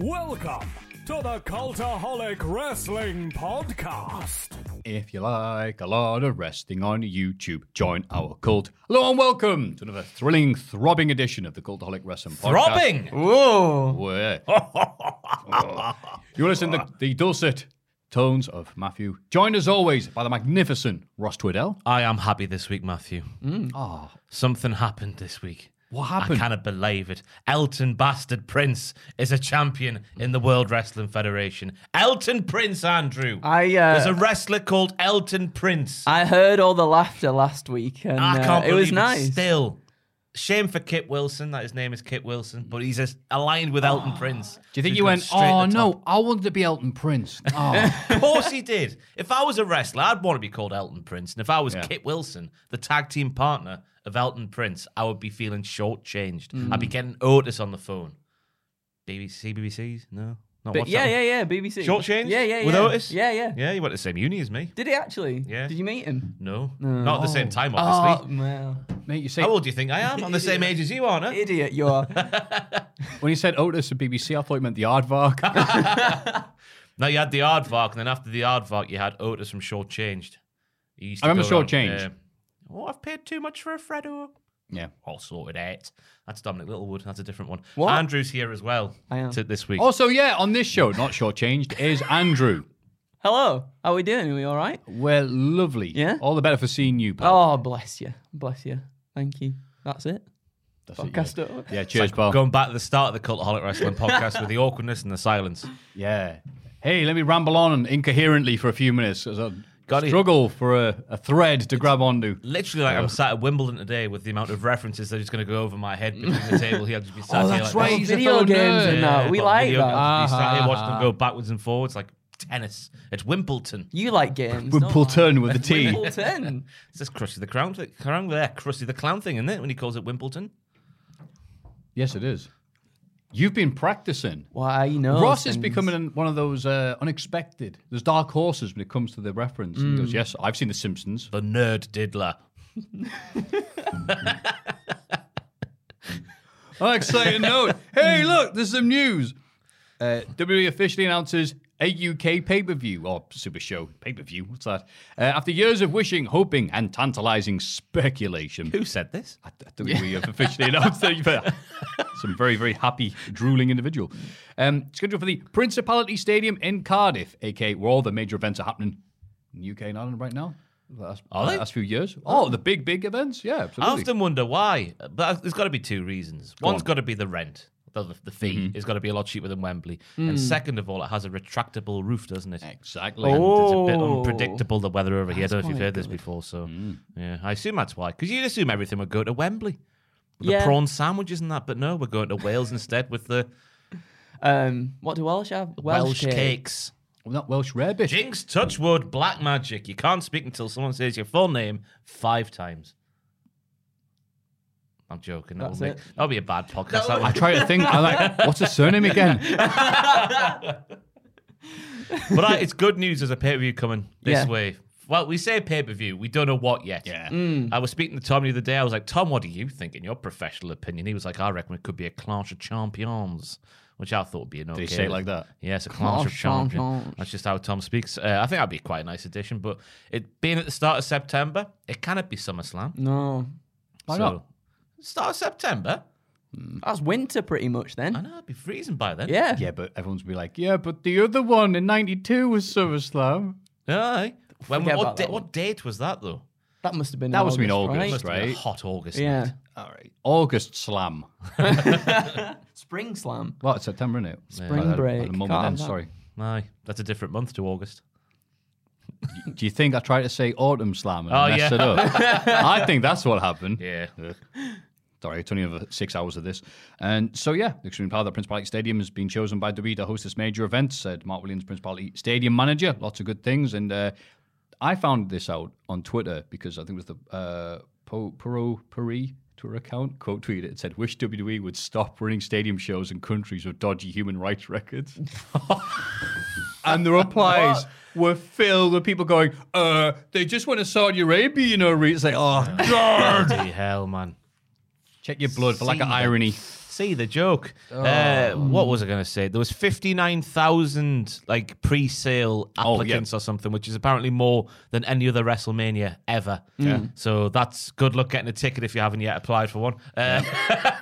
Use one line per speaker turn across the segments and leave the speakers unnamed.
Welcome to the Cultaholic Wrestling Podcast.
If you like a lot of wrestling on YouTube, join our cult. Hello and welcome to another thrilling, throbbing edition of the Cultaholic Wrestling Podcast.
Throbbing. Whoa.
Where Oh. you listen to the dulcet tones of Matthew. Joined as always by the magnificent Ross Twiddell.
I am happy this week, Matthew.
Mm.
Ah.
Something happened this week.
What
I
happened?
cannot believe it. Elton Bastard Prince is a champion in the World Wrestling Federation. Elton Prince, Andrew.
I
There's a
uh,
wrestler called Elton Prince.
I heard all the laughter last week, and
I can't
uh,
believe
it was nice.
Still, shame for Kit Wilson that his name is Kit Wilson, but he's as aligned with Elton Prince.
Do you think
who's
you
gone
went,
straight to
oh
the
no, I wanted to be Elton Prince? Oh.
Of course he did. If I was a wrestler, I'd want to be called Elton Prince. And if I was
Yeah.
Kit Wilson, the tag team partner of Elton Prince, I would be feeling shortchanged.
Mm.
I'd be getting Otis on the phone. BBC, BBCs? No. Not
but
what's
yeah,
that
yeah,
one?
yeah. BBC
Shortchanged?
Yeah, yeah, yeah.
With Otis?
Yeah, yeah.
Yeah, you went to the same uni as me.
Did he actually?
Yeah.
Did you meet him?
No. Not at the same time, obviously.
Oh, well,
Mate, you say,
How old do you think I am? I'm the same age as you, aren't I?
idiot, you are.
when you said Otis and BBC, I thought you meant the Aardvark.
No, you had the Aardvark, and then after the Aardvark, you had Otis from Shortchanged. He used
I
to
remember
go around,
Shortchanged.
uh, oh, I've paid too much for a Freddo.
yeah.
all sorted out. That's Dominic Littlewood. That's a different one.
What?
Andrew's here as well.
I am.
to- this week.
Also, yeah, on this show, not shortchanged, is Andrew.
Hello. How we doing? Are we all right?
Well, lovely.
Yeah?
All the better for seeing you, pal.
Oh, bless you, bless you. Thank you. That's it.
That's it, yeah.
Podcast over.
Yeah, cheers, pal.
Going back to the start of the Cultaholic Wrestling podcast with the awkwardness and the silence.
Yeah. Hey, let me ramble on incoherently for a few minutes as I
Got it.
struggle for a, a thread to grab onto.
Literally, like I'm sat at Wimbledon today with the amount of references that are just going to go over my head between the table here. I'll just be sat
Oh,
here
that's
like,
right,
Oh,
he's a
video
fellow
games
nerd.
and that. We
but
like
video-
that. Uh-huh.
I'll just be sat here
Ah.
watching them go backwards and forwards like tennis. It's Wimbledon.
you like games. don't
Wimbledon with the
I?
T.
Wimbledon.
It's this Krusty the Clown, Crown there, Krusty the Clown thing, isn't it? When he calls it Wimbledon.
Yes, it is. You've been practicing.
Why you know?
Ross is
things.
becoming an- one of those uh, unexpected. There's dark horses when it comes to the reference. He goes, "Yes, I've seen The Simpsons."
The nerd diddler.
An exciting note. Hey, look, there's some news. Uh, WWE officially announces a UK pay per view or super show pay per view. What's that? Uh, after years of wishing, hoping, and tantalizing speculation,
Who said this?
WWE have officially announced that you've uh, some very, very happy, drooling individual. Um, scheduled for the Principality Stadium in Cardiff, aka where all the major events are happening in the UK and Ireland right now. The Last,
Are they?
the last few years. Oh, the big, big events. Yeah,
I
absolutely.
often wonder why, but there's got to be two reasons. One's got to be the rent. The, the- the fee It's got to be a lot cheaper than Wembley. And second of all, it has a retractable roof, doesn't it?
exactly.
And it's a bit
Oh.
unpredictable, the weather over here. I don't know if you've heard this before. So, yeah, I assume that's why. Because you'd assume everything would go to Wembley with
Yeah.
the prawn sandwiches and that. But no, we're going to Wales instead with the
Um, what do Welsh have?
Welsh,
cake.
cakes.
Well, not Welsh rarebit.
Jinx, Touchwood, Black Magic. You can't speak until someone says your full name five times. I'm joking. That'll,
That's
make,
it.
that'll be a bad podcast. that
I
one.
try to think. I like, what's his surname again?
But I, it's good news there's a pay per view coming this
Yeah.
way. Well, we say pay per view, we don't know what yet.
Yeah.
Mm.
I was speaking to Tom the other day. I was like, Tom, what do you think in your professional opinion? He was like, I reckon it could be a clash of champions, which I thought would be an okay.
he say it like that?
Yes, a clash,
Clash
of champions.
champions.
That's just how Tom speaks. Uh, I think that'd be quite a nice addition. But it being at the start of
Mm.
September, it cannot be SummerSlam.
No.
Why not?
Start of September?
That's winter pretty much
I
then.
know, it'd be freezing by then.
Yeah.
Yeah, but everyone's be like, yeah, but the other one in '92 was SummerSlam.
Aye. When,
Forget
what,
about
da-
that one.
what date was that, though?
That must have been.
That
in
must have been
August,
August,
Must have been a
Right.
hot August.
Right? Yeah.
night.
All right, August Slam.
Spring slam.
Well, it's September, isn't it?
Spring
I had a- I had
break.
A moment
Can't
then,
have that.
sorry.
Aye. That's a different month to August.
Do you think I tried to say autumn slam and
Oh,
I messed
yeah.
it up? I think that's what happened.
Yeah.
Sorry, it's only over six hours of this. And so, yeah, the Extreme Power, the Principality Stadium has been chosen by WWE to host this major event, said Mark Williams, Principality Stadium manager. Lots of good things. And uh, I found this out on Twitter because I think it was the uh, Po Pro Puri Twitter account quote tweeted it. It said, Wish WWE would stop running stadium shows in countries with dodgy human rights records. and the replies were filled with people going, uh, They just went to Saudi Arabia, you know, re-" it's like, oh, God.
Bloody hell, man.
Check your blood for lack of
See that.
irony.
See the joke. Uh, what was I going to say? There was fifty nine thousand like pre sale
Oh, yeah.
applicants or something, which is apparently more than any other WrestleMania ever. Yeah. So that's good luck getting a ticket if you haven't yet applied for one. Uh,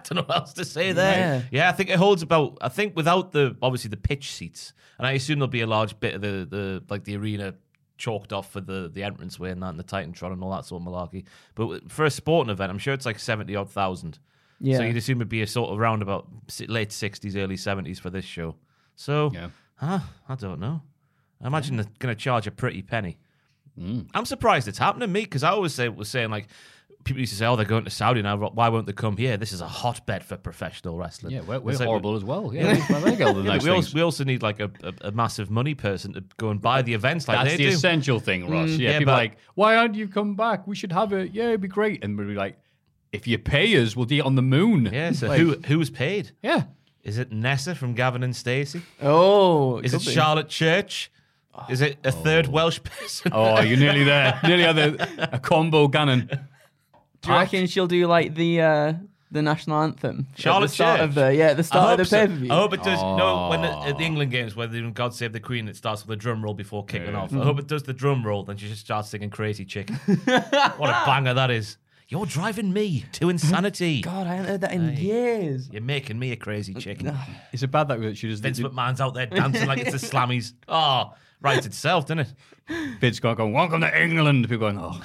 don't know what else to say there.
Yeah.
Yeah. I think it holds about. I think without the obviously the pitch seats, and I assume there'll be a large bit of the the like the arena chalked off for the the entranceway and that and the Titantron and all that sort of malarkey. But for a sporting event, I'm sure it's like seventy odd thousand.
Yeah.
So you'd assume it'd be a sort of roundabout s- late sixties, early seventies for this show. So,
Yeah.
huh, I don't know. I imagine they're going to charge a pretty penny.
Mm.
I'm surprised it's happening to me because I always say was saying like people used to say, "Oh, they're going to Saudi now. Why won't they come here? This is a hotbed for professional wrestling."
Yeah, we're, we're
It's like-
horrible as well. Yeah, we- they get all the
Yeah, but
nice things.
we, also, we also need like a, a, a massive money person to go and buy the events like
That's
they
the
do.
essential thing, Ross. yeah,
yeah,
people
but-
are like, why aren't you come back? We should have it. Yeah, it'd be great. And we'd be like, if you pay us, we'll do it on the moon.
Yeah. So
Like,
who who's paid?
Yeah.
Is it Nessa from Gavin and Stacey?
Oh,
Is it
could be.
Charlotte Church? Is it a third Welsh person?
Oh, you're nearly there. nearly had a, a combo cannon.
Do you reckon she'll do like the uh, the national anthem? at
Charlotte
the start
Church.
of the yeah, the
I
start
hope
of the
so.
pay per view.
I hope it does. No, when the, at the England games, where they do God Save the Queen, it starts with a drum roll before kicking off. I hope it does the drum roll, then she just starts singing Crazy Chicken. what a banger that is. You're driving me to insanity.
God, I haven't heard that in years.
You're making me a crazy chicken.
Is it bad that she just
Vince
Vince,
McMahon's out there dancing like it's the Slammies. Oh, right itself, doesn't it?
Vince got going, welcome to England? People going, oh,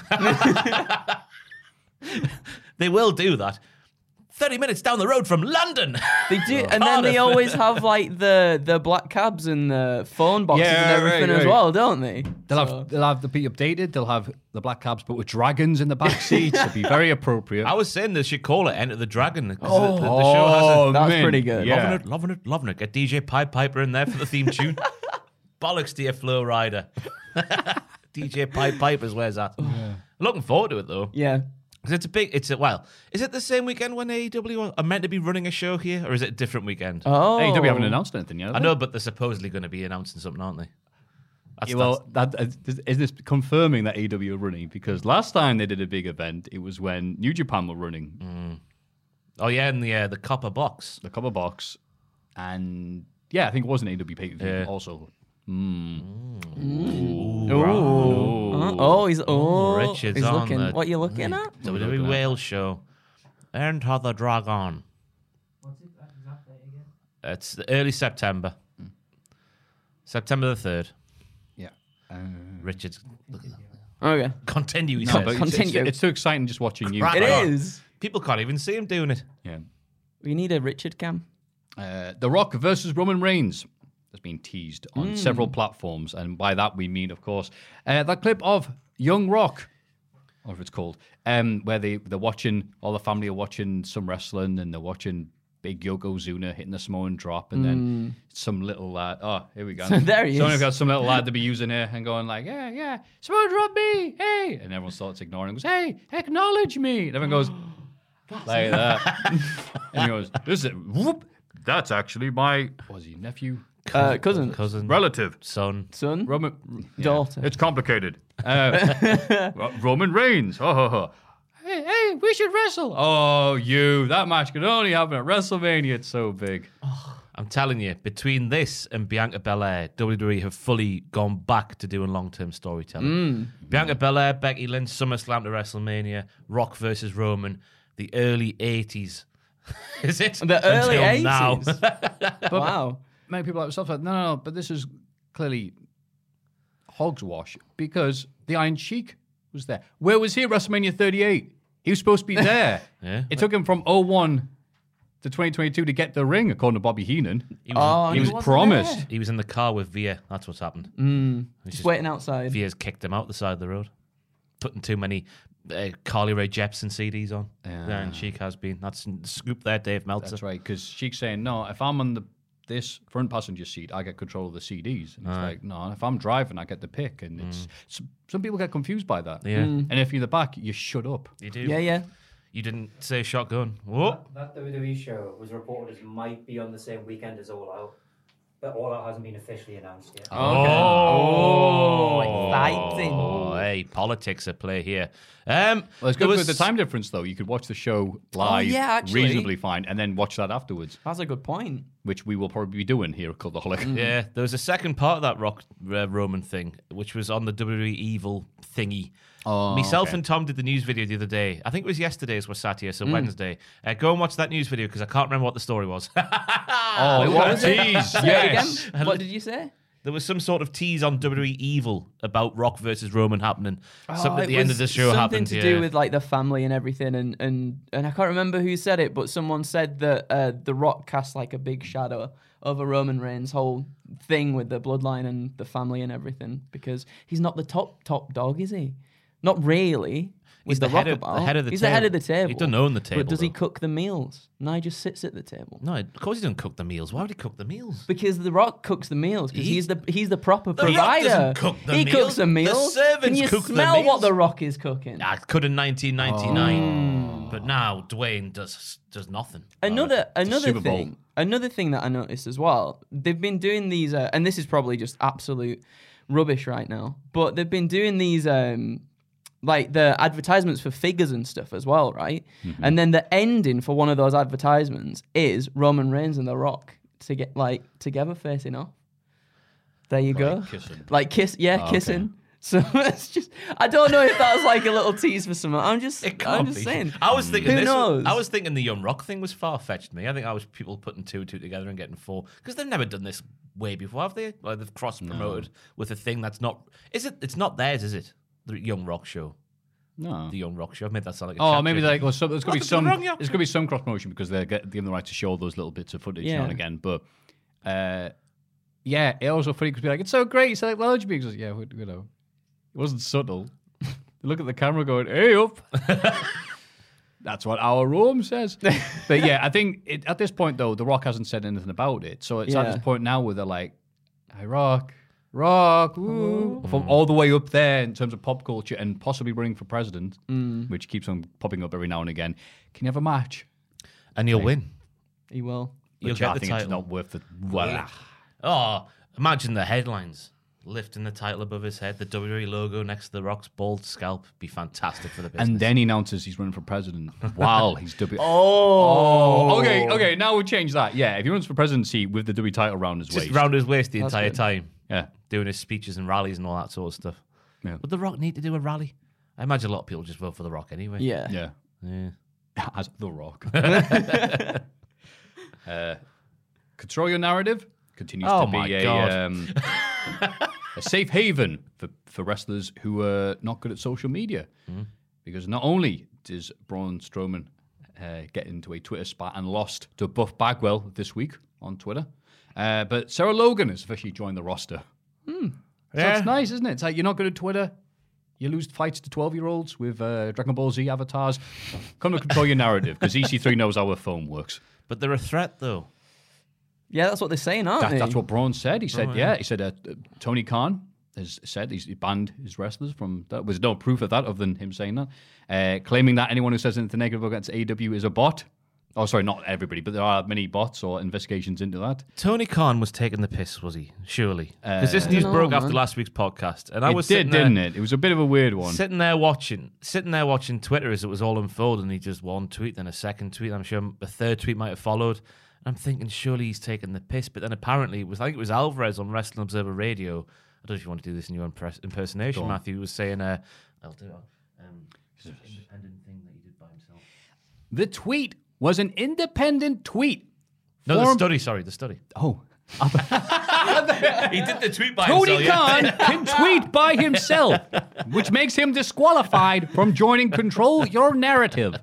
They will do that. 30 minutes down the road from London.
They do,
Oh.
and then they
Cardiff.
always have like the the black cabs and the phone boxes
Yeah,
and everything
right,
as
right.
well, don't they?
they'll have they'll have the be updated. They'll have the black cabs, but with dragons in the back seats. It'd be very appropriate.
I was saying they should call it Enter the Dragon. Oh,
Oh.
the, the show has a,
That's pretty good.
Yeah.
Loving it, loving it, loving it. Get DJ Pied Piper in there for the theme tune. Bollocks to your Flow Rider. DJ Pied Piper's where's that? Looking forward to it though.
Yeah,
'Cause it's a big, it's a, well, is it the same weekend when AEW are meant to be running a show here or is it a different weekend?
Oh,
Hey, we haven't announced anything yet. have
I
they?
know, but they're supposedly going to be announcing something, aren't they? That's,
Yeah, well, that, uh, isn't this confirming that AEW are running? Because last time they did a big event, it was when New Japan were running
that's- oh yeah, in the uh, the copper box.
the cover box, and yeah, I think it was an AEW pay per view
Yeah.
also. Mm.
Oh, oh, he's oh,
Richard's
he's
on
looking.
the-
What you looking at?
WWE Wales show. Enter the Dragon. What's it? It's the early September.
Hmm.
September the 3rd.
Yeah,
Hmm.
Richard's.
Okay,
Continue, he
But
says.
it's, it's,
Continue.
it's too exciting just watching you.
Crap.
it
Hang on.
is.
People can't even see him doing it.
Yeah.
We need a Richard cam.
Uh, the Rock versus Roman Reigns has been teased on
Hmm.
several platforms, and by that we mean, of course, uh, that clip of Young Rock, or if it's called, um, where they they're watching all the family are watching some wrestling, and they're watching Big Yokozuna hitting the Samoan drop, and then some little lad. Oh, here we go.
Hmm. There he
Someone
is.
got some little lad to be using here and going like, yeah, yeah, Samoan drop me, hey, and everyone starts ignoring. Him, goes, hey, acknowledge me, and everyone goes. Like that. and he goes, this is, whoop, that's actually my, was he nephew?
Uh, cousin,
Cousin,
Relative.
son.
son,
Roman.
daughter.
It's complicated. Uh, Ro- Roman Reigns. Ho, ho, ho. Hey, hey, we should wrestle. Oh, you. That match could only happen at WrestleMania. It's so big.
I'm telling you, between this and Bianca Belair, WWE have fully gone back to doing long term storytelling.
Hmm.
Bianca Belair, Becky Lynch, SummerSlam to WrestleMania, Rock versus Roman, the early 80s. Is it
The early
Until now.
80s. wow.
many people like myself like, no, no, no, but this is clearly hogswash because the Iron Sheik was there. Where was he at WrestleMania 38? He was supposed to be there.
Yeah.
It took him from 01 to 2022 to get the ring, according to Bobby Heenan.
He
Oh,
was,
He
he
was
wasn't
promised.
there.
he was in the car with Via. That's what's happened.
Mm.
He's
Just waiting outside.
Via's kicked him out the side of the road, putting too many uh, Carly Rae Jepsen CDs on. Yeah. And Sheik has been. That's the scoop there, Dave Meltzer.
That's right, because Sheik's saying, no, if I'm on the this front passenger seat, I get control of the CDs. And it's like, no, if I'm driving, I get the pick. And it's s- some people get confused by that.
Yeah. Mm.
And if you're the back, you shut up.
You do.
Yeah, yeah.
You didn't say shotgun. Whoa.
That WWE show was reported as might be on the same weekend as All Out, but All Out hasn't been officially announced yet.
Oh,
exciting.
Oh, hey, politics at play here. Um,
Well, it's good
there was-
with the time difference, though. You could watch the show live
yeah, actually.
reasonably fine and then watch that afterwards,
That's a good point.
which we will probably be doing here at Cultaholic.
Mm-hmm.
Yeah, there was a second part of that Rock uh, Roman thing, which was on the WWE Evil thingy.
Oh,
Myself
okay.
and Tom did the news video the other day. I think it was yesterday, as we're sat here,
Mm.
so Wednesday. Uh, go and watch that news video because I can't remember what the story was.
Oh, what a tease. yes.
Again, what did you say?
there was some sort of tease on WWE Evil about Rock versus Roman happening.
Oh,
something at
it
the end
was
of the show
something
happened
to
yeah.
do with like the family and everything, and and and I can't remember who said it, but someone said that uh, the Rock cast like a big shadow over Roman Reigns' whole thing with the bloodline and the family and everything because he's not the top top dog, is he? Not really. With
He's the
Rock
head of- the
about.
head of the
he's the head of the
table.
table.
He doesn't own the table,
But does he
though.
cook the meals? No, he just sits at the table.
No, of course he doesn't cook the meals. Why would he cook the meals?
Because The Rock cooks the meals. Because
He-
he's the he's the proper
The Rock
provider.
doesn't cook the
he
meals.
cooks the
The
meals. Can
servants
you
cook the
smell
meals.
what The Rock is cooking?
I Ah, could in
Oh.
1999, but now Dwayne does does nothing.
Uh, another another
Super Bowl.
thing another thing that i noticed as well they've been doing these uh, and this is probably just absolute rubbish right now but they've been doing these um like the advertisements for figures and stuff as well right and then the ending for one of those advertisements is roman reigns and the rock to get like together facing off there you go
kissing.
like kiss yeah
okay.
kissing so it's just I don't know if that was like a little tease for someone. I'm just
It can't
I'm just
be.
saying.
I was thinking
Who
this.
knows?
I was thinking the Young Rock thing was far fetched me. I think I was people putting two and two together and getting four because they've never done this way before, have they? Like they've cross promoted with a thing that's not. Is it? It's not theirs, is it? The Young Rock show.
No.
The Young Rock show. I've made that sound like. A
Oh,
chat
maybe
show.
like well, so there's gonna be
What's
some
wrong, yeah?
there's gonna be some cross promotion because they're get, giving the right to show those little bits of footage now and
Yeah.
again. But uh, yeah, it also funny because be like, it's so great, it's like large because yeah, we, you know, it wasn't subtle. They Look at the camera going, hey up. That's what our room says. but yeah, I think it, at this point though, The Rock hasn't said anything about it, so it's at
Yeah.
this point now where they're like, "Hey, Rock." Rock, woo, from all the way up there in terms of pop culture and possibly running for president,
Mm.
which keeps on popping up every now and again. Can you have a match?
and you'll win.
He will.
You'll
Which
get
I
the
think
title.
it's not worth the. Well,
Oh, imagine the headlines. Lifting the title above his head, the WWE logo next to The Rock's bald scalp be fantastic for the business.
and then he announces he's running for president while he's W.
Oh,
Okay, okay, now we'll change that. Yeah, if he runs for presidency with the W title round his
just
waist.
round his waist the
That's
entire
good.
time,
yeah.
doing his speeches and rallies and all that sort of stuff.
Yeah.
Would The Rock need to do a rally? I imagine a lot of people just vote for The Rock anyway.
Yeah.
Yeah.
Yeah.
As The Rock. Uh, control your narrative continues
Oh
to
my
be
God.
a, um, a safe haven for, for wrestlers who are not good at social media.
Mm-hmm.
Because not only does Braun Strowman uh, get into a Twitter spat and lost to Buff Bagwell this week on Twitter, uh, but Sarah Logan has officially joined the roster. So it's nice, isn't it? It's like you're not good at Twitter. You lose fights to 12 year olds with uh, Dragon Ball Z avatars. Come to control your narrative because EC3 knows how a phone works.
But they're a threat, though.
Yeah, that's what they're saying,
Oh,
aren't
That,
they?
that's what Braun said. He said, yeah. He said, uh, uh, Tony Khan has said he's he banned his wrestlers from that. There's no proof of that other than him saying that. Uh, claiming that anyone who says anything negative against AW is a bot. Oh, sorry, not everybody, but there are many bots or investigations into that.
Tony Khan was taking the piss, was he? Surely. Because this news broke after last week's podcast. And I
Uh, it
was
did,
sitting there-
didn't it? It was a bit of a weird one.
Sitting there watching, sitting there watching Twitter as it was all unfolding. He just one tweet, then a second tweet. I'm sure a third tweet might have followed. I'm thinking surely he's taking the piss, but then apparently it was I think it was Alvarez on Wrestling Observer Radio. I don't know if you want to do this in your impres- impersonation, Matthew was saying, uh, "I'll do it." Um, independent thing that he did by himself.
The tweet was an independent tweet.
No, the
Form-
study. Sorry, the study.
Oh.
He did the tweet by
Cody
himself, yeah.
Khan can tweet by himself, which makes him disqualified from joining Control Your Narrative.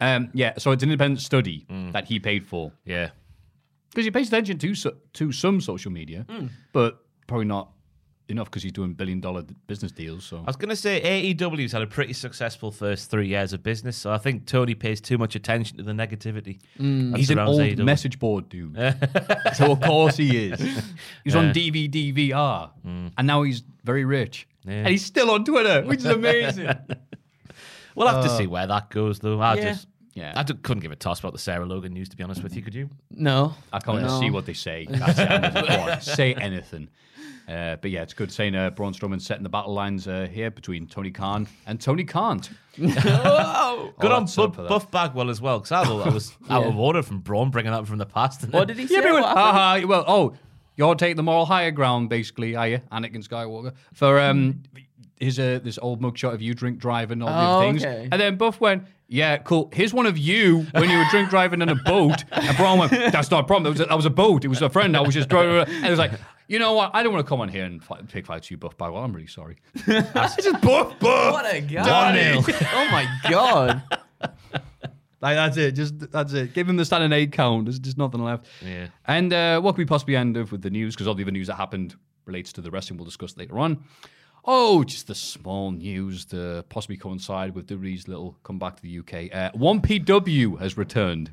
Um, yeah, so it's an independent study that he paid for.
Yeah.
Because he pays attention to so- to some social media, but probably not enough because he's doing billion dollar business deals. So
I was going to say AEW's had a pretty successful first three years of business, so I think Tony pays too much attention to the negativity. that
he's an
surrounds
old
E AEW.
message board dude. so of course he is. He's on DVD VR, and now he's very rich, and he's still on Twitter, which is amazing.
We'll have to see where that goes, though. I
Uh, Yeah.
just,
Yeah.
I d- couldn't give a toss about the Sarah Logan news, to be honest with you. Could you?
No.
I can't
No.
see what they say. That's it, I'm just bored. say anything. Uh, but yeah, it's good saying uh, Braun Strowman setting the battle lines uh, here between Tony Khan and Tony Kant.
Good
Oh,
on
that's up
Buff,
for that.
Buff Bagwell as well, because I thought that was out
Yeah.
of order from Braun bringing that from the past. and
What
then-
did he say?
Yeah, but he went,
What happened?
"Haha, well, oh, you're taking the moral higher ground, basically, are you, Anakin Skywalker? For um, his uh, this old mugshot of you drink driving all
Oh,
the things,
okay.
and then Buff went, yeah, cool. Here's one of you when you were drink driving in a boat, and Braun went, that's not a problem. That was a, that was a boat. It was a friend. I was just driving, and it was like. You know what? I don't want to come on here and fight, pick fights with you, Buff Bagwell. I'm really sorry. It's just Buff, Buff.
What a
Done
guy.
it.
oh my god.
Like that's it. Just that's it. Give him the standing eight count. There's just nothing left.
Yeah.
And uh, what could we possibly end with with the news? Because all the other news that happened relates to the wrestling we'll discuss later on. Oh, just the small news to possibly coincide with WWE's little comeback to the UK. Uh, 1PW has returned.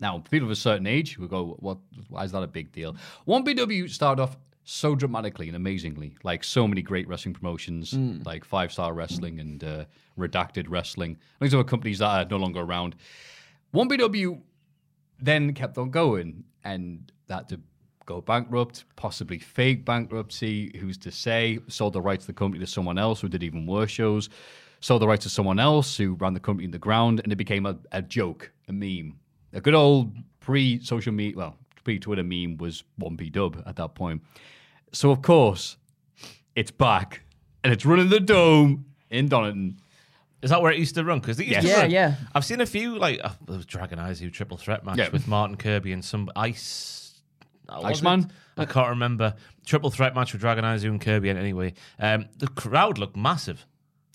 Now, people of a certain age will go, "What? Why is that a big deal?" One BW started off so dramatically and amazingly, like so many great wrestling promotions, like Five Star Wrestling and uh, Redacted Wrestling. These are companies that are no longer around. One BW then kept on going and that to go bankrupt, possibly fake bankruptcy. Who's to say? Sold the rights of the company to someone else who did even worse shows. Sold the rights to someone else who ran the company in the ground, and it became a, a joke, a meme, a good old pre-social media, well, pre-Twitter meme was one p dub at that point. So of course, it's back and it's running the dome in Donington.
Is that where it used to run? Because
Yes.
Yeah, yeah.
I've seen a few like uh, there was Dragon Eyes who triple threat match
Yeah.
with Martin Kirby and some Ice. oh, was
Iceman?
it? I can't remember. Triple threat match with Dragon Eyes and Kirby. And anyway, um, the crowd looked massive.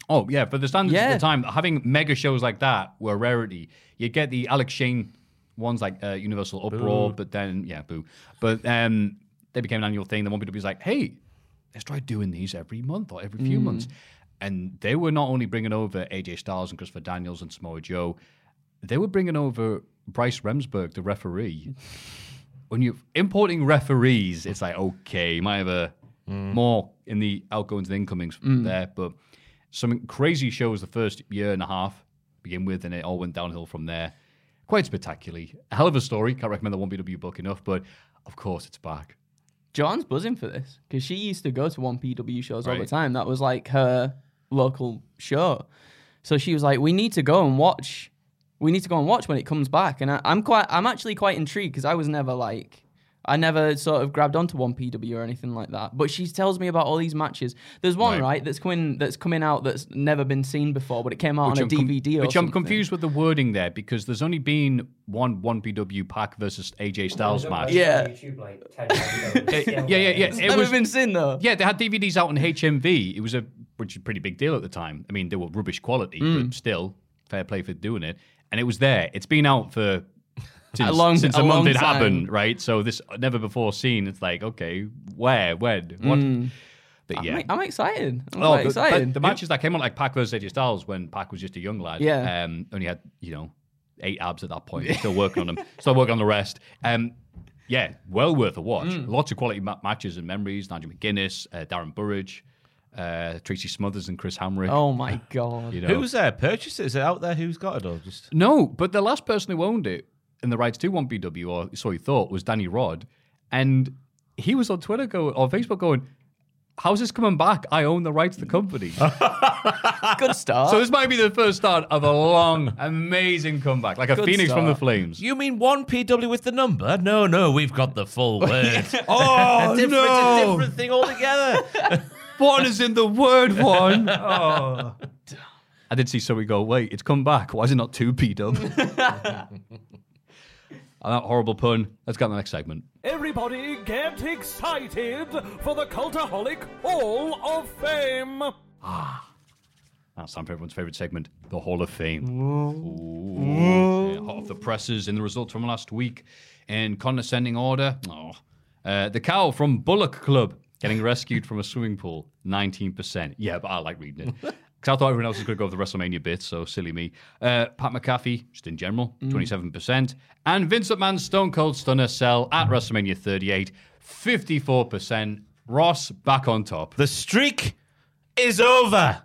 Oh yeah, for the standards at
Yeah.
the time, having mega shows like that were a rarity. You get the Alex Shane ones like uh, Universal Uproar, but then yeah, boo. But um, they became an annual thing. The one was like, hey, let's try doing these every month or every few months. And they were not only bringing over AJ Styles and Christopher Daniels and Samoa Joe, they were bringing over Bryce Remsburg, the referee. when you're importing referees, it's like, okay, you might have a
Mm.
more in the outgoings and incomings there, but some crazy shows the first year and a half to begin with, and it all went downhill from there. Quite spectacularly. A hell of a story. Can't recommend the 1BW book enough, but of course it's back.
John's buzzing for this because she used to go to one PW shows all the
Right.
time. That was like her local show. So she was like, "We need to go and watch. We need to go and watch when it comes back." And I, I'm quite, I'm actually quite intrigued because I was never like, I never sort of grabbed onto one PW or anything like that. But she tells me about all these matches. There's one
Right.
right, that's coming, that's coming out that's never been seen before, but it came out on a
I'm com-
DVD. or
which I'm
something.
confused with the wording there because there's only been one 1BW pack versus AJ Styles match.
Yeah.
YouTube like 10 years ago.
Eh,
It's
yeah,
still
yeah,
there.
yeah.
It's
It
never
was-
been seen though.
Yeah, they had DVDs out on HMV. It was a which is a pretty big deal at the time. I mean, they were rubbish quality,
Mm.
but still, fair play for doing it. And it was there. It's been out for since,
A long-
since
a
the month
long
it
time.
happened, right? So this never before seen. It's like, okay, where, when, what?
Mm.
But yeah.
I'm, I'm excited. I'm
Oh,
quite
the-
excited.
The, the matches that came on like Pac versus AJ Styles when Pac was just a young lad.
Yeah.
Um, only had you know eight abs at that point. Still working on them. Still working on the rest. Um, yeah, well worth a watch.
Mm.
Lots of quality ma- matches and memories. Nigel McGuinness, uh, Darren Burridge, uh, Tracy Smothers, and Chris Hamrick.
oh my god.
you know.
Who's uh, purchased it? Is it out there? Who's got it? Or just
No, but the last person who owned it and the rights to 1BW, or so he thought, was Danny Rod. And he was on Twitter going, or Facebook going, How's this coming back? I own the rights to the company.
Good start.
So this might be the first start of a long, amazing comeback, like a
Good
phoenix from the
start.
flames.
you mean one PW with the number? No, no, we've got the full word.
Oh
Different- It's a different thing altogether.
Oh.
One is in the word one. I did see somebody go, wait, it's come back. Why is it not 2p dub? and that horrible pun. Let's get on the next segment.
Everybody get excited for the Cultaholic Hall of Fame.
That's time for everyone's Uh, favorite segment, the Hall of Fame. Ooh. Yeah, hot off the presses and the results from last week in condescending order. Oh. Uh, the cow from Bullock Club getting rescued from a swimming pool, 19%. Yeah, but I like reading it. Because I thought everyone else was going to go for the WrestleMania bit, so silly me. Uh, Pat McAfee, just in general, 27%. And Vincent Man's Stone Cold Stunner Cell at WrestleMania 38, 54%. Ross back on top.
The streak is over.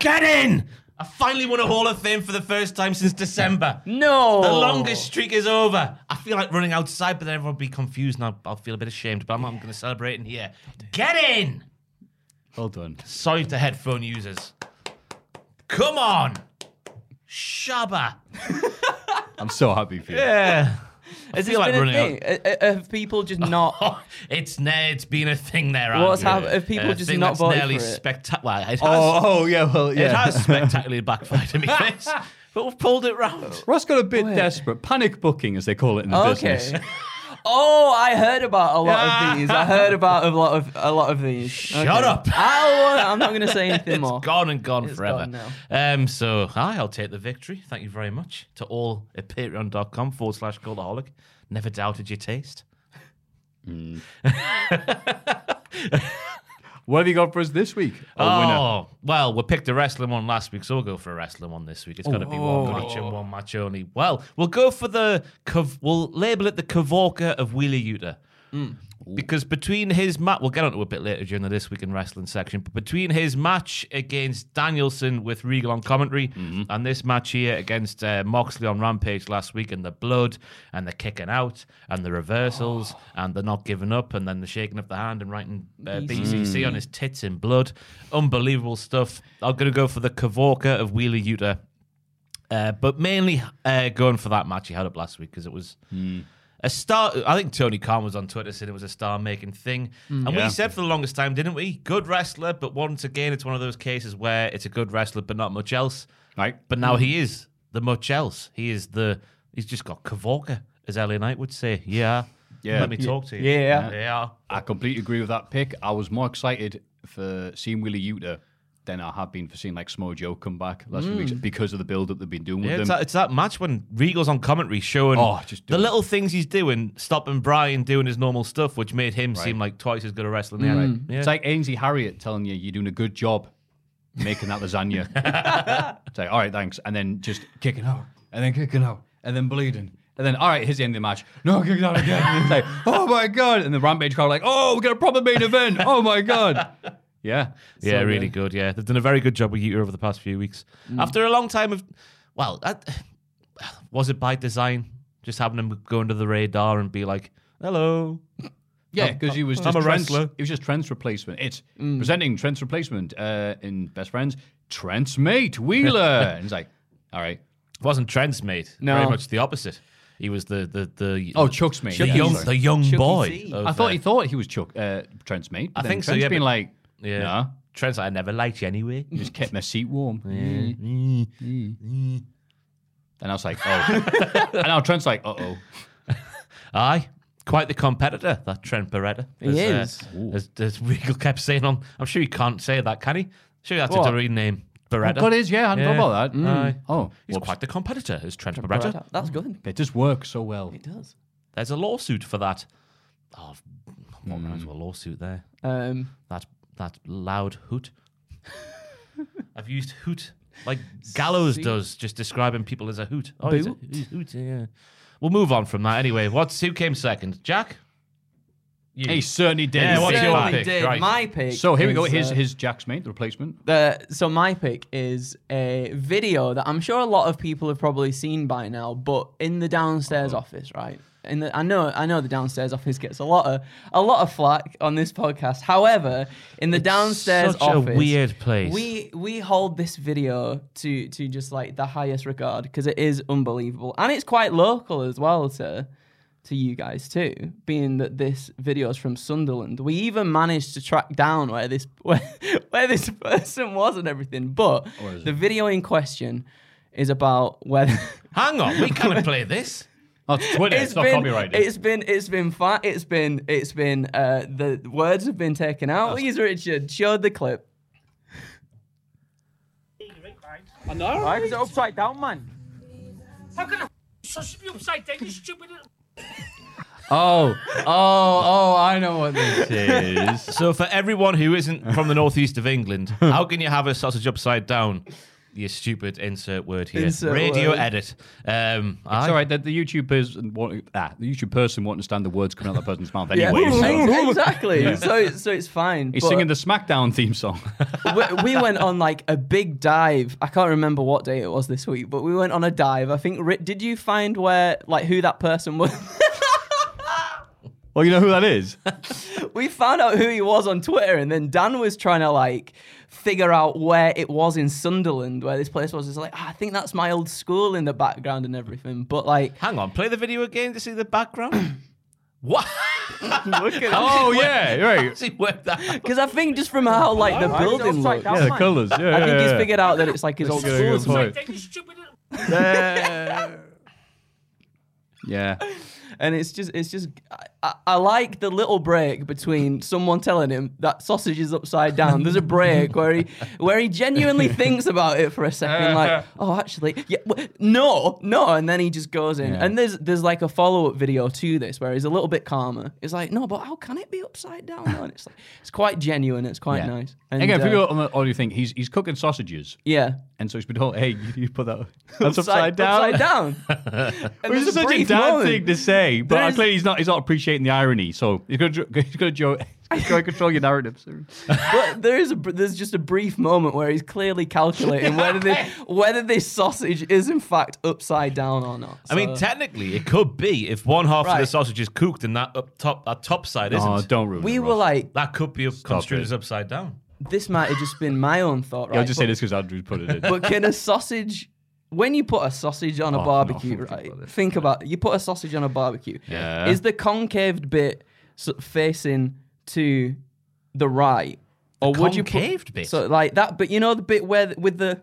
Get in. I finally won a Hall of Fame for the first time since December.
No.
The longest streak is over. I feel like running outside, but then everyone will be confused and I'll, I'll feel a bit ashamed. But I'm, I'm going to celebrate in here. Get in.
Well done.
Sorry to headphone users. Come on. Shabba.
I'm so happy for you.
Yeah.
Has this
feel like
been a
running
thing? Uh, uh, Have people just not?
Oh, it's ne- it's been a thing there.
What's
Andrew.
hap- have people
A
just
thing
not
that's
voted
nearly
for it?
spectacular. It has,
Oh, oh, yeah, well, yeah.
it has spectacularly backfired to me, but we've pulled it round.
Ross got a bit desperate. Panic booking, as they call it in the
okay.
business.
oh, I heard about a lot of these. I heard about a lot of a lot of these.
Shut
Okay.
up.
I won't- I'm not going to say anything more.
It's gone and gone
It's
forever.
gone
um, so hi, I'll take the victory. Thank you very much to all at patreon.com forward slash goldaholic. Never doubted your taste.
What have you got for us this week? A winner.
Oh, well, we picked a wrestling one last week, so we'll go for a wrestling one this week. It's got to be one good each and one match only. Well, we'll go for the, Kav- we'll label it the Kavorka of Wheeler Utah. Because between his match, we'll get onto it a bit later during the This Week in Wrestling section, but between his match against Danielson with Regal on commentary and this match here against uh, Moxley on Rampage last week and the blood and the kicking out and the reversals and the not giving up and then the shaking of the hand and writing uh, BCC on his tits in blood. Unbelievable stuff. I'm going to go for the Kavorka of Wheeler Utah. Uh, but mainly uh, going for that match he had up last week because it was
Hmm.
a star. I think Tony Khan was on Twitter saying it was a star making thing, and
Hmm. Yeah.
we said for the longest time, didn't we? Good wrestler, but once again, it's one of those cases where it's a good wrestler, but not much else.
Right.
But now he is the much else. He is the. He's just got Kavorka, as LA Knight would say. Yeah.
Yeah.
Let me talk to you.
Yeah.
Yeah.
I completely agree with that pick. I was more excited for seeing Willie Uta than I have been for seeing like Smojo come back last few weeks because of the build up they've been doing with
Yeah,
them.
it's that, it's that match when Regal's on commentary showing
Oh, just
the
doing-
little things he's doing, stopping Brian doing his normal stuff, which made him seem like twice as good a wrestler. than
Mm.
Right. Yeah.
It's like Ainsley Harriet telling you you're doing a good job making that lasagna. it's like, all right, thanks. And then just kicking out, and then kicking out, and then bleeding. And then, all right, here's the end of the match. No, kicking out again. And it's like, oh my God. And the Rampage crowd, like, oh, we got a proper main event. Oh my God. Yeah.
Yeah, really good. Yeah, they've done a very good job with you over the past few weeks.
Mm.
After a long time of, well, that, was it by design? Just having him go under the radar and be like, "Hello."
Yeah, because he was
I'm
just
a
Trent's-
wrestler.
He was just Trent's replacement. It's presenting Trent's replacement uh, in Best Friends. Trent's mate Wheeler. and he's like, all right.
It wasn't Trent's mate.
No.
very much the opposite. He was the the the
Oh, Chuck's mate.
the
Yeah,
young
sorry.
the young
Chucky
boy.
C.
of,
I thought
uh,
he thought he was Chuck uh, Trent's mate. but
I
then
think so,
Trent's
yeah,
been
but-
like,
yeah.
nah,
Trent's like, I never liked you anyway. Mm.
just kept my seat warm. And I was like, oh. and now Trent's like, uh oh.
Aye. Quite the competitor, that Trent Beretta.
He
As,
is.
uh, as, as Regal kept saying, on, I'm sure he can't say that, can he? Sure, that's
What?
a rename. Beretta.
God, it is, yeah, I hadn't thought
Yeah.
about that.
Aye.
Oh,
He's
whoops.
quite the competitor, is Trent Beretta.
Right, That's good.
It just works so well.
It does.
There's a lawsuit for that. Oh, what rounds with a lawsuit there?
Um,
That that loud hoot. I've used hoot like Gallows does, just describing people as a hoot. Oh, he's a
Boot.
he's a hoot. Yeah. We'll move on from that anyway. What's who came second? Jack. You.
He certainly did.
Yeah, what's
Big
your
fan.
certainly
pick?
did.
Right.
My pick.
So here we go.
is,
Here's
uh,
his Jack's mate, the replacement.
Uh, so my pick is a video that I'm sure a lot of people have probably seen by now, but in the
Uh-huh.
downstairs office, right? In the, I know, I know the downstairs office gets a lot of a lot of flack on this podcast. However, in the downstairs
such a
office,
weird place.
We we hold this video to to just like the highest regard because it is unbelievable and it's quite local as well to to you guys too. Being that this video is from Sunderland, we even managed to track down where this where, where this person was and everything. But the video in question is about whether
Hang on, we can't play this.
Oh, it's Twitter. It's,
it's
not
been,
copyrighted.
it's been it's been fine. It's been it's been uh, the words have been taken out. Please, Richard, show the clip.
I know.
Why is it upside down, man?
How can a sausage be upside down, you stupid little...
Oh, oh, oh! I know what this is.
So for everyone who isn't from the northeast of England, how can you have a sausage upside down? You stupid insert word here.
Insert
Radio
word.
edit. Um,
It's all right. The, the YouTube person, want, ah, the YouTube person won't understand the words coming out of that person's mouth anyway. so-
Ex- exactly. So it's- so it's fine.
He's
but-
singing the SmackDown theme song.
we, we went on like a big dive. I can't remember what day it was this week, but we went on a dive. I think. Ri- Did you find where like who that person was?
well, you know who that is.
we found out who he was on Twitter, and then Dan was trying to like figure out where it was in Sunderland, where this place was. It's like "Ah, I think that's my old school in the background and everything. But like,
Hang on, play the video again to see the background. what?
look at
Oh yeah, right.
See, work that out.
because I think just from how like the
Why is it
building
upside
looks,
down,
Yeah, the
man?
colours. Yeah,
I think
yeah,
he's
yeah.
figured out that it's like his old
That's a
school.
good
or something.
point.
Down, you stupid little...
Yeah.
and it's just it's just I- I, I like the little break between someone telling him that sausage is upside down. There's a break where he where he genuinely thinks about it for a second, like oh actually yeah w- no no, and then he just goes in.
Yeah.
And there's there's like a follow up video to this where he's a little bit calmer. It's like no, but how can it be upside down? though?" And it's like it's quite genuine. It's quite
yeah.
nice.
And Again,
uh,
figure out on the audio thing. He's he's cooking sausages,
yeah.
and so he's been told, "Hey, you put that that's upside, down."
Upside down. and
Which
there's
is
a
such a
brief
dad
moment.
thing to say, but
There's-
clearly he's not he's not appreciating the irony. So he's gonna he's gonna, jo- he's gonna control your narrative. So.
but there is a br- there's just a brief moment where he's clearly calculating whether this, whether this sausage is in fact upside down or not.
I mean,
So-
technically, it could be if one half of the
Right.
sausage is cooked and that up top, that top side isn't.
Oh, don't ruin
we
it,
were
Ross.
like,
That could be construed
it.
as upside down.
this might have just been my own thought, right?
Yeah, I'll just say
but,
this because Andrew put it in.
But can a sausage, when you put a sausage on a
no,
barbecue,
think
right?
about it.
Think about you put a sausage on a barbecue.
Yeah.
Is the concaved bit so- facing to the right? Or would you put-
concaved bit?
So like that, but you know the bit where th- with the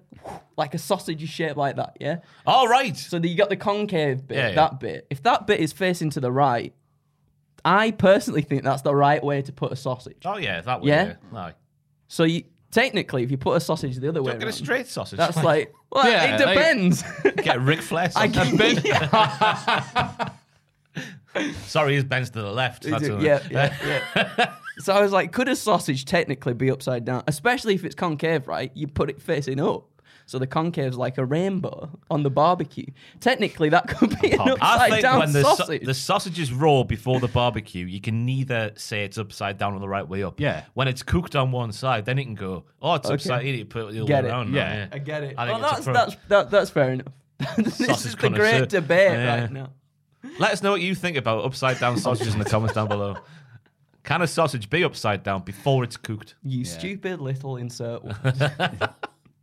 like a sausage shape like that, yeah.
All Oh, right.
So that you got the concave bit,
Yeah, yeah.
that bit. If that bit is facing to the right, I personally think that's the right way to put a sausage.
oh yeah, that way.
Yeah?
Yeah. Aye.
So you technically, if you put a sausage the other way,
Don't get a
around,
straight sausage.
that's like, well,
Yeah,
it
like-
depends.
get Ric Flair.
I
sausage.
can- yeah,
Sorry, his bends to the left. That's all right.
yeah, yeah, yeah. So I was like, could a sausage technically be upside down, especially if it's concave, right? You put it facing up. So the concave's like a rainbow on the barbecue. Technically, that could be an upside
Oh, I think
down
when the, sa-
sausage.
the sausage is raw before the barbecue, you can neither say it's upside down or the right way up.
Yeah.
When it's cooked on one side, then it can go, oh, it's upside down. You put it the other
Get
way
it.
around.
Yeah.
man.
I
get it.
I think
well,
it's
that's,
a pro-
that's, that, that's fair enough. this is
Sausage
the
connoisseur.
great debate
Yeah.
right now.
Let us know what you think about upside down sausages in the comments down below. Can a sausage be upside down before it's cooked?
You stupid little insert. word.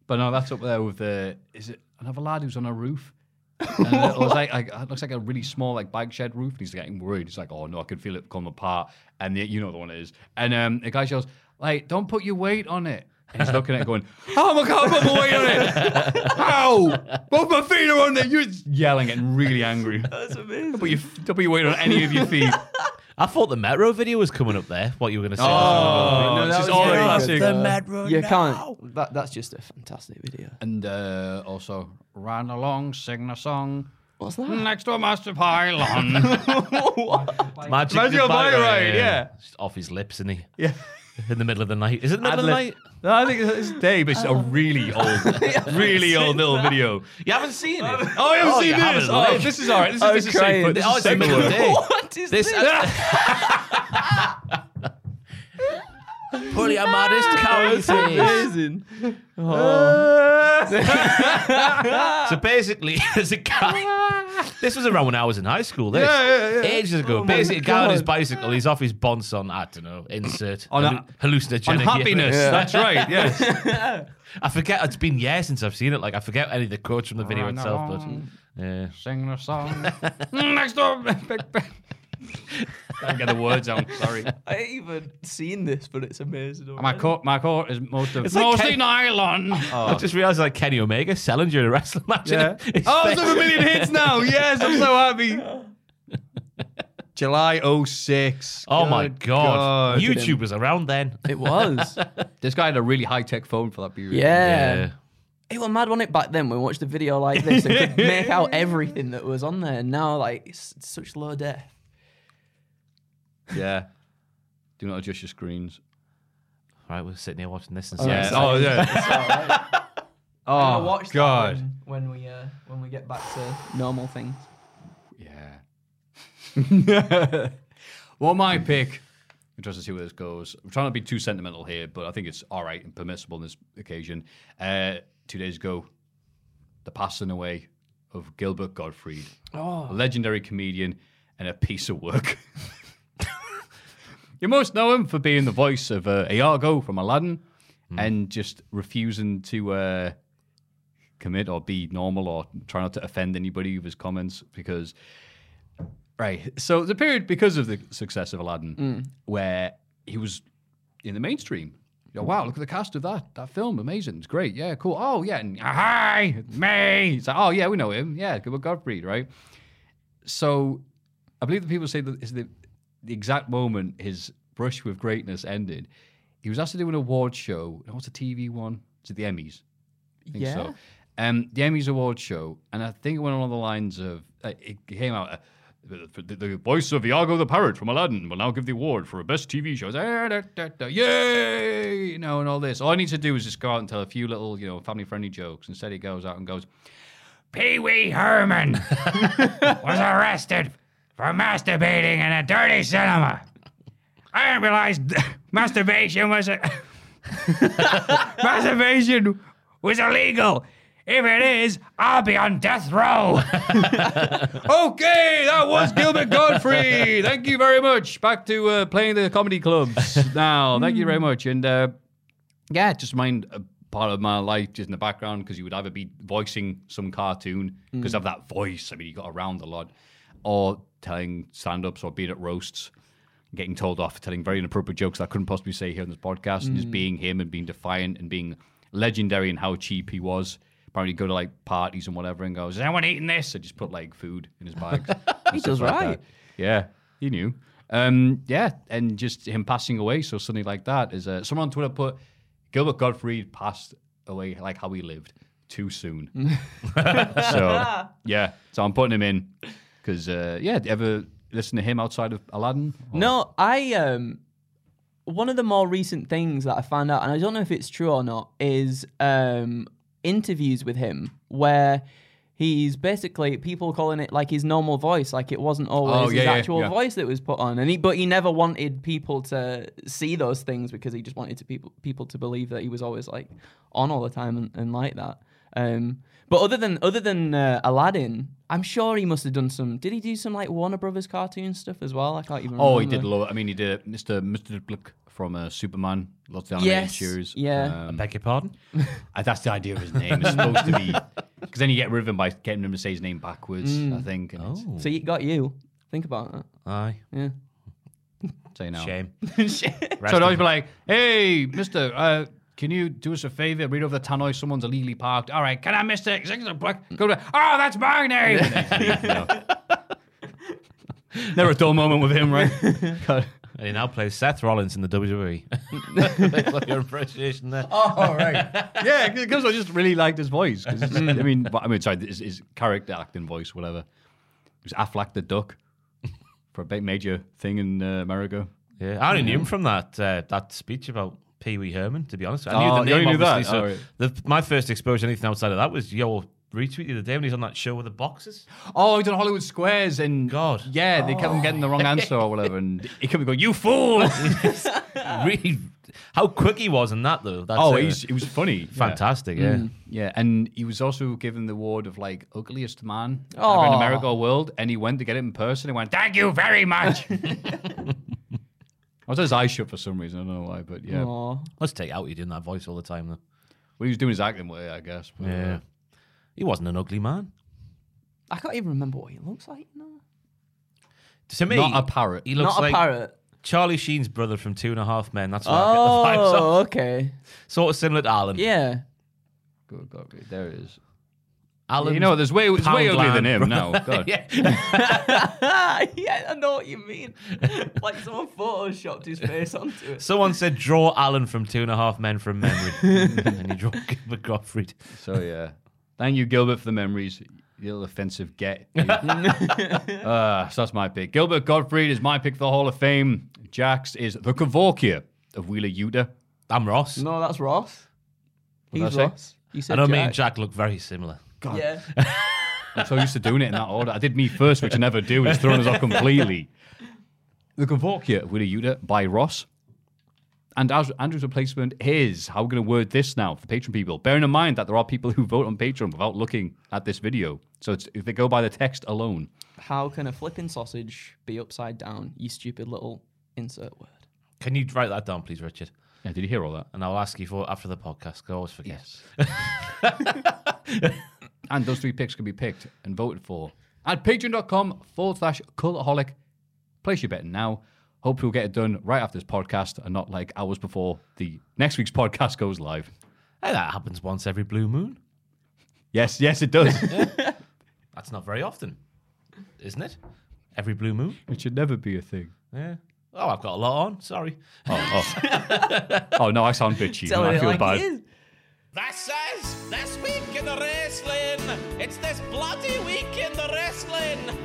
But no, that's up there with the. Is it another lad who's on a roof? And it was like, like it looks like a really small like bag shed roof, and he's getting worried. He's like, "Oh no, I can feel it come apart." And the, you know the one it is. And um, the guy yells, "Like, don't put your weight on it." And he's looking at it going, "How am I going to put my weight on it? How? Both my feet are on there." You're just yelling and really angry. That's amazing.
Oh,
Don't put your, don't put your weight on any of your feet.
I thought the Metro video was coming up there. What you were going to say?
Oh,
No,
it's
that
just
was
all
very
classic.
good, though. you can't. That, that's just a fantastic video.
And uh, also ran along, sing a song.
What's that?
Next to a master pylon.
Magic
Magic
the
Bike Ride, yeah.
Just off his lips, isn't he?
yeah.
In the middle of the night. Is it the middle of the night?
No, I think it's it's Dave. It's a really old, really old little video.
You haven't seen it.
Oh, I haven't
Oh, you
seen this.
haven't,
Oh,
Dave.
this is all right. This is,
I'm
this is
crying.
safe. But this
Oh,
is
it's a
safe
middle
for
of the day.
work.
what is
This
this?
Pulling a modest coward face.
amazing.
Oh. So basically, there's a guy. This was around when I was in high school. This
Yeah, yeah, Oh yeah.
ages ago. basically, a guy on his bicycle. He's off his bonds on I don't know insert
On a-
hallu- hallucinogenic
On happiness.
Yeah.
That's right. Yes.
I forget. It's been years since I've seen it. Like I forget any of the quotes from the video
Run
itself.
along.
But yeah,
Sing a song. Next door. Can't get the words out. Sorry.
I ain't even seen this, but it's amazing.
My coat, my coat is most of
It's like Oh.
mostly
Ken-
nylon.
I just realized like Kenny Omega selling during a wrestling match.
Oh. Yeah.
His
oh,
face-
it's over a million hits now. Yes, I'm so happy. July 06.
Oh my
Good
god.
You-
YouTube was around then.
It was.
this guy had a really high tech phone for that period.
yeah. It was mad, wasn't it, back then? We watched a video like this and could make out everything that was on there. And now, like, it's it's such low def.
Yeah. Do not adjust your screens.
Right, we're sitting here watching this and
Oh,
saying,
that's-
Oh, yeah.
I'll
oh,
watch that
God.
When, when we uh, when we get back to normal things.
Yeah. well, my pick. Interested to see where this goes. I'm trying not to be too sentimental here, but I think it's all right and permissible on this occasion. Uh, two days ago, the passing away of Gilbert Gottfried, a legendary comedian and a piece of work. you most know him for being the voice of uh, Iago from Aladdin and just refusing to uh, commit or be normal or try not to offend anybody with his comments because Right. So the period because of the success of Aladdin, where he was in the mainstream. You know, wow, look at the cast of that that film. Amazing. It's great. Yeah, cool. Oh yeah. And hi, it's me. It's like, oh yeah, we know him. Yeah, Gilbert Gottfried, right? So I believe the people say that is the the exact moment his brush with greatness ended. He was asked to do an award show. No, What's a TV one? Is it the Emmys? I think
Yeah.
so. Um, the Emmys Award show, and I think it went along the lines of uh, it came out. Uh, the, the- the voice of Iago the parrot from Aladdin will now give the award for best TV shows. Ah, da, da, da, Yay! You know, and all this. All I need to do is just go out and tell a few little, you know, family-friendly jokes. Instead, he goes out and goes, Pee Wee Herman was arrested for masturbating in a dirty cinema. I didn't realize masturbation was a masturbation was illegal. If it is, I'll be on death row. okay, that was Gilbert Godfrey. Thank you very much. Back to uh, playing the comedy clubs now. Thank you very much. And uh, yeah, just mind a part of my life just in the background because you would either be voicing some cartoon because of that voice. I mean, you got around a lot, or telling stand ups or being at roasts, getting told off for telling very inappropriate jokes that I couldn't possibly say here on this podcast, and
Mm.
just being him and being defiant and being legendary and how cheap he was. Apparently, go to like parties and whatever and goes, Is anyone eating this? I just put like food in his bags. he
does right.
yeah, he knew. Um, yeah, and just him passing away so suddenly like that is uh, someone on Twitter put Gilbert Gottfried passed away like how he lived too soon. so yeah, so I'm putting him in because uh, yeah, do you ever listen to him outside of Aladdin? Or-
No, I um one of the more recent things that I found out, and I don't know if it's true or not, is um interviews with him where he's basically people calling it like his normal voice, like it wasn't always
Oh, yeah,
his
yeah,
actual
yeah.
voice that was put on. And he but he never wanted people to see those things because he just wanted to people people to believe that he was always like on all the time and, and like that. Um, but other than other than uh, Aladdin, I'm sure he must have done some. Did he do some like Warner Brothers cartoon stuff as well? I can't even.
Oh, he
remember.
did love. I mean, he did it. Mr. Mr. Blick from uh, Superman, lots of animated
Yes,
series.
yeah.
Um,
Beg your pardon?
Uh, That's the idea of his name. It's supposed to be because then you get rid of him by getting him to say his name backwards.
Mm.
I think. And it's-
So he got you. Think about that.
Aye.
Yeah.
say now.
Shame.
So I'd always be like, "Hey, Mister, uh, can you do us a favor? Read over the tannoy. Someone's illegally parked. All right, can I, Mister Executive Black? Go to. Oh, that's my name." You know. Never a dull moment with him, right? God.
And he now plays Seth Rollins in the WWE. That's like your impersonation there.
Oh, right. yeah, because I just really liked his voice. 'cause it's- I mean, but- I mean, sorry, his, his character acting voice, whatever. It was Affleck the Duck for a big major thing in uh, America.
Yeah, I only knew him from that uh, that speech about Pee Wee Herman. To be honest, I knew
Oh,
the
you
name.
only knew
obviously,
that?
So the, my first exposure to anything outside of that was your retweet the other day when he was on that show with the boxers.
Oh, he did Hollywood Squares and
God.
Yeah, they kept on getting the wrong answer or whatever, and he kept going, "You fool!"
really, how quick he was in that though. That's,
oh,
uh,
he's, Mm. he was funny.
fantastic. Yeah.
Yeah. yeah, and he was also given the award of like ugliest man ever in
Aw.
America or world, and he went to get it in person. and went, "Thank you very much." I was his eyes shut for some reason. I don't know why, but yeah.
Aw.
Let's take out you doing that voice all the time though.
Well, he was doing his acting way, I guess. But, uh,
he wasn't an ugly man.
I can't even remember what he looks like. No.
To me,
Not a parrot.
He looks
Not
like
a parrot.
Charlie Sheen's brother from Two and a Half Men. That's why
Oh,
I get the vibes. Off.
okay.
Sort of similar to Alan.
Yeah.
Good God, good. there it is.
Alan.
You know, there's way, it's way uglier than
Poundland,
him
bro.
now. God.
yeah, I know what you mean. like someone photoshopped his face onto it.
Someone said, draw Alan from Two and a Half Men from memory. and he drew Gilbert Gottfried.
So yeah, thank you, Gilbert, for the memories. You little offensive get. uh, so that's my pick. Gilbert Gottfried is my pick for the Hall of Fame. Jax is the Kavorkia of Wheeler Utah.
I'm Ross.
No, that's Ross.
What'd
He's
I say?
Ross. You said
I know
Jack.
me and Jack look very similar.
Yeah.
I'm so used to doing it in that order. I did me first, which I never do. It's thrown us off completely. The Kavorkia of Wheeler Utah by Ross. And as Andrew's replacement is, how are we going to word this now for Patreon people? Bearing in mind that there are people who vote on Patreon without looking at this video. So it's, if they go by the text alone,
How can a flipping sausage be upside down? You stupid little insert word.
Can you write that down, please, Richard?
yeah, did you hear all that?
And I'll ask you for it after the podcast 'cause I always forget.
and those three picks can be picked and voted for at patreon.com forward slash cultaholic. Place your bet now. Hopefully, we'll get it done right after this podcast and not like hours before the next week's podcast goes live.
Hey, that happens once every blue moon.
Yes, yes, it does.
That's not very often, isn't it? Every blue moon.
it should never be a thing.
Yeah. Oh, I've got a lot on. Sorry.
Oh, oh. Oh, no, I sound bitchy.
Tell
I
it
feel
like
bad.
it is.
That says this week in the wrestling. It's this bloody week in the wrestling.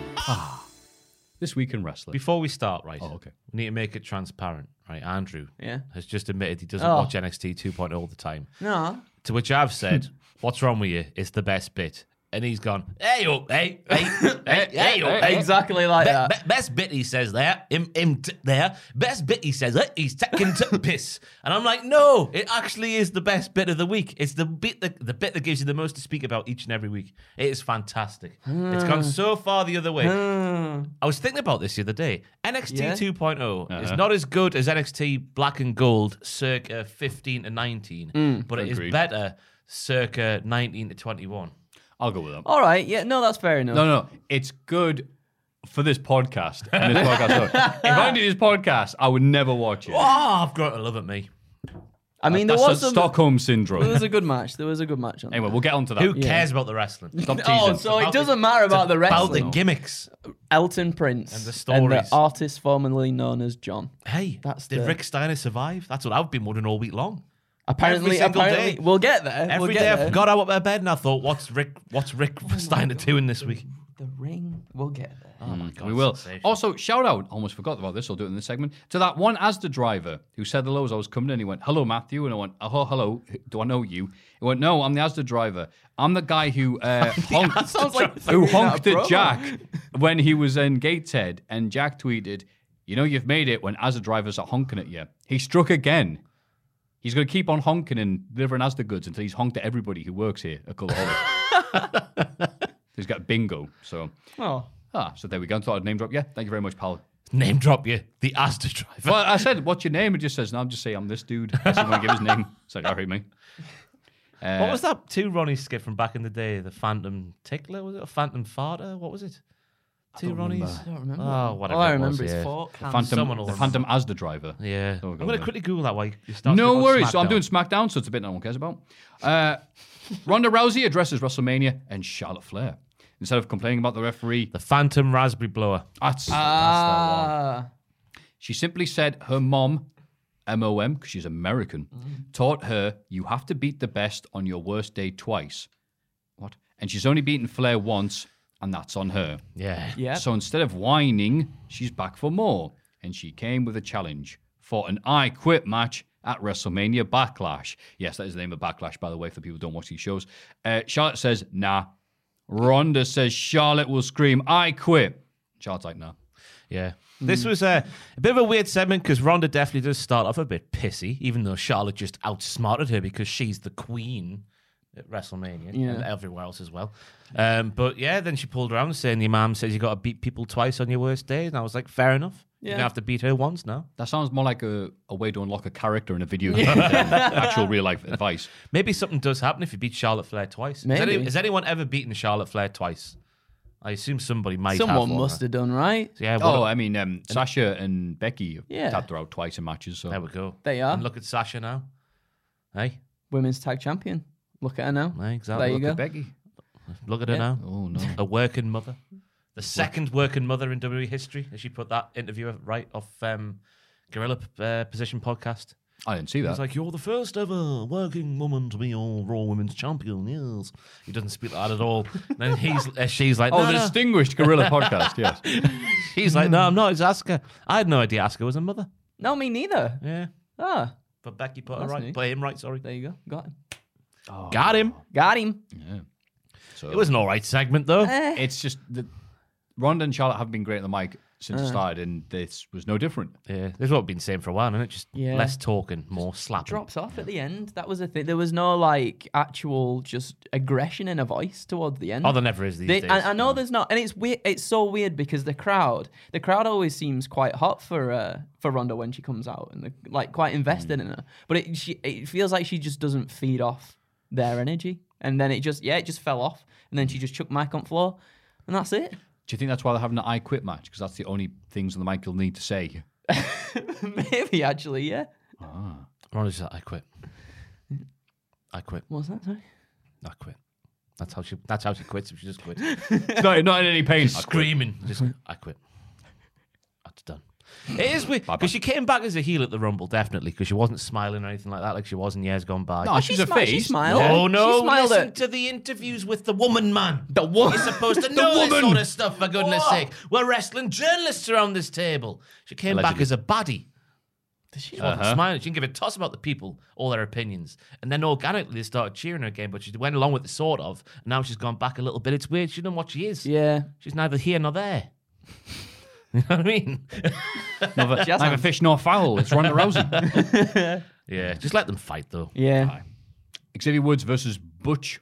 This week in wrestling.
Before we start, right?
Oh, okay.
We need to make it transparent, right? Andrew
Yeah.
has just admitted he doesn't
Oh.
watch NXT 2.0 all the time.
No.
To which I've said, "What's wrong with you? It's the best bit." And he's gone, "Hey, oh, hey, hey, hey, hey, oh, hey."
Exactly like
Be-
that.
be- best bit he says there, him, him t- there. Best bit he says that he's taking to piss, and I'm like, no, it actually is the best bit of the week. It's the bit that the bit that gives you the most to speak about each and every week. It is fantastic. It's gone so far the other way. I was thinking about this the other day. NXT
Yeah?
2.0 is not as good as NXT Black and Gold circa 15 to 19, but it is
agreed.
better circa 19 to 21.
I'll go with them.
All right. Yeah. No, that's fair enough.
No, no, it's good for this podcast. And this podcast alone. if I did this podcast, I would never watch it.
Oh, I've got to love at me.
I mean, there
That's
was
the
some,
Stockholm
There
syndrome.
was a good match. There was a good match on.
anyway, we'll get on to that.
Who cares about the wrestling?
Stop teasing.
Oh, so it
About the-
doesn't matter about the
about
wrestling.
the gimmicks.
Elton Prince
And the
and
stories.
the artist formerly known as John.
Hey,
That's
did
the-
Rick Steiner survive? That's what I've been wondering all week long.
Apparently,
single
apparently,
day.
we'll get there.
Every
we'll
day
get
I
there.
got out of my bed and I thought, what's Rick? What's Rick Steiner doing this week?
the ring. We'll get there.
Oh my god,
We will.
sensational.
Also, shout out, almost forgot about this, I'll do it in this segment, to that one Asda driver who said hello as I was coming in. He went, Hello, Matthew. And I went, Oh, hello. Do I know you? He went, No, I'm the Asda driver. I'm the guy who uh, honked,
sounds like
who
something out of
honked at
promo.
Jack when he was in Gateshead. And Jack tweeted, You know, you've made it when Asda drivers are honking at you. He struck again. He's going to keep on honking and delivering Asda goods until he's honked at everybody who works here at Cultaholic. he's got bingo. So.
Oh,
Ah, so there we go. Thought I'd name drop. Yeah, thank you very much, pal.
name drop you, the Asda driver.
Well, I said, what's your name? It just says, no, I'm just saying I'm this dude. I didn't want to give his name. So sorry, me. Uh,
what was that two Ronnie skit from back in the day? The Phantom Tickler was it? Or Phantom Farter? What was it? Two Ronnies. I don't
remember.
Oh, whatever.
all I
it was,
remember
yeah.
is fork. hands.
Phantom,
Um, someone will
the Phantom as the driver.
Yeah,
Oh,
I'm
go
gonna
on.
quickly Google that while you start.
no
talking about
worries. I'm
SmackDown.
doing SmackDown, so it's a bit no one cares about. Uh, Ronda Rousey addresses WrestleMania and Charlotte Flair. Instead of complaining about the referee,
the Phantom Raspberry Blower.
that's,
Uh,
Ah,
she simply said her mom, M O M, because she's American,
Mm-hmm.
taught her you have to beat the best on your worst day twice. What? And she's only beaten Flair once, and that's on her.
Yeah.
yeah.
So instead of whining, she's back for more. And she came with a challenge for an I Quit match at WrestleMania Backlash. Yes, that is the name of Backlash, by the way, for people who don't watch these shows. Uh, Charlotte says, nah. Ronda says, Charlotte will scream, I quit. Charlotte's like, nah.
Yeah.
Mm.
This was a, a bit of a weird segment because Ronda definitely does start off a bit pissy, even though Charlotte just outsmarted her because she's the queen at WrestleMania and everywhere else as well. Um, but yeah, then she pulled around saying, Your mom says you got to beat people twice on your worst day. And I was like, Fair enough. You're going
Yeah.
to have to beat her once now.
That sounds more like a, a way to unlock a character in a video game than actual real life advice.
Maybe something does happen if you beat Charlotte Flair twice. Has,
Maybe.
has anyone ever beaten Charlotte Flair twice? I assume somebody might. have
Someone
one,
must
right?
have done right.
So, yeah. one
Oh,
of-
I mean, um, Sasha and Becky have
Yeah.
tapped her out twice in matches. So
there we go.
They are.
And look at Sasha now. Hey,
Women's tag champion. Look at her now.
hey exactly.
There you
look
go.
At,
Becky.
look at her
Yeah.
now.
Oh no.
A working mother. The second working mother in WWE history, as she put that interviewer right off um, Guerrilla uh, Position podcast.
I didn't see
He's
that.
like, "You're the first ever working woman to be your Raw Women's Champion." Yes, he doesn't speak like that at all. then he's, uh, she's like,
oh,
"No,
the
no."
distinguished gorilla podcast. Yes.
He's like, "No,
Hmm.
I'm not. It's Asuka." I had no idea Asuka was a mother.
No, me neither.
Yeah,
Ah,
but Becky put her
That's
right,
neat.
play him right. Sorry,
there you go. Got him.
got him.
Got him.
So
It was an all right segment though.
Eh.
It's just that Ronda and Charlotte have been great on the mic since it started, and this was no different.
yeah, this is what we've been saying for a while, isn't it? Just
Yeah.
less talking, more slapping.
Drops off at the end. That was a thing. There was no like actual just aggression in her voice towards the end.
Oh, there never is these
They,
days.
I, I know there's not, and it's weird. It's so weird because the crowd, the crowd always seems quite hot for uh, for Ronda when she comes out, and they're, like quite invested in her. But it she, it feels like she just doesn't feed off their energy, and then it just yeah, it just fell off, and then she just chucked Mike on the floor, and that's it.
Do you think that's why they're having an I Quit match? Because that's the only things on the mic you'll need to say.
Maybe actually, yeah.
Ronda's just like, "I quit. I quit.
What was that? Sorry.
I quit." That's how she. That's how she quits. If she just quits.
no, not in any pain. I quit.
screaming. Just, I quit. That's done. It is weird because she came back as a heel at the Rumble, definitely, because she wasn't smiling or anything like that, like she was in years gone by.
No, she's
she
a
smi- she
face.
smiled.
oh no!
She smiled
Listen
at-
to the interviews with the woman, man.
The woman.
You're supposed to
The
know this
woman. Oh.
sort of stuff, for goodness' sake. We're wrestling journalists around this table. She came back
Allegedly.
as a baddie. She wasn't
Uh-huh.
smiling. She didn't give a toss about the people or their opinions. And then organically they started cheering her again, but she went along with the sort of. Now she's gone back a little bit. It's weird. She doesn't know what she is.
Yeah.
She's neither here nor there. you know what I mean?
Neither,
hasn't.
neither fish nor fowl. It's Ronda Rousey.
Yeah, just let them fight though.
Yeah.
Xavier Woods versus Butch.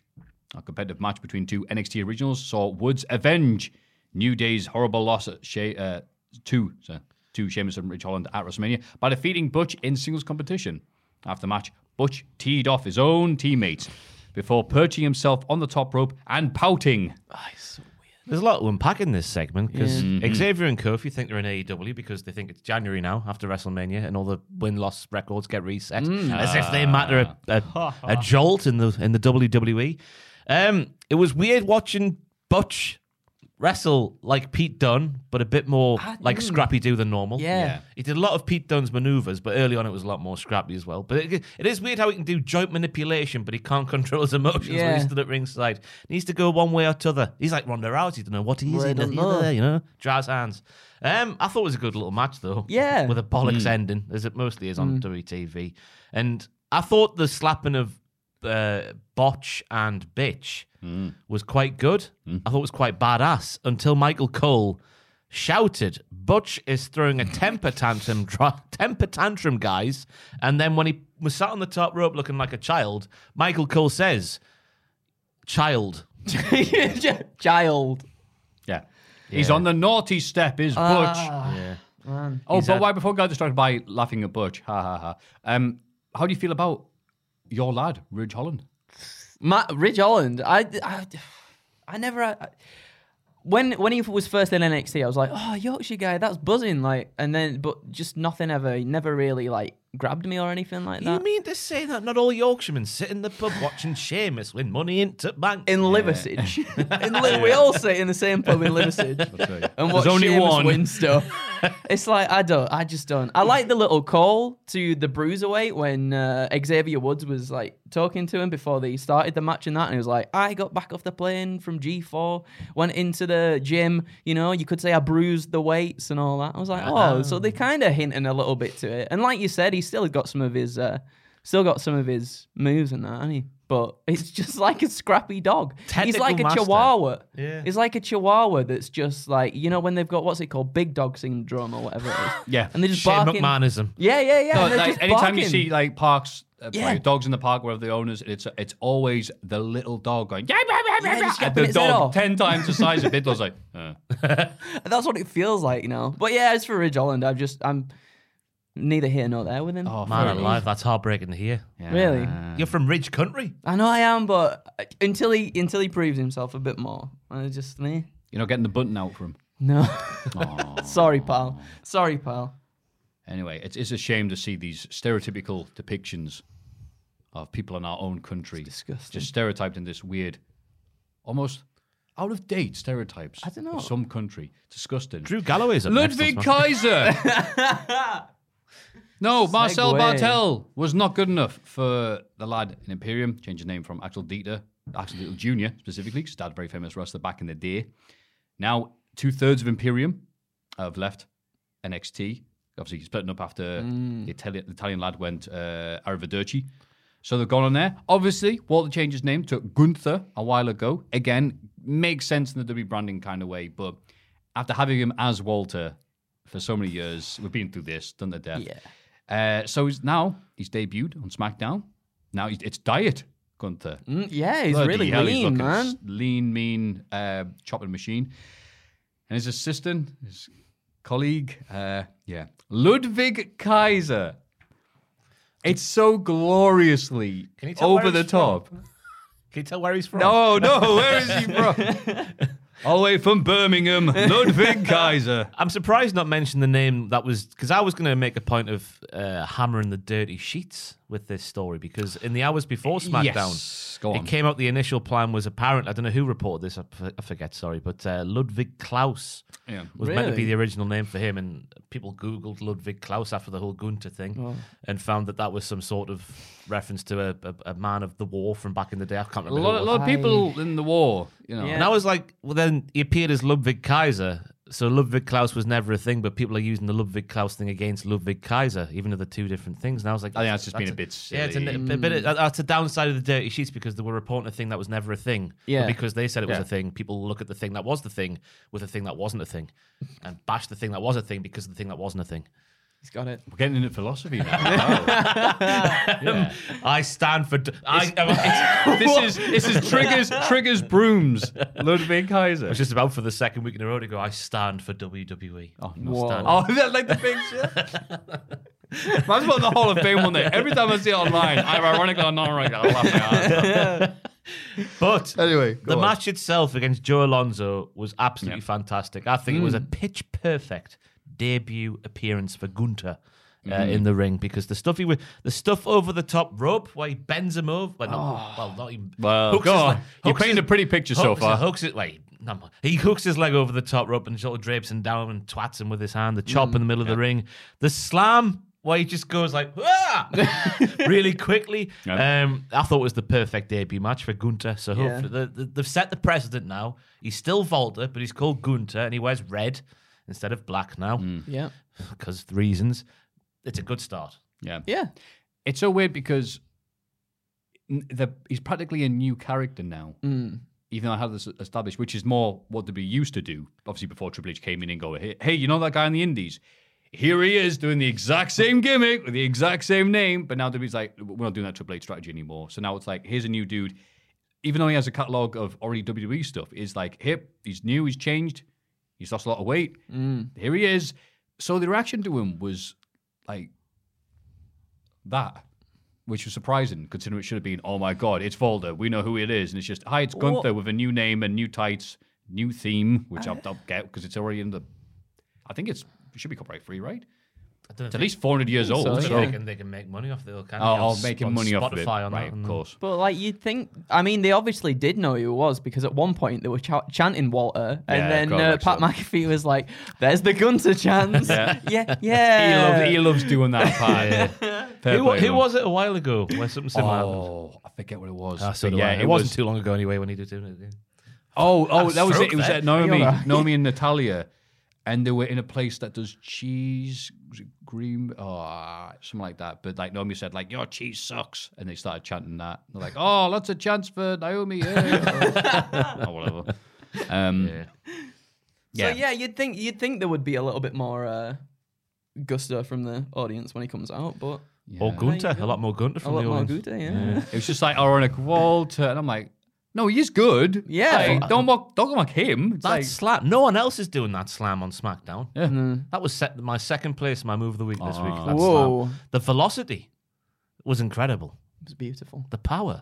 A competitive match between two NXT originals saw Woods avenge New Day's horrible loss at she- uh, two, so two Sheamus and Rich Holland at WrestleMania by defeating Butch in singles competition. After the match, Butch teed off his own teammates before perching himself on the top rope and pouting.
There's a lot to unpack in this segment because Xavier and Kofi think they're in AEW because they think it's January now after WrestleMania and all the win loss records get reset as if they matter a, a, a jolt in the in the WWE. Um, it was weird watching Butch wrestle like Pete Dunne, but a bit more like scrappy do than normal.
Yeah. Yeah.
he did a lot of Pete Dunne's maneuvers, but early on it was a lot more scrappy as well. But it, it is weird how he can do joint manipulation, but he can't control his emotions when
Yeah.
he's stood at ringside. Needs to go one way or t'other. He's like Ronda Rousey, don't know what he is.
Well, I
He
don't
does
know.
either, you know, drives hands. Um, I thought it was a good little match though.
Yeah.
with a bollocks ending, as it mostly is on WWE TV. And I thought the slapping of uh, botch and bitch was quite good. I thought it was quite badass until Michael Cole shouted, "Butch is throwing a temper tantrum, dra- temper tantrum, guys!" And then when he was sat on the top rope looking like a child, Michael Cole says, "Child."
Child.
Yeah. He's on the naughty step, is Butch.
Ah. Yeah.
Oh,
He's
but
a-
why before we got distracted by laughing at Butch? Ha ha ha. Um, how do you feel about your lad, Ridge Holland?
Ma Ridge Holland, I, I, I never. I, when when he was first in NXT, I was like, oh Yorkshire guy, that's buzzing, like, and then but just nothing ever, he never really like grabbed me or anything like
You
that.
mean to say that not all Yorkshiremen sit in the pub watching Seamus win money into bank?
in Liversidge, in Li- we all sit in the same pub in Liversidge, and watch
There's only
Sheamus
one.
win stuff. it's like I don't, I just don't. I like the little call to the bruiserweight when uh, Xavier Woods was like talking to him before they started the match and that, and he was like, "I got back off the plane from G4, went into the gym. You know, you could say I bruised the weights and all that." I was like,
Ah.
"Oh, so they kind of hinting a little bit to it." And like you said, he still got some of his. Uh, Still got some of his moves and that, hasn't he? But it's just like a scrappy dog. He's
Technical
like a
master.
chihuahua.
Yeah.
He's like a chihuahua that's just like you know when they've got what's it called, big dog syndrome or whatever it is.
Yeah.
and they just
Shane
barking.
McMahonism.
Yeah, yeah, yeah.
No,
and they're
like,
just
anytime
barking.
you see like parks, uh,
Yeah.
like, dogs in the park, wherever the owners, it's it's always the little dog going. Yeah,
Yeah, just
and
snapping
the
its head
dog
off.
ten times the size of Biddler's like. Uh.
That's what it feels like now. But yeah, as for Ridge Holland, I'm just I'm neither here nor there with him.
Oh,
Man alive, that's heartbreaking to hear.
Really?
You're from Ridge Country.
I know I am, but until he until he proves himself a bit more, I just me.
You're not getting the button out from.
No. Sorry, pal. Sorry, pal.
Anyway, it is a shame to see these stereotypical depictions of people in our own country.
disgusting.
Just stereotyped in this weird, almost out of date stereotypes.
I don't know.
Of some country. Disgusting.
Drew Galloway's up next,
Ludwig
that's my-
Kaiser. no, Marcel
Segue.
Bartel was not good enough for the lad in Imperium. Changed his name from Axel Dieter, Axel Dieter Jr. specifically, because dad very famous wrestler back in the day. Now two thirds of Imperium have left NXT. Obviously, splitting up after the, Italian, the Italian lad went uh, Arrivederci. So they've gone on there. Obviously, Walter changed his name to Gunther a while ago. Again, makes sense in the W branding kind of way, but after having him as Walter for so many years, we've been through this, done the death.
Yeah.
Uh, so he's now he's debuted on SmackDown. Now he's- it's Diet Gunther.
Mm, yeah, he's
Bloody
really
hell,
lean,
looking
man.
s- Lean, mean, uh, chopping machine. And his assistant, his colleague, uh, yeah, Ludwig Kaiser. It's so gloriously
Can you tell
over
where
the
he's from?
top.
Can you tell where he's from?
No, no, where is he from? All the way from Birmingham, Ludwig Kaiser.
I'm surprised not mention the name that was because I was going to make a point of uh, hammering the dirty sheets with this story because in the hours before SmackDown,
Yes, go on.
it came out the initial plan was apparent. I don't know who reported this. I f- I forget. Sorry, but uh, Ludwig Klaus
Yeah.
was meant to
Really?
be the original name for him, and people googled Ludwig Klaus after the whole Gunter thing and found that that was some sort of reference to a, a, a man of the war from back in the day. I can't
A
remember. who
lot,
it
a
was.
lot of people in the war, you know.
And I was like, well, then he appeared as Ludwig Kaiser. So Ludwig Klaus was never a thing, but people are using the Ludwig Klaus thing against Ludwig Kaiser, even though they're two different things. And I was like,
I think that's just been a bit
Yeah, it's a,
silly.
a
Mm.
bit. That's a downside of the dirty sheets because they were reporting a thing that was never a thing. But
Yeah.
because they said it was
Yeah.
a thing, people look at the thing that was the thing with the thing that wasn't a thing, and bash the thing that was a thing because of the thing that wasn't a thing. Um,
He's got it.
We're getting into philosophy now. Wow. yeah.
I stand for. d- I, I mean,
This is this is triggers triggers brooms. Ludwig
I
Kaiser.
was just about for the second week in a row to go. I stand for WWE. Oh
Whoa.
Oh, is that like the picture? Might as well the Hall of Fame one day. Every time I see it online, I'm ironically or not ironically, I laugh my ass off.
But
Anyway, go
the
on.
match itself against Joe Alonso was absolutely
Yeah. Mm.
fantastic. I think it was a pitch perfect debut appearance for Gunter. Uh,
Mm-hmm.
In the ring, because the stuff he was, the stuff over the top rope where he bends him over, well, not, well, not even.
Oh. Well,
hooks
go
his
on.
leg-
You're
hooks
painting
his-
a pretty picture so
hooks-
far.
Hooks it like no, I'm- he hooks his leg over the top rope and sort of drapes him down and twats him with his hand. The
Mm,
chop in the middle of the ring, the slam where he just goes like "Ah!" really quickly.
Yeah.
Um, I thought it was the perfect debut match for Gunter. So hopefully the, the, they've set the precedent now. He's still Volta, but he's called Gunter and he wears red instead of black now
Mm.
Yeah.
because reasons. It's a good start.
Yeah.
Yeah.
It's so weird because n- the, he's practically a new character now, even though I had this established, which is more what they used to do. Obviously, before Triple H came in and go, hey, hey, you know that guy in the Indies? Here he is doing the exact same gimmick with the exact same name, but now WWE's like, we're not doing that Triple H strategy anymore. So now it's like, here's a new dude. Even though he has a catalog of already WWE stuff, is like hip. He's new. He's changed. He's lost a lot of weight.
Mm.
Here he is. So the reaction to him was like that, which was surprising, considering it should have been, oh my God, it's Volder. We know who it is. And it's just, hi, it's Gunther with a new name and new tights, new theme, which I'll, I'll get because it's already in the. I think it's it should be copyright free, right?
I don't
It's at
think-
least 400 years old.
so,
So,
yeah.
they, can, they can make money off the old candy.
I'll,
on
I'll
S-
make him
on
money
Spotify
off of it. right,
on that and-
of course.
But like you'd think, I mean, they obviously did know who it was because at one point they were ch- chanting Walter, and
Yeah,
then
God,
uh,
like
Pat
so.
McAfee was like, "There's the Gunter chance." yeah, yeah.
He, loves, he loves doing that part. Fair
Who,
play to
who
him.
was it a while ago where something similar happened?
Oh, I forget what it was.
Ah, so
But
do I.
yeah,
it, wasn't
was-
too long ago anyway when he did doing it. again.
Oh,
I
oh,
was
that was it.
stroke
It was
there.
at Naomi,
You're right.
Naomi and Natalia, and they were in a place that does cheese, was it green, oh, something like that. But like Naomi said, like your cheese sucks, and they started chanting that. They're like, oh, lots of chance for Naomi, yeah. or whatever. Um, yeah.
So yeah, you'd think you'd think there would be a little bit more uh, gusto from the audience when he comes out, but
Or Gunter,
go.
a lot more Gunter
a
from
lot
the
more eh?
audience.
good, yeah. yeah.
It was just like ironic Walter, and I'm like, no, he's good.
Yeah.
Like, don't mock, don't mock him. It's
That
like,
slam. No one else is doing that slam on SmackDown.
Yeah.
That was set my second place, my move of the week this week.
Ah.
That
Whoa.
slam. The velocity was incredible.
It was beautiful.
The power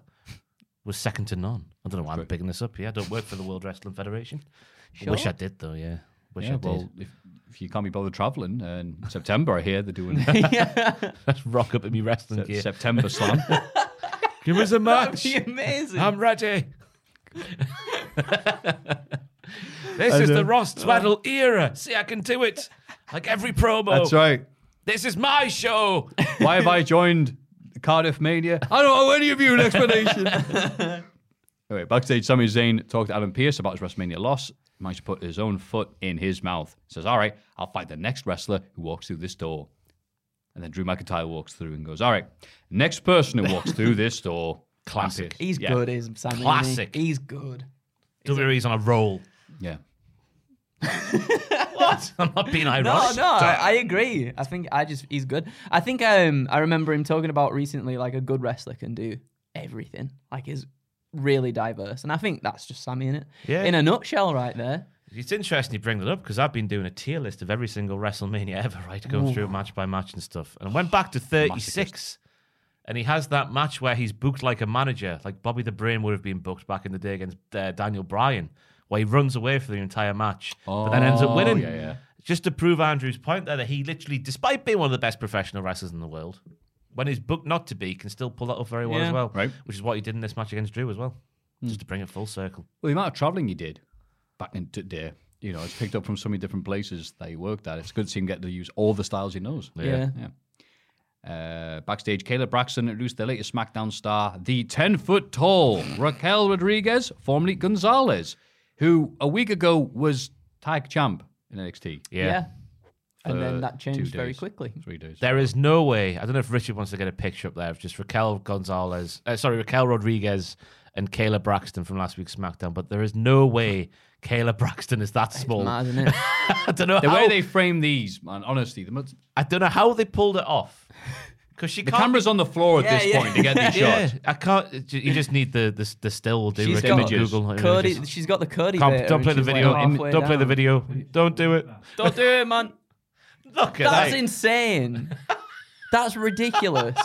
was second to none. I don't know why I'm bigging this up here. I don't work for the World Wrestling Federation.
Sure.
Wish I did though. Yeah. Wish
yeah,
I did.
well, if, if you can't be bothered traveling, uh, in September, I hear they're doing
Let's rock up in me wrestling gear.
September Slam.
Give us a
That'd
match.
be amazing.
I'm ready. this is the Ross Twaddle era. See, I can do it. Like every promo.
That's right.
This is my show.
Why have I joined Cardiff Mania? I don't owe any of you an explanation. anyway, backstage, Sami Zayn talked to Adam Pearce about his WrestleMania loss. Managed to put his own foot in his mouth. Says, "All right, I'll fight the next wrestler who walks through this door." And then Drew McIntyre walks through and goes, "All right, next person who walks through this door."
Classic.
Adam Pearce.
He's
Yeah,
good, isn't Sammy?
Classic.
He's good.
WWE's on a roll.
Yeah.
I'm not being
No,
ironic.
no, I, I agree. I think I just he's good. I think um I remember him talking about recently like a good wrestler can do everything. Like is really diverse. And I think that's just Sammy in it.
Yeah.
In a nutshell right there.
It's interesting you bring that up because I've been doing a tier list of every single WrestleMania ever, right? Going through match by match and stuff. And I went back to 36. And he has that match where he's booked like a manager, like Bobby the Brain would have been booked back in the day against uh, Daniel Bryan, where he runs away for the entire match, but then ends up
Oh,
winning.
yeah, yeah.
Just to prove Andrew's point there that he literally, despite being one of the best professional wrestlers in the world, when he's booked not to be, can still pull that off very well
Yeah.
as well.
Right.
Which is what he did in this match against Drew as well. Just to bring it full circle.
Well, the amount of traveling he did back in the day, you know, it's picked up from so many different places that he worked at. It's good to see him get to use all the styles he knows.
Yeah.
Yeah. Uh, backstage, Caleb Braxton introduced the latest SmackDown star, the 10 foot tall Raquel Rodriguez, formerly Gonzalez, who a week ago was tag champ in NXT.
And
for
then that changed
two
very
days,
quickly.
Three days.
There is no way. I don't know if Richard wants to get a picture up there of just Raquel Gonzalez, uh, sorry, Raquel Rodriguez and Kayla Braxton from last week's SmackDown, but there is no way Kayla Braxton is that small.
Mad, isn't it?
I don't know
the
how,
way they frame these, man, honestly, the, must-
I don't know how they pulled it off because she
the
can't.
camera's on the floor at
Yeah,
this
yeah.
point to get these
yeah,
shots.
I can't. You just need the the, the still will do.
She's
it.
got
images.
Google
Cody
images.
she's got the Cody.
Can't-
bit
don't
and
play the
she's, like,
video. in-
halfway
don't play the
down.
video. Don't do it.
Don't do it, man.
Look at
That's
that.
insane. That's ridiculous.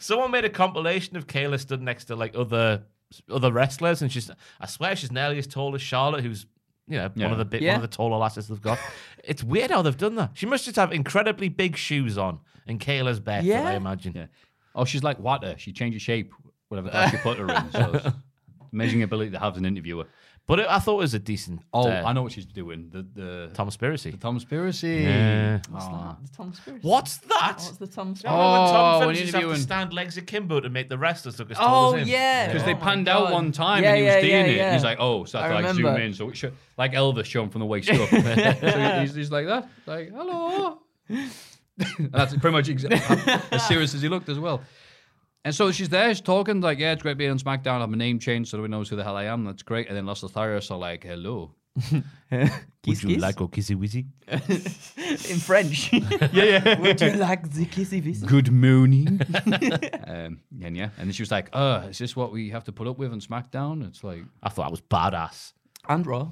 Someone made a compilation of Kayla stood next to like other other wrestlers, and she's I swear she's nearly as tall as Charlotte, who's you know
Yeah.
one of the big,
Yeah.
one of the taller lasses they've got. it's weird how they've done that. She must just have incredibly big shoes on, and Kayla's barefoot.
Yeah.
I imagine.
Yeah. Oh, she's like water. She changes shape, whatever class you put her in. So it's amazing ability to have as an interviewer.
But it, I thought it was a decent.
Oh,
uh,
I know what she's doing. The the
Tom Spiracy.
Tom Spiracy.
Yeah.
What's that? The Tom Spirit.
What's that?
What's Oh, the Tom Spirit?
Remember when Tom
Oh,
Phillips
an
used to have to
interview and-
stand legs akimbo to make the wrestlers look as tall
Oh
as him?
yeah,
Because
Oh,
they
my
panned out
God.
one time
Yeah,
and he was
yeah,
doing
yeah,
it.
yeah.
He's like, oh, so I
I
had to like zoom
remember.
in. So it should, like Elvis shown from the waist up. so he's, he's like that. Like, hello. and that's pretty much exa- as serious as he looked as well. And so she's there, she's talking, like, yeah, it's great being on SmackDown. I have my name changed so nobody knows who the hell I am. That's great. And then Los Lotharios are like, hello.
Kiss, kiss?
a kissy wizzy?
in French? yeah, yeah. Would you like the kissy visit?
good morning. um, and yeah, and then she was like, "Uh, is this what we have to put up with on SmackDown?" It's like,
I thought I was badass.
And Raw.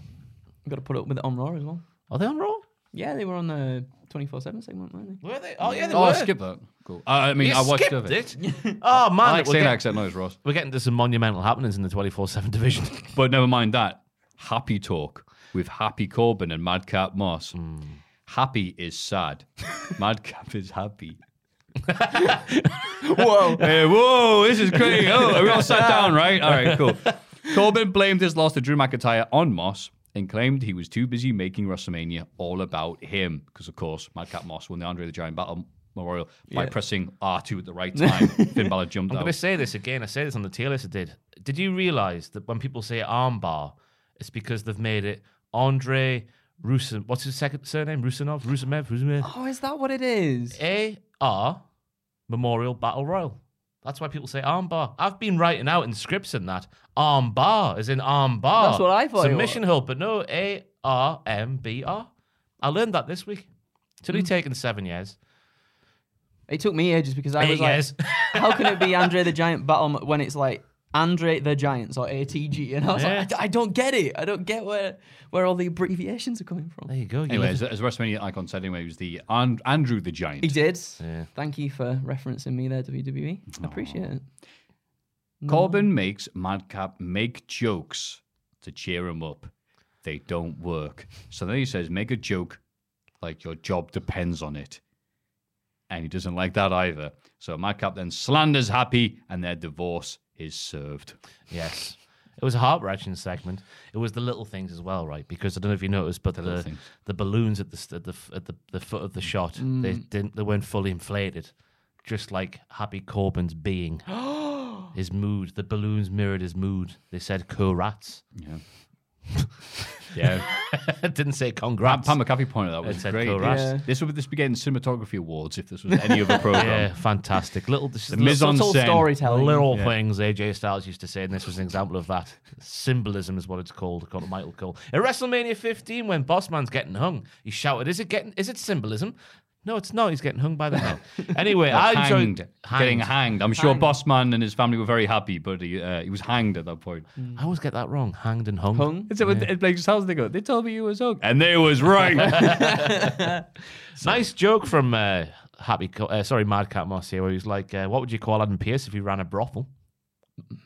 I've got to put up with it on Raw as well.
Are they on Raw?
Yeah, they were on the 24 7 segment, weren't they?
Were they? Oh yeah, they
"Oh,
were.
skip that." Cool. I I mean,
You
I watched
skipped
of it.
oh man,
I like
we're
saying that
getting-
except noise, Ross.
We're getting to some monumental happenings in the 24 7 division.
But never mind that. Happy talk with Happy Corbin and Madcap Moss. Happy is sad. Madcap is happy.
Whoa.
Hey, whoa, this is crazy. Oh, we all sat down, right? All right, cool. Corbin blamed his loss to Drew McIntyre on Moss and claimed he was too busy making WrestleMania all about him. Because, of course, Madcap Moss won the Andre the Giant Battle Memorial by pressing R2 at the right time. Finn Balor jumped
I'm
out.
going to say this again. I say this on the tier list I did. Did you realize that when people say armbar, it's because they've made it Andre Rusin. What's his second surname? Rusinov? Rusimev? Rusimev?
oh, is that what it is?
A R Memorial Battle Royal. That's why people say armbar. I've been writing out in scripts in that. Armbar is in armbar.
That's what I thought it
Submission hold, but no, A R M B R. I learned that this week. It's
Hmm.
only taken seven years.
It took me ages because I
Eight
was like,
years.
how can it be Andre the Giant battle mo- when it's like Andre the Giants or ATG? And I was
Yeah.
like, I d- I don't get it. I don't get where, where all the abbreviations are coming from.
There you go. You
Anyway, as,
live-
as WrestleMania icon said, anyway, it was the An- Andrew the Giant.
He did.
Yeah.
Thank you for referencing me there, WWE. I appreciate it.
Corbin makes Madcap make jokes to cheer him up. They don't work. So then he says, make a joke like your job depends on it. And he doesn't like that either. So Madcap then slanders Happy and their divorce is served.
Yes. It was a heart wrenching segment. It was the little things as well, right? Because I don't know if you noticed, but the
little
the,
things.
balloons at the st- at the f- at the, the foot of the shot they didn't they weren't fully inflated, just like Happy Corbin's being, his mood. The balloons mirrored his mood. They said "corats."
Yeah. yeah.
it didn't say
Pam,
"congrats."
Pam McAfee pointed out
It
that was
said
great.
Correct. Yeah.
This would this be getting cinematography awards if this was any other program.
yeah, fantastic little this
The
is little-
mise-en-scène.
Subtle storytelling.
Little
Yeah.
things AJ Styles used to say, and this was an example of that. Symbolism is what it's called, according to Michael Cole. At WrestleMania 15, when Bossman's getting hung, he shouted, "Is it getting? Is it symbolism?" No, it's not. He's getting hung by the bell. Anyway,
Or
I
hanged,
enjoyed
getting hanged. I'm sure Bossman and his family were very happy, but he uh, he was hanged at that point.
I always get that wrong. Hanged and hung.
Hung.
It's like it makes sounds they go. They told me you was hung, and they was right.
Nice joke from uh, Happy. Co- uh, sorry, Madcap Moss here, where he was like, uh, "What would you call Adam Pierce if he ran a brothel?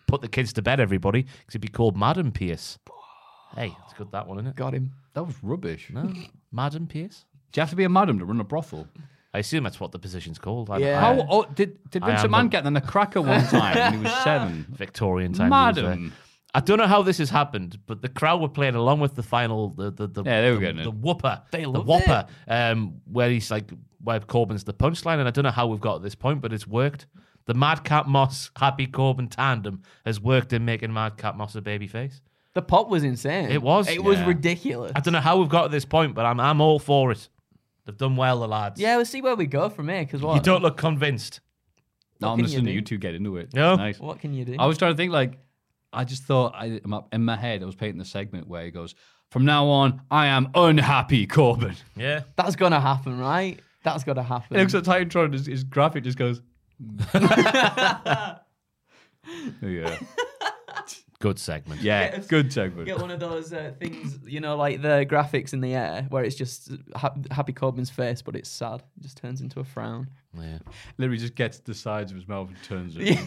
Put the kids to bed, everybody, because he'd be called Madam Pierce." Hey, it's good that one, isn't it?
Got him.
that was rubbish.
No, Madam Pierce.
Do you have to be a madam to run a brothel?
I assume that's what the position's called. I-
Yeah.
I-
How oh, did did
I am
Vincent Mann
the-
get then a cracker one time when he was seven?
Victorian time. he was
madam.
there. I don't know how this has happened, but the crowd were playing along with the final, the the the,
Yeah, they were
the,
getting it.
the whooper,
They
the
loved
whopper, um, where he's like where Corbin's the punchline, and I don't know how we've got to this point, but it's worked. The Madcap Moss Happy Corbin tandem has worked in making Madcap Moss a baby face.
The pop was insane.
It was,
It was
yeah.
ridiculous.
I don't know how we've got to this point, but I'm I'm all for it. They've done well, the lads.
Yeah, we'll see where we go from here. Because what?
you don't look convinced.
No,
can
I'm
you
listening to
do?
you two get into it.
No.
It's nice.
What can you do?
I was trying to think like I just thought I I'm up- in my head I was painting the segment where he goes from now on I am unhappy Corbin.
Yeah,
That's gonna happen, right? That's gonna happen.
It looks at Titantron his, his graphic just goes. yeah,
good segment.
yeah, good segment.
Get one of those uh, things, you know, like the graphics in the air, where it's just ha- Happy Corbin's face, but it's sad. It just turns into a frown.
yeah.
Literally just gets the sides of his mouth and turns it.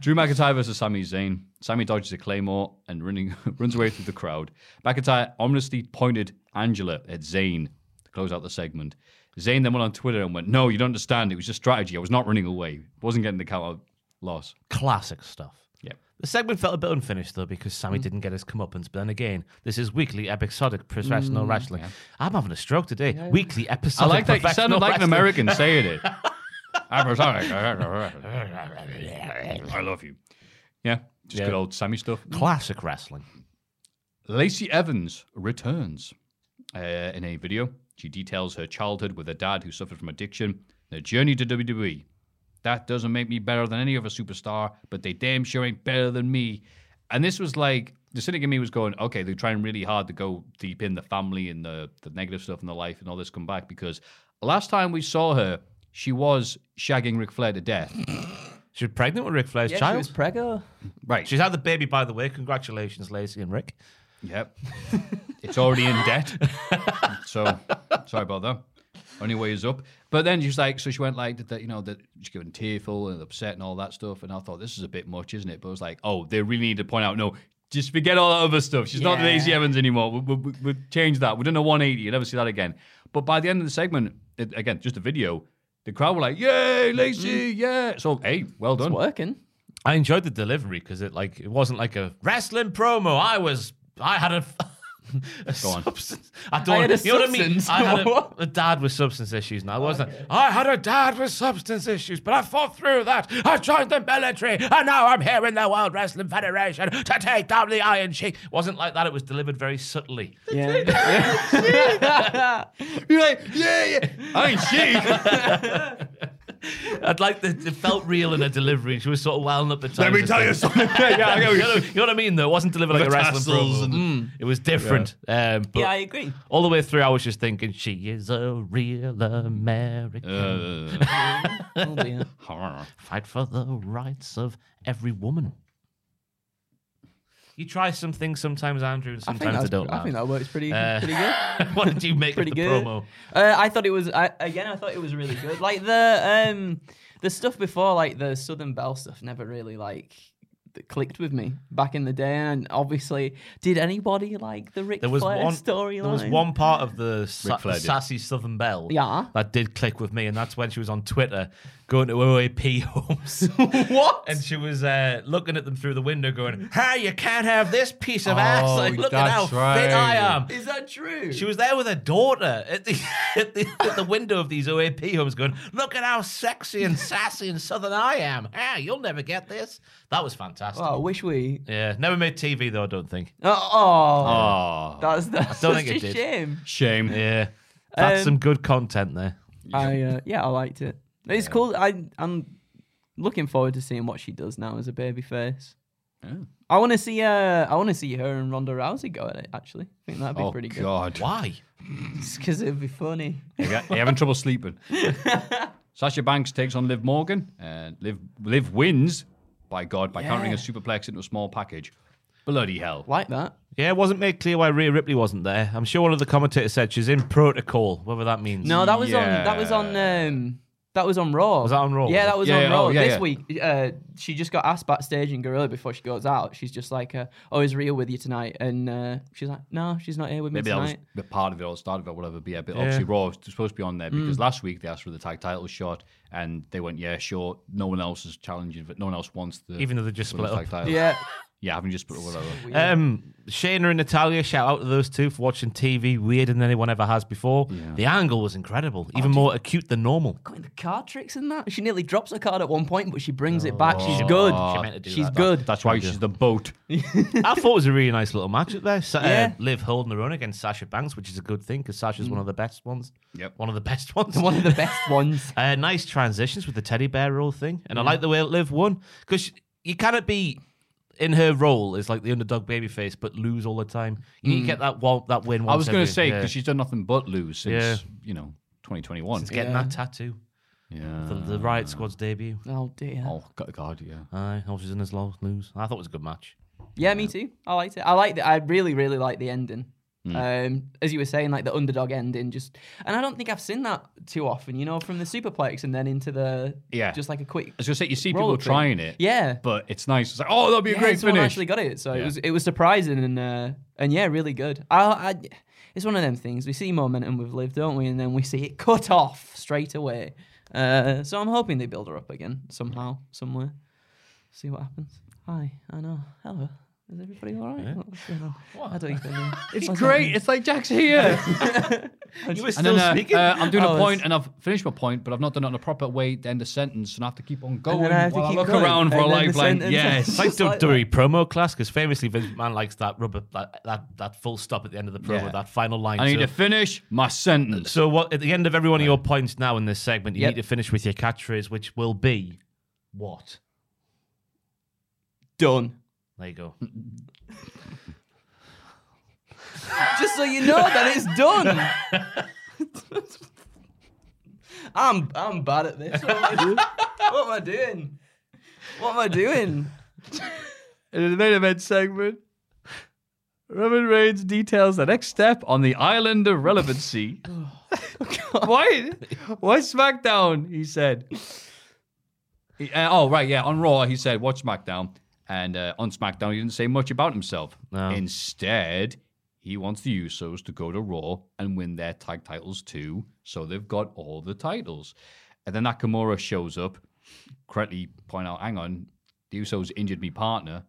Drew McIntyre versus Sami Zayn. Sammy dodges a claymore and running, runs away through the crowd. McIntyre ominously pointed Angela at Zayn to close out the segment. Zayn then went on Twitter and went, "No, you don't understand. It was just strategy. I was not running away. Wasn't getting the count of loss."
classic stuff.
Yep.
The segment felt a bit unfinished though because
Mm.
Sammy didn't get his comeuppance. But then again, this is weekly episodic professional
Mm,
wrestling. I'm having a stroke today. Weekly
I
episodic.
like that. You sounded
professional
like an
wrestling.
American saying it. I'm sorry. I love you. Yeah, just good old Sammy stuff.
Classic wrestling.
Lacey Evans returns uh, in a video. She details her childhood with her dad, who suffered from addiction, their journey to WWE. That doesn't make me better than any other superstar, but they damn sure ain't better than me. And this was like the cynic in me was going, okay, they're trying really hard to go deep in the family and the, the negative stuff in the life and all this come back because last time we saw her, she was shagging Ric Flair to death.
She was pregnant with Ric Flair's
Yeah, she
child.
was preggo.
right.
She's had the baby, by the way. Congratulations, Lacey and Rick.
Yep. it's already in debt. So sorry about that. Only way is up. But then she was like, so she went like, that, you know, that she's getting tearful and upset and all that stuff. And I thought, this is a bit much, isn't it? But I was like, oh, they really need to point out, no, just forget all that other stuff. She's not
Yeah.
Daisy Evans anymore. We, we, we, we changed that. We've done a 180. You'll never see that again. But by the end of the segment, it, again, just a video, the crowd were like, yay,
Mm.
Lacey, yeah. So, hey, well done.
It's working.
I enjoyed the delivery because it like it wasn't like a wrestling promo. I was I had a, a
Go on.
substance. I don't
I had a
you know what I mean.
substance?
I had
What?
a, a dad with substance issues, and I wasn't. I had a dad with substance issues, but I fought through that. I joined the military, and now I'm here in the World Wrestling Federation to take down the Iron Sheik. Wasn't like that. It was delivered very subtly.
Yeah.
You're like, yeah, yeah. I ain't shit.
I'd like the, it felt real in her delivery. She was sort of wilding up the time.
Let me tell you something. yeah, I know.
you, know, you know what I mean, though. It wasn't delivered like a
The
wrestling
tassels
promo. Mm. It was different. Um, but
yeah, I agree.
all the way through, I was just thinking, she is a real American.
Uh,
Oh, dear.
Fight for the rights of every woman. You try some things sometimes, Andrew, and
I think,
sometimes
that's,
they don't.
I think that
land.
works pretty
Uh,
pretty good.
what did you make
pretty
of the
good.
promo?
Uh, I thought it was I, again. I thought it was really good. Like the um, the stuff before, like the Southern Belle stuff, never really like that clicked with me back in the day. And obviously, did anybody like the Ric
There was
Flair
one
storyline?
There was one part of the sa-
Flair did.
sassy Southern Belle
Yeah.
that did click with me, and that's when she was on Twitter going to OAP homes.
What?
And she was uh, looking at them through the window, going, "Hey, you can't have this piece of ass!
Oh,
Like, look at how
that's
fit I
right.
am."
Is that true?
She was there with her daughter at the, at the at the window of these OAP homes, going, "Look at how sexy and sassy and southern I am! Hey, you'll never get this." That was fantastic.
Oh, I wish we.
Yeah, never made TV though. I don't think. Ah.
Oh, oh,
Oh,
that's that's
don't
such
think it
a
did.
shame.
shame.
Yeah, that's
Um,
some good content there.
I uh, yeah, I liked it. It's cool. I I'm looking forward to seeing what she does now as a baby face.
Oh.
I want to see uh, I want to see her and Ronda Rousey go at it. Actually, I think that'd be
Oh
pretty good.
God,
Why?
Because it'd be funny.
you got- you're having trouble sleeping. Sasha Banks takes on Liv Morgan, and Liv Liv wins by God by countering a superplex into a small package. Bloody hell!
Like that.
Yeah, it wasn't made clear why Rhea Ripley wasn't there. I'm sure one of the commentators said she's in protocol, whatever that means.
No, that was on that was on um that was on Raw.
Was that on Raw?
Yeah, that was
Yeah,
on
yeah,
Raw.
oh, yeah,
this
yeah.
week, uh, she just got asked backstage in Gorilla before she goes out. She's just like, uh, "Oh, is Rhea with you tonight?" And uh, she's like, "No, she's not here with me
Maybe that was
tonight."
the part of it or the start of it, whatever. But yeah, but obviously Raw was supposed to be on there because
Mm.
last week they asked for the tag title shot and they went, yeah, sure. No one else is challenging, but no one else wants the
Even though they just
women's
split
tag
up.
title.
Yeah,
yeah, having just split up, whatever.
Um, Shayna and Natalia, shout out to those two for watching TV weirder than anyone ever has before. The angle was incredible, even more acute than normal.
got in the card tricks and that. She nearly drops her card at one point, but she brings it back. She's good.
She meant to do
She's
that.
good.
That's why she's the boat.
I thought it was a really nice little match up there. Sa-
Yeah.
uh, Liv holding her own against Sasha Banks, which is a good thing because Sasha's one of the best ones.
Yep.
One of the best ones.
One of the best ones.
Uh, nice transitions with the teddy bear roll thing, and I like the way Liv won because you cannot be in her role as like the underdog babyface, but lose all the time. You need to get that one, that win. Once
Mm. I was going
every-
to say
yeah.
because she's done nothing but lose since
Yeah.
you know 2021.
It's getting that tattoo,
yeah.
the,
Ah.
the Riot Squad's debut.
Oh dear.
Oh God, God, yeah.
Aye, hope she's in as low lose. I thought it was a good match.
Yeah, me too. I liked it. I liked it. I really, really liked the ending. Um, as you were saying, like the underdog ending, just and I don't think I've seen that too often. You know, from the superplex and then into the
Yeah.
just like a quick.
I was going to say you see
roll
people
thing.
trying it,
Yeah,
but it's nice. It's like, oh, that'll be a
yeah,
great
someone
finish.
actually got it, so it
Yeah.
was it was surprising and uh, and yeah, really good. I, I it's one of them things we see momentum with Liv, don't we? And then we see it cut off straight away. Uh, so I'm hoping they build her up again somehow, somewhere. See what happens. Hi, I know. Hello. Is everybody all right? What's going on? I don't even know.
It's
What's
great.
happening?
It's like Jack's here.
You were
and
still
then uh,
speaking.
uh, I'm doing
Oh,
a point,
it's-
and I've finished my point, but I've not done it in a proper way to end a sentence, and I have to keep on going.
then I have to
while
keep
look
going,
around for
and then
a
the
lifeline.
sentence-
Yes.
It's like
Just like
WWE promo class because famously Vince McMahon likes that rubber that, that that full stop at the end of the promo,
Yeah.
that final line.
I need
So-
to finish my sentence.
So what at the end of every one of your points now in this segment, you
Yep.
need to finish with your catchphrase, which will be what?
done.
There you go.
Just so you know that it's done. I'm I'm bad at this. What am I doing? What am I doing? What am I doing?
In the main event segment, Roman Reigns details the next step on the island of relevancy. why? Why SmackDown? He said. He- uh, oh right, yeah. On Raw, he said, "Watch SmackDown," and uh, on SmackDown, he didn't say much about himself.
No.
Instead, he wants the Usos to go to Raw and win their tag titles too, so they've got all the titles. And then Nakamura shows up, correctly point out, "Hang on, the Usos injured me partner."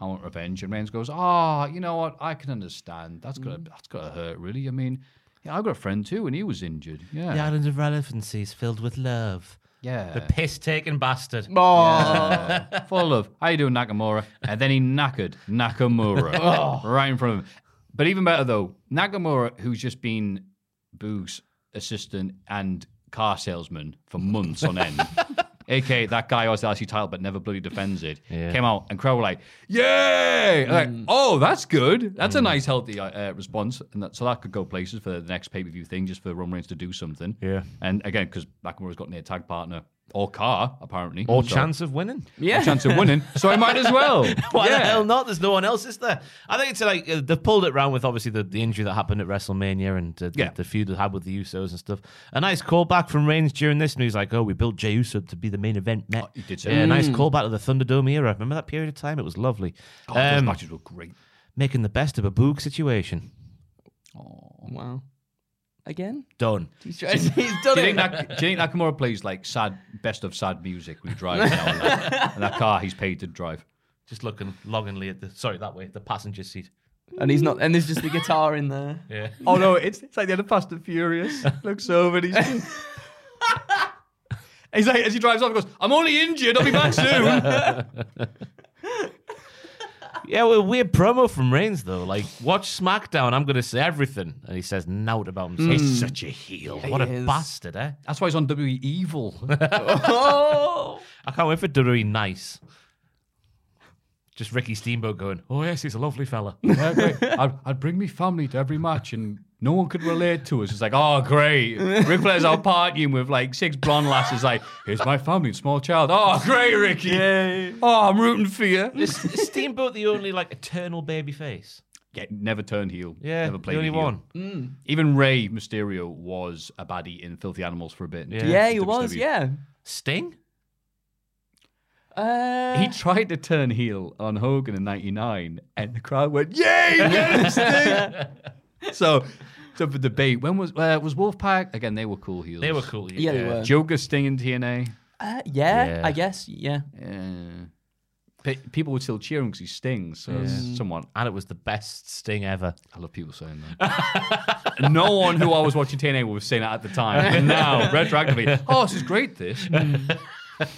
I want revenge. And Reigns goes, ah, you know what? I can understand. That's gonna that's gonna hurt, really. I mean, yeah, I've got a friend too, and he was injured.
The
Yeah,
island of relevancy is filled with love.
yeah.
The piss taking bastard.
Oh,
Full of how you doing, Nakamura? And then he knackered Nakamura
Oh.
right in front of him. But even better though, Nakamura, who's just been Boog's assistant and car salesman for months on end. AKA that guy who has the IC title but never bloody defends it. Came out and crowd were like, "Yay!" Like,
Mm.
oh, that's good. That's a nice, healthy uh, uh, response, and that, so that could go places for the next pay per view thing, just for Roman Reigns to do something.
Yeah.
And again, because Nakamura's got near tag partner, or car, apparently.
Or
So-
chance of winning.
Yeah.
Or chance of winning. So I might as well.
Why
yeah.
the hell not? There's no one else, is there? I think it's like uh, they've pulled it round with obviously the, the injury that happened at WrestleMania and uh, the,
Yeah.
the feud they had with the Usos and stuff. A nice callback from Reigns during this, and he's like, "Oh, we built Jey Uso to be the main event." Met.
Oh, he did say
yeah,
that.
nice callback to the Thunderdome era. Remember that period of time? It was lovely.
Oh, those
Um,
matches were great.
making the best of a boog situation.
Oh, Wow. Again?
Done.
He's, trying- he's done
Do you,
it.
think that, do you think Nakamura plays like sad, best of sad music when he drives now? And that, and that car he's paid to drive.
Just looking longingly at the sorry that way the passenger seat.
And he's not. And there's just the guitar in there.
Yeah.
Oh no, it's, it's like the other Fast and Furious. Looks over and he's just... He's like, as he drives off, he goes, I'm only injured, I'll be back soon.
Yeah, well, weird promo from Reigns though. Like, watch SmackDown. I'm gonna say everything, and he says nout about himself. He's such a heel. what a
Hmm. is.
bastard, eh?
That's why he's on WWE Evil.
oh, I can't wait for WWE Nice. Just Ricky Steamboat going, oh yes, he's a lovely fella.
Yeah, great. I'd, I'd bring me family to every match and no one could relate to us. It's like, oh, great. Ric Flair's out partying with like six blonde lasses. Like, here's my family, and small child. Oh, great, Ricky. Oh, I'm rooting for you.
is, is Steamboat the only like eternal baby face?
Yeah, never turned heel.
Yeah,
never played
the only
a heel.
one.
Even Ray Mysterio was a baddie in Filthy Animals for a bit.
Yeah.
Yeah, he was.
WWE.
Yeah.
Sting.
Uh,
He tried to turn heel on Hogan in '99, and the crowd went, "Yay, get him, Sting!" so, it's up for debate. When was uh, was Wolfpack again? They were cool heels.
They were cool.
Yeah, they were.
Joker, Sting, and TNA.
uh, yeah,
Yeah.
I guess. Yeah.
Yeah. Pe- people were still cheering because he stings. So it's someone,
And it was the best Sting ever.
I love people saying that. no one who I was watching TNA was saying that at the time. And now, retroactively, oh, this is great, this.
Mm.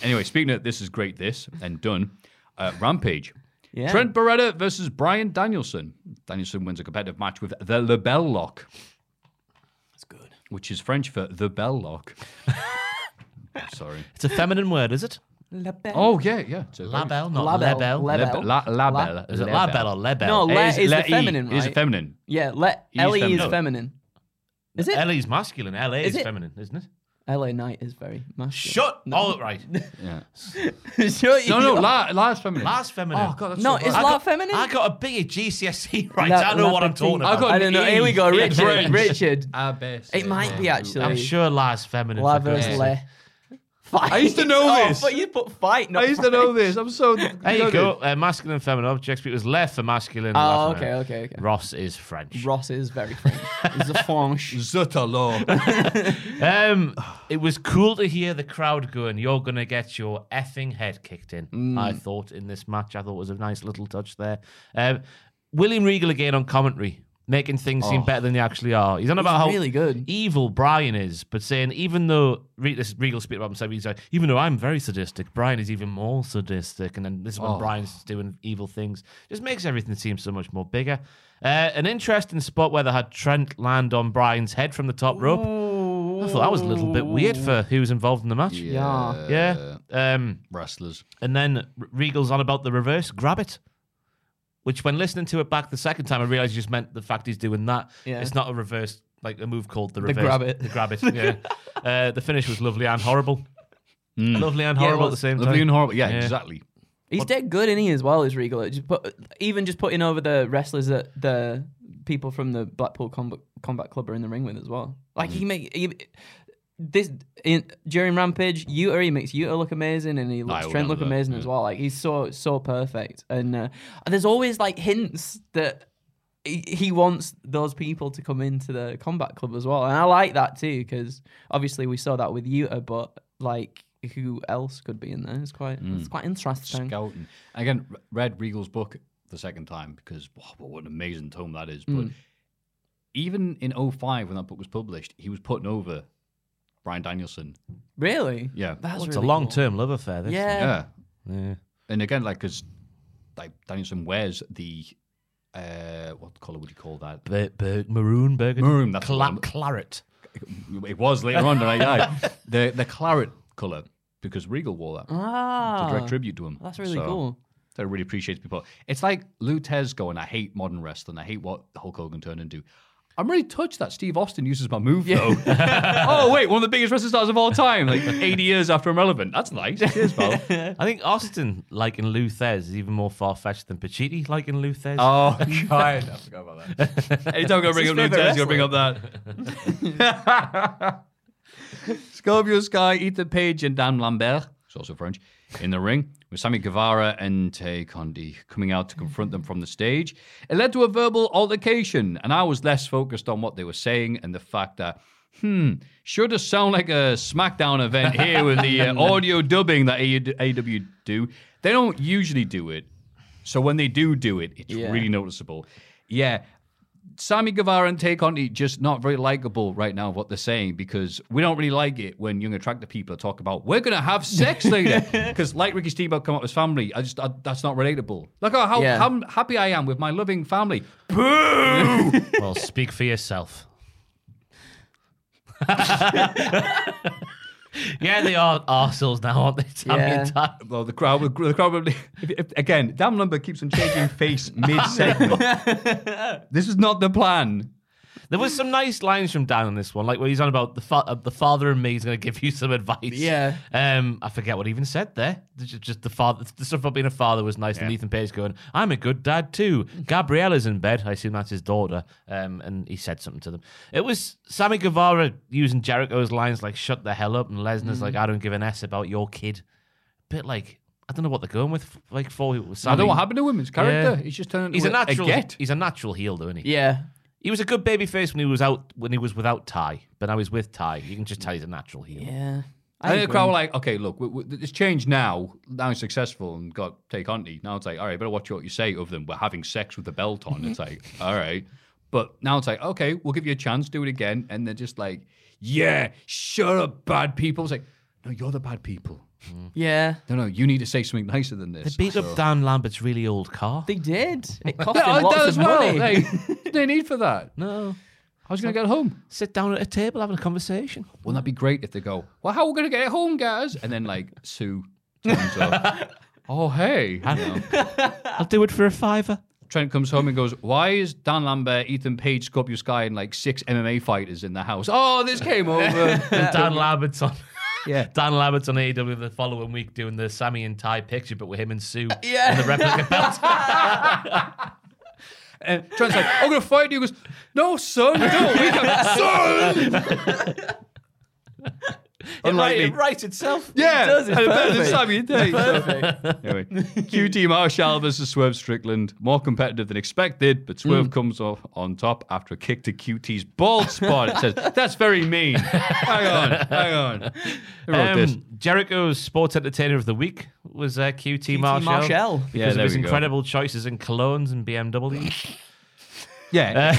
anyway, speaking of this is great, this, and done, uh, Rampage.
Yeah.
Trent Beretta versus Brian Danielson. Danielson wins a competitive match with the Lebel Lock. That's good. Which is French for the Bell Lock. Sorry.
It's a feminine word, is it?
Lebel.
Oh, yeah, yeah. It's a-
Label, not
Label.
lebel.
Leb-
Lebe- La, label.
La-
is it
Lebel.
label or lebel?
No, le
It
is the
le- E.
feminine,
It is
right?
feminine.
Yeah, le-
He's
LE
feminine.
is feminine. Is it?
LA's masculine. LA is,
Is it?
feminine, isn't it?
LA Knight is very masculine.
Shut all right.
Yeah.
Sure, you
No, no,
are.
La, La is feminine.
Last feminine.
Oh, God, that's
No,
so
is
bad.
La feminine?
I got a B at GCSE, E right?
La-
I know what I'm
Lapatine.
talking
I
about.
got-
I don't know. Here we go,
Yeah,
Richard.
French.
Richard.
I best.
It might be actually.
I'm sure La's feminine.
La
for goodness
versus
sake.
Le. Fight.
I used to know
Oh,
this.
But you put fight. Not
I used to know this. I'm so.
There you go. Uh, masculine and feminine objects. But it was left for masculine.
Oh,
La for
okay,
feminine.
okay, okay.
Ross is French.
Ross is very French. He's a French.
Zutalo.
Um, it was cool to hear the crowd going, "You're gonna get your effing head kicked in."
Mm.
I thought in this match, I thought was a nice little touch there. Um, William Regal again on commentary, making things seem better than they actually are. He's on about how
Oh. really good.
evil Brian is, but saying even though Re- this Regal speak about himself, he's like, even though I'm very sadistic, Brian is even more sadistic, and then this is when Brian's doing evil things. Just makes everything seem so much more bigger. Uh, an interesting spot where they had Trent land on Brian's head from the top rope. I thought that was a little bit weird for who was involved in the match.
Yeah.
Yeah. Um,
Wrestlers.
and then R- Regal's on about the reverse, grab it. Which, when listening to it back the second time, I realized he just meant the fact he's doing that.
Yeah.
It's not a reverse, like a move called the reverse.
grab it.
The grab it. Yeah. uh, the finish was lovely and horrible. Lovely and
Yeah, it
horrible at the
was.
same time.
Hmm. Lovely and horrible. Yeah,
Yeah.
exactly.
He's dead good, isn't he, as well, as Regal? It Just put, even just putting over the wrestlers that the people from the Blackpool Combat, Combat Club are in the ring with as well. Like, he make he, this in, during Rampage, Uta, he makes Uta look amazing and he looks
I
Trent look
remember that,
amazing as well. Like, he's so, so perfect. And uh, there's always like hints that he, he wants those people to come into the Combat Club as well. And I like that too, because obviously we saw that with Uta, but like, who else could be in there? It's quite, it's quite interesting.
Scouting. Again, re- read Regal's book the second time because wow, what an amazing tome that is. But
Mm.
even in 05, when that book was published, he was putting over Brian Danielson.
Really?
Yeah.
That's
Well, it's
really
a long term love affair, this.
Cool. Yeah.
yeah.
Yeah.
And again, like, because like, Danielson wears the. Uh, what color would you call that?
Bur- bur- maroon burger.
Maroon, that's the
Cla-
one.
claret.
It was later on tonight. Yeah, the the claret color because Regal wore that.
Ah,
It's a direct tribute to him.
That's really
So,
cool.
I really appreciate people. It's like Lutez going, I hate modern wrestling. I hate what Hulk Hogan turned into. I'm really touched that Steve Austin uses my move though. oh wait, one of the biggest wrestling stars of all time, like 80 years after I'm relevant. That's nice. Cheers, pal.
I think Austin, like in Lou Thez, is even more far fetched than Pacitti, like in Lou Thez.
Oh God, I forgot about that. Anytime I go bring up new test, you bring up that. Scorpio Sky, Ethan Page, and Dan Lambert, who's also French, in the ring with Sammy Guevara and Tay Condi coming out to confront them from the stage. It led to a verbal altercation, and I was less focused on what they were saying and the fact that. Hmm, sure does sound like a SmackDown event here with the uh, audio dubbing that E AEW do. They don't usually do it, so when they do do it, it's
Yeah.
really noticeable. Yeah. Sammy Guevara and Tay Conti just not very likable right now, what they're saying, because we don't really like it when young attractive people talk about, we're going to have sex later. Because, like Ricky Steamboat come up with family, I just, I, that's not relatable. Look at how,
Yeah.
how happy I am with my loving family.
Well, speak for yourself. yeah, they are arseholes now, aren't they? Tammy
Yeah.
and Ty?
Well, the crowd, would- the crowd would- if, if, again, damn number keeps on changing face mid segment. this is not the plan.
There was some nice lines from Dan on this one, like where he's on about the fa- uh, the father and me is going to give you some advice.
Yeah.
Um, I forget what he even said there. Just, just the father, the stuff about being a father was nice. And Ethan Page going, "I'm a good dad too." Gabriella's in bed. I assume that's his daughter. Um, and he said something to them. It was Sammy Guevara using Jericho's lines like "Shut the hell up," and Lesnar's
Mm.
like, "I don't give an s about your kid." Bit like I don't know what they're going with. Like for Sammy.
I don't know what happened to him. His character,
Yeah.
he's just turned
He's a
into
natural.
get.
he's a natural heel, though, isn't he?
Yeah.
He was a good baby face when he was out when he was without Ty, but now he's with Ty. You can just tell he's a natural heel.
Yeah.
I think the crowd were like, okay, look, we, we, it's changed now. Now he's successful and got take on Now it's like, all right, better watch what you say of them. We're having sex with the belt on. It's like, all right. But now it's like, okay, we'll give you a chance, do it again. And they're just like, yeah, shut up, bad people. It's like, no, you're the bad people.
Yeah.
No, no, you need to say something nicer than
They
this.
beat up Dan Lambert's really old car.
They did. It cost
Yeah,
them
I- that
lots of
as well.
money.
Like, no need for that.
no,
I was going to get home.
sit down at a table having a conversation.
Wouldn't that be great if they go, well, how are we going to get home, guys? And then, like, Sue turns up. Oh, hey. you know.
I'll do it for a fiver.
Trent comes home and goes, "Why is Dan Lambert, Ethan Page, Scorpio Sky, and like six MMA fighters in the house?" Oh, this came over.
And Dan Lambert's on.
yeah,
Dan Lambert's on AEW the following week doing the Sammy and Ty picture, but with him and Sue
Yeah.
and the replica belt.
and Trent's like, "I'm gonna fight you." He goes, "No, son, no, we can, son." Unlikely.
It writes itself.
Yeah,
does, it's
and better than
perfect.
Sammy and Dave. anyway, QT Marshall versus Swerve Strickland. More competitive than expected, but
Mm.
Swerve comes off on top after a kick to QT's bald spot. It says, "That's very mean." hang on, hang on. Who wrote
Um,
this?
Jericho's Sports Entertainer of the Week was uh, QT, Marshall.
Marshall.
Because
Yeah,
of
there
his
we go.
incredible choices in colognes and BMWs.
Yeah.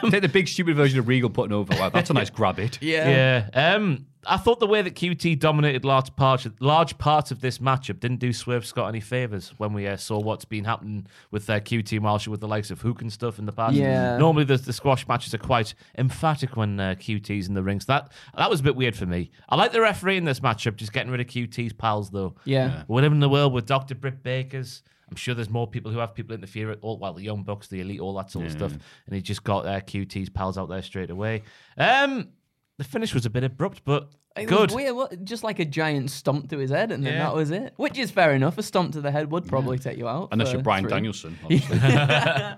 Take the big stupid version of Regal putting over. Wow, that's a nice grab it.
Yeah.
Yeah. Um, I thought the way that QT dominated large parts large parts of this matchup didn't do Swerve Scott any favors when we uh, saw what's been happening with uh, QT Marshall with the likes of Hook and stuff in the past.
Yeah.
Normally the, the squash matches are quite emphatic when uh, QT's in the ring. So that that was a bit weird for me. I like the referee in this matchup, just getting rid of QT's pals though.
Yeah. Yeah.
We're living in the world with Dr. Britt Baker's. I'm sure there's more people who have people interfere at all, well, the Young Bucks, the Elite, all that sort of stuff. And he just got uh, QT's pals out there straight away. Um, the finish was a bit abrupt, but
It
good.
was weird. What, just like a giant stomp to his head, and then
Yeah.
that was it. Which is fair enough. A stomp to the head would probably take you out.
Unless
for
you're Brian
three.
Danielson, obviously.
The
Yeah,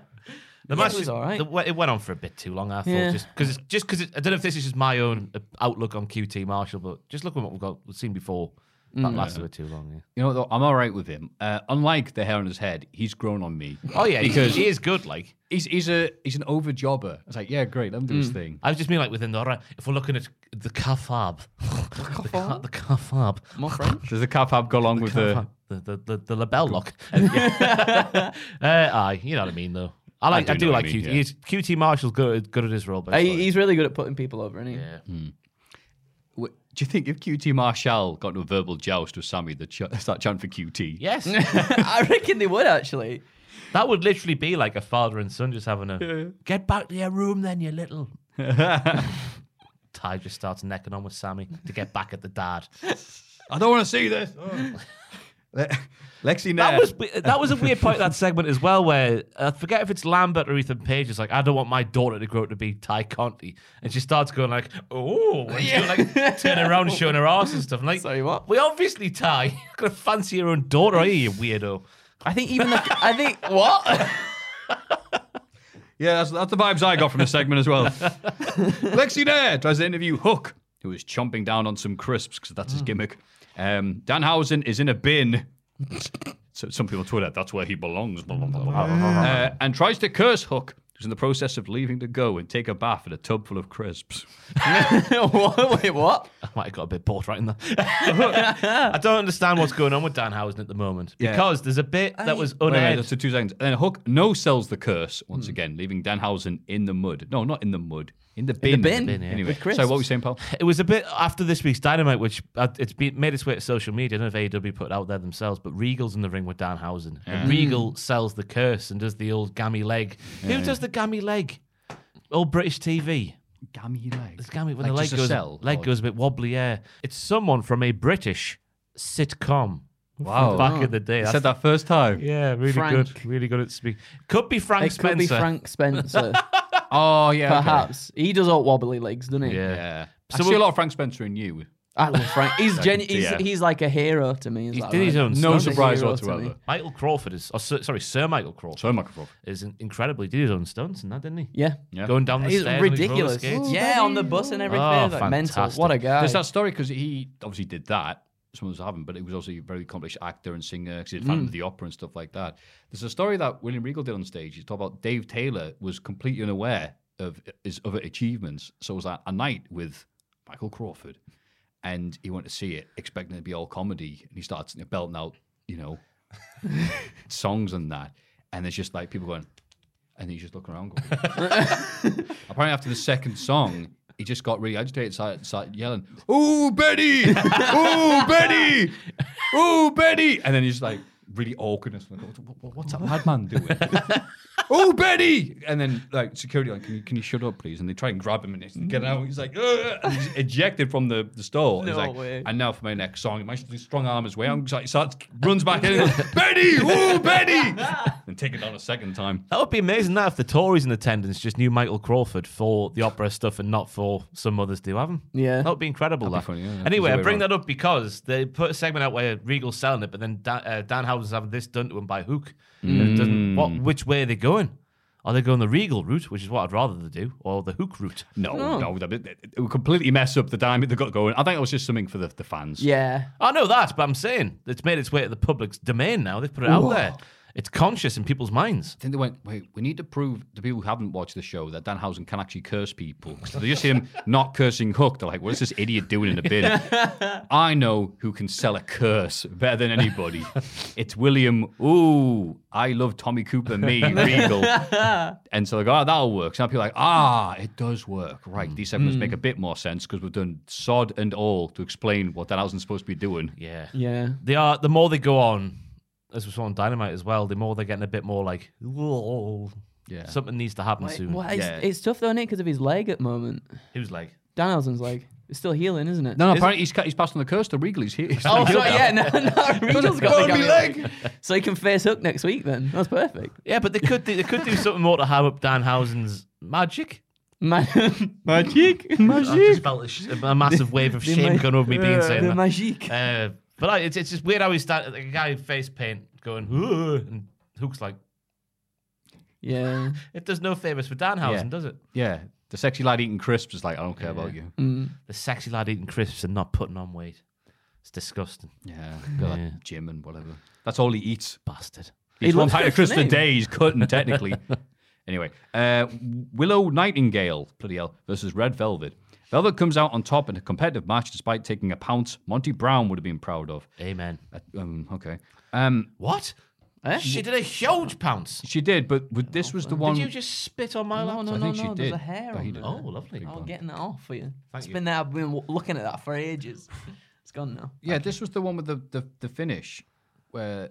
it was all right.
the- it went on for a bit too long. I thought
Yeah.
just because it's just because I don't know if this is just my own uh, outlook on QT Marshall, but just look at what we've got we've seen before. That
Mm.
lasted a bit too long.
you know, though, I'm all right with him. Uh, unlike the hair on his head, he's grown on me.
Yeah. Oh yeah,
Because-
because he is good. Like
He's he's a he's an over jobber. It's like, yeah, great, let him do his thing.
I was just mean like within the all right. If we're looking at the kafab, the ca- the kafab,
More French.
Does the cap hab go along with the?
the the the, the label lock. uh, aye, you know what I mean though. I like
do
I do,
know what
like
you mean,
QT.
yeah.
He's- QT Marshall's good good at his role. But I
Uh,
just
he-
like-
he's really good at putting people over, isn't he?
yeah.
Wh- Do you think if QT Marshall got into a verbal joust with Sammy, they'd ch- start chanting for QT?
Yes.
I reckon they would actually.
That would literally be like a father and son just having a get back to your room, then you little. Ty just starts necking on with Sammy to get back at the dad.
I don't want to see this. Oh. Le- Lexi Nair.
That was we- that was a weird point of that segment as well, where I forget if it's Lambert or Ethan Page. It's like I don't want my daughter to grow up to be Ty Conti, and she starts going like, "Oh," and she, like turn around, and showing her ass and stuff. I'm like,
Sorry, what?
We obviously Ty. You're not gonna fancy your own daughter, are you, you weirdo?
I think even the I think what
Yeah, that's, that's the vibes I got from the segment as well. Lexi Nair tries to interview Hook, who is chomping down on some crisps because that's his gimmick. Um, Danhausen is in a bin. so some people tweet out, that's where he belongs. blah, blah, blah, blah. Uh, and tries to curse Hook, who's in the process of leaving to go and take a bath in a tub full of crisps.
what wait what?
I might have got a bit bored right in there. I don't understand what's going on with Danhausen at the moment
Yeah.
because there's a bit that was
Wait, wait,
unaired.
that's the two seconds. And then Hook no sells the curse
Hmm.
once again, leaving Danhausen in the mud. No, not in the mud. In the bin.
bin.
Bin, yeah.
Anyway,
With
sorry,
crisps.
what were you saying, pal?
It was a bit after this week's Dynamite, which uh, it's been, made its way to social media. I don't know if AEW put it out there themselves, but Regal's in the ring with Danhausen. And
Mm.
Regal sells the curse and does the old gammy leg. Who does the gammy leg? Old British TV.
Gammy leg.
It's gammy when
Like
the leg
just a
goes,
cell,
leg
or-
goes a bit wobbly, yeah. It's someone from a British sitcom.
Wow.
Back in the day.
You
That's-
said that first time.
Yeah, really
Oh, Frank.
good. Really good at speaking. Could be Frank
It
Spencer.
could be Frank Spencer,
Oh, yeah. okay.
perhaps. He does all wobbly legs, doesn't he?
Yeah.
Yeah. I
So
see
we'll-
a lot of Frank Spencer in you.
I love Frank. He's genu- he's,
yeah.
he's like a hero to me. Is
He
that
did his
right?
own
No
Stunning
surprise
hero to
whatsoever.
me.
Michael Crawford is, or, Sir- sorry, Sir Michael Crawford
So microphone.
is in- incredible. He did his own stunts and that, didn't he?
Yeah.
Yeah.
Going down the
He's
stairs.
ridiculous.
With his roller skates.
Yeah, on the bus and everything.
Oh,
like, mental.
fantastic.
What a guy.
There's that story because he obviously did that. Some of us haven't, but it was obviously a very accomplished actor and singer. 'cause he did Phantom of the Opera and stuff like that. There's a story that William Regal did on stage. He's talking about Dave Taylor was completely unaware of his other achievements. So it was at a night with Michael Crawford, and he went to see it expecting it to be all comedy, and he starts belting out, you know, songs and that, and there's just like people going, and he's just looking around. Going, Apparently, after the second song, he just got really agitated, started, started yelling, "Ooh, Betty! Ooh, Betty! Ooh, Betty!" And then he's like really awkwardness. Like, "What- what- what's that madman doing? Ooh, Betty! And then like security, like, can you, can you shut up, please? And they try and grab him and he's get out. He's like, "Ugh," and he's ejected from the, the store. And he's
No
like,
way.
And now for my next song, he managed to strong arm his way. out. He's like, he starts runs back in, and goes, Betty! Ooh, Betty! and take it down a second time.
That would be amazing. That if the Tories in attendance just knew Michael Crawford for the opera stuff and not for some others do have him.
Yeah.
that would be incredible.
That'd be
That.
funny, yeah.
Anyway,
There's
I
a way
bring
around.
that up because they put a segment out where Regal's selling it, but then Dan, uh, Danhausen's having this done to him by hook. And
Mm.
it doesn't- what, which way are they going? Are they going the Regal route, which is what I'd rather they do, or the hook route?
No, no, that it, it would completely mess up the diamond they got going. I think it was just something for the, the fans.
yeah.
I know that, but I'm saying it's made its way to the public's domain now. They've put it out there. It's conscious in people's minds.
I think they went, wait, we need to prove to people who haven't watched the show that Danhausen can actually curse people. So they just see him not cursing Hook. They're like, what is this idiot doing in the bin? I know who can sell a curse better than anybody. It's William, ooh, I love Tommy Cooper, me, Regal. and so they go, oh, that'll work. So now people are like, ah, it does work. Right, these segments make a bit more sense because we've done sod and all to explain what Danhausen's supposed to be doing.
Yeah.
Yeah.
they are the more they go on as we saw on dynamite as well the more they're getting a bit more like whoa
Yeah.
something needs to happen soon
Well, it's,
Yeah.
it's tough though, is Because of his leg at the moment.
who's like
Danielson's leg. It's still healing, isn't it?
No, no, apparently he's, ca- he's passed on the curse to Regal. He's here. He's
Oh,
not healed
sorry,
now.
yeah, no, no, Regal's got
Bone
the
me
gammy
leg.
leg. So he can face Hook next week then. That's perfect.
yeah but they could do, they could do something more to ham up danhausen's magic
Man- magique. Magique.
i just felt a, sh- a massive wave of
The
shame
ma-
going over me being saying
the
that
magique.
uh, but I, it's, it's just weird how he started like a guy in face paint going "Whoa," and hook's like
Yeah.
it does no favors for
Yeah.
danhausen does it
Yeah, the sexy lad eating crisps is like, I don't care about you.
Mm.
the sexy lad eating crisps and not putting on weight it's disgusting
Yeah, go like gym and whatever. That's all he eats.
bastard
He eats one
loves
pint of
crisps,
crisps a
doesn't he?
day. He's cutting technically. anyway, uh, Willow Nightingale, bloody hell, versus Red Velvet. Velvet comes out on top in a competitive match despite taking a pounce. Monty Brown would have been proud of.
amen
Uh, Um, okay, um,
What? She did a huge pounce.
she did, but would- this
Oh,
was the one.
Did you just spit on my
No,
laptop?
no,
I
no,
think she
no.
did.
There's a hair
Oh, he
on
did.
there.
Oh, lovely.
I'm getting that off for you. it's
you.
been there. I've been w- looking at that for ages. It's gone now.
Yeah, this was the one with the the, the finish where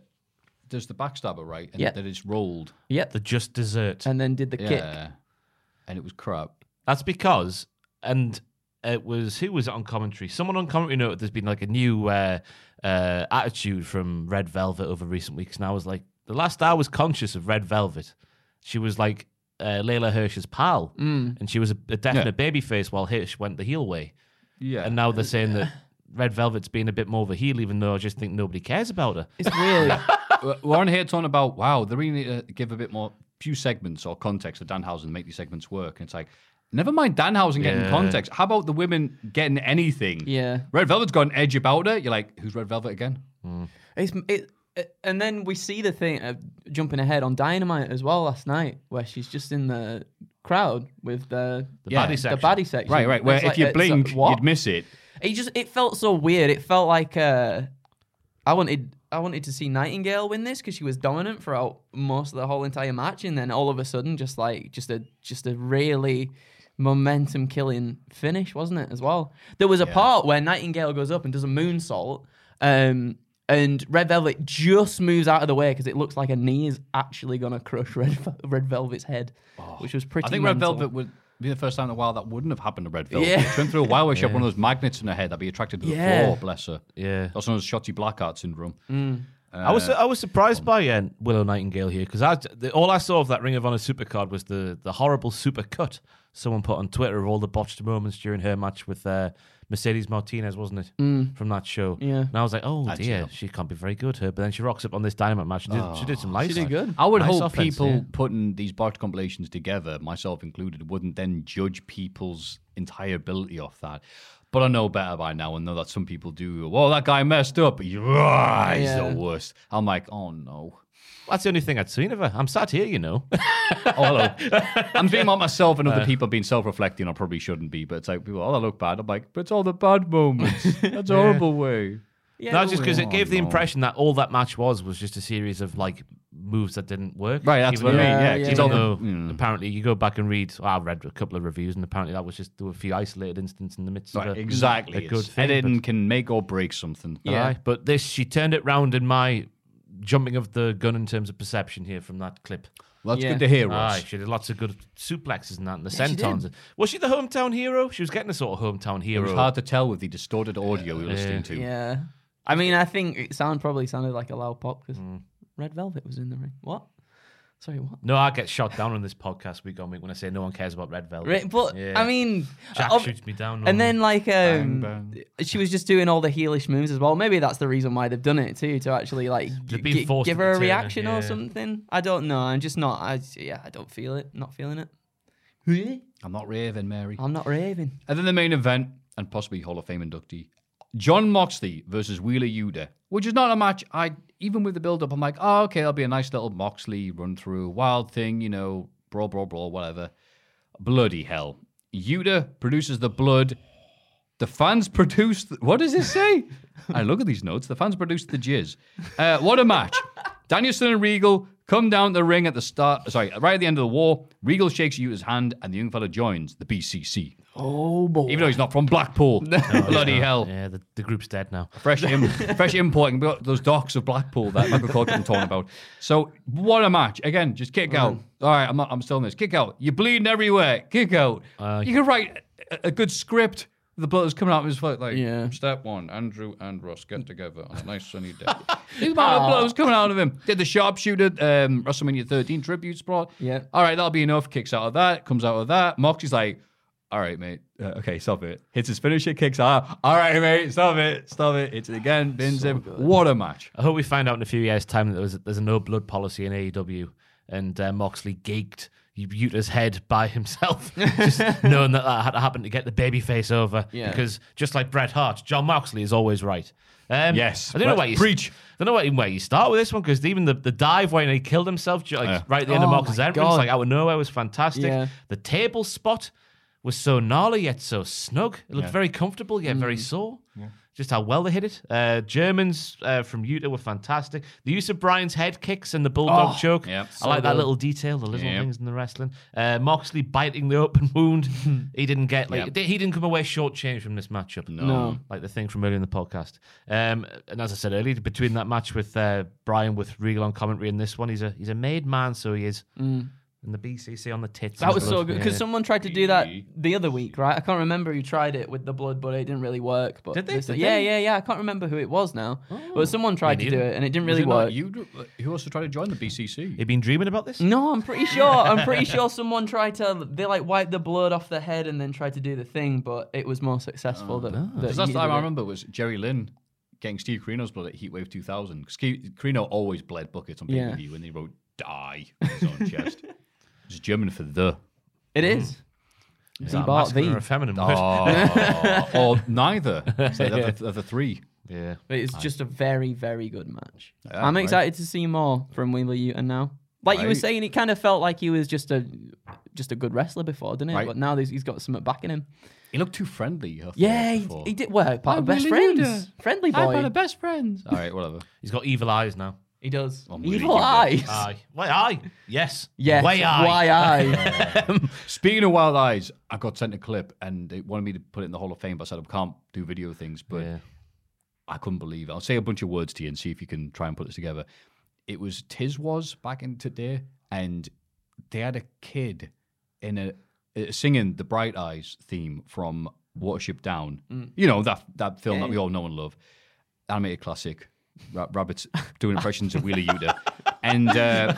there's the backstabber right, and
Yeah.
then it's rolled.
Yep.
The just dessert.
And then did the kick.
Yeah, and it was crap.
That's because, and it was who was it on commentary? Someone on commentary noted there's been like a new uh, uh, attitude from Red Velvet over recent weeks, and I was like, the last hour was conscious of Red Velvet. She was like uh, Layla Hirsch's pal, and she was a, a definite baby babyface while Hirsch went the heel way.
Yeah.
And now they're saying that Red Velvet's been a bit more of a heel, even though I just think nobody cares about her.
It's weird.
Uh, We're on here talking about wow, they really need to give a bit more few segments or context to Danhausen to make these segments work. And it's like, never mind Danhausen getting
Yeah.
context. How about the women getting anything?
Yeah.
Red Velvet's got an edge about her. You're like, who's Red Velvet again?
It's it, it- and then we see the thing uh, jumping ahead on Dynamite as well last night, where she's just in the crowd with the
The Yeah. body section.
The body section.
Right, right.
It's
Where
like,
if you
it's
blink,
like, what?
you'd miss it.
It just it felt so weird. It felt like uh, I wanted I wanted to see Nightingale win this because she was dominant throughout most of the whole entire match, and then all of a sudden, just like just a just a really momentum killing finish, wasn't it? As well, there was a part where Nightingale goes up and does a moonsault, um, and Red Velvet just moves out of the way because it looks like a knee is actually gonna crush Red Vel- Red Velvet's head, which was pretty.
Oh. I think Red
mental.
Velvet would be the first time in a while that wouldn't have happened to Red Velvet.
Yeah.
She went through a while where she had one of those magnets in her head that'd be attracted to the
Yeah.
floor, bless her.
Yeah.
That's known as Shotty Blackheart syndrome.
I was I was
Um,
surprised by uh, Willow Nightingale here because I the, all I saw of that Ring of Honor supercard was the the horrible super cut someone put on Twitter of all the botched moments during her match with uh, Mercedes Martinez, wasn't it? From that show,
Hmm. Yeah.
And I was like, oh dear, she can't be very good here. But then she rocks up on this Dynamite match. She did, she did some lights.
Oh, did good.
I would
Nice
hope
offense,
people
yeah.
putting these box compilations together, myself included, wouldn't then judge people's entire ability off that. But I know better by now and know that some people do. Well, that guy messed up. He's
Yeah.
the worst. I'm like, oh no.
That's the only thing I'd seen of her. I'm sat here, you know.
Oh, hello. I'm thinking about myself and other people being self reflecting. I probably shouldn't be, but it's like, people, oh, I look bad. I'm like, but it's all the bad moments. That's a horrible way.
Yeah,
no, just because it
Oh,
gave the
no.
impression that all that match was was just a series of like moves that didn't work.
Right, that's
Even
what I
though-
mean. Yeah,
Yeah,
it's
yeah,
all
Even
the- Mm.
though apparently you go back and read, well, I read a couple of reviews, and apparently that was just there were a few isolated incidents in the midst
Right,
of a,
exactly.
a
It's-
good thing.
editing can make or break something.
but, Aye, but this she turned it round in my jumping of the gun in terms of perception here from that clip.
Well, that's
Yeah.
good to hear, Ross.
Aye, she did lots of good suplexes and that, and the
she did.
sentons. Was she the hometown hero? She was getting a sort of hometown
It
hero.
was hard to tell with the distorted audio we were listening to.
Yeah. I mean, I think it sound probably sounded like a loud pop because Red Velvet was in the ring. What? Sorry, what?
No, I get shot down on this podcast week on week when I say no one cares about Red Velvet.
Right, but
Yeah.
I mean,
Jack
ob-
shoots me down.
and then like um,
bang.
she was just doing all the heelish moves as well. Maybe that's the reason why they've done it too, to actually like
They've
gi-
been
gi-
forced
give
to
her a
return her,
reaction
yeah.
or something. I don't know. I'm just not. I yeah, I don't feel it. Not feeling it.
I'm not raving, Mary.
I'm not raving.
And then the main event, and possibly Hall of Fame inductee, John Moxley versus Wheeler Yuta, which is not a match I, even with the build up, I'm like, oh, okay, that'll be a nice little Moxley run through, wild thing, you know, brawl, brawl, brawl, whatever. Bloody hell. Yuta produces the blood. The fans produce. th- what does it say? I look at these notes. The fans produce the jizz. Uh, what a match! Danielson and Regal come down the ring at the start. Sorry, right at the end of the war. Regal shakes Yuta's hand, and the young fella joins the BCC.
Oh boy.
Even though he's not from Blackpool. Bloody hell.
Yeah, the, the group's dead now.
Fresh, im- fresh importing but those docks of Blackpool that Michael Clark been talking about. So what a match! Again, just kick out. All right, I'm not, I'm still in this. Kick out. You're bleeding everywhere. Kick out. you can write a, a good script. The blood is coming out of his foot. Like
Yeah.
step one, Andrew and Ross get together on a nice sunny day. the amount of blood was coming out of him. Did the sharpshooter um, WrestleMania 13 tribute spot?
Yeah.
All right, that'll be enough. Kicks out of that. Comes out of that. Moxie's like. All right, mate. Uh, okay, stop it. Hits his finisher, kicks out. All right, mate. Stop it. Stop it. Hits it again. Bins him. What a match.
I hope we find out in a few years' time that there was, there's a no blood policy in AEW, and uh, Moxley gigged Uta's head by himself, just knowing that that had to happen to get the baby face over.
Yeah.
Because just like Bret Hart, John Moxley is always right. Um,
Yes.
I don't know
Right.
why you
Preach.
I don't know where, where you start with this one because even the, the dive when he killed himself, ju- like,
Yeah.
right at the end of
Oh
Moxley's
my
entrance,
God.
like out of nowhere, was fantastic.
Yeah.
The table spot was so gnarly yet so snug. It looked very comfortable yet
Mm.
very sore. Just how well they hit it. Uh, Germans uh, from Utah were fantastic. The use of Brian's head kicks and the bulldog choke.
yep.
I like that
Oh. good.
little detail, the little
Yep.
things in the wrestling. Uh, Moxley biting the open wound. he didn't get like
Yep.
di- he didn't come away shortchanged from this matchup.
No.
Um, like the thing from earlier in the podcast. Um, and as I said earlier, between that match with uh, Brian with Regal on commentary and this one, he's a he's a made man, so he is. and the BCC on the
Mm.
tits.
That
and
was so
stuff,
good
yeah.
because someone tried to do that the other week, right? I can't remember who tried it with the blood, but it didn't really work. But
Did they?
said-
Did
yeah,
they?
yeah, yeah. I can't remember who it was now, but someone tried to do it and it didn't really
Oh. Was it
work.
Not you who also tried to join the BCC?
You been dreaming about this?
No, I'm pretty sure. I'm pretty sure someone tried to. They like wiped the blood off their head and then tried to do the thing, but it was more
Oh,
successful than. than
Because last
either
time I
way.
remember was Jerry Lynn getting Steve Carino's blood at Heatwave 2000. Because Carino always bled buckets on pay
Yeah.
per view and he wrote die on his own chest. It's German for the.
It
Hmm.
is.
Is
Z
that a
Bart
masculine
V.
or a feminine word?
Oh, or neither. So they're, the, they're the three.
Yeah.
But it's just a very, very good match.
Yeah,
I'm
right.
excited to see more from Wheeler Uton now. Like you were
Right.
saying, it kind of felt like he was just a just a good wrestler before, didn't it?
Right.
But now he's- he's got something back in him.
He looked too friendly. I thought,
Yeah, he,
before.
he did. Well, part of best
Oh, Wheeler Uton.
friends, friendly
I'm
boy.
one of best friends. All right, whatever.
He's got evil eyes now.
he does.
I'm really
Evil
good.
eyes.
Aye. Why aye? Yes.
Yes.
Why aye?
Why I?
Speaking of wild eyes, I got sent a clip and they wanted me to put it in the Hall of Fame, but I said I can't do video things. But
Yeah.
I couldn't believe it. I'll say a bunch of words to you and see if you can try and put this together. It was Tiz was back in today, and they had a kid in a uh, singing the Bright Eyes theme from Watership Down. You know that that film that we all know and love, animated classic. Ra- rabbits doing impressions of Wheelie Uta, and uh,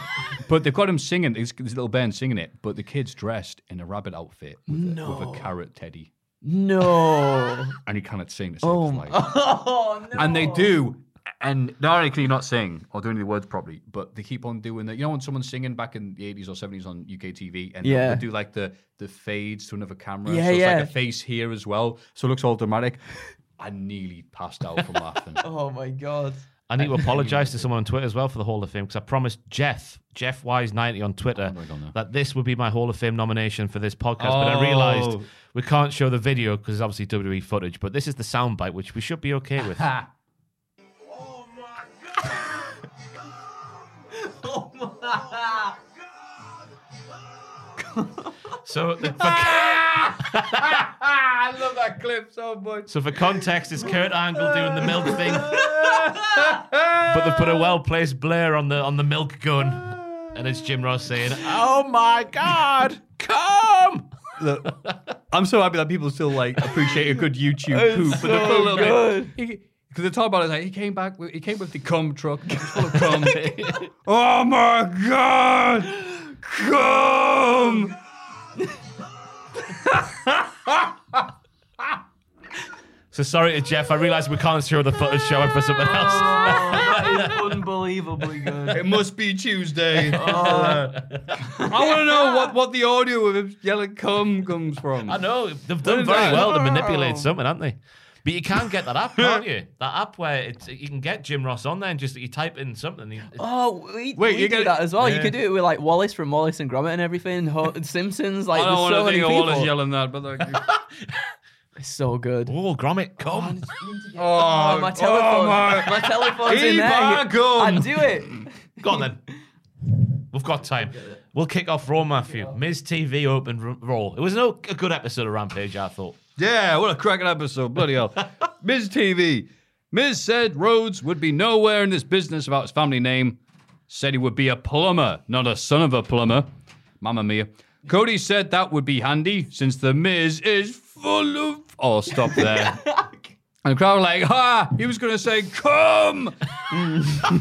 but they've got him singing this, this little band singing it, but the kid's dressed in a rabbit outfit with, a, with a carrot teddy,
no.
and he cannot sing. Oh, like,
Oh no.
and they do. And not only can you not sing or do any of the words properly, but they keep on doing that. You know when someone's singing back in the eighties or seventies on UK TV, and
Yeah.
they do like the the fades to another camera.
Yeah,
so it's
yeah.
like a face here as well, so it looks all dramatic. I nearly passed out from laughing.
Oh my god.
I need to apologise to someone on Twitter as well for the Hall of Fame because I promised Jeff, Jeff Wise90 on Twitter,
Oh my God, no.
that this would be my Hall of Fame nomination for this podcast. But I realised
Oh.
we can't show the video because it's obviously WWE footage, but this is the soundbite, which we should be okay with. So, the, for,
Ah, I love that clip so much.
so for context, it's Kurt Angle doing the milk thing, but they've put a well-placed blur on the on the milk gun, and it's Jim Ross saying, "Oh my God, come!"
I'm so happy that people still like appreciate a good YouTube poop, but they're
so
a little bit. Because they talk about it like he came back, with, he came with the cum truck, it was full of cum. oh my god, cum!
So sorry to Jeff. I realise we can't show the footage showing for something else.
that is unbelievably good.
It must be Tuesday. Oh, I want to know what, what the audio of him yelling cum comes from.
I know they've done
is
very
that?
well to manipulate something, haven't they? But you can get that app, can't you? That app where it's, you can get Jim Ross on there and just you type in something. you- it's-
Oh, we,
Wait,
we
you
do
gotta-
that as well. You
Yeah.
could do it with like Wallace from Wallace and Gromit and everything, Ho- and Simpsons. Like,
I don't
there's
want
so
to
many
think of
people.
all this yelling that, but like,
It's so good.
Oh, Gromit, come!
Oh,
oh,
my telephone!
my-
my. telephone's in
Eat
there.
my
You-
gum.
I do it.
Go on then. We've got time. We'll kick off Raw, Matthew. Miz TV opened R- Raw. It was an o- a good episode of Rampage, I thought.
Yeah, what a cracking episode. Bloody hell. Ms. TV. Ms. said Rhodes would be nowhere in this business about his family name. Said he would be a plumber, not a son of a plumber. Mamma mia. Cody said that would be handy since the Miz is full of. Oh, stop there. and the crowd were like, ha! He was going to say, come!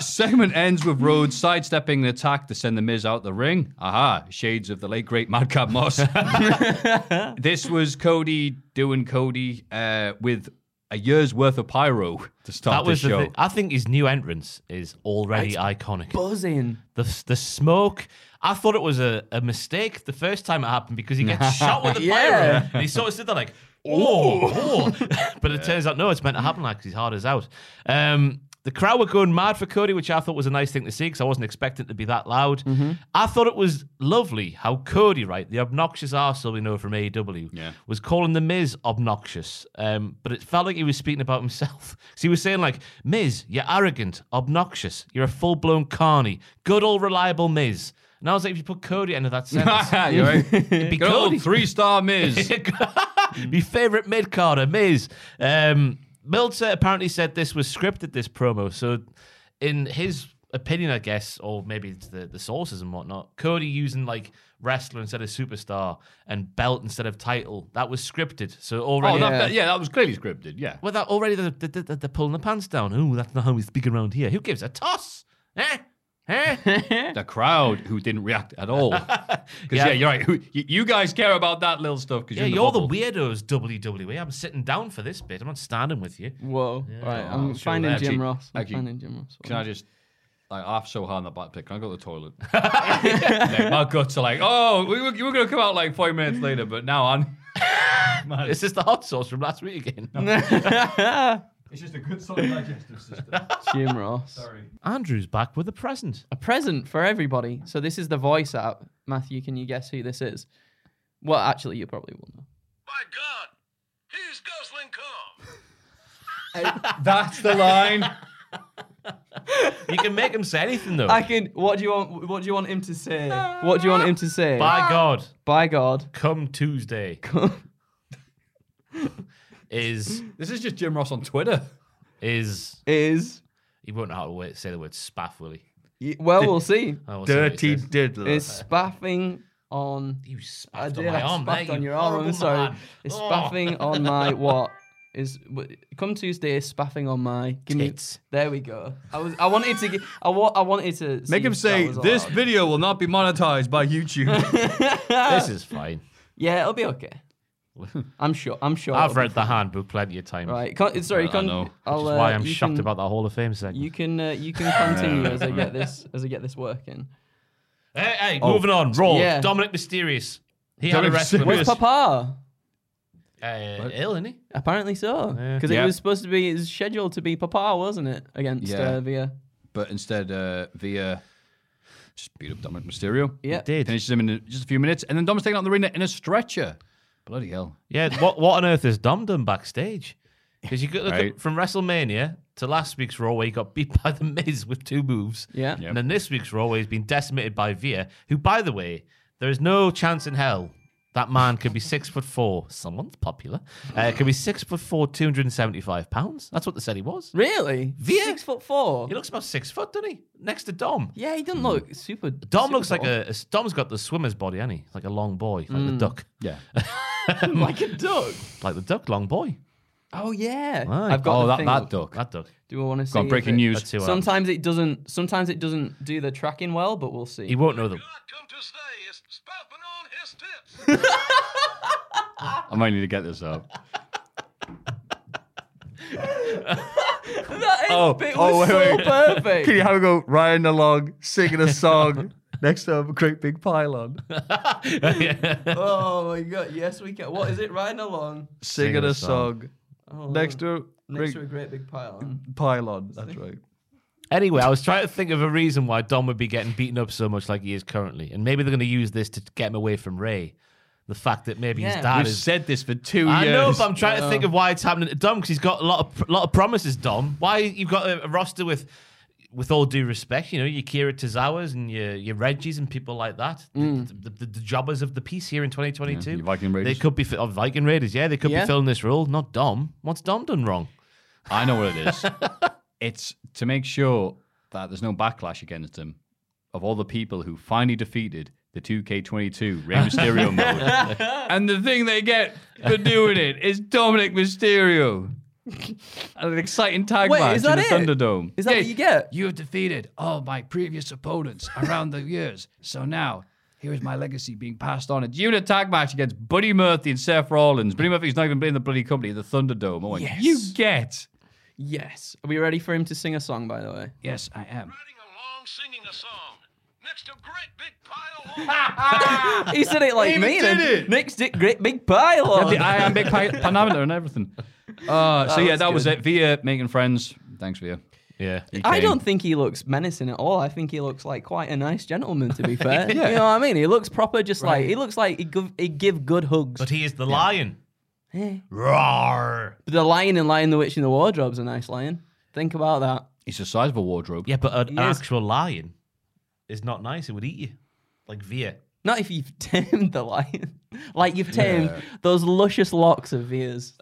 Segment ends with Rhodes sidestepping an attack to send the Miz out the ring. Aha, shades of the late great Madcap Moss this was Cody doing Cody uh, with a year's worth of pyro to start
that was
the
the
show.
thi- I think his new entrance is already iconic.
Buzzing.
The, the smoke. I thought it was a, a mistake the first time it happened because he gets shot with a
Yeah.
pyro. And he sort of stood there like, oh, oh. but it turns out, no, it's meant to happen like 'cause he's hard as out. Um, the crowd were going mad for Cody, which I thought was a nice thing to see because I wasn't expecting it to be that loud. I thought it was lovely how Cody, right, the obnoxious arsehole we know from AEW,
Yeah.
was calling The Miz obnoxious. Um, but it felt like he was speaking about himself. So he was saying, like, Miz, you're arrogant, obnoxious, you're a full blown carny, good old reliable Miz. And I was like, if you put Cody into that sentence,
You right?
it'd be
Good
Cody.
old three star Miz.
My favorite mid carder, Miz. Um, Meltzer apparently said this was scripted, this promo. So, in his opinion, I guess, or maybe it's the, the sources and whatnot. Cody using like wrestler instead of superstar and belt instead of title. That was scripted. So
Oh,
already,
that-
Yeah.
that- yeah, that was clearly scripted. Yeah.
well, that already they're, they're, they're- they're pulling the pants down. Oh, that's not how we speak around here. Who gives a toss? Eh? Eh?
the crowd who didn't react at all. Because
Yeah.
yeah. you're right. Who- You, you guys care about that little stuff because
Yeah,
you're, in
you're
the
the
bubble.
weirdos, WWE. I'm sitting down for this bit. I'm not standing with you.
Whoa. All right,
Oh,
I'm
sure,
finding
actually-
Jim Ross. I'm
actually,
finding Jim Ross.
Can I just? I laugh so hard in the back pit. Can I go to the toilet? Like, my guts are like, oh, we were, you were going to come out like five minutes later, but now I'm. Man,
It's
it's,
just the hot sauce from last week again.
it's just a good sort of digestive system.
Jim Ross.
Andrew's back with a present.
A present for everybody. So this is the voice app. Matthew, can you guess who this is? Well, actually, you probably will know.
My God, he's guzzling cum.
That's the line.
You can make him say anything though.
I can. What do you want? What do you want him to say? What do you want him to say?
By God,
By God.
come Tuesday is
This is just Jim Ross on Twitter.
is
is
he won't know how to wa- say the word spaff, will he?
y- well, we'll see.
I
Oh,
will say what he says.
diddler.
Is spaffing on?
You
I
spaffed on
did.
my
I
arm,
spaffed
there,
on
you
your arm. I'm
horrible
sorry.
man.
Is
Oh.
spaffing on my what? Is w- come Tuesday? Is spaffing on my? Give me.
Tits.
There we go. I was. I wanted to. Get, I wa- I wanted to. see
Make him
if
say,
that was
this
allowed."
video will not be monetized by YouTube.
This is fine.
Yeah, it'll be okay. I'm sure. I'm sure.
I've
it'll
read the handbook plenty of times.
Right. Con- sorry.
I
Con-
know, which
I'll,
Which is
uh,
why I'm
you
shocked
can-
about that Hall of Fame segment.
You can uh, you can continue as I get this as I get this working.
Hey, hey, moving on. Raw.
Oh. Yeah.
Dominic Mysterious. He
Dominic
had a wrestling.
Mysterious.
Where's Papa?
Uh, ill, isn't he?
Apparently so, because
Yeah.
it was supposed to be it was scheduled to be Papa, wasn't it? Against
Yeah.
uh, Via.
but instead, uh, via just beat up Dominic Mysterio.
Yeah.
Did.
Finishes him in a- just a few minutes, and then Dom's taken out the arena in a stretcher. Bloody hell!
Yeah, what what on earth is Dom done backstage? Because you could look
Right.
at, from WrestleMania to last week's Raw, where he got beat by The Miz with two moves.
Yeah.
Yep.
And then this week's Raw, where he's been decimated by Via, who, by the way, there is no chance in hell that man could be six foot four. Someone's popular. Uh, could be six foot four, 275 pounds. That's what they said he was.
Really?
Via?
Six foot four.
He looks about six foot, doesn't he? Next to Dom.
Yeah, he doesn't
Hmm.
look super.
Dom
super
looks like
tall.
a, a- Dom's got the swimmer's body, hasn't he? Like a long boy, like the duck,
Yeah.
Mm. like a duck.
like the duck, long boy.
Oh yeah.
Right.
I've got
oh,
the
that,
thing.
that duck.
That duck.
Do I want to see?
Got
if
breaking
it-
news.
Let's see what happens.
Sometimes it doesn't. Sometimes it doesn't do the tracking well, but we'll see.
He won't know them.
God, come Tuesday is spaffing on his tits.
I might need to get this up.
That
Oh,
bit
oh,
was
wait,
so
wait.
perfect.
you have a go riding along, singing a song next to a great big pylon?
oh my god! Yes, we can. What is it? Riding along
Singing,
a song.
oh,
to a
next to a great big pile.
pylon. That's right.
Anyway, I was trying to think of a reason why Dom would be getting beaten up so much like he is currently, and maybe they're going to use this to get him away from Ray. The fact that maybe
Yeah.
his dad
We've
is.
said this for two
I
years.
know, but I'm trying to think of why it's happening to Dom because he's got a lot of lot of promises. Dom, why you've got a, a roster with, with all due respect, you know, your Kira Tozawas and your your Reggies and people like that, the-
Mm.
the, the, the jobbers of the piece here in 2022.
Yeah, your Viking Raiders.
They could be fi- oh, Viking Raiders. Yeah, they could
Yeah.
be filling this role. Not Dom. What's Dom done wrong?
I know what it is. it's to make sure that there's no backlash against him of all the people who finally defeated the 2K22 Rey Mysterio mode. And the thing they get for doing it is Dominic Mysterio. And An exciting tag
Wait,
match
is that
in
it?
the Thunderdome.
Is that what you get?
You have defeated all my previous opponents around the years. So now, here is my legacy being passed on. It's you in a tag match against Buddy Murphy and Seth Rollins. Buddy Murphy's not even playing the bloody company, the Thunderdome. Oh, and
Yes.
You get.
Yes. Are we ready for him to sing a song? By the way.
Yes, I am.
Riding along, singing a song. Next to a great big pile on.
He said it like
He
me. then.
even did it.
Next, di- great big pile. on.
I am big pi- panometer and everything. Uh, so yeah, that was it. Via making friends. Thanks, Via.
Yeah,
He
I
came.
don't think he looks menacing at all. I think he looks like quite a nice gentleman, to be fair.
Yeah.
You know what I mean? He looks proper, just like he looks like he give, he give good hugs.
but he is the lion. Roar.
the lion in Lion the Witch in the Wardrobe's a nice lion. Think about that.
It's the size of a wardrobe.
Yeah, but an,
He
an
is-
actual lion is not nice. It would eat you, like Via.
Not if you've tamed the lion, like you've tamed those luscious locks of Veers.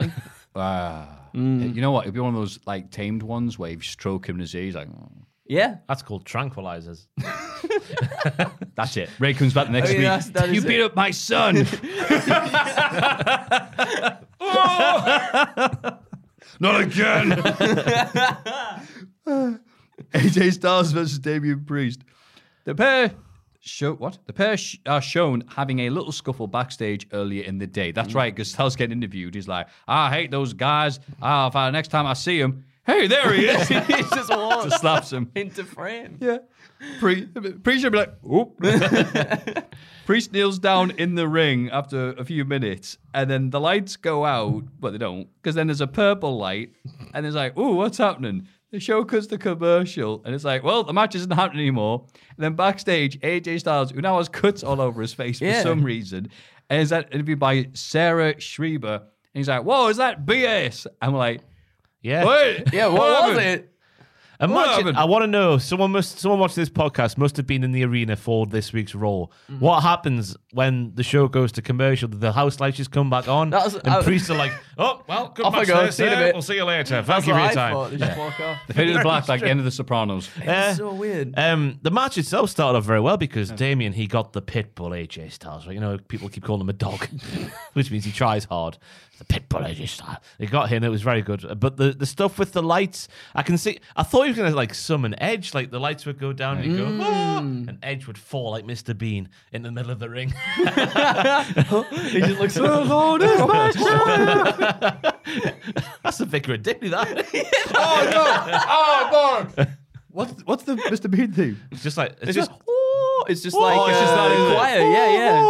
Ah. You know what? It'd be one of those like tamed ones where you stroke him and he's like, "Mm."
Yeah.
That's called tranquilizers.
That's it. Ray comes back next
I mean,
week.
that's- that
you
is
beat
it.
up my son. Not again. AJ Styles versus Damian Priest. The pair show what? The pair sh- are shown having a little scuffle backstage earlier in the day. That's right, because Styles getting interviewed. He's like, I hate those guys. Ah, if I next time I see him, hey, there he is. he
It's just one.
just slaps him.
Into frame.
Yeah. Pri- Priest should be like, oop. Priest kneels down in the ring after a few minutes, and then the lights go out, but they don't, because then there's a purple light, and it's like, ooh, what's happening? The show cuts the commercial, and it's like, well, the match isn't happening anymore. And then backstage, AJ Styles, who now has cuts all over his face
Yeah.
for some reason, and is that interviewed by Sarah Schreiber, and he's like, whoa, is that BS? I'm like,
Yeah.
wait,
Yeah, what was
happened?
it?
Imagine.
happened?
I want to know. Someone must. Someone watching this podcast must have been in the arena for this week's Raw.
Mm-hmm.
What happens when the show goes to commercial? Do the house lights just come back on?
That was-
and
I-
priests are like, "Oh, well, good
Off I
match
go,
there. See you in a
see you.
bit. We'll see you later.
That's
Thank you for
what
your
I
time."
thought. They just walk off.
The fade to black like the end of The Sopranos.
Uh,
It's so weird.
Um, the match itself started off very well because Damien he got the pit bull AJ Styles, right? You know, people keep calling him a dog, which means he tries hard. The pit bull AJ Styles. They got him. It was very good. But the, the stuff with the lights, I can see. I thought he was gonna like summon Edge, like the lights would go down and he'd go, "Ah," and Edge would fall like Mr. Bean in the middle of the ring.
He just looks. oh
That's the vicar of Dignity. That
Ah,
oh no! Oh no! What's what's the Mr. Bean theme?
it's just like it's,
It's
just.
just. Oh, it's just like.
it's just
uh,
that, isn't it?
choir. Yeah, yeah.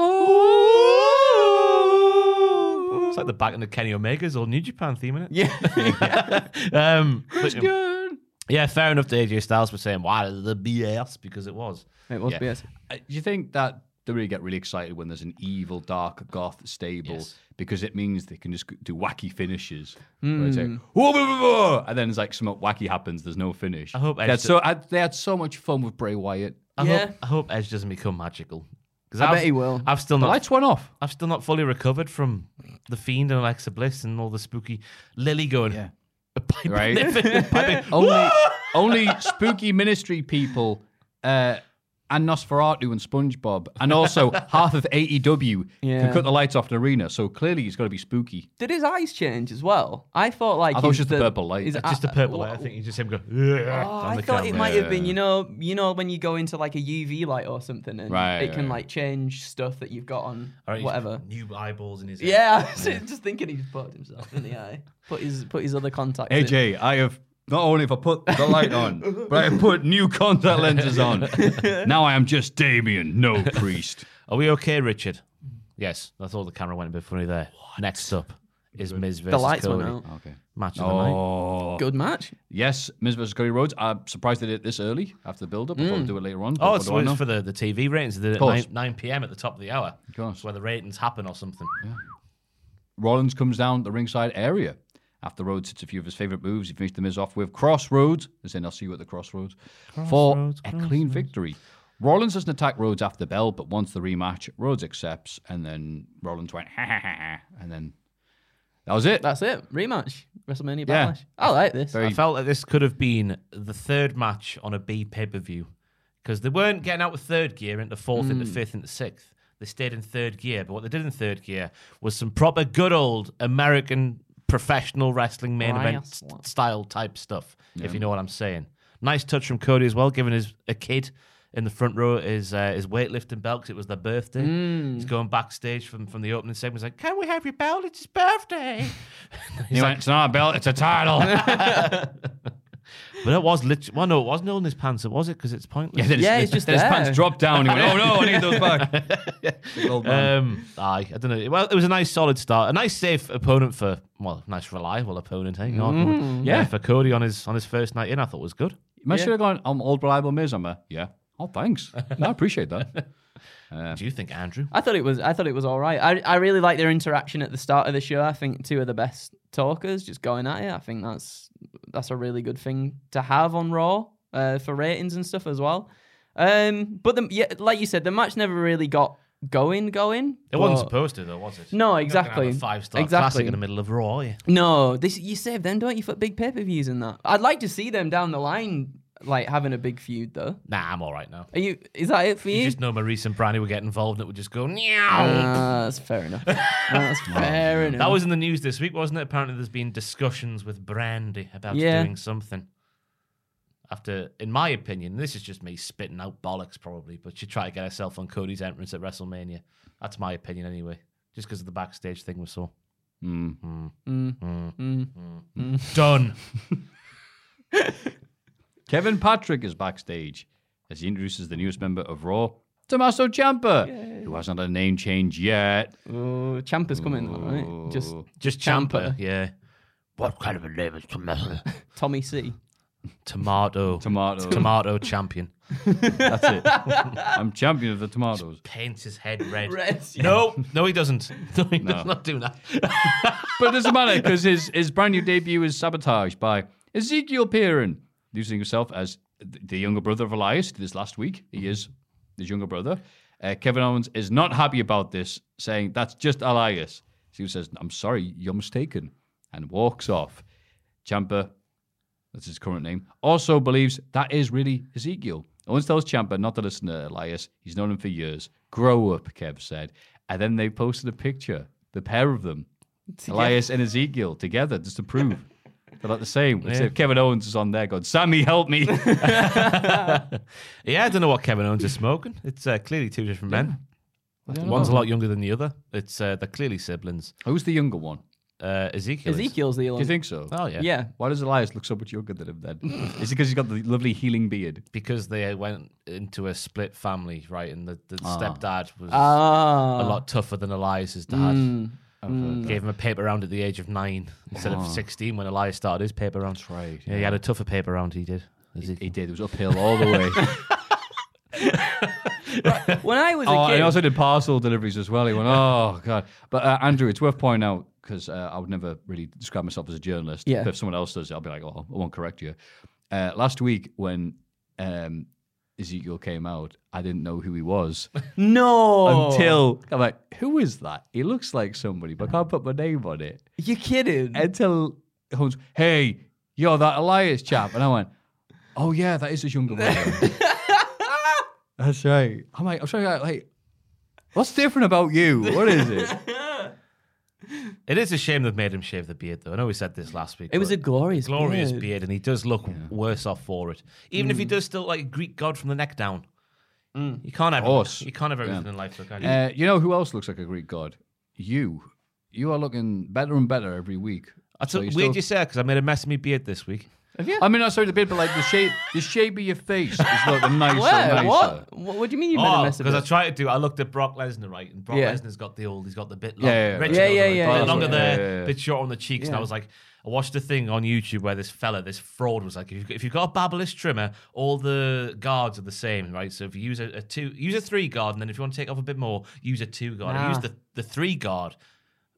Oh.
It's like the back end of Kenny Omega's or New Japan theme, is
Yeah.
Um, but, um, Yeah, fair enough to AJ Styles for saying, why the BS? Because it was.
it was
Yeah.
BS.
Uh, Do you think that they really get really excited when there's an evil, dark, goth stable
Yes.
because it means they can just do wacky finishes?
Hmm.
Where it's like, "Whoa, whoa, whoa, whoa," and then it's like something wacky happens. There's no finish.
I hope
they
Edge
had
did-
so I, they had so much fun with Bray Wyatt.
I,
Yeah.
hope, I hope Edge doesn't become magical. 'Cause
I
I've-
bet he will.
I've still
The
not.
lights went off.
I've still not fully recovered from the fiend and Alexa Bliss and all the spooky Lily going.
Yeah.
Piping,
Right.
piping.
Only only spooky ministry people. Uh, and Nosferatu and SpongeBob, and also half of AEW
Yeah.
can cut the lights off an arena. So clearly, it's got to be spooky.
Did his eyes change as well? I thought like
I thought it was
his-
just the purple light.
his
It's
just a
eye-
purple. light. I think you just him go. "Yeah,"
Uh, Oh,
on
I
the
thought it
camera.
might have been you know you know when you go into like a UV light or something and
Right,
it can
right.
like change stuff that you've got on
All right, he's
whatever.
got New eyeballs in his. head.
Yeah, I was just thinking he just put himself in the eye. Put his put his other contacts. in.
AJ, I have not only have I put the light on, but I have put new contact lenses on. now I am just Damien, no priest.
Are we okay, Richard? Yes. That's all the camera went a bit funny there. Next up is Miz versus
the lights
Cody.
went out.
Okay.
Match of the night.
Oh
Good match.
yes, Miz versus Cody Rhodes. I'm surprised they did it this early after the build-up. I thought they'd do it later on. but
Oh,
what
it's
do I know?
for the, the TV ratings. They did it
course.
at 9, 9 p.m. at the top of the hour. Of
course.
Where the ratings happen or something.
Rollins comes down the ringside area. After Rhodes hits a few of his favorite moves, he finished the Miz off with Crossroads, as in I'll see you at the Crossroads, for a clean victory. Rollins doesn't attack Rhodes after the bell, but once the rematch, Rhodes accepts, and then Rollins went, ha ha ha, ha, and then that was it.
That's it. Rematch. WrestleMania
Yeah.
Backlash. I like this.
Very-
I felt that this could have been the third match on a B pay per view because they weren't getting out of third gear into fourth, into fifth, into sixth. They stayed in third gear. But what they did in third gear was some proper good old American professional wrestling main event s-
Wrestling.
style type stuff, if you know what I'm saying. Nice touch from Cody as well, giving his a kid. In the front row is uh, his weightlifting belt 'cause it was their birthday. He's going backstage from, from the opening segment. He's like, "Can we have your belt? It's his birthday."
He went, it's not a belt, it's a title. yeah,
But it was literally. Well, no, it wasn't all in his pants, it was it? Because it's pointless.
then his-
Yeah, it's just
then his
there.
pants dropped down. He went, oh no, I need those back. Uh, Big old man.
um, aye, I don't know. Well, it was a nice, solid start, a nice, safe opponent for well, nice, reliable opponent. Hey,
Mm-hmm.
on, yeah, for Cody on his on his first night in, I thought was good.
Miz should have gone, I'm old reliable Miz, I'm a, yeah. Oh, thanks. No, I appreciate that.
Do you think, Andrew?
I thought it was. I thought it was all right. I, I really like their interaction at the start of the show. I think two of the best talkers just going at it. I think that's that's a really good thing to have on Raw uh, for ratings and stuff as well. Um, but the, yeah, like you said, the match never really got going, going.
It wasn't
but-
supposed to, though, was it?
No,
You're not gonna have
exactly.
a five-star
Exactly.
classic in the middle of Raw. Yeah.
No, this you save them, don't you, for big pay per views and that. I'd like to see them down the line, like having a big feud though.
Nah, I'm all right now.
Are you? Is that it for you?
You just know Maurice and Brandy would get involved, and it would just go. Meow.
Ah, that's fair enough. That's fair enough.
That was in the news this week, wasn't it? Apparently, there's been discussions with Brandy about
Yeah.
doing something. After, in my opinion, this is just me spitting out bollocks, probably, but she tried to get herself on Cody's entrance at WrestleMania. That's my opinion, anyway, just because of the backstage thing we saw. Hmm. Done.
Kevin Patrick is backstage as he introduces the newest member of Raw, Tommaso Ciampa, who hasn't had a name change yet.
Ooh, Champa's coming, though, right? Just
Just
Ciampa.
Champa, yeah. What kind of a name is Tomato?
Tommy C.
Tomato.
Tomato.
Tomato champion.
That's it. I'm champion of the tomatoes.
Paints his head red.
Red,
No, no, he doesn't. No, he
No.
does not do that.
But it doesn't matter because his, his brand new debut is sabotaged by Ezekiel Perrin, using himself as th- the younger brother of Elias this last week. He is his younger brother. Uh, Kevin Owens is not happy about this, saying, That's just Elias. So he says, I'm sorry, you're mistaken, and walks off. Champa, that's his current name, also believes that is really Ezekiel. Owens tells Champa not to listen to Elias. He's known him for years. Grow up, Kev said. And then they posted a picture, the pair of them, Elias and Ezekiel together, just to prove they're like the same. Except Kevin Owens is on there going, Sammy, help me.
Yeah, I don't know what Kevin Owens is smoking. It's uh, clearly two different men. One's a lot younger than the other. It's uh, they're clearly siblings.
Who's the younger one?
Uh, Ezekiel. is-
Ezekiel's the
Do
one.
you think so?
Oh yeah.
Yeah.
Why does Elias look so much younger than him then? is it because he's got the lovely healing beard?
Because they went into a split family, right? And the, the stepdad was
Ah.
a lot tougher than Elias's dad. Gave him a paper round at the age of nine instead of sixteen when Elias started his paper round. That's
right,
Yeah. he had a tougher paper round. He did. Ezekiel.
He did. It was uphill all the way.
When I was a
oh,
kid,
and he also did parcel deliveries as well. He went, oh, God. But uh, Andrew, it's worth pointing out because uh, I would never really describe myself as a journalist.
Yeah.
But if someone else does it, I'll be like, oh, I won't correct you. Uh, last week when um, Ezekiel came out, I didn't know who he was.
no.
until I'm like, who is that? He looks like somebody, but I can't put my name on it.
you kidding?
Until Holmes, hey, you're that Elias chap, and I went, oh yeah, that is his younger brother. That's right. I'm like, I'm sorry, like, what's different about you? What is it?
It is a shame they've made him shave the beard, though. I know we said this last week.
It was
but-
a glorious,
glorious
beard.
beard, and he does look worse off for it. Even
Mm.
if he does still like a Greek god from the neck down, you can't have
course.
you can't have everything in life, though, can you?
Uh, you know who else looks like a Greek god? You. You are looking better and better every week.
That's
So
a-
you're
weird
still-
you say because I made a mess of my beard this week.
I mean, I'm sorry, the bit, but like the shape, the shape of your face is looking nicer,
Where?
nicer.
What? what? What do you mean you made a
Oh,
mess of
because I
it?
tried to. I looked at Brock Lesnar, right, and Brock
Yeah.
Lesnar's got the old. He's got the bit long,
Yeah, yeah, yeah.
Rich
Yeah,
nose,
yeah,
right?
yeah,
bit
yeah,
longer
yeah,
there,
yeah, yeah.
bit short on the cheeks, and I
Yeah.
was like. I watched a thing on YouTube where this fella, this fraud, was like, if you've got, if you've got a Babyliss trimmer, all the guards are the same, right? So if you use a, a two, use a three guard, and then if you want to take off a bit more, use a two guard. I
Nah.
used the, the three guard,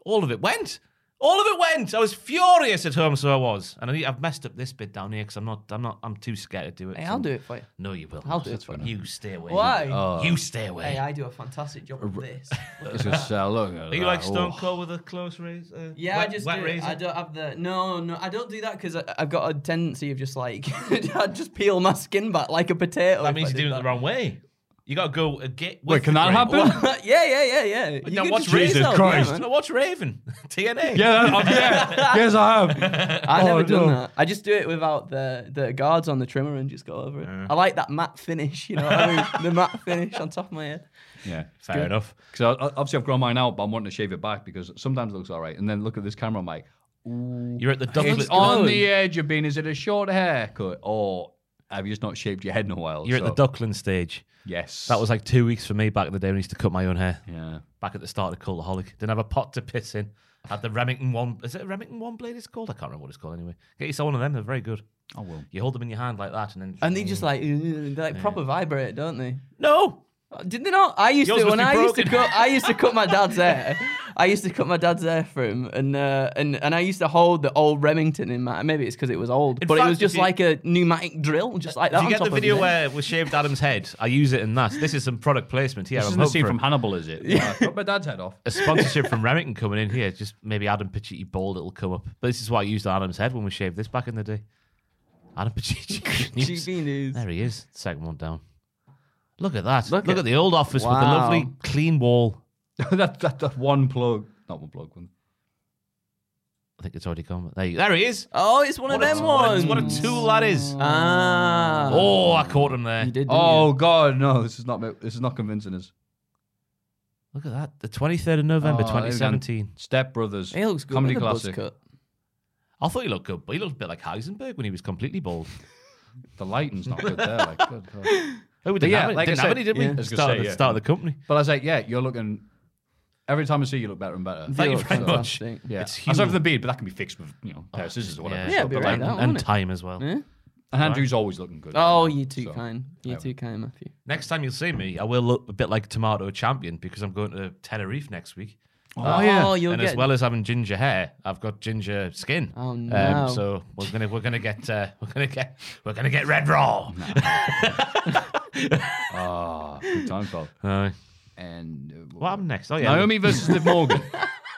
all of it went. All of it went. I was furious at home, so I was, and I need, I've messed up this bit down here because I'm not, I'm not, I'm too scared to do it.
Hey,
so-
I'll do it for you.
No, you will.
I'll
not.
do it for you.
You stay away.
Why?
Oh.
You stay away.
Hey, I do a fantastic job of this.
I was gonna say, I look at
Are you
that.
like
Oh.
Stone Cold with a close raise? Uh,
Yeah,
wet,
I just
wet
do,
razor?
I don't have the no, no. I don't do that because I've got a tendency of just like I just peel my skin back like a potato.
That
if I
means you're
did
doing it
that.
the wrong way. You gotta go uh,
Wait,
get. with
can
the
that
grain.
happen?
yeah, yeah, yeah, yeah. You
Now
can
watch
just do it
Jesus
yourself, yeah,
Christ.
man.
No, watch Raven
Yeah,
TNA.
that, oh, yeah. yes, I have.
I never
Oh,
done
no.
that. I just do it without the, the guards on the trimmer and just go over it. I like that matte finish, you know, what I mean? the matte finish on top of my head.
Yeah,
fair enough.
Because obviously I've grown mine out, but I'm wanting to shave it back because sometimes it looks all right. And then look at this camera, I'm like,
You're at the
it's
Douglas.
on
good.
the edge of being, is it a short haircut or have you just not shaved your head in a while?
You're at the
So,
Duckland stage.
Yes.
That was like two weeks for me back in the day when I used to cut my own hair.
Yeah.
Back at the start of Cultaholic. Didn't have a pot to piss in. Had the Remington one. Is it a Remington one blade it's called? I can't remember what it's called anyway. Get yourself one of them. They're very good.
I will.
You hold them in your hand like that and then.
mm, And they just like, "Ugh," they like proper vibrate, don't they?
No!
Did they not? I used
Yours
to
must
when
be
I used to
broken.
cut. I used to cut my dad's hair. I used to cut my dad's hair for him, and uh, and and I used to hold the old Remington in my. Maybe it's because it was old,
In
but
fact,
it was
if
just
you-
like a pneumatic drill, just like that.
Did you
on
get
top
the
of
video
it.
where we shaved Adam's head? I use it in that. This is some product placement here.
This
I'm
isn't the
hoping
scene
for
from
a-
Hannibal, is it? Yeah. Cut my dad's head off.
a sponsorship from Remington coming in here. Just maybe Adam Pacitti bald, it'll come up. But this is what I used on Adam's head when we shaved this back in the day. Adam Pacitti. news.
GB news.
There he is. Second one down. Look at that.
Look
Look,
at-
at, the old office with the
Wow.
lovely clean wall.
that, that, that one plug. Not one plug. One.
I think it's already gone. There, you, there he is.
Oh, it's one of them
a,
ones.
What a,
Mm.
what a tool that is.
Ah.
Oh, I caught him there.
You did. didn't
Oh
you?
God, no! This is not. This is not convincing us.
Look at that. The 23rd of November,
Oh, there we go.
2017.
Step Brothers.
He looks good.
Comedy
with a buzz
classic.
cut.
I thought he looked good, but he looked a bit like Heisenberg when he was completely bald.
The lighting's not good there. Like, good God.
Oh,
But
we didn't
yeah,
have, it-
like I
didn't
said-
have any, did we?
Yeah. I was gonna
Start,
say,
of the,
yeah.
start of the company.
But I was like, yeah, you're looking. Every time I see you, you look better and better.
Thank you
look
very much.
fantastic.
Yeah,
It's
aside
huge.
from the beard, but that can be fixed with you know pair of scissors or whatever.
Yeah, it'd be
but
right
like-
now,
and
wouldn't it?
time as well.
Yeah.
and Andrew's always looking good.
Oh, you too
So,
kind. You
whatever.
too kind, Matthew.
Next time you'll see me, I will look a bit like Tomato Champion because I'm going to Tenerife next week.
Oh, yeah.
Oh, you'll
and
get.
as well as having ginger hair, I've got ginger skin.
Oh, no.
Um, so we're gonna we're gonna get uh, we're gonna get we're gonna get red raw.
Ah, good time call.
Uh,
And uh,
what happened next? Oh yeah,
Naomi versus Liv Morgan.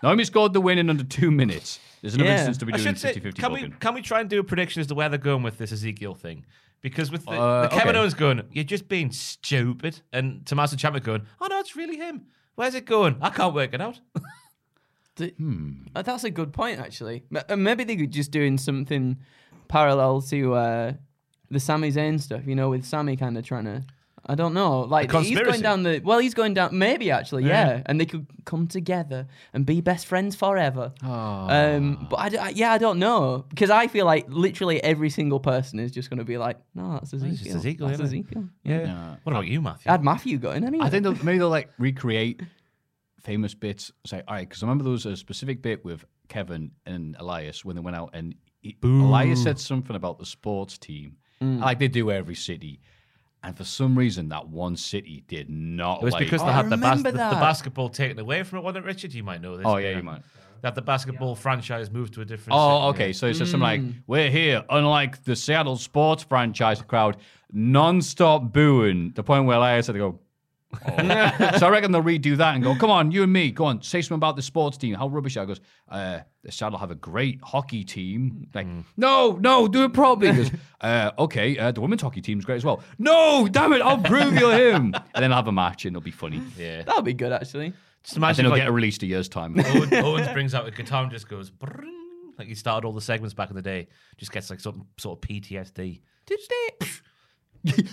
Naomi scored the win in under two minutes. There's another
Yeah.
instance to be
I
doing
should say,
50-50
can we
booking.
can we try and do a prediction as to where they're going with this Ezekiel thing? Because with the,
Uh,
the Kevin
okay.
Owens going, you're just being stupid, and Tommaso Ciampa going, oh no, it's really him. Where's it going? I can't work it out.
D-
hmm.
Uh, That's a good point, actually. M- uh, Maybe they could just doing something parallel to uh, the Sami Zayn stuff, you know, with Sammy kind of trying to. I don't know. Like he's going
conspiracy?
down the. Well, he's going down. Maybe actually, yeah. And they could come together and be best friends forever.
Oh.
Oh,
Um, but I, d- I- yeah, I don't know because I feel like literally every single person is just going to be like, no, that's Ezekiel.
it's just Ezekiel,
That's
isn't it?"
Ezekiel.
Yeah. What about you, Matthew?
Had Matthew going anyway.
I think they'll, maybe they'll like recreate famous bits. Say, all right, because I remember there was a specific bit with Kevin and Elias when they went out, and he, Elias said something about the sports team, like they do every city. And for some reason, that one city did not.
It was
like,
because
Oh,
they
I
had the, bas-
remember
the, the
that.
basketball taken away from it, wasn't it, Richard? You might know this.
Oh, yeah, you might.
They had the basketball franchise moved to a different.
Oh,
city.
okay. So it says something like,
Mm.
"We're here." Unlike the Seattle sports franchise crowd, non-stop booing. The point where Elias had to go. "Oh." so I reckon they'll redo that and go, "Come on, you and me, go on, say something about the sports team. How rubbish!" I goes, uh, "The Seattle have a great hockey team." Like,
Mm.
no, no, do it properly. He goes, uh, okay, uh, the women's hockey team's great as well. No, damn it, I'll prove you're him. And then I'll have a match and it'll be funny.
Yeah.
that'd be good actually.
Just
And then
imagine
it'll
if,
get
like,
released a year's time.
Owen, Owens brings out a guitar and just goes, "Brrrring," like he started all the segments back in the day. Just gets like some sort of PTSD.
Did they?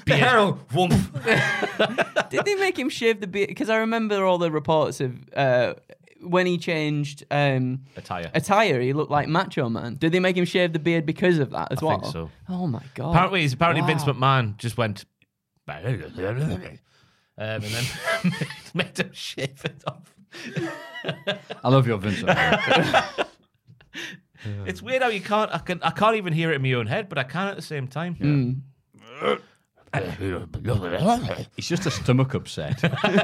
Piero, whoomp.
Did they make him shave the beard? Because I remember all the reports of uh, when he changed um,
Attire.
attire, he looked like Macho Man. Did they make him shave the beard because of that as
I
well?
think so.
Oh my god!
Apparently, he's, apparently
Wow.
Vince McMahon just went. um, and then made him shave it off.
I love your Vincent.
It's weird how you can't. I can. I can't even hear it in my own head, but I can at the same time.
It's just a stomach upset. uh,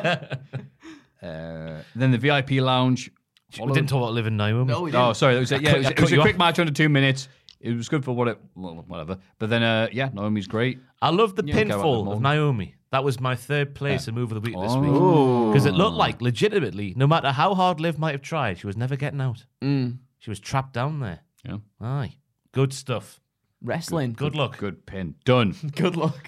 then the VIP lounge.
We didn't talk about living Naomi. No,
Oh, sorry. It was a, yeah,
cut-
it was,
I
it
cut
was a
you
quick
off.
match under two minutes. It was good for what it, well, whatever. But then, uh, yeah, Naomi's great.
I love the
care about
pinfall
the
of
moment.
Naomi. That was my third place and move of the week this week
Oh.
because it looked like legitimately, no matter how hard Liv might have tried, she was never getting out. She was trapped down there.
Hmm. Yeah.
Aye, good stuff.
wrestling.
Good luck.
Good pin. Done.
Good luck.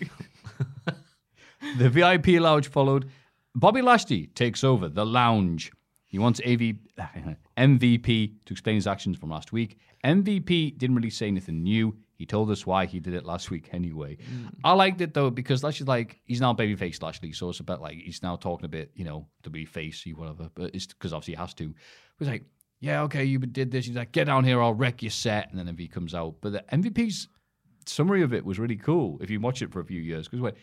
the VIP lounge followed. Bobby Lashley takes over the lounge. He wants AV, MVP to explain his actions from last week. MVP didn't really say anything new. He told us why he did it last week anyway. I liked it though because Lashley's like he's now babyface Lashley, so it's about like he's now talking a bit, you know, to be facey whatever. But it's because obviously he has to. He's like, yeah, okay, you did this. He's like, get down here, I'll wreck your set, and then MVP comes out. But the MVP's summary of it was really cool if you watch it for a few years because went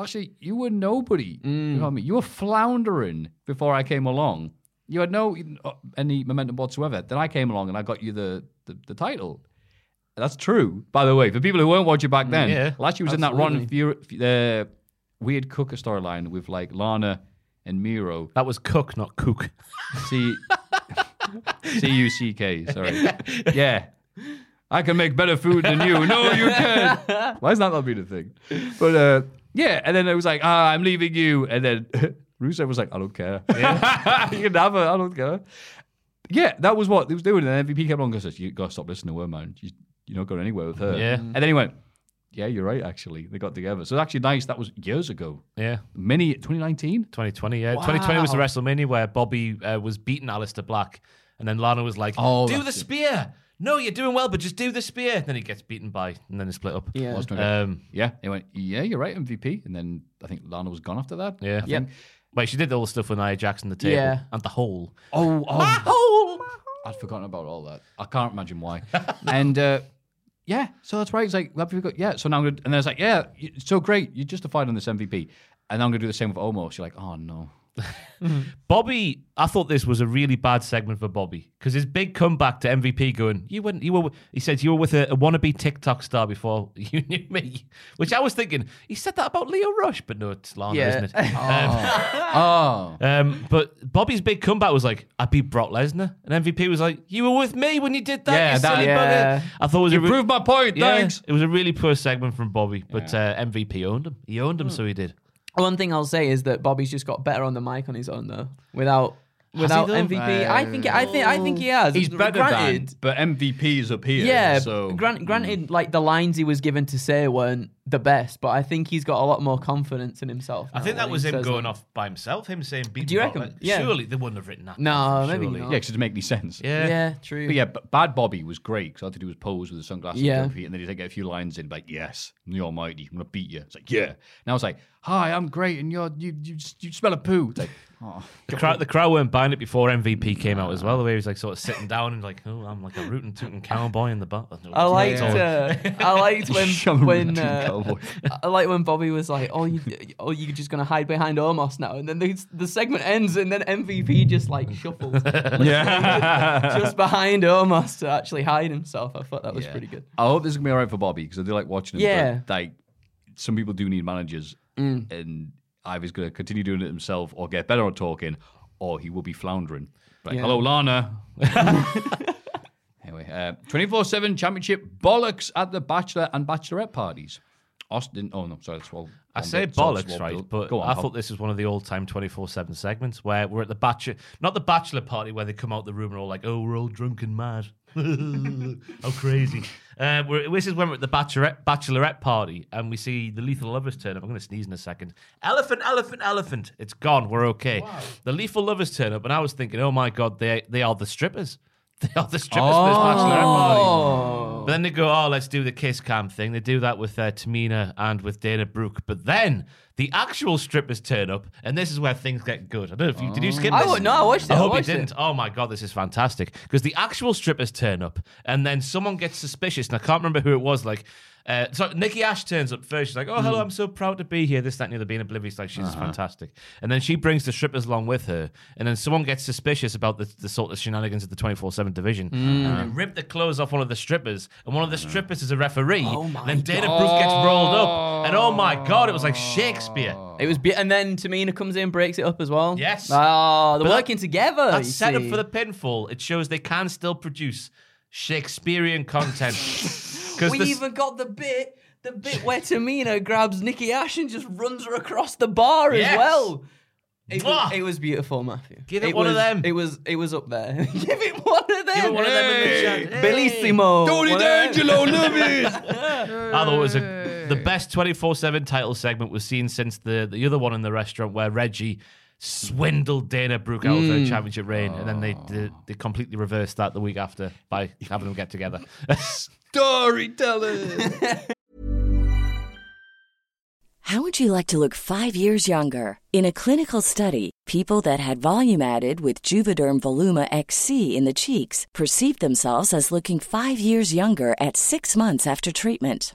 actually you were nobody you know what i mean you were floundering before i came along you had no uh, any momentum whatsoever then i came along and i got you the the, the title that's true by the way for people who weren't watching back then
yeah,
last year was in that ron Fury, uh, weird cooker storyline with like Lana and Miro.
That was cook, not cook.
C C U C K. Sorry. Yeah. I can make better food than you. No, you can. Why is that not be the thing? But uh, yeah, and then it was like, ah, I'm leaving you, and then Rusev was like, I don't care. you can have her. I don't care. Yeah, that was what they was doing. And MVP came along and says, you gotta stop listening to her, man. You, you're not going anywhere with her.
Yeah.
And then he went, yeah, you're right. Actually, they got together. So it's actually nice. That was years ago.
Yeah.
Many 2019.
2020, yeah. 2020 was the WrestleMania where Bobby uh, was beating Alistair Black, and then Lana was like,
Oh,
do the
that's it.
spear. No, you're doing well, but just do the spear. And then he gets beaten by, and then they split up.
Yeah.
Was 2019.
Um,
Yeah, he went, yeah, you're right, MVP. And then I think Lana was gone after that.
yeah.
I
yeah.
think.
Wait, she did all the stuff with Nia Jackson, the table,
Yeah.
and the hole.
Oh, oh,
Hole!
I'd forgotten about all that. I can't imagine why. and uh, yeah, so that's right. It's like, well, got, yeah, so now I'm going to, and then it's like, yeah, you- so great. You justified on this MVP. And I'm going to do the same with Omo. She's like, oh, no.
Bobby, I thought this was a really bad segment for Bobby because his big comeback to MVP going, you wouldn't, you were, wi-" he says you were with a, a wannabe TikTok star before you knew me, which I was thinking he said that about Leo Rush, but no, it's Lana,
Yeah.
isn't it?
Oh,
Um, but Bobby's big comeback was like, I beat Brock Lesnar, and MVP was like, you were with me when you did that.
Yeah,
you
that-
silly
yeah.
bugger." I thought it was
you
a re-
proved my point.
Yeah,
Thanks.
It was a really poor segment from Bobby, but uh, MVP owned him. He owned him, so he did.
One thing I'll say is that Bobby's just got better on the mic on his own though, without without
though?
MVP. I think I think I think he has.
Uh, He's better
granted,
than, but MVP's up here.
Yeah,
So mm.
grant, granted, like the lines he was given to say weren't the best, but I think he's got a lot more confidence in himself.
I
now when
think that
Oh, he
was him
says
going
that.
off by himself, him saying, beat
Do you
Brock
reckon?
Lesnar."
Yeah.
Surely they wouldn't have written that.
No, maybe
Surely.
not.
yeah, because it doesn't make any sense.
Yeah.
Yeah, true.
But yeah, but Bad Bobby was great because all he do was pose with his sunglasses
Yeah.
yeah. and then he'd get a few lines in like, "Yes, I'm the Almighty, I'm gonna beat you." It's like, "Yeah." Now it's like, "Hi, I'm great," and you're you you, you smell a poo. It's like, "Oh,
The crowd, the crowd weren't buying it before MVP came out as well. The way he was like sort of sitting down and like, oh, I'm like a rootin' tootin' cowboy in the back.
I liked. Uh, I liked when
Shove him
when
into the
uh,
cowboy.
I like when Bobby was like, "Oh, you, oh, you're just gonna hide behind Omos now," and then the, the segment ends, and then MVP just like shuffles
yeah."
just behind Omos to actually hide himself. I thought that was pretty good.
I hope this is gonna be alright for Bobby because I do like watching him.
Yeah. Mm.
but, like some people do need managers, and Ivy's gonna continue doing it himself or get better at talking, or he will be floundering. Like,
Yeah.
hello, Lana. anyway, twenty four seven championship bollocks at the bachelor and bachelorette parties. Austin, oh no, sorry, that's all.
I say bollocks, right? But
go on,
I
Tom.
thought this was one of the old-time 24/7 segments where we're at the bachelor, not the bachelor party where they come out the room and all like, "Oh, we're all drunk and mad, how crazy." Uh, we're, this is when we're at the bachelorette, bachelorette party and we see the lethal lovers turn up. I'm going to sneeze in a second. Elephant, elephant, elephant. It's gone. We're okay. The lethal lovers turn up, and I was thinking, "Oh my god, they they are the strippers. They are the strippers
Oh.
Oh.
for this bachelorette party." But then they go, oh, let's do the kiss cam thing. They do that with uh, Tamina and with Dana Brooke. But then the actual strippers turn up, and this is where things get good. I don't know if you did you skip
I
this?
wa- no, I watched it,
I
I
hope
watched it.
you didn't. Oh my god, this is fantastic because the actual strippers turn up, and then someone gets suspicious, and I can't remember who it was. Like, uh, so Nikki Ash turns up first. She's like, "Oh, hello, I'm so proud to be here." This, that, and the other, being oblivious, like she's fantastic. And then she brings the strippers along with her, and then someone gets suspicious about the, the sort of shenanigans of the 24/7 division, and they rip the clothes off one of the strippers, and one of the strippers is a referee. Oh my and then Dana Brooke gets rolled up, and oh my god, it was like Shakespeare.
It was, be- and then Tamina comes in, and breaks it up as well.
Yes.
Oh, they're
But that-
working together.
That's
you
set up
see.
for the pinfall. It shows they can still produce Shakespearean content. Because
We even got the bit, the bit where Tamina grabs Nikki Ash and just runs her across the bar
Yes.
as well. It was,
Mwah.
it was beautiful, Matthew.
Give it one
was,
of them.
It was it was up there. Give it one of them.
one of them a good
Hey.
shout.
Bellissimo.
Tony
One of them.
D'Angelo, love it.
I thought it was a, the best 24 7 title segment was seen since the, the other one in the restaurant where Reggie swindled Dana Brooke out of
Hmm.
her championship reign. And then they, they they completely reversed that the week after by having them get together.
Storyteller.
How would you like to look five years younger? In a clinical study, people that had volume added with Juvederm Voluma XC in the cheeks perceived themselves as looking five years younger at six months after treatment.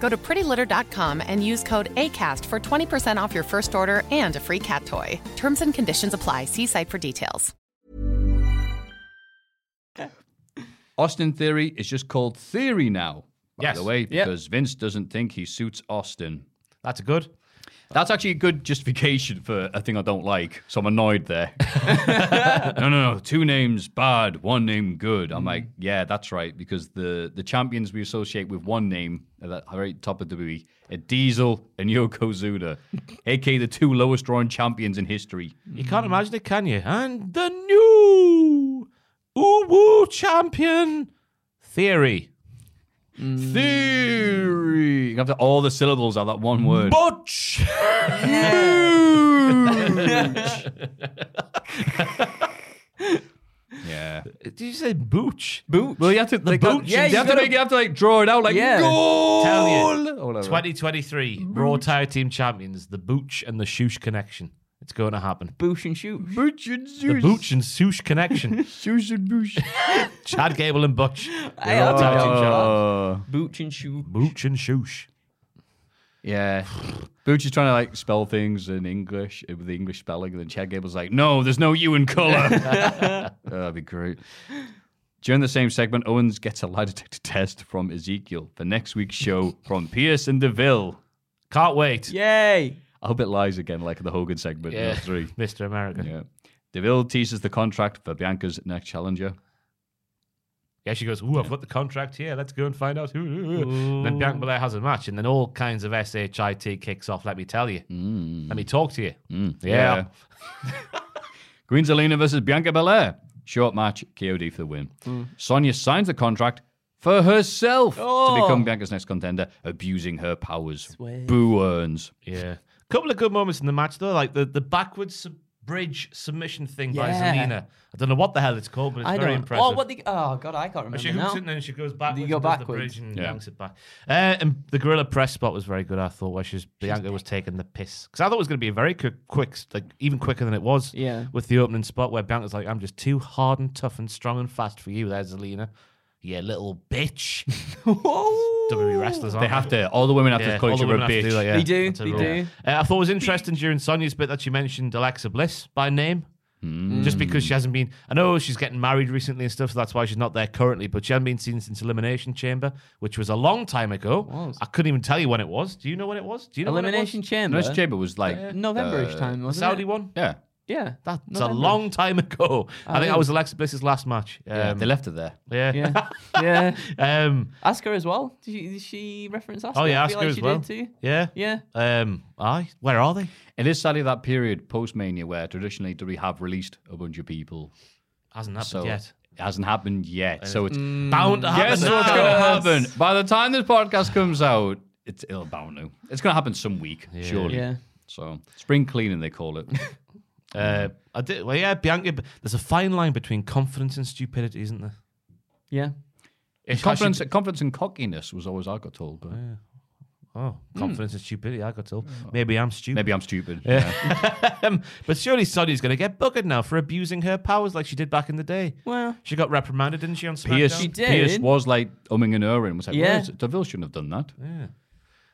Go to prettylitter.com and use code ACAST for 20% off your first order and a free cat toy. Terms and conditions apply. See site for details.
Austin Theory is just called Theory now, by
Yes.
the way,
Yeah.
because Vince doesn't think he suits Austin.
That's good.
That's actually a good justification for a thing I don't like, so I'm annoyed there. no, no, no. Two names bad, one name good. I'm like, yeah, that's right, because the the champions we associate with one name at that very top of WWE are Diesel and Yokozuna, aka the two lowest drawn champions in history.
You can't
Hmm.
imagine it, can you? And the new Uwu champion theory.
Mm. Theory. You have to all the syllables are that one word.
Butch.
yeah.
Did you say booch?
Booch.
Well, you have to like,
booch.
yeah,
Yeah,
you,
you
have to
gotta-
make, you have to like draw it out like
Yeah.
goal.
Tell you.
Or whatever.
2023 Raw Tag Team Champions, the Booch and the Shoosh Connection. It's going to happen.
Boosh and shoot.
Booch and
The
Zeus.
Booch and Shoosh Connection.
Zeus and Booch.
Chad Gable and Butch.
I love
Tag Team
that.
Champions.
Oh,
Booch and shoot.
Booch and Shoosh.
yeah. Booch is trying to like spell things in English uh, with the English spelling, and then Chad Gable's like, "No, there's no you in color." That'd be great. During the same segment, Owens gets a lie detector test from Ezekiel for next week's show from Pierce and Deville.
Can't wait.
Yay.
I hope it lies again, like the Hogan segment in Raw three.
Mr. America. Yeah.
Yeah. Deville teases the contract for Bianca's next challenger.
she goes, Ooh, I've got the contract here. Let's go and find out who. And then Bianca Belair has a match, and then all kinds of SHIT kicks off. Let me tell you. Let me talk to you. Mm.
Hmm.
Yeah.
Green Zelina versus Bianca Belair. Short match, KOD for the win. Sonya signs the contract for herself to become Bianca's next contender, abusing her powers. Boo earns.
Yeah. Couple of good moments in the match, though. Like the, the backwards sub- bridge submission thing by
Yeah.
Zelina. I don't know what the hell it's called, but it's
I
very
don't.
impressive.
Oh, what the? Oh God, I can't remember
she hooks
now.
it and then she goes backwards,
You go
and does
backwards.
the bridge and
Yeah.
yanks it back. Uh, and the gorilla press spot was very good, I thought, where she's Bianca was taking the piss because I thought it was going to be a very quick, quick, like even quicker than it was.
Yeah.
With the opening spot where Bianca's like, "I'm just too hard and tough and strong and fast for you," there, Zelina. Yeah, little bitch. WWE wrestlers aren't
They have to. All the women have
yeah,
to
all
coach
the
her a
women have to
bitch.
do that, yeah.
They do,
That's a
they
rule.
do.
Uh, I thought it was interesting during Sonia's bit that she mentioned Alexa Bliss by name.
Hmm.
Just because she hasn't been, I know she's getting married recently and stuff, so that's why she's not there currently. But she hasn't been seen since Elimination Chamber, which was a long time ago. I couldn't even tell you when it was. Do you know when it was? Do you know
Elimination
when it
Chamber.
Nurse Chamber was like
Novemberish time, wasn't
was? The Saudi
it?
one.
Yeah.
Yeah.
That's a
November-ish.
long time ago. I think
Oh, yeah.
that was Alexa Bliss's last match. Um,
yeah. They left her there.
Yeah.
Yeah. yeah.
um,
Ask her as well. Did she, did she reference Asuka?
oh yeah,
I feel
Asuka
like
as
she
well.
did too.
Yeah.
Yeah.
Um, aye. Where are they?
It is sadly that period post Mania where traditionally we have released a bunch of people.
Hasn't happened
So
yet.
it hasn't happened yet. So it's
Bound to happen.
Guess
now.
what's going to happen? By the time this podcast comes out, it's ill bound to. It's going to happen some week, surely.
Yeah.
So spring cleaning, they call it.
Uh, I did. Well, yeah, Bianca. but There's a fine line between confidence and stupidity, isn't there?
Yeah.
It's
confidence, confidence and cockiness was always I got told. But
Oh, confidence and stupidity. I got told. Maybe I'm stupid.
Hmm. Oh. Maybe I'm stupid.
Um, but surely Sonya's going to get buggered now for abusing her powers like she did back in the day.
Well-
she got reprimanded, didn't she? On SmackDown.
Pierce, Pierce
did.
was like umming and erring. Was like,
Yeah.
well, Deville shouldn't have done that.
Yeah.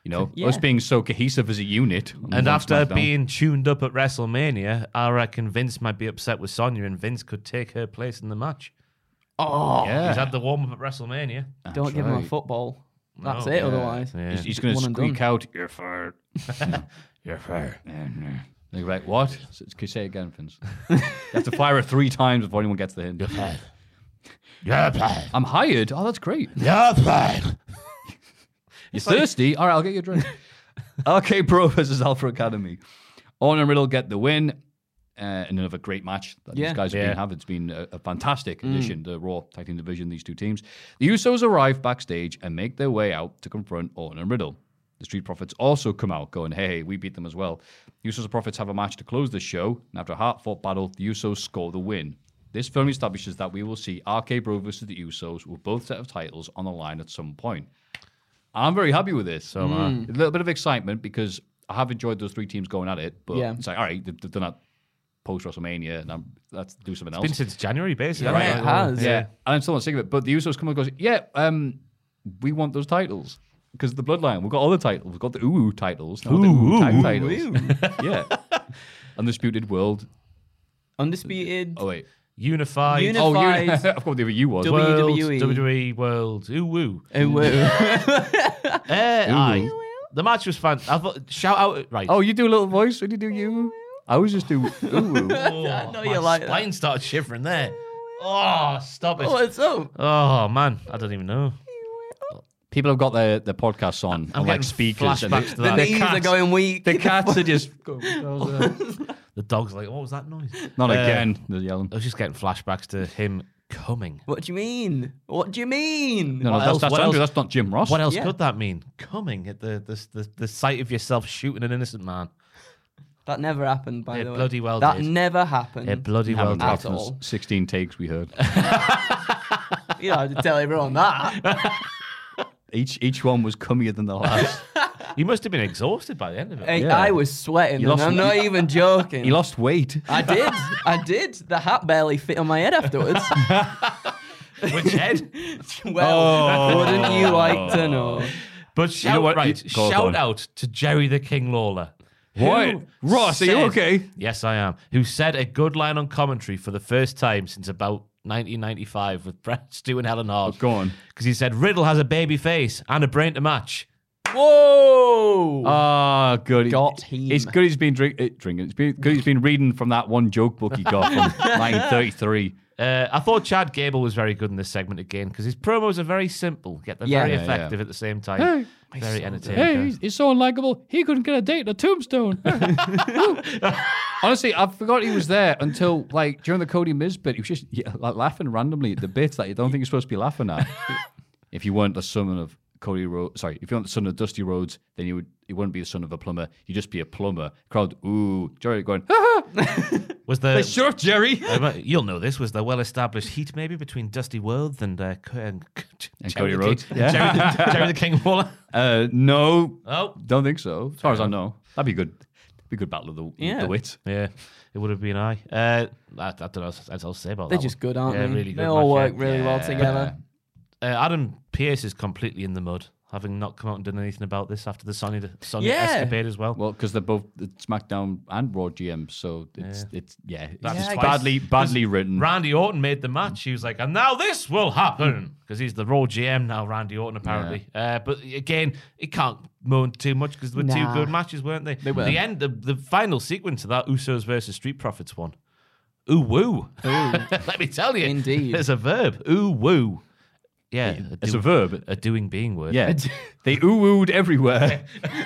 You know,
Yeah.
us being so cohesive as a unit. on
And
one
after
SmackDown.
being tuned up at WrestleMania, I reckon Vince might be upset with Sonya, and Vince could take her place in the match.
Oh,
yeah,
He's had the warm up at WrestleMania.
don't give him a
right.
football. That's
No,
it.
yeah.
Otherwise,
Yeah.
he's, he's going to
one and
squeak
done.
out, "You're fired, you're fired." They're like, "What?" So it's- Can you say it again, Vince? you have to fire it three times before anyone gets the hint. You're fired.
Yeah, fine.
I'm hired. Oh, that's great.
Yeah, fine.
You're thirsty? All right, I'll get you a drink. RK Pro versus Alpha Academy. Orton and Riddle get the win. Uh, in another great match that
Yeah.
these guys have
Yeah.
been having. It's been a, a fantastic addition to the Raw Tag Team Division, these two teams. The Usos arrive backstage and make their way out to confront Orton and Riddle. The Street Profits also come out going, hey, hey, we beat them as well. The Usos and Profits have a match to close the show, and after a hard fought battle, the Usos score the win. This firmly establishes that we will see RK Bro versus the Usos with both set of titles on the line at some point. I'm very happy with this. So uh, a little bit of excitement because I have enjoyed those three teams going at it. But
Yeah.
it's like, all right, they've, they've done that post WrestleMania, and I'm, let's do something else.
Been since January,
Yeah,
basically. right?
it
Like,
has.
yeah, and I'm still not sick of it. But the Usos come and goes, yeah, um, we want those titles because the Bloodline. We've got all the titles. We've got the Ooh titles, now the Ooh, tag titles, yeah, Undisputed World.
undisputed.
Oh wait,
Unified.
Unified.
oh, you,
Unified.
of course the U was.
W- E. WWE.
World, WWE World. E Ooh woo.
Oh, whoa.
Uh,
Mm-hmm.
aye. The match was fun. I thought shout out right.
oh, you do a little voice when you do you. I always just do Ooh.
Oh,
know
my
you like that.
spine started shivering there. Oh, stop it.
What's up?
Oh man, I don't even know.
People have got their, their podcasts on,
I'm
on like
getting
speakers. and
flashbacks
they-
to
The
that.
knees are
cats-
going weak.
The cats are just
The dog's like, what was that noise?
not
Uh,
again. They're yelling.
I was just getting flashbacks to him coming.
What do you mean? What do you mean?
No, no,
what
that's,
else-
that's
what
Andrew.
else-
That's not Jim Ross.
What else
Yeah.
could that mean? Coming at the the, the the sight of yourself shooting an innocent man.
That never happened, by
It
the way.
bloody well
That
did.
never happened.
It bloody well
Haven't
did.
laughed
at
since
all.
Sixteen takes we heard.
you know, I had to tell everyone that.
each each one was cummier than the last.
You must have been exhausted by the end of it.
Hey,
Yeah.
I was sweating.
You
and
lost-
I'm not
you-
even joking.
he lost weight.
I did. I did. The hat barely fit on my head afterwards.
Which head?
well,
Oh.
wouldn't you like to know?
But shout,
know what?
right,
You- go on,
shout
go on.
out to Jerry the King Lawler. who
What? Ross, are you okay?
Yes, I am. Who said a good line on commentary for the first time since about 1995 with Brett Stu and Helen Hart.
Oh, go on.
Because he said Riddle has a baby face and a brain to match. Oh.
Whoa!
Ah, good.
Got him.
It's good. He's been drink, eh, drinking. It's been good. He's been reading from that one joke book he got from 1933.
Uh, I thought Chad Gable was very good in this segment again because his promos are very simple, yet they're
Yeah.
very
Yeah,
yeah.
effective at the same time. very entertaining.
Hey, he's, he's so unlikable. He couldn't get a date in a tombstone. Honestly, I forgot he was there until like during the Cody Miz bit. He was just yeah, like laughing randomly at the bits that you don't think you're supposed to be laughing at. if you weren't the son of Cody Rhodes, sorry, if you weren't the son of Dusty Rhodes, then you would you wouldn't be the son of a plumber. You'd just be a plumber. Crowd, ooh, Jerry going, "Ah,
Was there?
shut up, Jerry.
Uh, you'll know this was the well-established heat maybe between Dusty World and uh, Co- and,
And Cody
Jerry the
Rhodes.
King,
Yeah.
Jerry, the, Jerry the King Waller.
Uh, no,
Oh,
don't think so. As far as I know, that'd be good. Be good battle of the,
Yeah.
the wits.
yeah, it would have been I. Uh, I, I don't know what else I'll say about
They're
that.
just
one.
good, aren't
yeah,
they?
Really good
they all work
match, yeah.
really well together.
Uh, Adam Pierce is completely in the mud, having not come out and done anything about this after the Sonya Sonya
Yeah.
escapade as well.
Well, because they're both uh, SmackDown and Raw GMs, so it's it's yeah, it's
That's
just
twice.
badly badly written.
Randy Orton made the match. He was like, and now this will happen because he's the Raw GM now, Randy Orton, apparently. Uh, but again, he can't moan too much because they were two
Nah.
good matches, weren't they? They
were.
The end, the, the final sequence of that Usos versus Street Profits one. Ooh woo. Let me tell you.
Indeed.
It's a verb. Ooh woo. Yeah.
It's
do-
a verb.
A doing being word.
Yeah, they ooh oohed everywhere.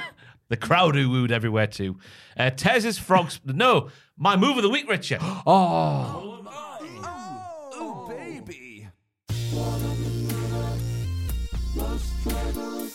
The crowd ooh wooed everywhere too. Uh, Tez's frogs. no, my move of the week, Richard.
Oh,
Oh,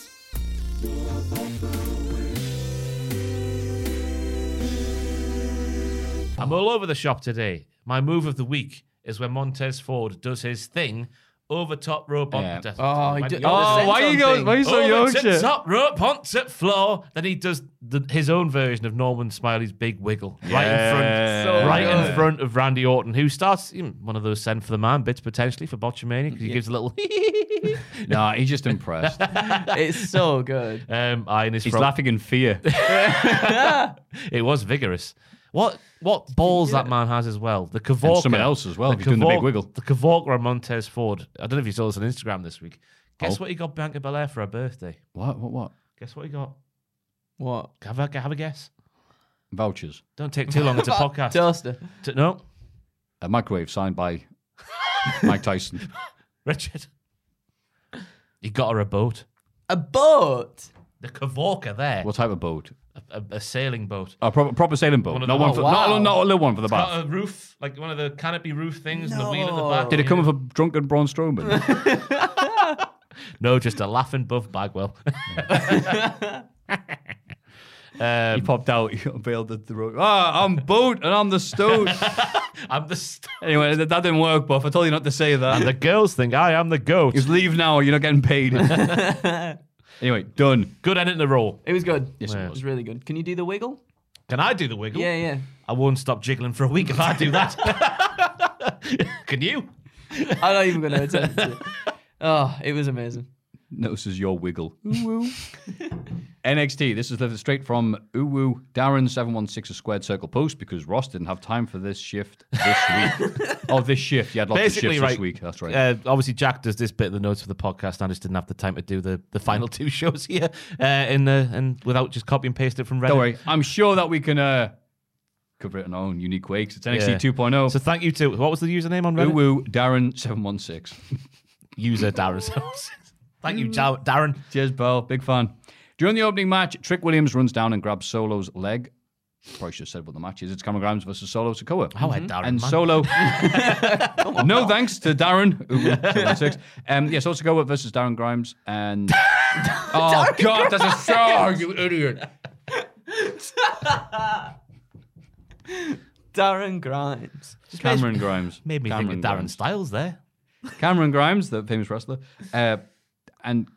I'm all over the shop today. My move of the week is when Montez Ford does his thing Over top rope on
Yeah.
the death.
Oh, I
Might
do-
be over
oh,
the
why
top
you go-
thing.
why you so
Over
young
the
shit?
Top rope on top floor. Then he does the, his own version of Norman Smiley's big wiggle right in
Yeah.
front,
So
right
good.
in front of Randy Orton, who starts you know, one of those send for the man bits potentially for Botchamania because he gives a little.
Nah, he's just impressed.
It's so good.
um, I and his
he's
fro-
laughing in fear.
It was vigorous. What what balls that man has as well? The Kavorka.
And someone else as well, he's doing the big wiggle.
The Kavorka and Montez Ford. I don't know if you saw this on Instagram this week.
Oh.
Guess what he got Bianca Belair for her birthday?
What? What? What?
Guess what he got?
What?
Have a, have a guess.
Vouchers.
Don't take too long. It's a podcast.
Toaster.
T- no,
A microwave signed by Mike Tyson.
Richard. He got her a boat.
A boat.
The Kavorka there.
What type of boat?
A, a sailing boat.
A proper, proper sailing boat.
One of
not
the-
one
oh,
for, not,
wow.
a, not a little one for the
Got
bath.
a roof, like one of the canopy roof things, and the wheel at the back.
Did it come with a drunken Braun Strowman?
No, just a laughing Buff Bagwell.
he popped out, he unveiled the, the road. Ah, I'm boat and I'm the stone.
I'm the st-
anyway, that, that didn't work, Buff. I told you not to say that.
the girls think I am the goat.
Just leave now or you're not getting paid. anyway, done.
Good end in the roll.
It was good. Yes,
it
it was really good. Can you do the wiggle?
Can I do the wiggle?
Yeah, yeah.
I won't stop jiggling for a week if I do that. Can you?
I'm not even going to attempt it. Oh, it was amazing.
notices your wiggle. NXT. This is lifted straight from Uwu Darren seven one six a squared circle post because Ross didn't have time for this shift this week. oh, this shift. Yeah, lots of
Basically,
shifts
right.
this week. That's right.
Uh, obviously, Jack does this bit of the notes for the podcast. And I just didn't have the time to do the, the final two shows here uh, in the and without just copy and paste it from Reddit.
Don't worry. I'm sure that we can uh, cover it in our own unique way 'cause it's NXT
Yeah.
2.0.
So thank you to what was the username on Reddit?
oh. Uwu Darren seven one six.
User Darren. thank you, Ja- Darren.
Cheers, pal. Big fan. During the opening match, Trick Williams runs down and grabs Solo's leg. Probably should have said what the match is. It's Cameron Grimes versus Solo Sokoa.
How I Darren.
Mm-hmm. and
man.
Solo. no thanks to Darren. Ooh, 716. um, yeah, so let's go with versus Darren Grimes and. oh God, that's a song, you idiot!
Darren Grimes.
Cameron Grimes
made me
Cameron
think of Darren
Grimes.
Styles there.
Cameron Grimes, the famous wrestler, uh, and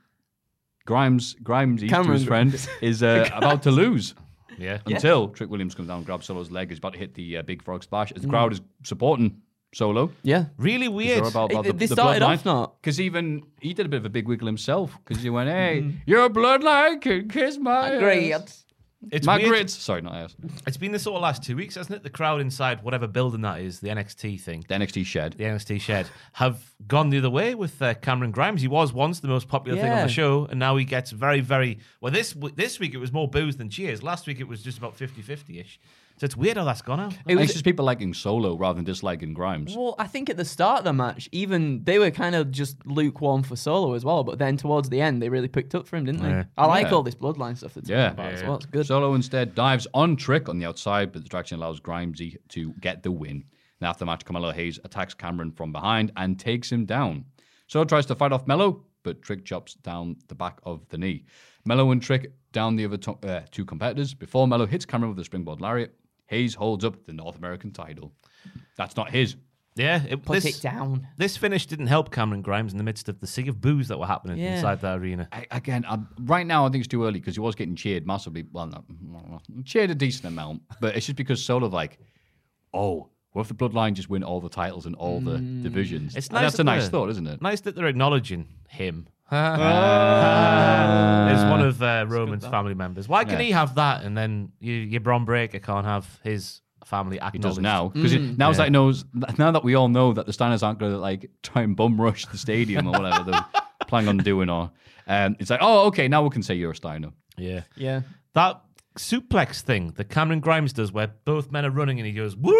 Grimes Grimes, East to
Cameron
his friend, is uh, about to lose.
Yeah.
Until Trick Williams comes down, grabs Solo's leg, is about to hit the uh, big frog splash.
Mm.
The crowd is supporting Solo.
Yeah.
Really weird.
They're about,
It-
about the,
they started off not.
because even he did a bit of a big wiggle himself because he went,
Mm-hmm.
"Hey, your bloodline can kiss my ass.
It's
my
weird.
grits." Sorry, not ass.
It's been the sort of last two weeks, hasn't it? The crowd inside whatever building that is, the NXT thing,
The NXT shed.
the NXT shed, have gone the other way with uh, Cameron Grimes. He was once the most popular thing on
Yeah.
the show, and now he gets very, very well. This w- this week it was more booze than cheers. Last week it was just about 50-50 ish. So it's weird how that's gone out.
It was it's just people liking Solo rather than disliking Grimes.
Well, I think at the start of the match, even they were kind of just lukewarm for Solo as well. But then towards the end, they really picked up for him, didn't they?
Yeah.
I like
Yeah.
all this bloodline stuff that's
Yeah.
yeah. about as well. It's good.
Solo instead dives on Trick on the outside, but the distraction allows Grimesy to get the win. And after the match, Carmelo Hayes attacks Cameron from behind and takes him down. Solo tries to fight off Mello, but Trick chops down the back of the knee. Mello and Trick down the other to- uh, two competitors before Mello hits Cameron with a springboard lariat. Hayes holds up the North American title. That's not his.
yeah, it,
Put
this,
it down.
this finish didn't help Cameron Grimes in the midst of the sea of booze that were happening
Yeah.
inside that arena.
I, again, i right now I think it's too early because he was getting cheered massively. Well, not, cheered a decent amount, but it's just because sort of like, oh, what if the bloodline just win all the titles and all the divisions?
It's
And
nice
that's a
that
Mm. nice
they're-
thought, isn't it?
Nice that they're acknowledging him.
Ah.
As one of uh, Roman's family members. Why can
Yeah.
he have that and then you, your Bron Breaker can't have his family acknowledged?
He does now because now it's like knows now that we all know that the Steiners aren't going to like try and bum rush the stadium or whatever they're planning on doing, or um, it's like, oh, okay, now we can say you're a Steiner.
Yeah.
Yeah.
That suplex thing that Cameron Grimes does where both men are running and he goes, woo!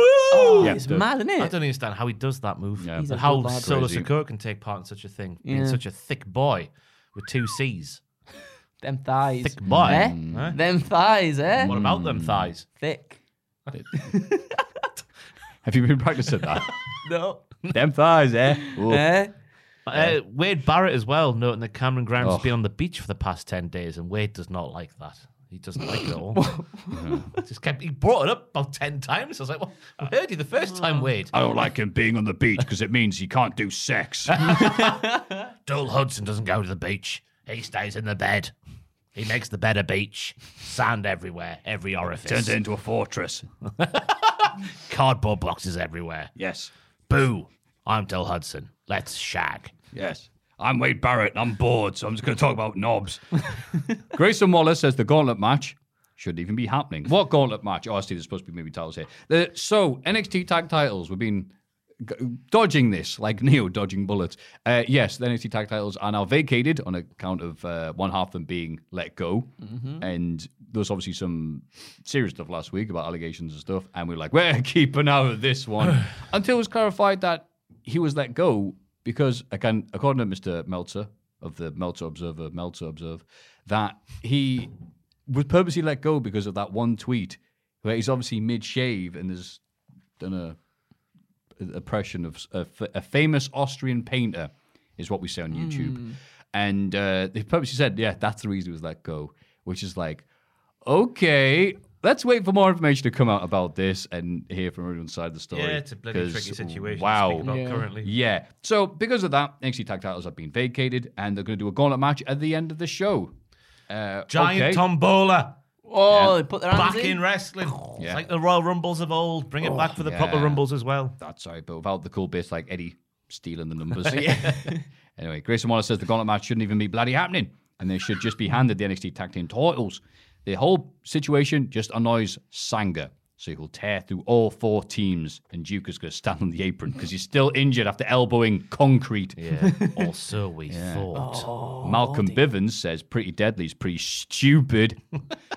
Yeah.
It's mad, Oh, isn't
I
it?
don't understand how he does that move.
Yeah. He's
a
How
good lad.
Solo
Crazy.
Sokoa can take part in such a thing, being
Yeah.
such a thick boy with two C's.
Them thighs.
Thick boy.
Eh?
Eh?
Them thighs, eh?
What about them thighs?
Thick.
Have you been practicing that?
No.
Them thighs, eh? Ooh.
Eh?
Uh, Wade Barrett as well, noting that Cameron Grimes
Oh.
has been on the beach for the past 10 days, and Wade does not like that. He doesn't like it at all. Just kept, he brought it up about 10 times. I was like, well, I heard you the
Oh.
first time, Wade.
I don't like him being on the beach because it means he can't do sex.
Dole Hudson doesn't go to the beach. He stays in the bed. He makes the bed a beach. Sand everywhere, every orifice.
Turns it into a fortress.
Cardboard boxes everywhere.
Yes.
Boo. I'm Dole Hudson. Let's shag.
Yes. I'm Wade Barrett. and I'm bored, so I'm just going to talk about knobs. Grayson Wallace says the gauntlet match shouldn't even be happening. What gauntlet match? Oh, I see, there's supposed to be movie titles here. The- so, NXT tag titles. We've been g- dodging this, like Neo dodging bullets. Uh, yes, the NXT tag titles are now vacated on account of uh, one half of them being let go. And there was obviously some serious stuff last week about allegations and stuff. And we are like, we're keeping out of this one until it was clarified that he was let go because, again, according to Mr. Meltzer of the Meltzer Observer, Meltzer Observe, that he was purposely let go because of that one tweet where he's obviously mid shave and there's done a oppression of a, f- a famous Austrian painter, is what we say on YouTube.
Hmm.
And uh, they purposely said, yeah, that's the reason he was let go, which is like, okay, let's wait for more information to come out about this and hear from everyone's side of the story.
Yeah, it's a bloody
'cause,
tricky situation. to
Wow.
speak about
Yeah.
currently.
Yeah. So because of that, NXT tag titles have been vacated and they're going to do a gauntlet match at the end of the show. Uh,
Giant
okay.
tombola.
Oh, they put their hands
Back in wrestling.
Yeah. Oh,
It's like the Royal Rumbles of old. Bring it back for the proper
yeah.
Rumbles as well.
That's sorry, but without the cool bits like Eddie stealing the numbers. anyway, Grayson Waller says the gauntlet match shouldn't even be bloody happening, and they should just be handed the NXT tag team titles. The whole situation just annoys Sanger. So he'll tear through all four teams, and Duke is going to stand on the apron because he's still injured after elbowing concrete.
Yeah. or so we thought.
Malcolm Bivens says Pretty Deadly's pretty stupid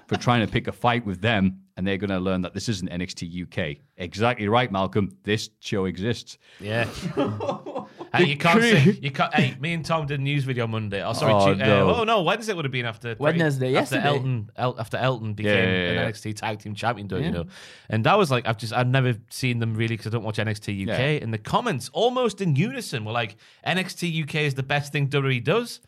for trying to pick a fight with them, and they're going to learn that this isn't NXT UK. Exactly right, Malcolm. This show exists.
Yeah. hey, you can't say you can't. Hey, me and Tom did a news video Monday. Oh, sorry.
Oh,
Tu- uh,
no.
oh no, Wednesday would have been after pretty-
Wednesday,
After
yesterday.
Elton, El, after Elton became
yeah, yeah, yeah.
an NXT tag team champion, don't you know? And that was like I've just I've never seen them really because I don't watch NXT UK.
Yeah.
And the comments almost in unison were like NXT UK is the best thing WWE does.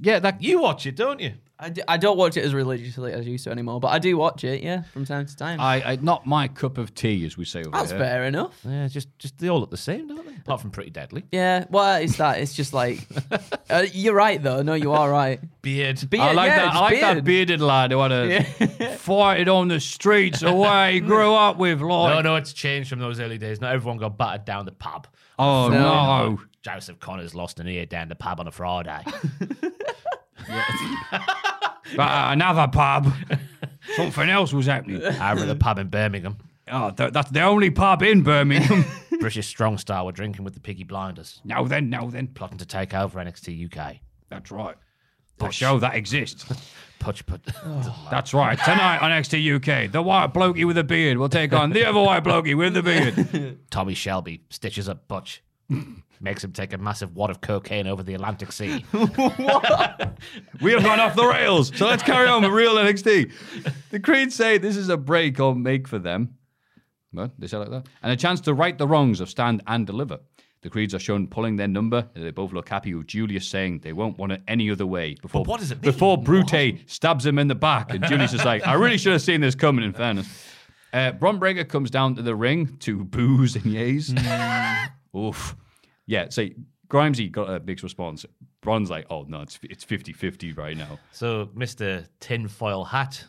Yeah, that
You watch it, don't you?
I, do, I don't watch it as religiously as you used to anymore, but I do watch it, yeah, from time to time.
I, I not my cup of tea, as we say over
That's
here.
fair enough.
Yeah, just just they all look the same, don't they? Apart from Pretty Deadly.
Yeah, well, it's that. It's just like uh, you're right though. No, you are right.
Beard.
Beard,
I like
yeah,
that.
it's
I like that
beard.
bearded lad who had a fight it on the streets of where he grew up with.
No,
Like,
no, it's changed from those early days. Not everyone got battered down the pub.
oh
No.
no,
Joseph Connors lost an ear down the pub on a Friday.
But another pub. Something else was happening.
Over at the pub in Birmingham.
Oh, th- that's the only pub in Birmingham.
British Strong Star were drinking with the Piggy Blinders,
now then, now then,
plotting to take over NXT UK.
that's right. The show that exists.
Putch put.
That's right. Tonight on XT UK, the white blokey with a beard will take on the other white blokey with the beard.
Tommy Shelby stitches up Butch. Makes him take a massive wad of cocaine over the Atlantic Sea.
We have gone off the rails, so let's carry on with real NXT. The Creed say this is a break or make for them. What? They say it like that. And a chance to right the wrongs of stand and deliver. The Creeds are shown pulling their number, and they both look happy with Julius saying they won't want it any other way. Before,
what does it mean?
Before Brute stabs him in the back, and Julius is like, I really should have seen this coming, in fairness. Uh, Bron Breaker comes down to the ring to boos and yays.
Hmm.
Oof. Yeah, so Grimesy got a mixed response. Bron's like, oh, no, it's, it's 50-50 right now.
so, Mr. Tinfoil Hat,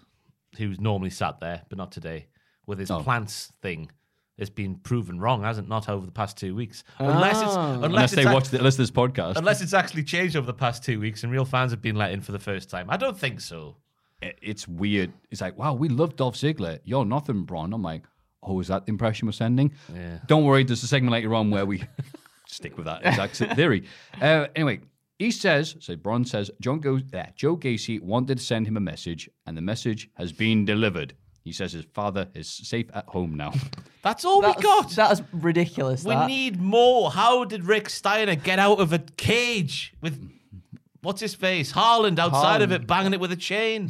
who's normally sat there, but not today, with his plants thing, has been proven wrong, hasn't it? Not over the past two weeks. Unless it's. Unless,
Unless,
it's
they
act-
watch, the, unless this podcast.
Unless it's actually changed over the past two weeks and real fans have been let in for the first time. I don't think so.
it- it's weird. It's like, wow, we love Dolph Ziggler. You're nothing, Bron. I'm like, oh, is that the impression we're sending?
Yeah.
Don't worry, there's a segment later on where we stick with that exact theory. Uh, anyway, he says, so Bron says, John goes, uh, Joe Gacy wanted to send him a message, and the message has been delivered. He says his father is safe at home now.
That's all
That's,
we got.
That is ridiculous.
we
that.
need more. How did Rick Steiner get out of a cage with What's his face? Harland outside of
Haaland.
it, banging it with a chain.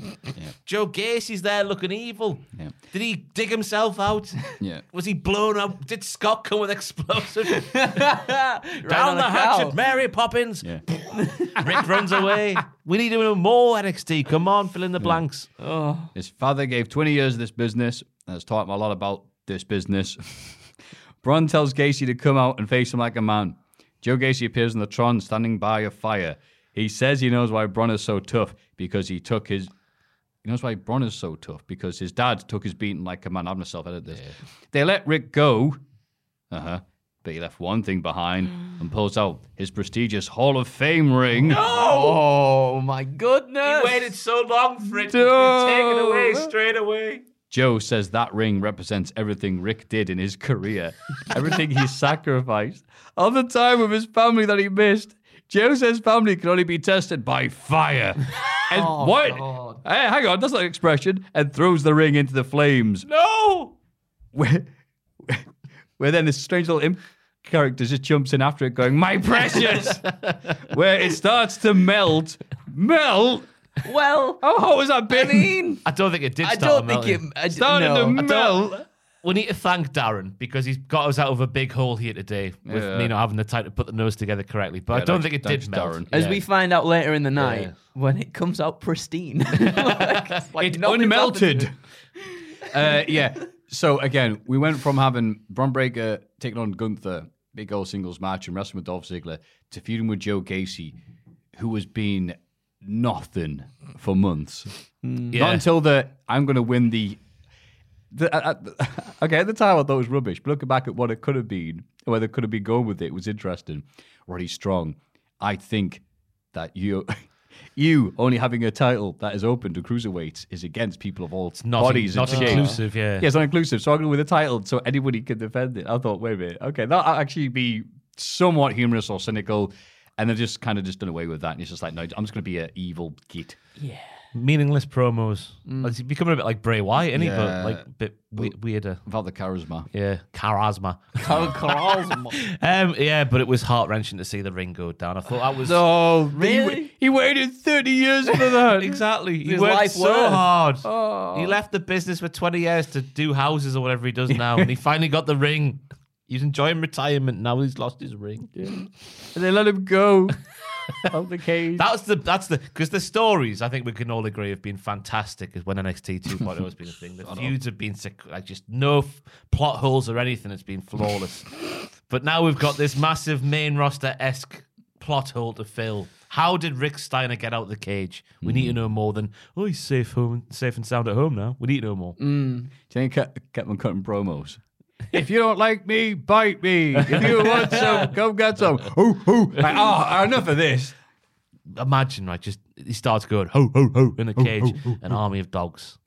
Joe Gacy's there looking evil.
Yeah.
Did he dig himself out?
Yeah.
Was he blown up? Did Scott come with explosives?
on
Down the
a cow.
hatchet, Mary Poppins. Rick runs away. We need him more NXT. Come on, fill in the blanks.
Oh,
His father gave 20 years of this business and has taught him a lot about this business. Bron tells Gacy to come out and face him like a man. Joe Gacy appears in the Tron standing by a fire. He says he knows why Bron is so tough because he took his. He knows why Bron is so tough because his dad took his beating like a man. I've myself edit this. They let Rick go. Uh huh. But he left one thing behind and pulls out his prestigious Hall of Fame ring.
oh my
He
goodness.
waited so long for it to
No.
be taken away straight away.
Joe says that ring represents everything Rick did in his career, everything he sacrificed, all the time with his family that he missed. Joe says family can only be tested by fire. And
Oh,
what?
God.
Hey, hang on, that's not an expression. And throws the ring into the flames.
No.
Where, where then this strange little imp character just jumps in after it, going, "My precious!" where it starts to melt, melt.
Well,
How hot was that
I
been?
mean,
I don't think it did.
I
Start
don't
the
think it.
melting.
I d-
Started
no.
to melt.
We need to thank Darren because he's got us out of a big hole here today with
Yeah.
me not having the time to put the nose together correctly. But
Yeah,
I don't
thanks-
think it
thanks,
did melt.
Darren.
As
Yeah.
we find out later in the night,
Yeah.
when it comes out pristine, like, like
it
nothing's
unmelted.
happened
uh, yeah. So again, we went from having Bron Breaker taking on Gunther, big old singles match, and wrestling with Dolph Ziggler, to feuding with Joe Gacy, who has been nothing for months. Not
Yeah.
until the I'm going to win the. the I- I- okay, at the time I thought it was rubbish, but looking back at what it could have been, where they could have been going with it, it was interesting. Roddy Strong, I think that you. You only having a title that is open to cruiserweights is against people of all
not
bodies
not
and shapes.
inclusive, yeah.
Yeah, it's not inclusive. So I'm going with a title so anybody can defend it. I thought, wait a minute, okay, that'll actually be somewhat humorous or cynical. And they've just kind of just done away with that. And it's just like, no, I'm just going to be an evil git.
Meaningless promos. Like, He's becoming a bit like Bray Wyatt, isn't he?
Yeah.
Mm. But like a bit we- weirder.
Without the charisma.
Yeah, charisma.
Carl Carl's-
um, yeah, but it was heart wrenching to see the ring go down. I thought that was
No,
Really?
He, waited 30 years for that.
exactly. He
His
worked
life
so
worth.
hard.
Oh.
He left the business for 20 years to do houses or whatever he does now, and he finally got the ring. He's enjoying retirement now. He's lost his ring.
And they let him go out the cage.
That's the that's the because the stories I think we can all agree have been fantastic. Is when NXT 2.0 has been a thing. The feuds have been sec- like just no f- plot holes or anything. It's been flawless. but now we've got this massive main roster esque plot hole to fill. How did Rick Steiner get out the cage? We need to know more than oh he's safe home, safe and sound at home now. We need to know more.
Do you think I kept on cutting promos? if you don't like me, bite me. If you want some, come get some. Ooh, ooh. Like,
ah,
oh, enough of this.
Imagine right, just he starts going ho ho ho in a cage, an army of dogs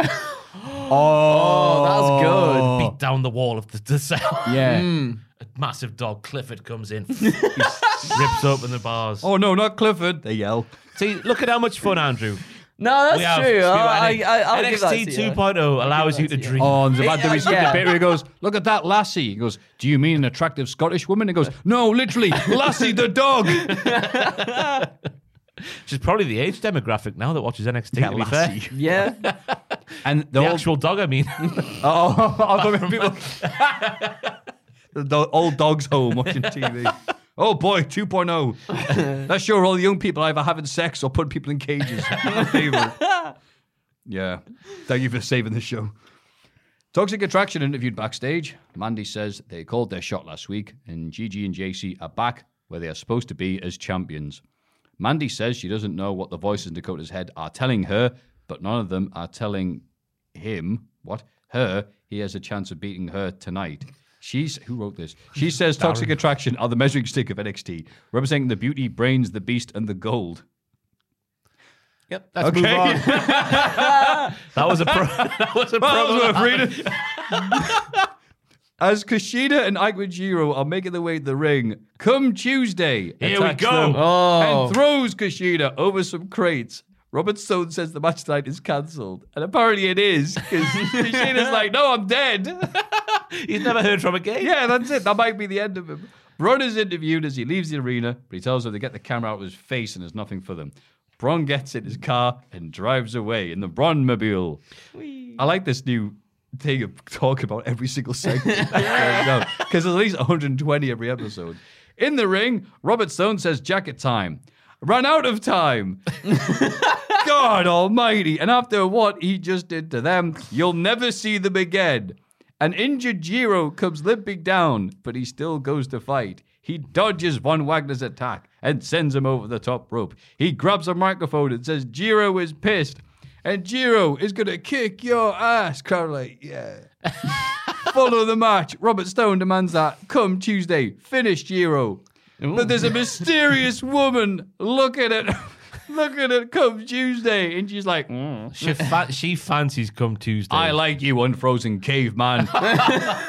Oh,
beat down the wall of the, the cell.
Oh, Yeah.
a massive dog, Clifford, comes in, rips open the bars.
Oh, no, not Clifford. They yell.
See, look at how much fun, Andrew.
No, that's
we have.
true.
It's been
I,
like
I, I'll give that
NXT
to you.
2.0 allows you to dream.
Oh, and the bad
Yeah,
there is
yeah.
the bit where he goes, Look at that lassie. He goes, Do you mean an attractive Scottish woman? He goes, No, literally, Lassie the dog.
She's probably the age demographic now that watches NXT. to be fair.
Lassie.
Yeah.
And the,
The
old,
actual dog, I mean.
oh, I thought people- the do- old dog's home watching TV. Oh boy, 2.0. That's sure all the young people either having sex or putting people in cages. My favorite. Yeah. Thank you for saving the show. Toxic Attraction interviewed backstage. Mandy says they called their shot last week, and Gigi and JC are back where they are supposed to be as champions. Mandy says she doesn't know what the voices in Dakota's head are telling her, but none of them are telling him what her he has a chance of beating her tonight. She's who wrote this. She says Toxic Attraction are the measuring stick of NXT, representing the beauty, brains, the beast, and the gold.
Yep.
Let's move
Okay.
on. that was a pro- that was a problem.
As Kushida and Ike Jiro are making their way to the ring, come Tuesday.
Here we
attacks
go.
them
Oh.
And throws Kushida over some crates. Robert Stone says the match tonight is cancelled. And apparently it is, because Kushida's like, no, I'm dead.
He's never heard from again.
Yeah, that's it. That might be the end of him. Bron is interviewed as he leaves the arena, but he tells her to get the camera out of his face and there's nothing for them.
Bron gets in his car and drives away in the Bronmobile. I like this new thing of talking about every single segment. Because there's at least 120 every episode. In the ring, Robert Stone says jacket time. Run out of time. God almighty. And after what he just did to them, you'll never see them again. An injured Jiro comes limping down, but he still goes to fight. He dodges Von Wagner's attack and sends him over the top rope. He grabs a microphone and says, Jiro is pissed. And Jiro is going to kick your ass. Crowd like, yeah. Follow the match. Robert Stone demands that. Come Tuesday, finish Jiro. But there's a mysterious woman looking at looking at come Tuesday, and she's like, "Mm,
She, fa- she fancies come Tuesday.
I like you, unfrozen caveman.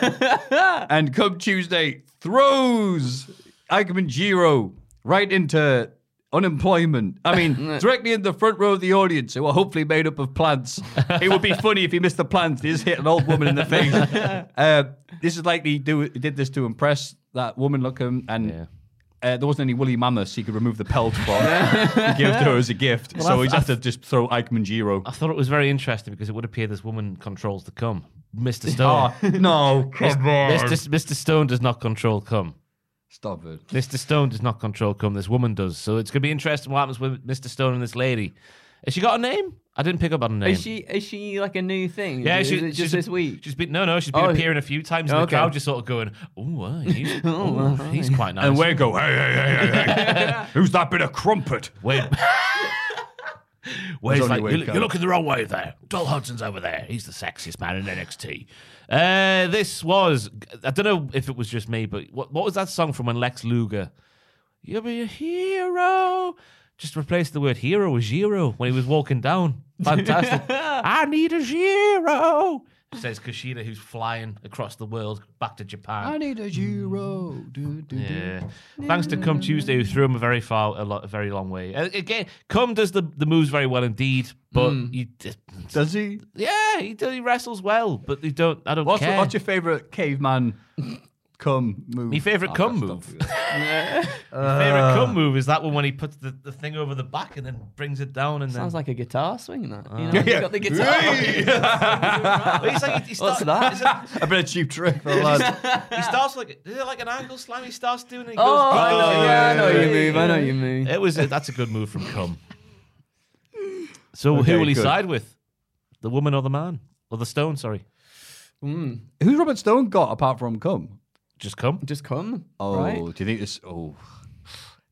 and come Tuesday, throws Eichmann Giro right into unemployment. I mean, directly in the front row of the audience, who are hopefully made up of plants. It would be funny if he missed the plants. He just hit an old woman in the face. Uh, this is like he do, he did this to impress that woman looking and.
Yeah.
Uh, there wasn't any woolly mammoths, so he could remove the pelt from. he gave to her as a gift, so he's had to just throw Ike Giro.
I thought it was very interesting because it would appear this woman controls the cum. Mr.
Oh,
Stone.
no, come on.
Mr. Mr. Stone does not control cum.
Stop it.
Mr. Stone does not control cum. This woman does. So it's going to be interesting what happens with Mr. Stone and this lady. Has she got a name? I didn't pick up on a name.
Is she is she like a new thing?
Yeah,
is
she-
it
she's
just this week.
She's been no, no. She's been
Oh, is-
appearing a few times, and
Okay.
the crowd just sort of going, "Oh, wow, he's,
Oh,
oh,
wow.
he's quite nice."
And we go, hey, hey, hey, hey, hey. who's that bit of crumpet?
Wait. Where's
There's only
like,
way
you're,
it
you're
goes.
looking the wrong way there. Dol Hudson's over there. He's the sexiest man in NXT. Uh, this was, I don't know if it was just me, but what, what was that song from when Lex Luger, You'll be a hero? Just replace the word hero with zero when he was walking down. Fantastic. I need a zero, says Kushida, who's flying across the world back to Japan.
need a Giro.
Yeah. Thanks to Come Tuesday, who threw him a very far, a, lot, a very long way. Uh, Again, Come does the, the moves very well indeed, but he, d-
Does he?
yeah, he does, he wrestles well, but they don't. I don't
What's,
care.
what's your favourite caveman cum move?
My favourite
Oh,
cum
that's
move?
not good.
My
Uh.
favorite Come move is that one when he puts the, the thing over the back and then brings it down and
Sounds
then.
like a guitar swing. That you know, you got the guitar.
But he's like, he, he
What's
starts,
that?
It's like,
a bit of cheap trick for the lad.
he starts like is it like an angle slam. He starts doing. It, he
Oh,
goes,
I know,
goes-
yeah, I know you move. I know you move.
It was that's a good move from Cum. So
Okay,
who will he
good.
side with? The woman or the man? Or the stone, sorry.
Who's Robert Stone got apart from cum?
Just Cum?
Just come.
Oh,
right?
do you think this? Oh,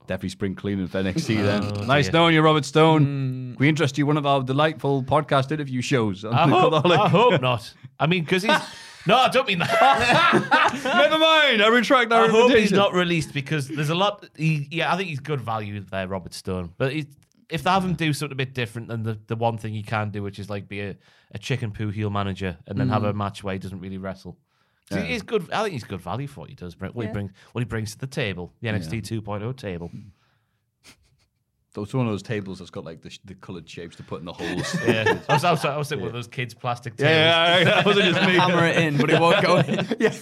definitely spring cleaning for NXT then.
Oh,
nice
dear. Hmm.
knowing you, Robert Stone. We interest you in one of our delightful podcast interview shows. on
I
the
hope,
Cololic.
I hope not. I mean, because he's. No, I don't mean that.
Never mind. I retract our
I hope he's
invitation.
not released because there's a lot. He, yeah, I think he's good value there, Robert Stone. But he, if they have him do something a bit different than the, the one thing he can do, which is like be a, a chicken poo heel manager and then have a match where he doesn't really wrestle. 'Cause he- He's good. I think he's good value for what he does. Brent. What he brings, what he brings to the table, the NXT 2.0 table.
So It's one of those tables that's got like the, sh- the coloured shapes to put in the holes.
Yeah, I was, I was, I was thinking one of those kids' plastic tables.
Yeah, yeah, that wasn't just me.
Hammer it in, but it won't go. in.
yeah.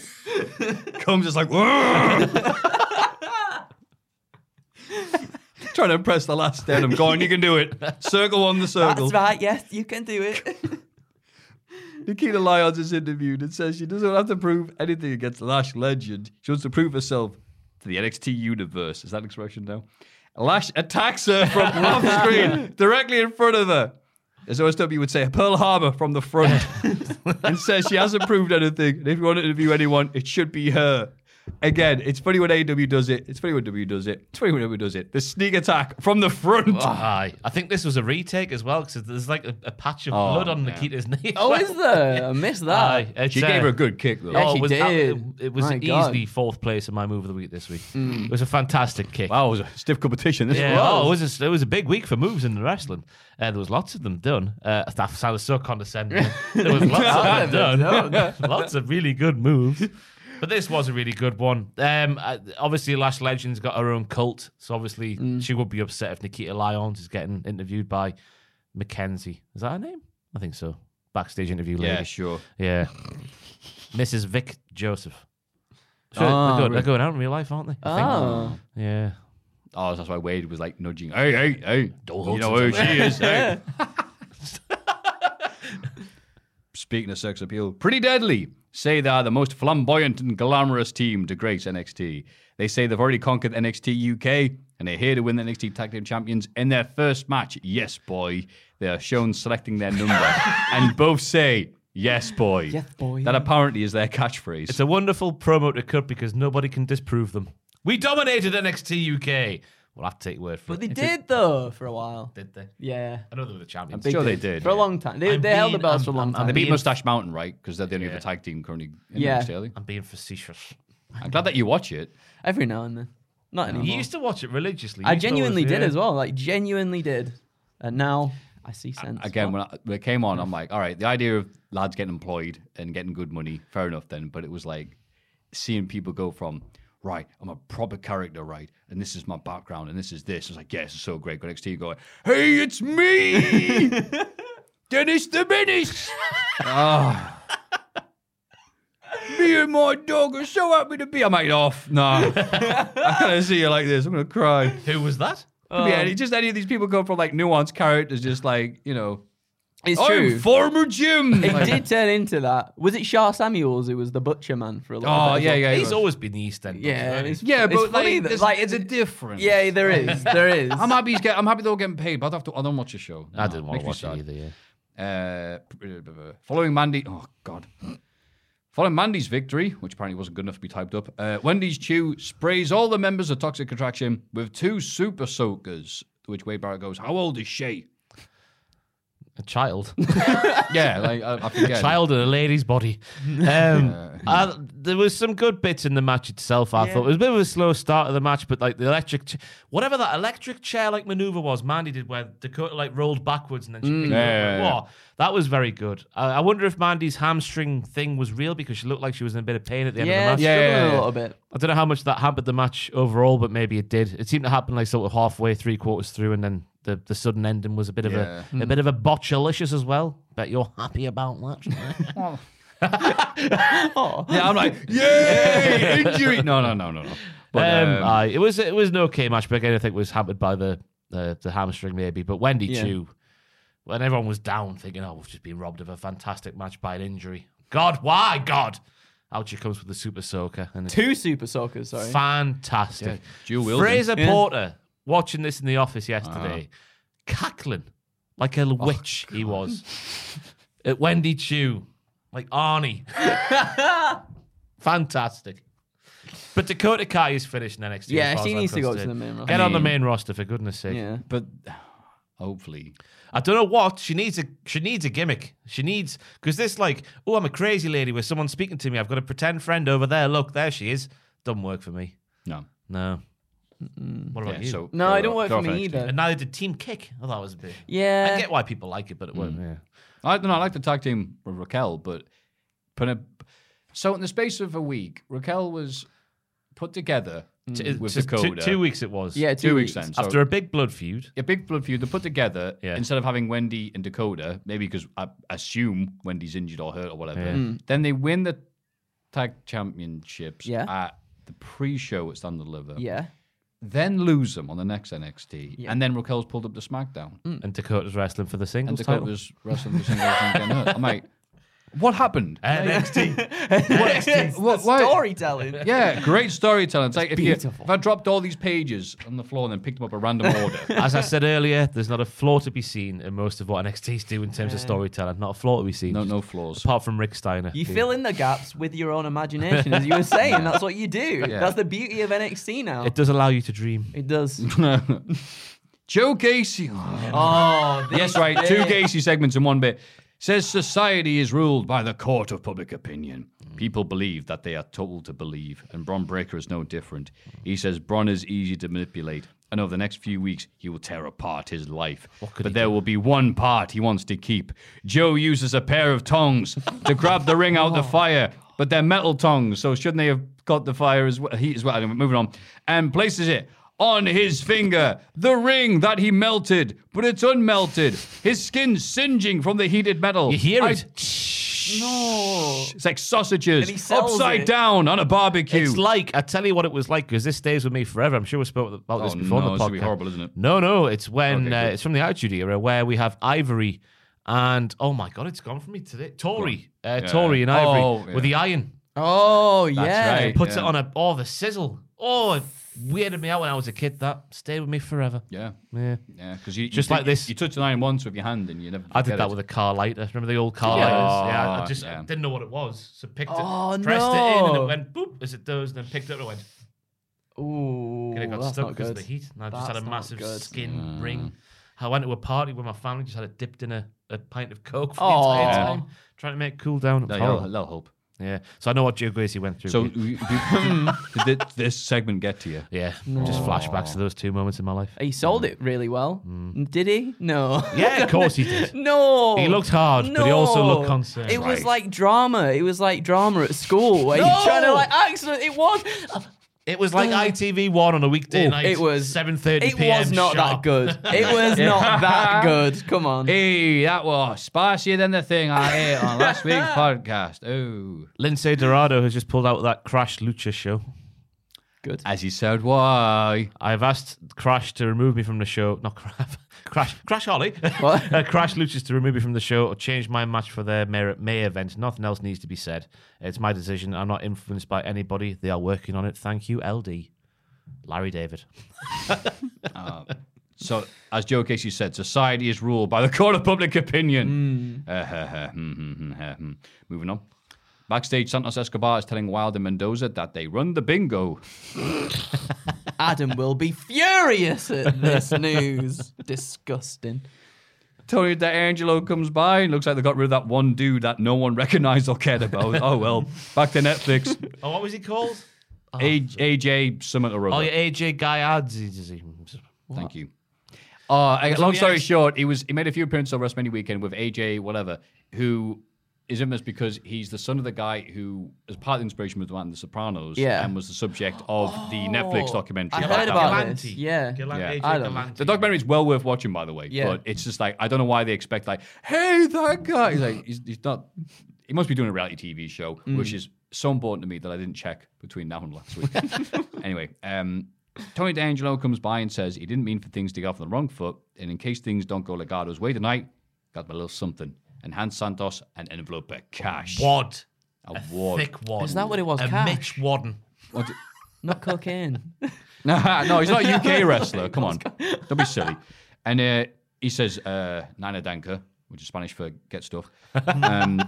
Comes just like, "Whoa." trying to impress the last denim. Go on, you can do it. Circle on the circle.
That's right. Yes, you can do it.
Nikita Lyons is interviewed and says she doesn't have to prove anything against Lash Legend. She wants to prove herself to the NXT universe. Is that an expression now? Lash attacks her from off screen, directly in front of her. As OSW would say, Pearl Harbor from the front, and says she hasn't proved anything. And if you want to interview anyone, it should be her. Again, it's funny when AW does it. It's funny when W does it. It's funny when W does it. The sneak attack from the front.
Aye. I think this was a retake as well because there's like a, a patch of
Oh,
blood on
yeah.
Nikita's knee.
oh, is there? I missed that.
Aye. It's,
She
uh,
gave her a good kick though.
Yeah,
oh,
she
it was, that-
did.
it- it was
My God.
easily fourth place in my move of the week this week. It was a fantastic kick.
Hmm. Wow, it was a stiff competition. This
Yeah,
was.
oh, it was a, it was a big week for moves in the wrestling. Uh, there was lots of them done. Uh, that sounded so condescending. there was lots of them done. lots of really good moves. But this was a really good one. Um, uh, obviously, Lash Legend's got her own cult, so obviously
Hmm.
she would be upset if Nikita Lyons is getting interviewed by Mackenzie. Is that her name? I think so. Backstage interview lady.
yeah, sure.
Yeah. Mrs. Vic Joseph.
Oh,
Sure, they're, going,
really?
they're going out in real life, aren't they? I think.
Oh.
Yeah.
Oh, that's why Wade was like nudging. Hey, hey, hey! Don't you know who she is. Hey. Speaking of sex appeal, Pretty Deadly say they are the most flamboyant and glamorous team to grace NXT. They say they've already conquered NXT UK and they're here to win the NXT Tag Team Champions in their first match. Yes, boy. They are shown selecting their number and both say, Yes, boy. Yes,
boy.
That apparently is their catchphrase.
It's a wonderful promo to cut because nobody can disprove them. We dominated NXT UK. Well, I have to take your word for
But
it.
they did though for a while.
Did they?
Yeah.
I know they were the champions.
big Sure they did,
for a
yeah.
long time. They,
I'm
they held the
being-
belts
I'm-
for a long
I'm-
time.
I'm
They beat
being-
Mustache Mountain, right? Because they're the only
Yeah.
other tag team currently in
Yeah.
NXT.
I'm being facetious.
I'm glad that you watch it.
Every now and then. Not anymore.
You used to watch it religiously.
I
You used to
genuinely
watch-
did
yeah.
as well. Like genuinely did. And now I see sense.
Again,
What?
when, I, when it came on, I'm like, all right, the idea of lads getting employed and getting good money, fair enough then. But it was like seeing people go from, right, I'm a proper character, right? And this is my background and this is this. It's like, yes, it's so great. Go next to you going, hey, it's me, Dennis the Menace. Ah. Me and my dog are so happy to be. I'm like, off. No. I can't see you like this. I'm going to cry.
Who was that?
Oh,
yeah, it's just any of these people go from like nuanced characters, just like you know,
It's
I'm
true.
former Jim.
it
Like-
did turn into that. Was it Shar Samuels who was the butcher man for a little
Oh
bit? as
yeah,
well?
yeah.
He's
yeah.
always been the East End.
Yeah,
hasn't he?
it's,
yeah,
it's
but
funny
like,
that-
there's-
like,
it's
it's
a difference.
yeah, there is, there is.
I'm happy. He's get, I'm happy they're all getting paid, but I'd have to. I don't watch the show.
I didn't want
Makes
to
me
watch
sad.
it either. Yeah.
Uh, p- uh, following Mandy, oh god. Following Mandy's victory, which apparently wasn't good enough to be typed up, uh, Wendy's Chew sprays all the members of Toxic Attraction with two super soakers. To which Wade Barrett goes, "How old is she?"
A child.
yeah, like I, I
a
forget.
child in a lady's body. Um, I- there was some good bits in the match itself. I thought it was a bit of a slow start of the match, but like the electric, ch- whatever that electric chair like maneuver was, Mandy did where Dakota like rolled backwards and then she picked it
Mm. Yeah,
up.
yeah,
Like,
yeah.
"Whoa." That was very good. I, I wonder if Mandy's hamstring thing was real because she looked like she was in a bit of pain at the end
yeah,
of the match.
yeah,
struggling
yeah,
a
yeah.
little bit.
I don't know how much that hampered the match overall, but maybe it did. It seemed to happen like sort of halfway, three quarters through, and then the, the sudden ending was a bit of
Yeah.
a a bit of a botchalicious as well. Bet you're happy about that.
Yeah, I'm like, yay, injury. No, no, no, no, no. But
um,
um,
aye, it was it was an okay match, but again, I think it was hampered by the uh, the hamstring maybe. But Wendy
Yeah.
Chu, when everyone was down, thinking, "Oh, we've just been robbed of a fantastic match by an injury." God, why God? Out she comes with the super soaker and it's
Two super soakers, sorry.
fantastic.
Jill Wilson.
Fraser
Yeah.
Porter watching this in the office yesterday,
Ah.
cackling like a
Oh,
witch. He was at Wendy Chew, like Arnie. Fantastic. But Dakota Kai is finished in NXT. as
Yeah,
far
she
as I'm
needs to go to
concerned.
the main roster.
Get on
I
the
mean-
main roster for goodness' sake.
yeah.
but hopefully,
I don't know what she needs. A she needs a gimmick. She needs because this like, oh, I'm a crazy lady with someone speaking to me. I've got a pretend friend over there. Look, there she is. Doesn't work for me.
no.
No. What about
Yeah,
you?
so
No, I don't work
go
for
off
me
NXT.
either.
And neither did Team Kick. I thought it was a bit.
Yeah.
I get why people like it, but it wasn't.
Mm.
Yeah.
I don't know. I like the tag team with Raquel, but put a, so in the space of a week, Raquel was put together
T-
Mm.
with
t- t-
Dakota.
two weeks it was.
yeah,
two, weeks then. So
After a big blood feud.
a big blood feud, they put together
Yeah.
instead of having Wendy and Dakota, maybe because I assume Wendy's injured or hurt or whatever.
Yeah.
Then they win the tag championships
Mm. Yeah.
at the pre-show at Stand and Deliver.
Yeah.
then lose them on the next NXT,
Yeah.
and then Raquel's pulled up to SmackDown,
And Dakota's wrestling for the
Mm. and
singles title.
Dakota's wrestling the singles and getting hurt. I'm like, what happened?
Uh, NXT.
What- why-
Storytelling.
Yeah, great storytelling. It's like if, you,
beautiful.
if I dropped all these pages on the floor and then picked them up a random order.
As I said earlier, there's not a flaw to be seen in most of what NXT's do in terms of storytelling. Not a flaw to be seen.
No,
Just-
no flaws.
Apart from Rick Steiner.
You
who-
fill in the gaps with your own imagination, as you were saying. That's what you do.
Yeah.
That's the beauty of NXT now.
It does allow you to dream.
It does.
Joe Casey.
Oh,
yes, right. Two Casey segments in one bit. Says society is ruled by the court of public opinion. People believe that they are told to believe, and Bron Breaker is no different. He says Bron is easy to manipulate, and over the next few weeks, he will tear apart his life.
could
But
he
there will be one part he wants to keep. Joe uses a pair of tongs to grab the ring out the fire, but they're metal tongs, so shouldn't they have caught the fire as well? Heat as well. Anyway, moving on, and places it on his finger, the ring that he melted, but it's unmelted. His skin singeing from the heated metal.
You hear
Oh, I-
it.
No.
It's like sausages
And he sells
upside
it.
down on a barbecue.
It's like I tell you what it was like because this stays with me forever. I'm sure we spoke about this
Oh,
before
no,
on
it's
the podcast.
gonna be horrible, isn't it?
No, no, it's when
Okay,
uh,
good.
it's from the Attitude Era where we have Ivory and oh my god, it's gone from me today. Tory, uh,
Yeah.
Tory and Ivory
Oh, yeah.
with the iron.
Oh yeah.
right.
puts
yeah.
it on a oh the sizzle. Oh, it weirded me out when I was a kid. That stayed with me forever.
Yeah.
Yeah.
Yeah, because you, you
Just
think-
like this.
You touch an iron once with your hand and you never.
I did
forget
that
it.
with a car lighter. Remember the old car
Yeah.
lighters? Yeah,
Oh,
I just
yeah.
I didn't know what it was, so picked
Oh,
it, pressed it in, and
no.
it went boop as it does, and then picked it up and went.
Ooh.
and it got
that's
stuck
not
because
good.
of the heat. And I just
That's
had a
not
massive
good. Mm.
skin ring. I went to a party with my family, just had it dipped in a, a pint of Coke for the
Aw.
entire time, trying to make it cool down. It was
Yeah,
horrible.
That'll, that'll help.
Yeah. So I know what Joe Gracie went through.
So,
but-
you- you- did, did this segment get to you?
yeah, just flashbacks to those two moments in my life.
He sold it really well. Mm, Did he? No.
Mm. Yeah, of course he did.
No.
He looked hard, but he also
No.
looked concerned.
It was like drama. It was like drama at school where you're trying to like accident. It was.
It was like ITV One on a weekday
Oh,
night.
it was-
seven thirty
It
p.m.
was not that
sharp.
good. It was not that good. Come on.
Hey, that was spicier than the thing I ate on last week's podcast. Oh,
Lindsay Dorado has just pulled out of that Crash Lucha show.
good.
as he said, why?
I've asked Crash to remove me from the show. Not Crash. Crash, Crash Holly.
What?
uh, Crash Luchas to remove me from the show or change my match for their May, May event. Nothing else needs to be said. It's my decision. I'm not influenced by anybody. They are working on it. Thank you, LD. Larry David.
So, as Joe Casey said, society is ruled by the court of public opinion. Uh, huh, huh, hmm, hmm, hmm, huh, hmm. Moving on. Backstage, Santos Escobar is telling Wilder Mendoza that they run the bingo.
Adam will be furious at this news. Disgusting.
Tony D'Angelo comes by and looks like they got rid of that one dude that no one recognized or cared about. oh, well, back to Netflix.
Oh, what was he called?
A- AJ Summit or other.
Ah, Oh, yeah, AJ Gaiads.
Thank you. Uh, I- long
the
story
ex-
short, he was he made a few appearances on WrestleMania weekend with AJ whatever, who is infamous because he's the son of the guy who, as part of the inspiration, was the man in The Sopranos,
Yeah.
and was the subject of the Netflix documentary.
Oh, I
about
heard
that
about
guy.
this. Yeah.
Yeah.
AJ
I don't know.
Galante.
The documentary is well worth watching, by the way.
Yeah.
But it's just like I don't know why they expect like, hey, that guy. He's like, he's, he's not. He must be doing a reality TV show, which is so important to me that I didn't check between now and last week. anyway, um, Tony D'Angelo comes by and says he didn't mean for things to get off on the wrong foot, and in case things don't go Legado's way tonight, got him a little something. And Hans Santos an envelope of cash.
Wad.
A wad.
Thick wad.
Is that what it was,
A
Cash?
Mitch Wadden.
Not cocaine.
Nah, no, he's not a UK wrestler. Come on. Don't be silly. And uh, he says, uh, Nana Danka, which is Spanish for get stuff, um,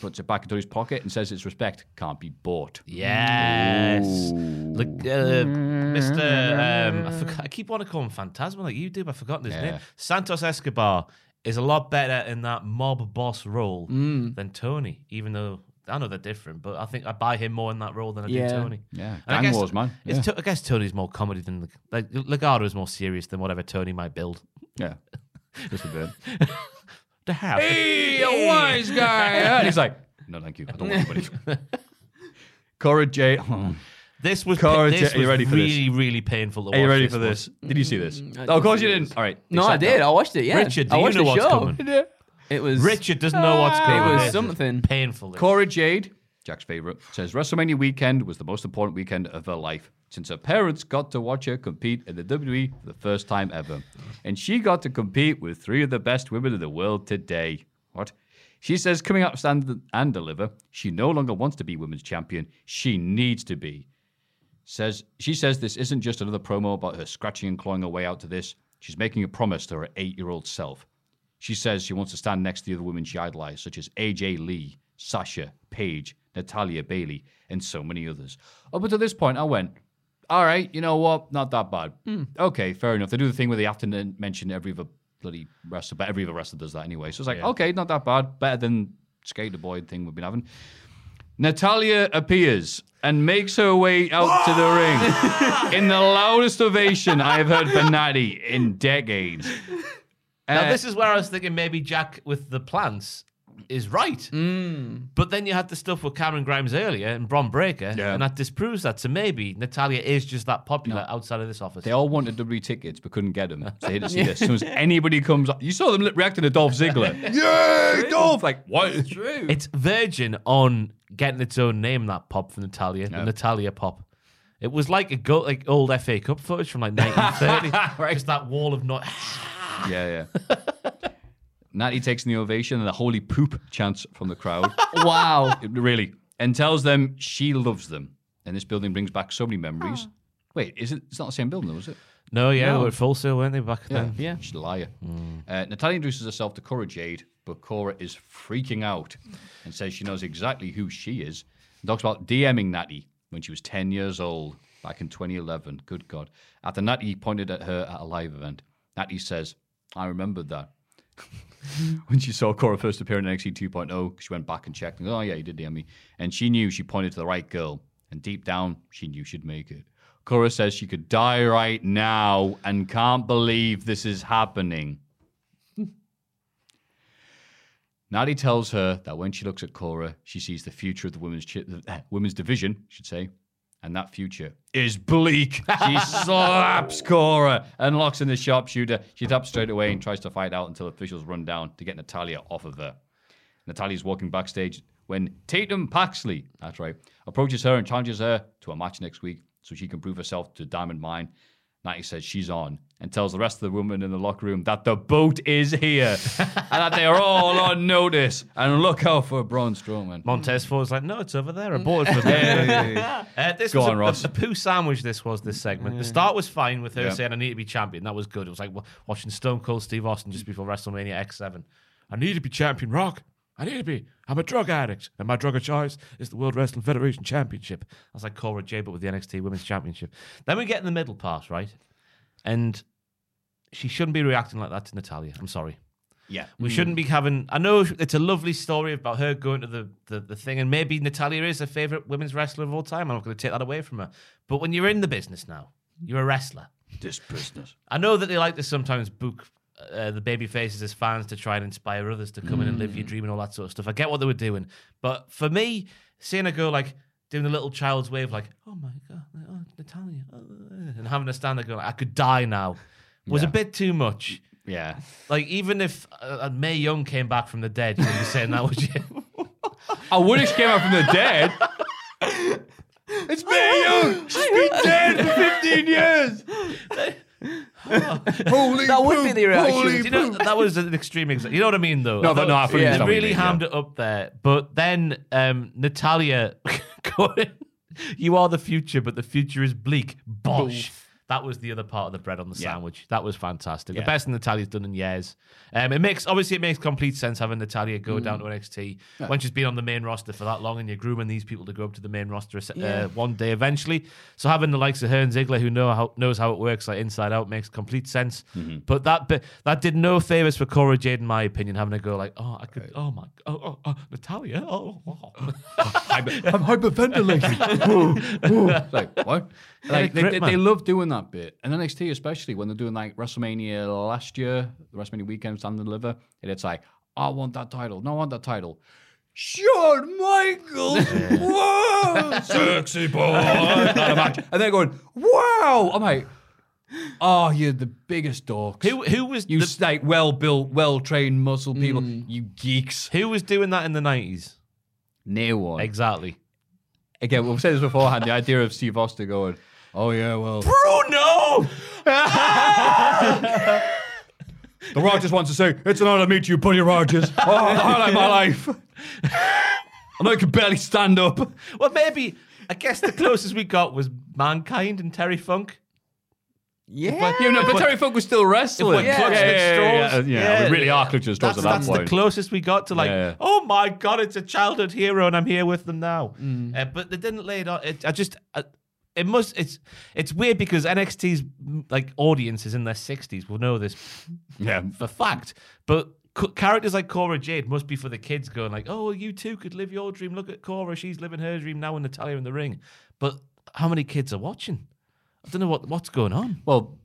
puts it back into his pocket and says, It's respect, can't be bought.
Yes. Look, uh, Mr. Um, I, forgot, I keep wanting to call him Phantasma like you do, but I've forgotten his
Yeah.
name. Santos Escobar is a lot better in that mob boss role
Mm.
than Tony, even though I know they're different, but I think I buy him more in that role than I
Yeah.
do Tony.
Yeah,
And I
gang
guess,
wars, man.
It's
Yeah.
to- I guess Tony's more comedy than, like, Legato is more serious than whatever Tony might build.
Yeah. Just a bit.
To have.
Hey, a wise guy. And he's like, No, thank you. I don't want anybody. Cora J. Oh, Are
This was,
Cara,
this
are you
was
ready for this?
really, really painful to watch.
you ready for
one.
this? Did you see this?
Mm, I
Oh, of
did
course
see
you
this.
didn't. All right.
No, I
Sat down.
did. I watched it. Yeah.
Richard, do
I
you
watched
know
the
what's
show.
coming?
It was
Richard doesn't know
Ah.
what's going on.
was
This is
something.
painful.
Cora Jade, Jack's favorite, says WrestleMania weekend was the most important weekend of her life since her parents got to watch her compete in the WWE for the first time ever. And she got to compete with three of the best women in the world today. What? She says, coming up stand and deliver, she no longer wants to be women's champion. She needs to be. Says she says this isn't just another promo about her scratching and clawing her way out to this. She's making a promise to her eight-year-old self. She says she wants to stand next to the other women she idolized, such as AJ Lee, Sasha, Paige, Natalia Bailey, and so many others. Up until this point, I went, all right, you know what? Not that bad. Okay, fair enough. They do the thing where they have to n- mention every other bloody wrestler, but every other wrestler does that anyway. So it's like, okay, not that bad. Better than Skater Boy thing we've been having. Natalia appears and makes her way out to the ring in the loudest ovation I have heard for Natty in decades.
Now
Uh,
this is where I was thinking maybe Jack with the plants is right. But then you had the stuff with Cameron Grimes earlier and Bron Breaker, and that disproves that. So maybe Natalia is just that popular outside of this office.
They all wanted WWE tickets but couldn't get them. So they had to see this. As soon as anybody comes up, you saw them li- reacting to Dolph Ziggler. Yay, Dolph! Like, what? It's true.
It's Virgin on getting its own name that pop for Natalia, the Natalia pop. It was like a go, like old FA Cup footage from like 1930. Just that wall of not.
Yeah, yeah. Natty takes the ovation and a holy poop chance from the crowd.
Wow.
It really. And tells them she loves them. And this building brings back so many memories. Wait, is it, it's not the same building though, is it?
No, yeah,
No.
they were full sale, weren't they back
Yeah.
then?
Yeah.
She's a liar. Uh, Natalia introduces herself to Cora Jade, but Cora is freaking out and says she knows exactly who she is. And talks about DMing Natty when she was 10 years old back in 2011. Good God. After Natty pointed at her at a live event, Natty says, I remembered that. when she saw Cora first appear in NXT 2.0, she went back and checked and oh yeah, you did DM me. And she knew she pointed to the right girl. And deep down, she knew she'd make it. Cora says she could die right now and can't believe this is happening. Natty tells her that when she looks at Cora, she sees the future of the women's chi- uh, women's division, I should say, and that future is bleak. She slaps Cora and locks in the sharpshooter. She's up straight away and tries to fight out until officials run down to get Natalia off of her. Natalia's walking backstage when Tatum Paxley, that's right, approaches her and challenges her to a match next week so she can prove herself to Diamond Mine. Natty says she's on and tells the rest of the women in the locker room that the boat is here and that they are all on notice and look out for Braun Strowman.
Montez Ford's like, no, it's over there. I
Mm.
bought it for them. Uh, this
Go
was
on,
a,
Ross.
A, poo sandwich. This was this segment. The start was fine with her
Yeah.
saying, "I need to be champion." That was good. It was like wa- watching Stone Cold Steve Austin just before WrestleMania X Seven. I need to be champion, Rock. I need to be. I'm a drug addict, and my drug of choice is the World Wrestling Federation Championship. That's like Cora J, but with the NXT Women's Championship. Then we get in the middle part, right? And she shouldn't be reacting like that to Natalia. I'm sorry.
Yeah.
We shouldn't be having. I know it's a lovely story about her going to the, the, the thing, and maybe Natalia is her favorite women's wrestler of all time. I'm not going to take that away from her. But when you're in the business now, you're a wrestler.
This business.
I know that they like to sometimes book uh, the baby faces as fans to try and inspire others to come in and live your dream and all that sort of stuff. I get what they were doing, but for me, seeing her go like doing the little child's wave, like "Oh my god, oh, Natalia," oh, and having a stand there going, "I could die now," was a bit too much.
Yeah.
Like even if uh, uh, May Young came back from the dead, you'd be saying that was you.
I would have came out from the dead. It's Mae Young. She's been dead for 15 years. Holy
That would be the reaction.
holy
Do you know, that was an extreme example. You know what I mean, though.
No, but no, I fully
they
understand what you
really
mean,
hammed
yeah.
it up there. But then um, Natalia, going, you are the future, but the future is bleak. Bosh. That was the other part of the bread on the
Yeah.
sandwich. That was fantastic.
Yeah.
The best Natalia's done in years. Um, it makes obviously it makes complete sense having Natalia go down to NXT when she's been on the main roster for that long, and you're grooming these people to go up to the main roster a se- uh, one day eventually. So having the likes of her and Ziggler, who know how knows how it works like inside out, makes complete sense.
Mm-hmm.
But that bit that did no favors for Cora Jade, in my opinion, having to go like, oh, I could, oh my, oh, oh, oh Natalia, oh, oh.
I'm, I'm hyperventilating. Whoa, whoa. Like what? Like they,
grip,
they,
man.
they love doing that bit, and NXT especially when they're doing like WrestleMania last year, the WrestleMania weekend, Stand and Deliver, and it's like, I want that title. No, I want that title. Shawn Michaels, whoa, sexy boy, and a match. And they're going, wow. I'm like, oh, you're the biggest dorks.
who who was
you
the-
s- like well built, well trained muscle people? You geeks.
who was doing that in the nineties?
Near one.
Exactly.
again, we've said this beforehand. The idea of Steve Austin going, "Oh yeah, well,
Bruno.
The Rock just wants to say it's an honor to meet you, Buddy Rogers. Oh, the highlight of my life. I know you can barely stand up.
Well, maybe I guess the closest we got was Mankind and Terry Funk.
Yeah.
You know, but
But-
Terry Funk was still wrestling.
But clutching at straws.
yeah, yeah, we really are clutching at straws
That's,
at that
that's
point.
the closest we got to like,
Yeah.
oh my god, it's a childhood hero, and I'm here with them now.
Mm.
Uh, but they didn't lay it on. It, I just, I, it must. It's it's weird because NXT's mm, like audience is in their 60s. We'll know this
yeah,
for fact. But co- characters like Cora Jade must be for the kids going like, oh, you too could live your dream. Look at Cora, she's living her dream now in Natalia in the ring. But how many kids are watching? I don't know what what's going on.
Well,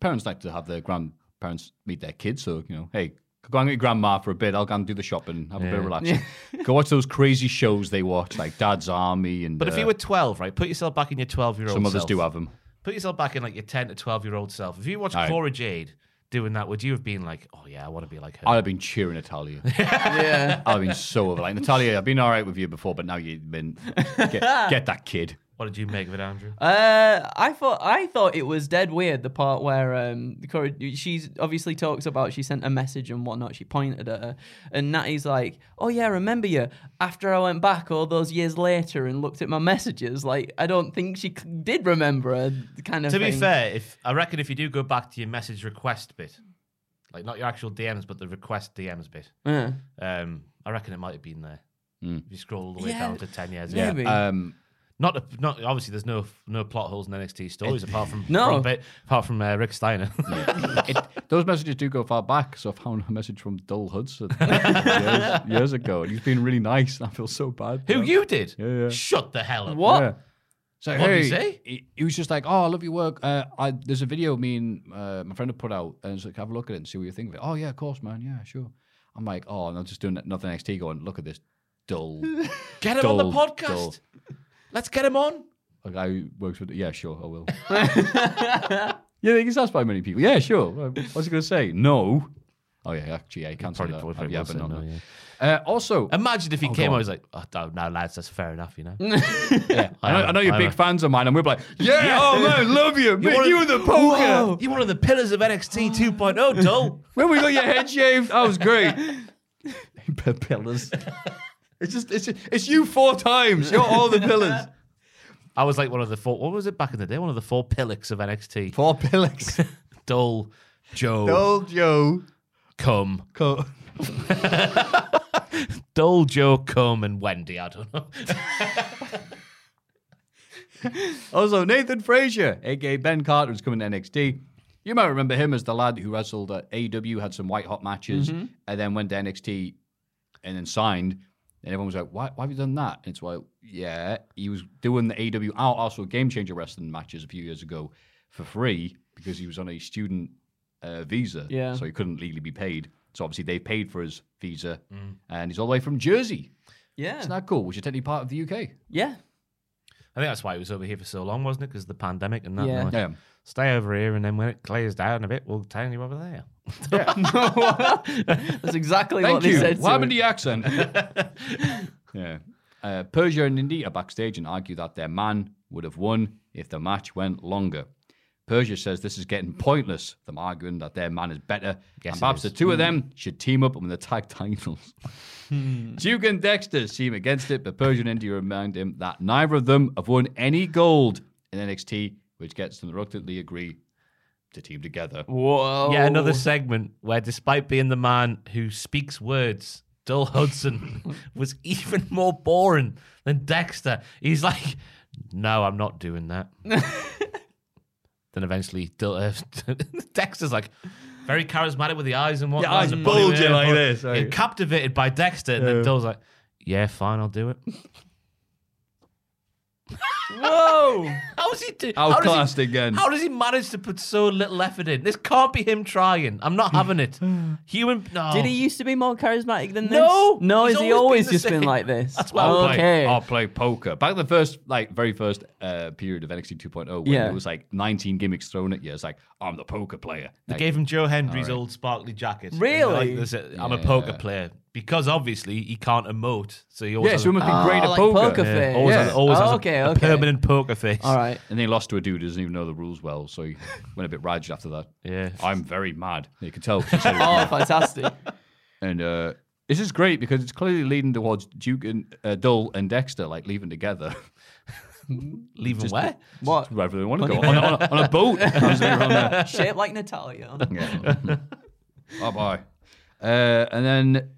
parents like to have their grandparents meet their kids, so you know, hey, Go hang with your grandma for a bit. I'll go and do the shopping, have a bit of relaxing. go watch those crazy shows they watch, like Dad's Army and.
But if
uh,
you were 12, right, put yourself back in your 12 year old
some others do have them.
Put yourself back in like your 10 to 12 year old self. If you watched
Aye.
Cora Jade doing that, would you have been like, oh yeah, I want to be like her?
I'd have been cheering Natalia. yeah. I'd have been so over. Like, Natalia, I've been all right with you before, but now you've been. Get, get that kid.
What did you make of it, Andrew?
Uh, I thought I thought it was dead weird the part where um Cora she's obviously talks about she sent a message and whatnot she pointed at her and Natty's like oh yeah I remember you after I went back all those years later and looked at my messages like I don't think she c- did remember her kind of
to be
thing.
fair, if I reckon if you do go back to your message request bit, like not your actual DMs, but the request DMs bit,
Yeah.
um, I reckon it might have been there.
Mm.
If you scroll all the way
Yeah,
down to 10 years
Yeah, uh, maybe.
Um,
not, a, not obviously. There's no no plot holes in NXT stories apart from
No.
from bit- apart from uh, Rick Steiner.
It- those messages do go far back. So I found a message from Dull Hudson years, years ago, and he's been really nice, and I feel so bad. for
Who
him.
you did?
Yeah, yeah.
Shut the hell up!
what
Yeah. So,
What did
hey,
he say?
He, he was just like, "Oh, I love your work. Uh, I, there's a video me and uh, my friend have put out, and it's like, have a look at it and see what you think of it." Oh yeah, of course, man. Yeah, sure. I'm like, oh, and I'm just doing nothing XT going, look at this dull.
Get him on the
dull,
podcast.
dull."
Let's get him on.
A guy who works with, yeah, sure, I will. yeah, I guess that's by many people. Yeah, sure. Uh, What's he going to say? No. Oh yeah, actually, yeah, you can't say
Probably-
that.
probably
Uh, yeah,
will
but
say
no,
no,
no.
yeah.
Uh, also,
Imagine if he
Oh, go
came.
on.
I was like, oh, no, no, lads, that's fair enough, you know.
yeah, I, know, I know
I
you're
know.
big fans of mine, and we're like, yeah, oh man, love you, man,
wanna-
you and the poker.
You're one of the pillars of NXT 2.0, oh, Dull.
When we got your head shaved, that was great. The pillars. It's just, it's it's you four times. You're all the pillars.
I was like one of the four. What was it back in the day? One of the four pillars of NXT.
Four pillars.
Dull, Joe,
Old Joe.
Cum,
Co-
Dull, Joe, Cum, and Wendy. I don't know.
Also, Nathan Frazier, aka Ben Carter, is coming to NXT. You might remember him as the lad who wrestled at AW, had some white hot matches, and then went to NXT and then signed. And everyone was like, why, why have you done that? And it's like, yeah, he was doing the AW out also Game Changer Wrestling matches a few years ago for free because he was on a student uh, visa.
Yeah.
So he couldn't legally be paid. So obviously they paid for his visa. And he's all the way from Jersey.
yeah
Isn't that cool? Which is technically part of the UK.
yeah
I think that's why he was over here for so long, wasn't it? Because the pandemic and that.
Yeah.
and like,
Yeah.
Stay over here, and then when it clears down a bit, we'll turn you over there.
that's exactly
Thank
what
you.
they said
Why
to
would
her.
the accent? yeah. Uh, Persia and Indy are backstage and argue that their man would have won if the match went longer. Persia says this is getting pointless, them arguing that their man is better.
Yes,
and
it
perhaps the
is.
two of them should team up and win the tag titles. Duke and Dexter seem against it, but Persia and Indy remind him that neither of them have won any gold in NXT, which gets them to reluctantly agree to team together. Oh.
Whoa.
Yeah, another segment where, despite being the man who speaks words, Dull Hudson was even more boring than Dexter. He's like, "No, I'm not doing that." then eventually, Dull, uh, Dexter's like, very charismatic with the eyes and whatnot.
Yeah, eyes
and the body
bulging
there,
like
but
this, right?
yeah, Captivated by Dexter, and then Dull's like, "Yeah, fine, I'll do it."
whoa
How is he do- how does he-
Outclassed again.
How does he manage to put so little effort in? This can't be him trying. I'm not having it. Human. No.
did he used to be more charismatic than
No,
this no
he's
has he always
always been the
just
same.
been like this
That's why I would like-
okay
I'll play poker. Back in the first, like, very first uh, period of NXT 2.0, oh, when
Yeah.
it was like 19 gimmicks thrown at you, it's like, I'm the poker player.
They
Like,
gave him Joe Hendry's
Alright.
old sparkly jacket.
Really?
And they're like, "Listen, I'm a
Yeah.
poker player because obviously he can't emote, so he always
yeah,
has,
so he
a,
must be
Oh,
great at
like
poker.
poker Yeah. face.
always has,
Yeah.
always has a-
Okay,
a
okay.
permanent poker face.
all right
And they lost to a dude who doesn't even know the rules well, so he went a bit raged after that.
Yeah.
I'm very mad. You can tell. 'cause he said it.
oh fantastic
and uh, this is great because it's clearly leading towards Duke and uh, Dull and Dexter, like, leaving together.
Leave him
Just-
where?
what
Wherever they want to go. On, a- on, a- on a boat.
shaped like Natalia.
Yeah. bye bye. Uh, and then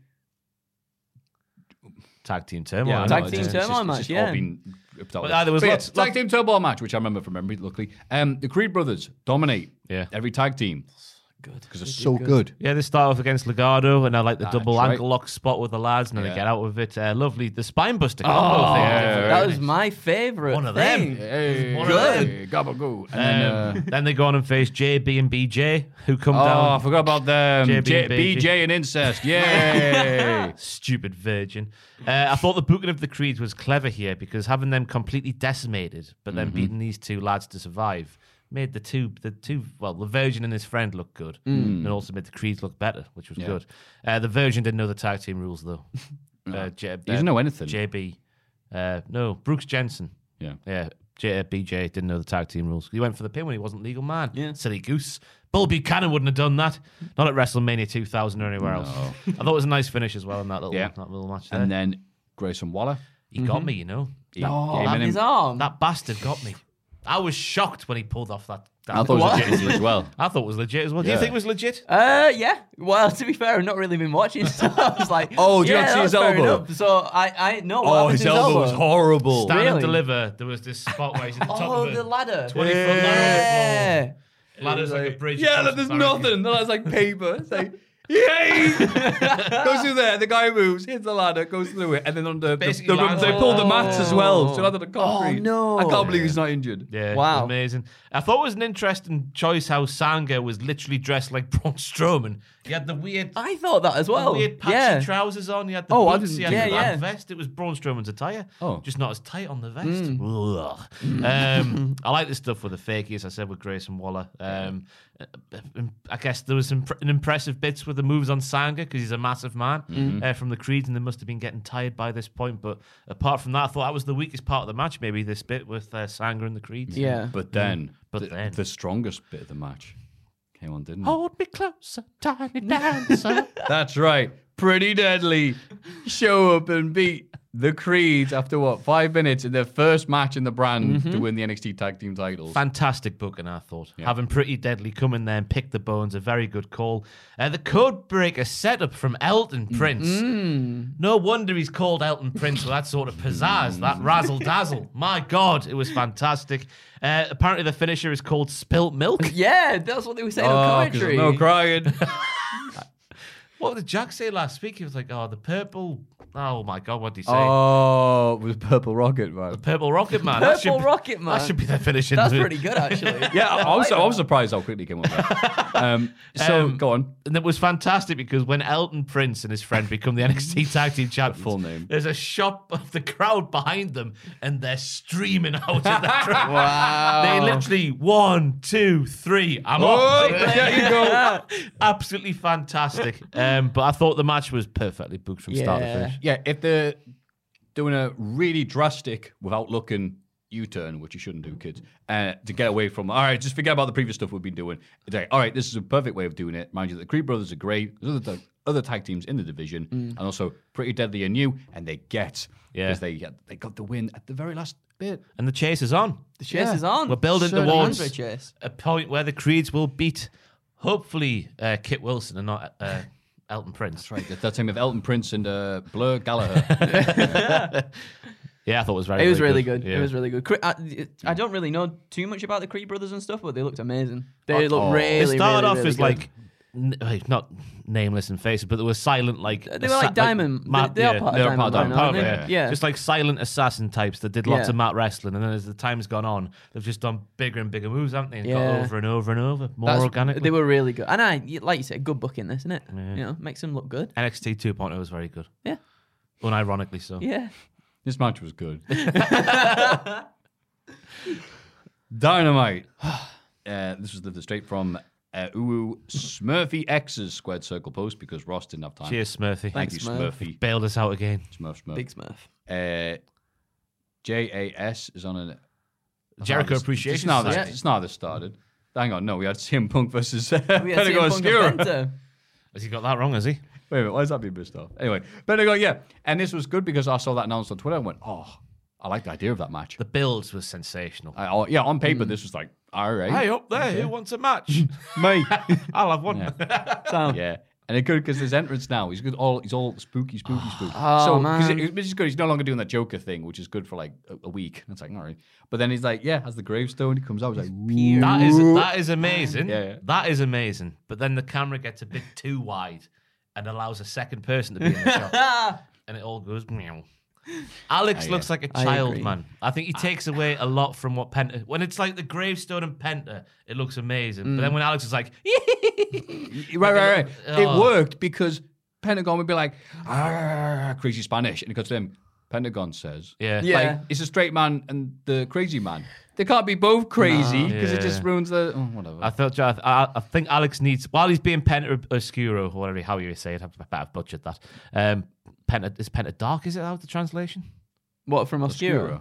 Tag team turmoil.
I know,
Tag
it's
team
just-
turmoil
it's just- it's
match,
all
yeah.
been ripped out.
But, uh, there was lots-
yeah,
lots-
tag team turmoil match, which I remember from memory, luckily. Um, the Creed brothers dominate
Yeah.
every tag team.
good
because they're so good.
Yeah, they start off against Legardo, and I like the
Ah,
double
that's right.
ankle lock spot with the lads, and then
Yeah.
they get out of it. Uh, lovely, the spine buster.
Oh, yeah,
that was my favorite.
One of
thing.
them. One of them.
Gabagoo. And then,
Um,
uh,
then they go on and face JB and BJ, who come
oh,
down.
I forgot about them.
JB,
J-
BJ.
BJ and incest. Yay!
Stupid virgin. Uh, I thought the booking of the Creeds was clever here because having them completely decimated, but
Mm-hmm.
then beating these two lads to survive, made the two, the two, well, the Virgin and his friend look good, and also made the Creeds look better, which was
Mm. Yeah.
good. Uh, the Virgin didn't know the tag team rules though. Uh, J-
Ah. He doesn't know anything.
JB, uh, no, Brooks Jensen.
Yeah.
Yeah. J- uh, BJ didn't know the tag team rules. He went for the pin when he wasn't legal man.
Yeah.
Silly goose. Bull Buchanan wouldn't have done that. Not at WrestleMania 2000 or anywhere else. I thought it was a nice finish as well in that little,
Yeah.
that little match there.
and then Grayson Waller.
he got me, you know.
He
Oh,
came in
and
and-
his arm.
That bastard got me. I was shocked when he pulled off that. that
I thought it was
What?
legit as well.
I thought it was legit as well. Do
Yeah.
you think it was legit?
Uh, yeah. Well, to be fair, I've not really been watching, so I was like,
Oh, did you
yeah,
not see
that
his
was fair
elbow?
enough. So I, I no. what
Oh,
happened to
his elbow was horrible.
Stand and
Really?
deliver. There was this spot where he's at the top
Oh,
of
the
the
ladder.
20 foot ladder.
Yeah.
Oh, Ladder's like a bridge.
Yeah,
across
look, there's
the barricade.
nothing. The ladder's like paper. It's like, yay! goes through there. The guy moves, hits the ladder, goes through it, and then on the, the,
Basically Oh.
the-
lands
they
on
pull the
the
mats as well. So landed on concrete. Oh,
no.
I can't believe he's not injured.
Yeah,
Wow.
wow, amazing. I thought it was an interesting choice how Sanga was literally dressed like Braun Strowman. He had the weird,
I thought that as well.
weird patchy
yeah.
trousers on. He had the
Oh, I
boots. He had
didn't-
the
yeah,
black
yeah.
vest. It was Braun Strowman's attire.
Oh.
just not as tight on the vest.
Mm.
Ugh. Um, I like the stuff with the fakie, as I said with Grayson Waller. Um, I guess there was some pr- an impressive bits with the moves on Sanga because he's a massive man
Mm-hmm.
uh, from the Creeds, and they must have been getting tired by this point. But apart from that, I thought that was the weakest part of the match. Maybe this bit with uh, Sanga and the Creeds.
Yeah. Mm.
But then,
But
the,
then.
the strongest bit of the match came on, didn't it?
Oh.
Hold me closer, tiny dancer.
That's right. Pretty deadly. Show up and beat the Creeds after what five minutes in their first match in the brand
Mm-hmm.
to win the NXT Tag Team titles.
Fantastic booking, I thought. Having Pretty Deadly come in there and pick the bones, a very good call. Uh, the code breaker setup from Elton
Mm-hmm.
Prince. No wonder he's called Elton Prince with that sort of pizzazz,
Mm.
that razzle dazzle. My God, it was fantastic. Uh, apparently, the finisher is called Spilt Milk.
Yeah, that's what they were saying
Oh,
on
'cause
commentary.
there's no crying.
What did Jack say last week? He was like, oh, the purple. Oh, my God, what did he say?
oh, it was Purple Rocket, man.
Purple Rocket Man. That
Purple
should-
Rocket Man.
That should be the finishing.
That's
move.
pretty good, actually.
Yeah, I, I was, I was surprised how quickly it came on. there. um, so
Um,
go on.
and it was fantastic because when Elton Prince and his friend become the NXT Tag Team Champions,
Full name.
there's a shot of the crowd behind them, and they're streaming out of the crowd.
Wow.
They literally one, two, three. I'm
Oh,
off.
there you go.
Absolutely fantastic. Um, but I thought the match was perfectly booked from start to
Yeah.
finish.
Yeah, if they're doing a really drastic, without looking, U-turn, which you shouldn't do, kids, uh, to get away from. All right, just forget about the previous stuff we've been doing. It's like, all right, this is a perfect way of doing it. Mind you, the Creed Brothers are great. There's other tag, other tag teams in the division, and also pretty deadly and new, and they get
Yeah.
because they get, they got the win at the very last bit.
And the chase is on.
The chase is on.
We're building
Certainly
towards
is a chase.
a point where the Creeds will beat, hopefully, uh, Kit Wilson and not uh, Elton Prince.
That's right. That's that time of Elton Prince and uh, Blur Gallagher.
Yeah, I thought it was very.
It was
very
really good.
Yeah.
It was really good. Cre- I, I don't really know too much about the Creed brothers and stuff, but they looked amazing. They looked
It
really.
started
really,
off
really
as
good.
like, n- like, not nameless and faces, but they were silent like
they were like Diamond. They- they are part of
they're
Diamond
right now,
Diamond,
aren't
yeah.
they? Yeah.
just like silent assassin types that did lots
Yeah.
of mat wrestling, and then as the time's gone on, they've just done bigger and bigger moves, haven't they? And
Yeah.
Got over and over and over, more
That's-
organically.
They were really good, and I like you said, good book in this, isn't it? You know, makes them look good.
NXT 2.0 was very good,
Yeah,
unironically so.
yeah.
this match was good. Dynamite. Uh, this was lifted straight from uh, Uwu Smurfy X's squared circle post because Ross didn't have time.
Cheers, Smurfy.
Thank
Thanks,
you,
Smurf.
Smurfy.
Bailed us out again.
Smurf, Smurf.
Big Smurf.
Uh, JAS is on an.
Jericho
Just-
Appreciation
Just now, this,
Society.
just now this started. Hang on, no, we had CM Punk versus uh,
We had CM
Pentagon
Punk and
Obscura.
Penta.
Has he got that wrong? Has he?
Wait a minute, why is that being pissed off? Anyway, Pentagon, yeah. And this was good because I saw that announced on Twitter and went, oh, I like the idea of that match.
The build was sensational.
I- oh, yeah, on paper, this was like, all right.
Hey, up there, who wants a match?
mate.
I'll have one.
So
yeah. And it could because there's entrance now. He's good. All he's all spooky, spooky, spooky.
Oh,
so,
man.
It, which is good. He's no longer doing that Joker thing, which is good for like a, a week. And it's like, all right. But then he's like, yeah, has the gravestone. He comes out. He's like, "Ooh."
That is that is amazing.
Yeah, yeah.
That is amazing. But then the camera gets a bit too wide and allows a second person to be in the shot, and it all goes meow. Alex
Ah, yeah.
looks like a
I
child,
agree.
man. I think he takes away a lot from what Penta. When it's like the gravestone and Penta, it looks amazing. But then when Alex is like,
right, right, right.
Oh.
It worked because Pentagon would be like, "Ah, crazy Spanish, and it goes to him. Pentagon says,
yeah,
Yeah.
like it's a straight man and the crazy man. They can't be both crazy
No.
because it
Yeah.
just ruins the oh, whatever.
I thought I, I- I think Alex needs while he's being Penta Oscuro, or whatever how you say it. I've, I've butchered that. Um, Penta is Penta Dark. Is it out the translation?
What from
Obscura.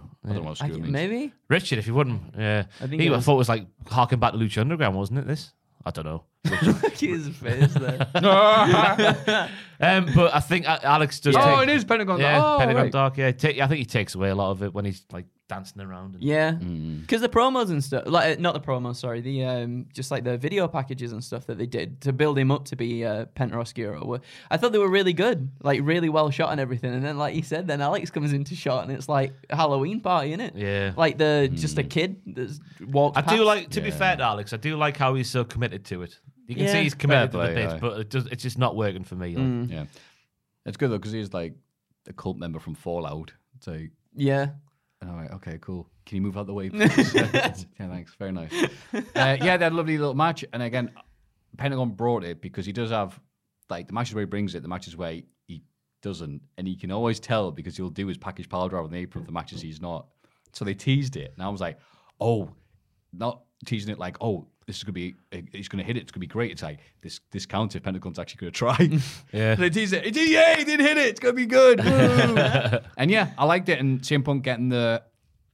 Oscura?
I don't know what
I
obscura
think-
means.
maybe.
Richard, if you wouldn't, yeah,
I think
he
it
I
was-
thought it was like harking back to Lucha Underground, wasn't it? This, I don't know.
Look at his face there.
um, but I think A- Alex does.
Oh,
take-
it is Pentagon.
Yeah,
Dark. Oh,
Pentagon
right.
Dark. Yeah, ta- I think he takes away a lot of it when he's like dancing around. And,
Yeah,
Mm.
because the promos and stuff, like uh, not the promos, sorry, the um, just like the video packages and stuff that they did to build him up to be uh, Penta Oscuro. Were, I thought they were really good, like really well shot and everything. And then, like you said, then Alex comes into shot and it's like Halloween party, innit?
Yeah. Mm.
like the just a kid that walks.
I do
past.
like. To be fair to Alex, I do like how he's so committed to it. You can
Yeah. Mm.
see he's committed
Fair
to the
play,
bit,
aye.
but it does, it's just not working for me. like.
Yeah, it's good though because he's like a cult member from Fallout. It's like,
Yeah,
and I'm like, okay, cool. Can you move out the way? Please? yeah, thanks. Very nice. Uh, yeah, they had a lovely little match, and again, Pentagon brought it because he does have like the matches where he brings it, the matches where he doesn't, and he can always tell because he'll do his package pile driver on the apron of the matches he's not. So they teased it, and I was like, oh, not teasing it like, oh, this is gonna be, he's gonna hit it, it's gonna be great. It's like this this counter if Pentagon's actually gonna try.
Yeah.
they teased it. He did, yay, he did hit it. It's gonna be good. Woo. and yeah, I liked it. And CM Punk getting the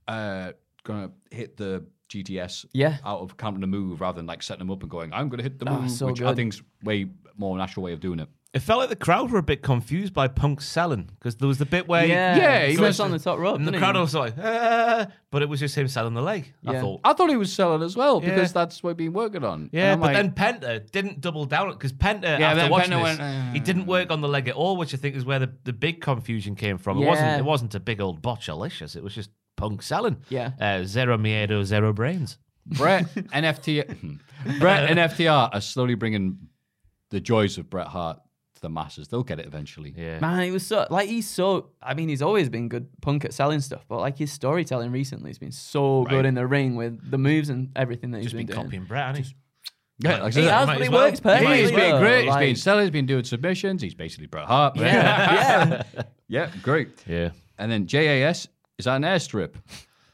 uh, gonna hit the GTS
Yeah. Oh,
out of counting the move rather than like setting them up and going, I'm gonna hit the move,
so
which I
good.
think's way more natural way of doing it.
It felt like the crowd were a bit confused by Punk selling because there was the bit where he-
yeah,
yeah, he
He
was-
was on the top rope.
and the
didn't
crowd
he?
was like, "Ah," but it was just him selling the leg. I
Yeah.
thought.
I thought he was selling as well because
Yeah.
that's what he'd been working on.
Yeah,
And
but
I'm like,
then Penta didn't double down because Penta after
then
watching
Penta
this,
went, "Uh."
he didn't work on the leg at all, which I think is where the, the big confusion came from. It
Yeah.
wasn't it wasn't a big old botchalicious. It was just punk selling.
Yeah.
uh, zero miedo, zero brains.
Brett and FTR, Brett and FTR are slowly bringing the joys of Bret Hart to the masses. They'll get it eventually.
Yeah,
Man, he was so like he's so. I mean, he's always been good punk at selling stuff, but like his storytelling recently has been so
Right.
good in the ring with the moves and everything that he's
just been
doing.
copying Brett. hasn't he?
Yeah, like I
He
said,
has,
might
but
as
he
well.
works
He might as
perfectly.
He's been
though,
great. He's been
like-
selling. He's been doing submissions. He's basically Bret Hart.
yeah, yeah.
yeah, great.
Yeah.
And then JAS is an airstrip.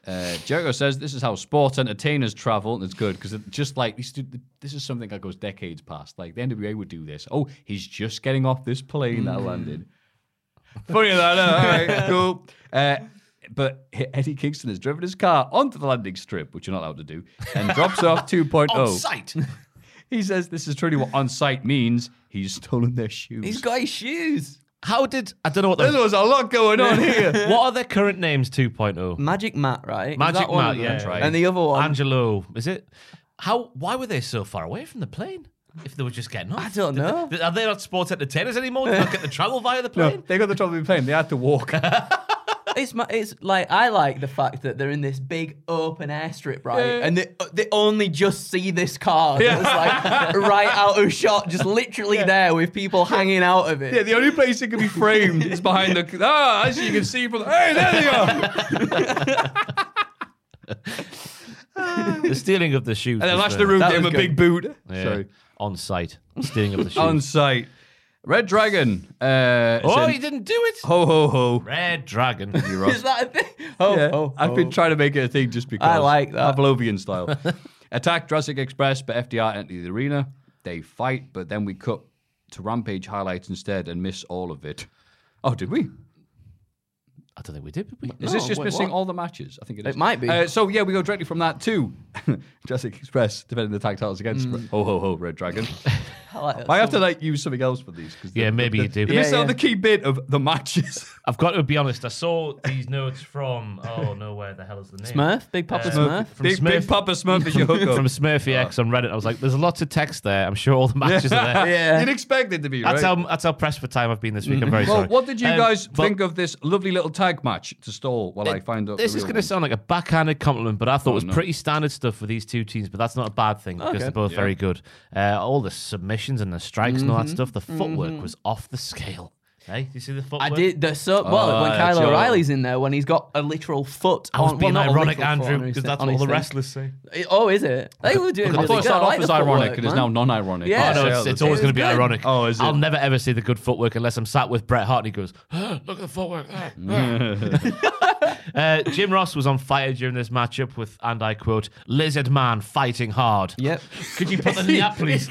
Uh, Jericho says this is how sports entertainers travel, and it's good because just like these two- this is something that goes decades past. Like the NWA would do this. Oh, he's just getting off this plane that landed. Funny that, uh, all right, cool. Uh, but Eddie Kingston has driven his car onto the landing strip, which you're not allowed to do, and drops off oh. 2.0.
On sight.
He says this is truly what on site means. He's stolen their shoes.
He's got his shoes.
How did I don't know what
There
the
was a lot going on here.
what are their current names? oh? 2.0?
Magic Matt, right? Is
Magic
that one
Matt,
of
yeah,
them?
that's right.
And the other one,
Angelo, is it? How? Why were they so far away from the plane? If they were just getting off,
I don't
Did they-
know.
did- are they not sports entertainers anymore? Do they not get to travel via the
No,
plane?
they got the trouble with playing. They had to walk.
it's ma- it's like I like the fact that they're in this big open airstrip, right? And they uh, they only just see this car that's like right out of shot, just literally there with people hanging out of it.
yeah, the only place it can be framed is behind the. Ah, as you can see from. The, hey, there they are.
The stealing of the shoes.
And then
was
Lashley
the-
Room
That
gave him a
was
big boot.
Yeah.
Sorry.
On site. Stealing of the shoes.
On site. Red Dragon. Uh,
oh,
said,
you didn't do it.
ho ho ho.
Red Dragon.
Is that a thing? Oh,
Yeah,
oh,
I've been
oh.
trying to make it a thing just because.
I like that.
Pavlovian style. Attack Jurassic Express, but FDR enter the arena. They fight, but then we cut to Rampage highlights instead and miss all of it. Oh, did we?
I don't think we did. did we?
Is
No,
this just
wait,
missing
what?
all the matches? I think it is.
It might be.
Uh, so, yeah, we go
Mm.
directly from that to Jurassic Express, defending the tag titles against. Ho, ho, ho, Red Dragon.
oh. I like that
I have
so
to
much.
like use something else for these. Cause
Yeah, maybe you do.
They miss out the key bit of the matches.
I've got to be honest. I saw these notes from oh no, where the hell is the name?
Smurf? Big Papa Smurf?
From
Big- Big Papa Smurf is your hookup.
From Smurfy X on Reddit. I was like, there's lots of text there. I'm sure all the matches are there.
Yeah.
You'd expect it to be, right? Mm-hmm.
That's how that's how pressed for time I've been this week. I'm very
well,
sorry.
what did you
Um,
guys
but
think of this lovely little tag match to stall while I find out?
This
the
is
real
going
one?
to sound like a backhanded compliment, but I thought it was
Oh, no.
pretty standard stuff for these two teams. But that's not a bad thing because
Okay.
they're both
Yeah.
very good. Uh, all the submissions and the strikes and all that stuff. The footwork was off the scale. Hey, do you see the footwork?
I did. The so well
Oh,
when
yeah,
Kyle
sure.
O'Reilly's in there when he's got a literal foot.
I was
on,
being
well, not a
ironic,
literal foot
Andrew,
on his
because
thing-
that's
on
all
his
the
thing.
wrestlers say.
It- oh, is it? They were doing.
I
Really good.
thought it
I
started off
like the
as ironic
footwork,
and it's
man.
now non-ironic.
Yeah.
Oh,
Oh, no,
Yeah,
it's, it's
that's-
always
it was
going to be
good.
ironic.
Oh, is it?
I'll never ever see the good footwork unless I'm sat with Bret Hart and he goes, "Ah, "Look at the footwork." ah, ah." uh, Jim Ross was on fire during this matchup with, and I quote, "Lizard Man fighting hard."
Yep.
Could you put the knee up, please?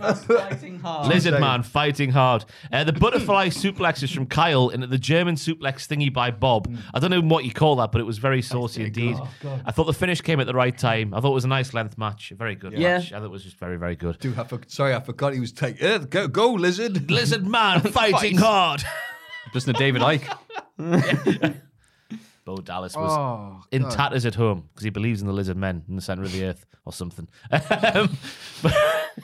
Lizard Man fighting hard. Uh, the butterfly suplex is from Kyle and the German suplex thingy by Bob. I don't know what you call that, but it was very saucy indeed. I thought the finish came at the right time. I thought it was a nice length match. A very good
Yeah.
match. I thought it was just very, very good.
Dude, I for- sorry, I forgot he was taking. go, go, lizard.
Lizard Man fighting
Fight.
hard.
Listen to David Ike.
Bo Dallas was
Oh,
in tatters at home because he believes in the lizard men in the center of the earth or something. Um, but-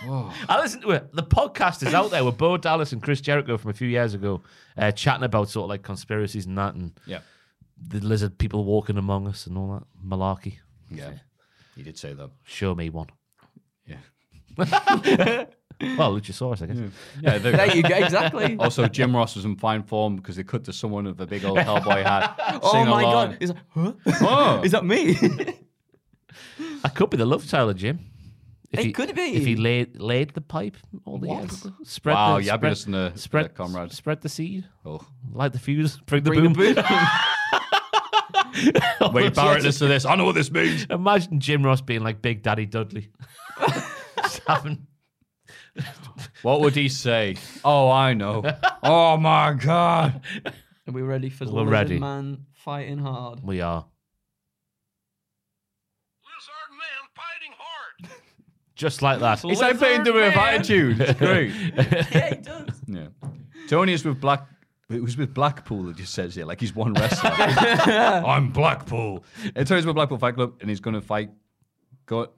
I listened to it. The podcast is out there with Bo Dallas and Chris Jericho from a few years ago, uh, chatting about sort of like conspiracies and that, and
Yeah.
the lizard people walking among us and all that malarkey.
Yeah. He did say that.
Show me one.
Yeah.
Well, Luchasaurus, I guess.
Yeah. there-
There you go. Exactly.
Also, Jim Ross was in fine form because they cut to someone with a big old cowboy hat.
Oh
singing
my
along.
god! Is that, huh?
Oh.
Is that me?
I could be the love child of Jim. If
It could be.
if he laid laid the pipe all the years ago. Spread
Wow,
the,
yeah, I've
spread,
been listening to
spread,
that, comrade.
Spread the seed,
Oh.
light the fuse, bring the
Bring the
boom.
boom.
Wait, Barrett, listen to this. I know what this means.
Imagine Jim Ross being like Big Daddy Dudley. Just having-
What would he say? Oh, I know. oh my god.
Are we ready for the
We're
Lizard
ready.
Man fighting hard?
we are.
Lizard man fighting hard.
Just like that.
It's like playing the with attitude. It's great.
yeah, he does.
yeah. Tony is with Black. It was with Blackpool that just says it like he's one wrestler. I'm Blackpool. And Tony's with Blackpool Fight Club, and he's going to fight. Go.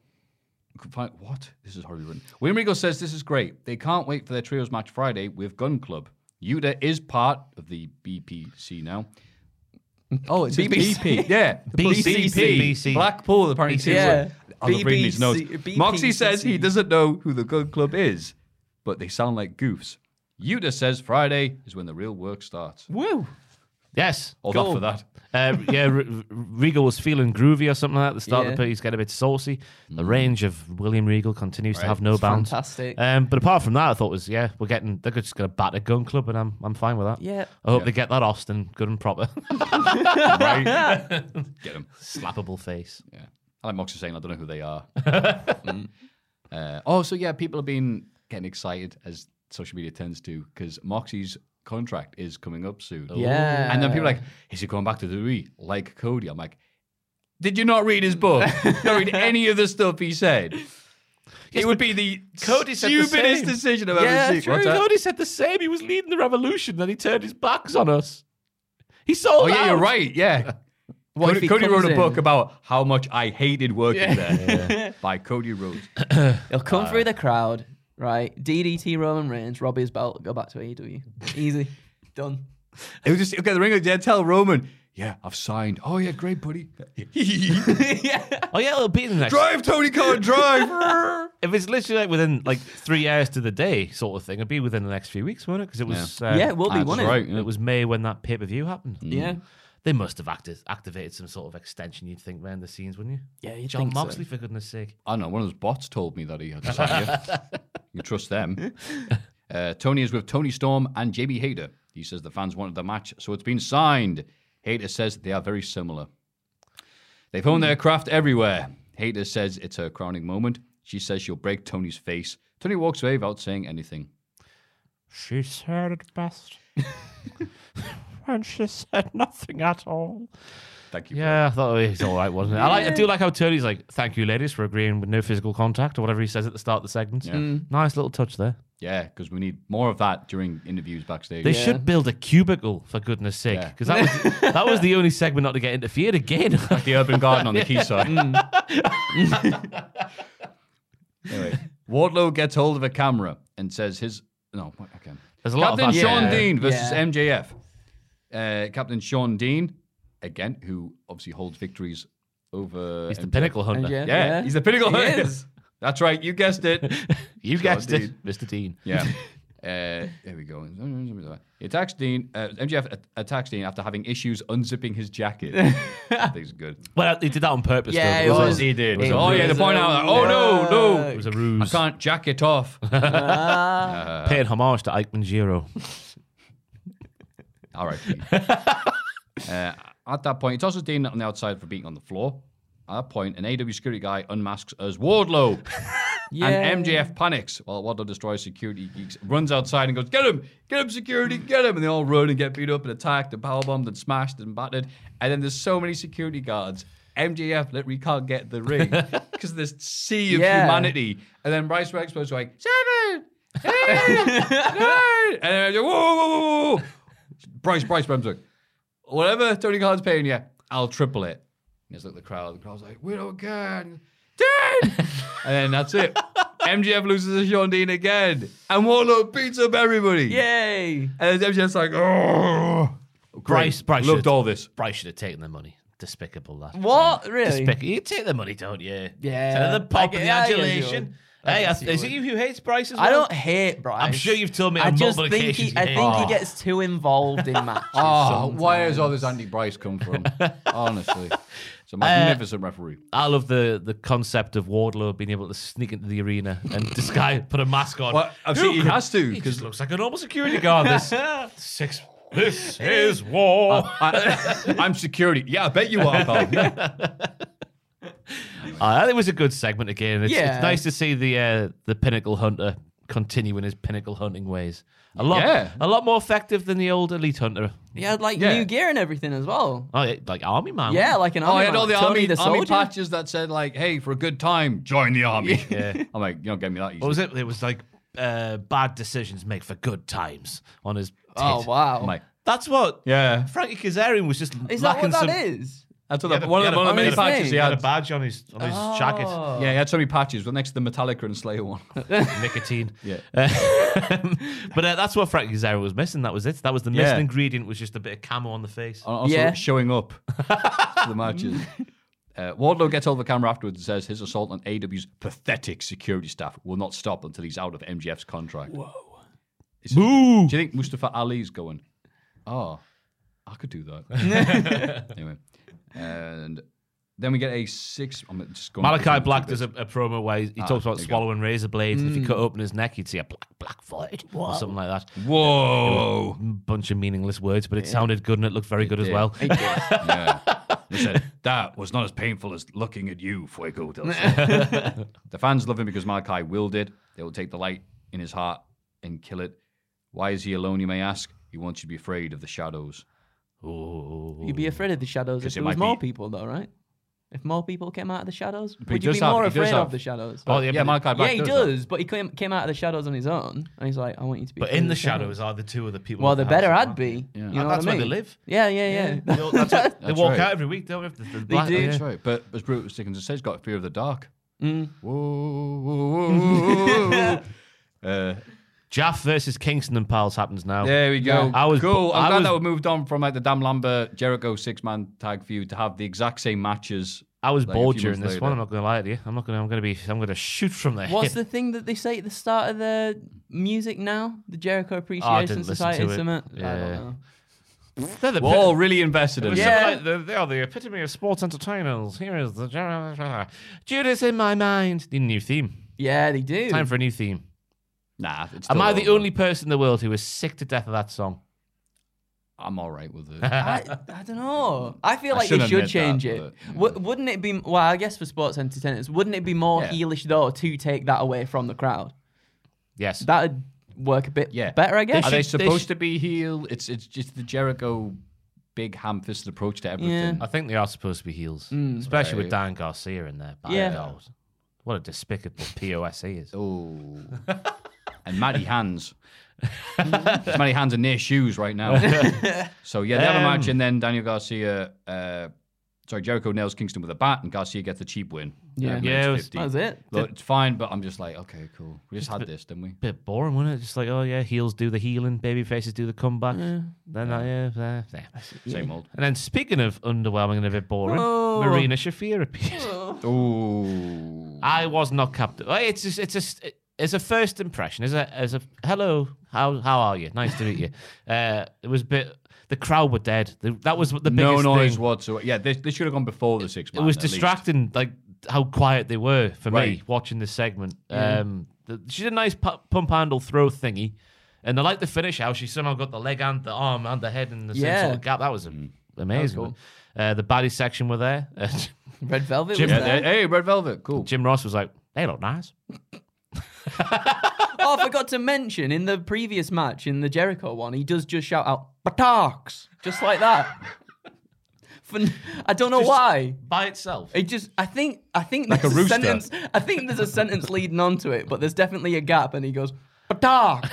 Fight, what? This is horribly written. William Regal says this is great. They can't wait for their trios match Friday with Gun Club. Yuta is part of the BPC now. Oh, it's
BBC.
BP. Yeah.
BCP. BC.
Blackpool, apparently.
BC.
Yeah. I'm not reading
BBC.
these notes. Moxie
BPCC.
says he doesn't know who the Gun Club is, but they sound like goofs. Yuta says Friday is when the real work starts.
Woo!
Yes.
Hold
Go.
off for that.
Uh, yeah, R- R- Regal was feeling groovy or something like that. At the start of the
Yeah.
piece, he's getting a bit saucy.
Mm.
The range of William Regal continues to have no bounds.
fantastic.
Um, but apart from that, I thought was yeah, we're getting they're just going to bat a gun club, and I'm I'm fine with that.
Yeah.
Uh,
I hope they get that Austin good and proper,
Get him.
slappable face.
Yeah. I like Moxie saying, I don't know who they are.
Mm.
uh, oh, so yeah, people have been getting excited as social media tends to because Moxie's contract is coming up
Oh.
soon.
Yeah.
And then people are like, is he going back to the WWE like Cody? I'm like, did you not read his book? not read any of the stuff he said. it would be the
Cody said the
stupidest
same.
decision I've
Yeah,
ever
true.
seen. What's that?
Cody said the same. He was leading the revolution, then he turned his backs on us. He sold
Oh yeah,
out.
you're right. Yeah.
What if
Cody,
he
Cody wrote
comes
a book
in?
about how much I hated working there by Cody Rhodes.
He'll come
Uh,
through the crowd, right? DDT Roman Reigns, rob his belt, go back to AEW. Easy. Done.
It was just okay. The ring of dead. Tell Roman, yeah, I've signed. Oh yeah, great buddy.
Oh yeah, it'll be in the next.
drive, Tony Khan, drive.
If it's literally like within like three hours to the day sort of thing, it'd be within the next few weeks, won't it? Because it was uh,
yeah, it will be,
that's
won't
right.
it?
yeah.
It was May when that pay per view happened.
Mm.
Yeah.
They must have acti- activated some sort of extension, you'd think, behind the scenes, wouldn't you?
Yeah, you'd
John
think so.
Moxley, for goodness sake.
I don't know. One of those bots told me that he had signed you. You trust them. Uh, Tony is with Tony Storm and JB Hater. He says the fans wanted the match, so it's been signed. Hater says they are very similar. They've honed their craft everywhere. Hater says it's her crowning moment. She says she'll break Tony's face. Tony walks away without saying anything.
She said it best.
and she said nothing at all.
Thank
you. Yeah, I thought it was all right, wasn't it? I, like, I do like how Tony's like, "Thank you, ladies, for agreeing with no physical contact" or whatever he says at the start of the segment.
Yeah. Mm.
Nice little touch there.
Yeah, because we need more of that during interviews backstage.
They should build a cubicle for goodness sake,
Yeah.
because that was that was the only segment not to get interfered again.
Like the urban garden on the quayside.
Mm.
Anyway, Wardlow gets hold of a camera and says his no. what- Okay,
There's a lot of
Captain
that-
Sean
Yeah.
Dean versus
Yeah.
MJF. Uh, Captain Sean Dean again, who obviously holds victories over.
He's the
MJF.
pinnacle hunter.
Yeah,
Yeah, yeah.
he's the pinnacle
He
hunter.
is.
That's right. You guessed it.
You
Sean
guessed it,
Dean.
Mr. Dean.
Yeah. Uh, here we go. He attacks Dean. Uh, MJF at- attacks Dean after having issues unzipping his jacket. I think it's good.
Well, he did that on purpose.
Yeah,
though.
it
wasn't
was. He did.
It was a
Oh, yeah, the
ruse.
point out, like, oh, no, no.
It was a ruse.
I can't jack it off.
Uh, Paying homage to Ike Manjiro.
All right. Dean. uh, at that point, he tosses Dean on the outside for beating on the floor. At that point, an AW security guy unmasks as Wardlow.
Yeah.
And MJF panics while Wardlow destroys security geeks, runs outside and goes, Get him! Get him, security! Get him! And they all run and get beat up and attacked and powerbombed and smashed and battered. And then there's so many security guards. MJF literally can't get the ring because of this sea of
Yeah.
humanity. And then Bryce Rexpo's like, Seven! Eight! Nine! And then, whoa, whoa, whoa, whoa, whoa! Bryce, Bryce Brunswick. Whatever Tony Khan's paying you, I'll triple it. And it's like the crowd. The crowd's like, we don't care. And then that's it. MGF loses to Sean Dean again. And Warlock beats up everybody.
Yay!
And then MGF's like, oh.
Bryce,
Great.
Bryce
Loved
should-
all this.
Bryce should have taken the money. Despicable that.
What? Really?
Despic- you take the money, don't you?
Yeah.
Instead of the pop
I
and the
guess- I guess you
adulation.
would. I
Hey, I
guess you
is
would.
it you who hates Bryce as well?
I don't hate Bryce.
I'm sure you've told me
I
on
just
multiple
think he,
occasions
I
you
think
hate
he
him.
gets too involved in matches.
Oh, where
sometimes.
does all this Andy Bryce come from? Honestly. It's a
Uh,
magnificent referee.
I love the the concept of Wardlow being able to sneak into the arena and this guy put a mask on.
Well, I've
Who
seen he
could-
has to
He
because
just looks like a normal security guard. This six. This is
Uh,
war.
I, I'm security. Yeah, I bet you are, pal.
Uh, it was a good segment again. It's,
Yeah.
it's nice to see the uh, the pinnacle hunter continue in his pinnacle hunting ways. A lot,
Yeah.
a lot more effective than the old elite hunter.
He had like
Yeah.
new gear and everything as well.
Oh, yeah, like army man.
Yeah, like an
Oh, I
army
had all
man.
the
Tony
army,
the
army
soldier.
patches that said, like, hey, for a good time, join the army. Yeah. I'm like, you don't get me that easy.
What was it? It was like uh, bad decisions make for good times on his.
Oh,
tit.
wow. Mike.
that's what.
Yeah.
Frankie Kazarian was just.
Is that
lacking
what that
some,
is?
That's what
He
the,
had a-
one
he
of
had
the,
a-
one of the many
he had a-
patches he
he had
had.
a badge on his on his
Oh.
jacket.
Yeah, he had so many patches. But next to the Metallica and Slayer one.
nicotine.
Yeah.
Uh, but uh, that's what Frankie Zero was missing. That was it. That was the missing
Yeah. Oh,
ingredient. Was just a bit of camo on the face.
And Uh, also showing up to the matches. Uh, Wardlow gets over the camera afterwards and says his assault on AW's pathetic security staff will not stop until he's out of MGF's contract. Whoa.
Do
you think Mustafa Ali's going, oh, I could do that? anyway. And then we get a six. I'm just going
Malachi
between
Black
two bits.
does a, a promo where he
Ah,
talks about
there you go.
swallowing razor blades. And if you
Mm.
cut open his neck, you'd see a black, black void or something like that.
Whoa!
A bunch of meaningless words, but it sounded good and it looked very good as
did.
well.
It did. yeah. He said, that was not as painful as looking at you, Fuego del Sol. the fans love him because Malachi willed it. They will take the light in his heart and kill it. Why is he alone, you may ask? He wants you to be afraid of the shadows.
Oh.
You'd be afraid of the shadows if
'Cause it
there was
might
more people, though, right? If more people came out of the shadows,
But he
would you
does
be
have-
more
he does
afraid
have-
of the shadows?
Oh, yeah, Yeah, but- Malachi Black
Yeah, he
does
does,
have-
but he came, came out of the shadows on his own, and he's like, "I want you to be."
But
afraid
in
of
the shadows are the two other people.
Well,
that
the
have
better
some-
I'd be.
Yeah.
You know
And
what
that's
I
where they
mean?
live.
Yeah, yeah, yeah.
They all- that's it. They
That's
walk
right.
out every week, don't they? The- the
They
black-
do.
Oh, yeah.
That's right. But as Brutus Dickinson says, he's got a fear of the dark.
Mm.
Whoa, whoa, whoa, whoa, whoa. uh,
Jaff versus Kingston and pals happens now.
There we go.
I was
cool. I'm
I
glad
was-
that we moved on from like the Dam Lambert Jericho six man tag feud to have the exact same matches.
I was
like, a
bored
few
during
months
this
later.
one. I'm not going to lie to you. I'm not going. to I'm going to be. I'm going to shoot from the
What's the
hip.
thing that they say at the start of the music now? The Jericho
Oh, I
Appreciation
didn't listen
Society
to it.
Summit.
Yeah.
I don't know.
They're the
We're all really invested in
It
it.
was something like the- they are the epitome of sports entertainers. Here is the Judas in my mind. Need a new theme.
Yeah, they do.
Time for a new theme.
Nah, it's
Am
still
I the
over.
only person in the world who is sick to death of that song?
I'm all right with it.
I, I don't know. I feel
I
like
should
they
admit
should
that,
change it.
but,
Wou- wouldn't it be? Well, I guess for sports entertainers, wouldn't it be more
Yeah.
heelish though to take that away from the crowd?
Yes.
That would work a bit
yeah.
better, I guess.
Are they supposed to be heel? It's it's just the Jericho big ham-fisted approach to everything.
I think they are supposed to be heels,
Mm.
especially
Right.
with Dan Garcia in there. By
Yeah.
God. What a despicable POS he E is.
Oh. and Matty Hands. There's Matty Hands in their shoes right now. so, yeah, they have a
Um,
match, and then Daniel Garcia, uh, sorry, Jericho nails Kingston with a bat, and Garcia gets the cheap win.
Yeah.
At
Yeah, it
minutes
was-
50.
that was it.
Look, it's fine, but I'm just like, okay, cool. We just
Just a
had
bit-
this, didn't we?
Bit boring, wasn't it? Just like, oh yeah, heels do the healing, baby faces do the comeback. Then uh, yeah, yeah, yeah.
Same old.
And then speaking of underwhelming and a bit boring,
Oh.
Marina Shafir appeared.
Ooh.
I was not captivated. It's just, it's just, it's a first impression. As a, as a, hello, how, how are you? Nice to meet you. Uh, it was a bit. The crowd were dead. The, that was the biggest
no noise
thing.
whatsoever. Yeah, this, this should have gone before the six.
it was
man, at least.
distracting, like how quiet they were for me
Right.
watching this segment.
Yeah.
Um, the, she did a nice pu- pump handle throw thingy, and I like the finish how she somehow got the leg and the arm and the head in the same
Yeah.
sort of gap. Mm. That was am- amazing.
cool.
uh, the body section were there. Uh,
Red Velvet
Jim-
was
Yeah,
there.
they- hey, Red Velvet, cool.
Jim Ross was like, "They look nice."
oh, I forgot to mention in the previous match, in the Jericho one, he does just shout out, Bataks! Just like that. For, n- I don't know
Just-
why.
By itself,
It just, I think, I think
Like
there's
a rooster.
sentence. I think there's a sentence leading on to it, but there's definitely a gap, and he goes, "Patarks,"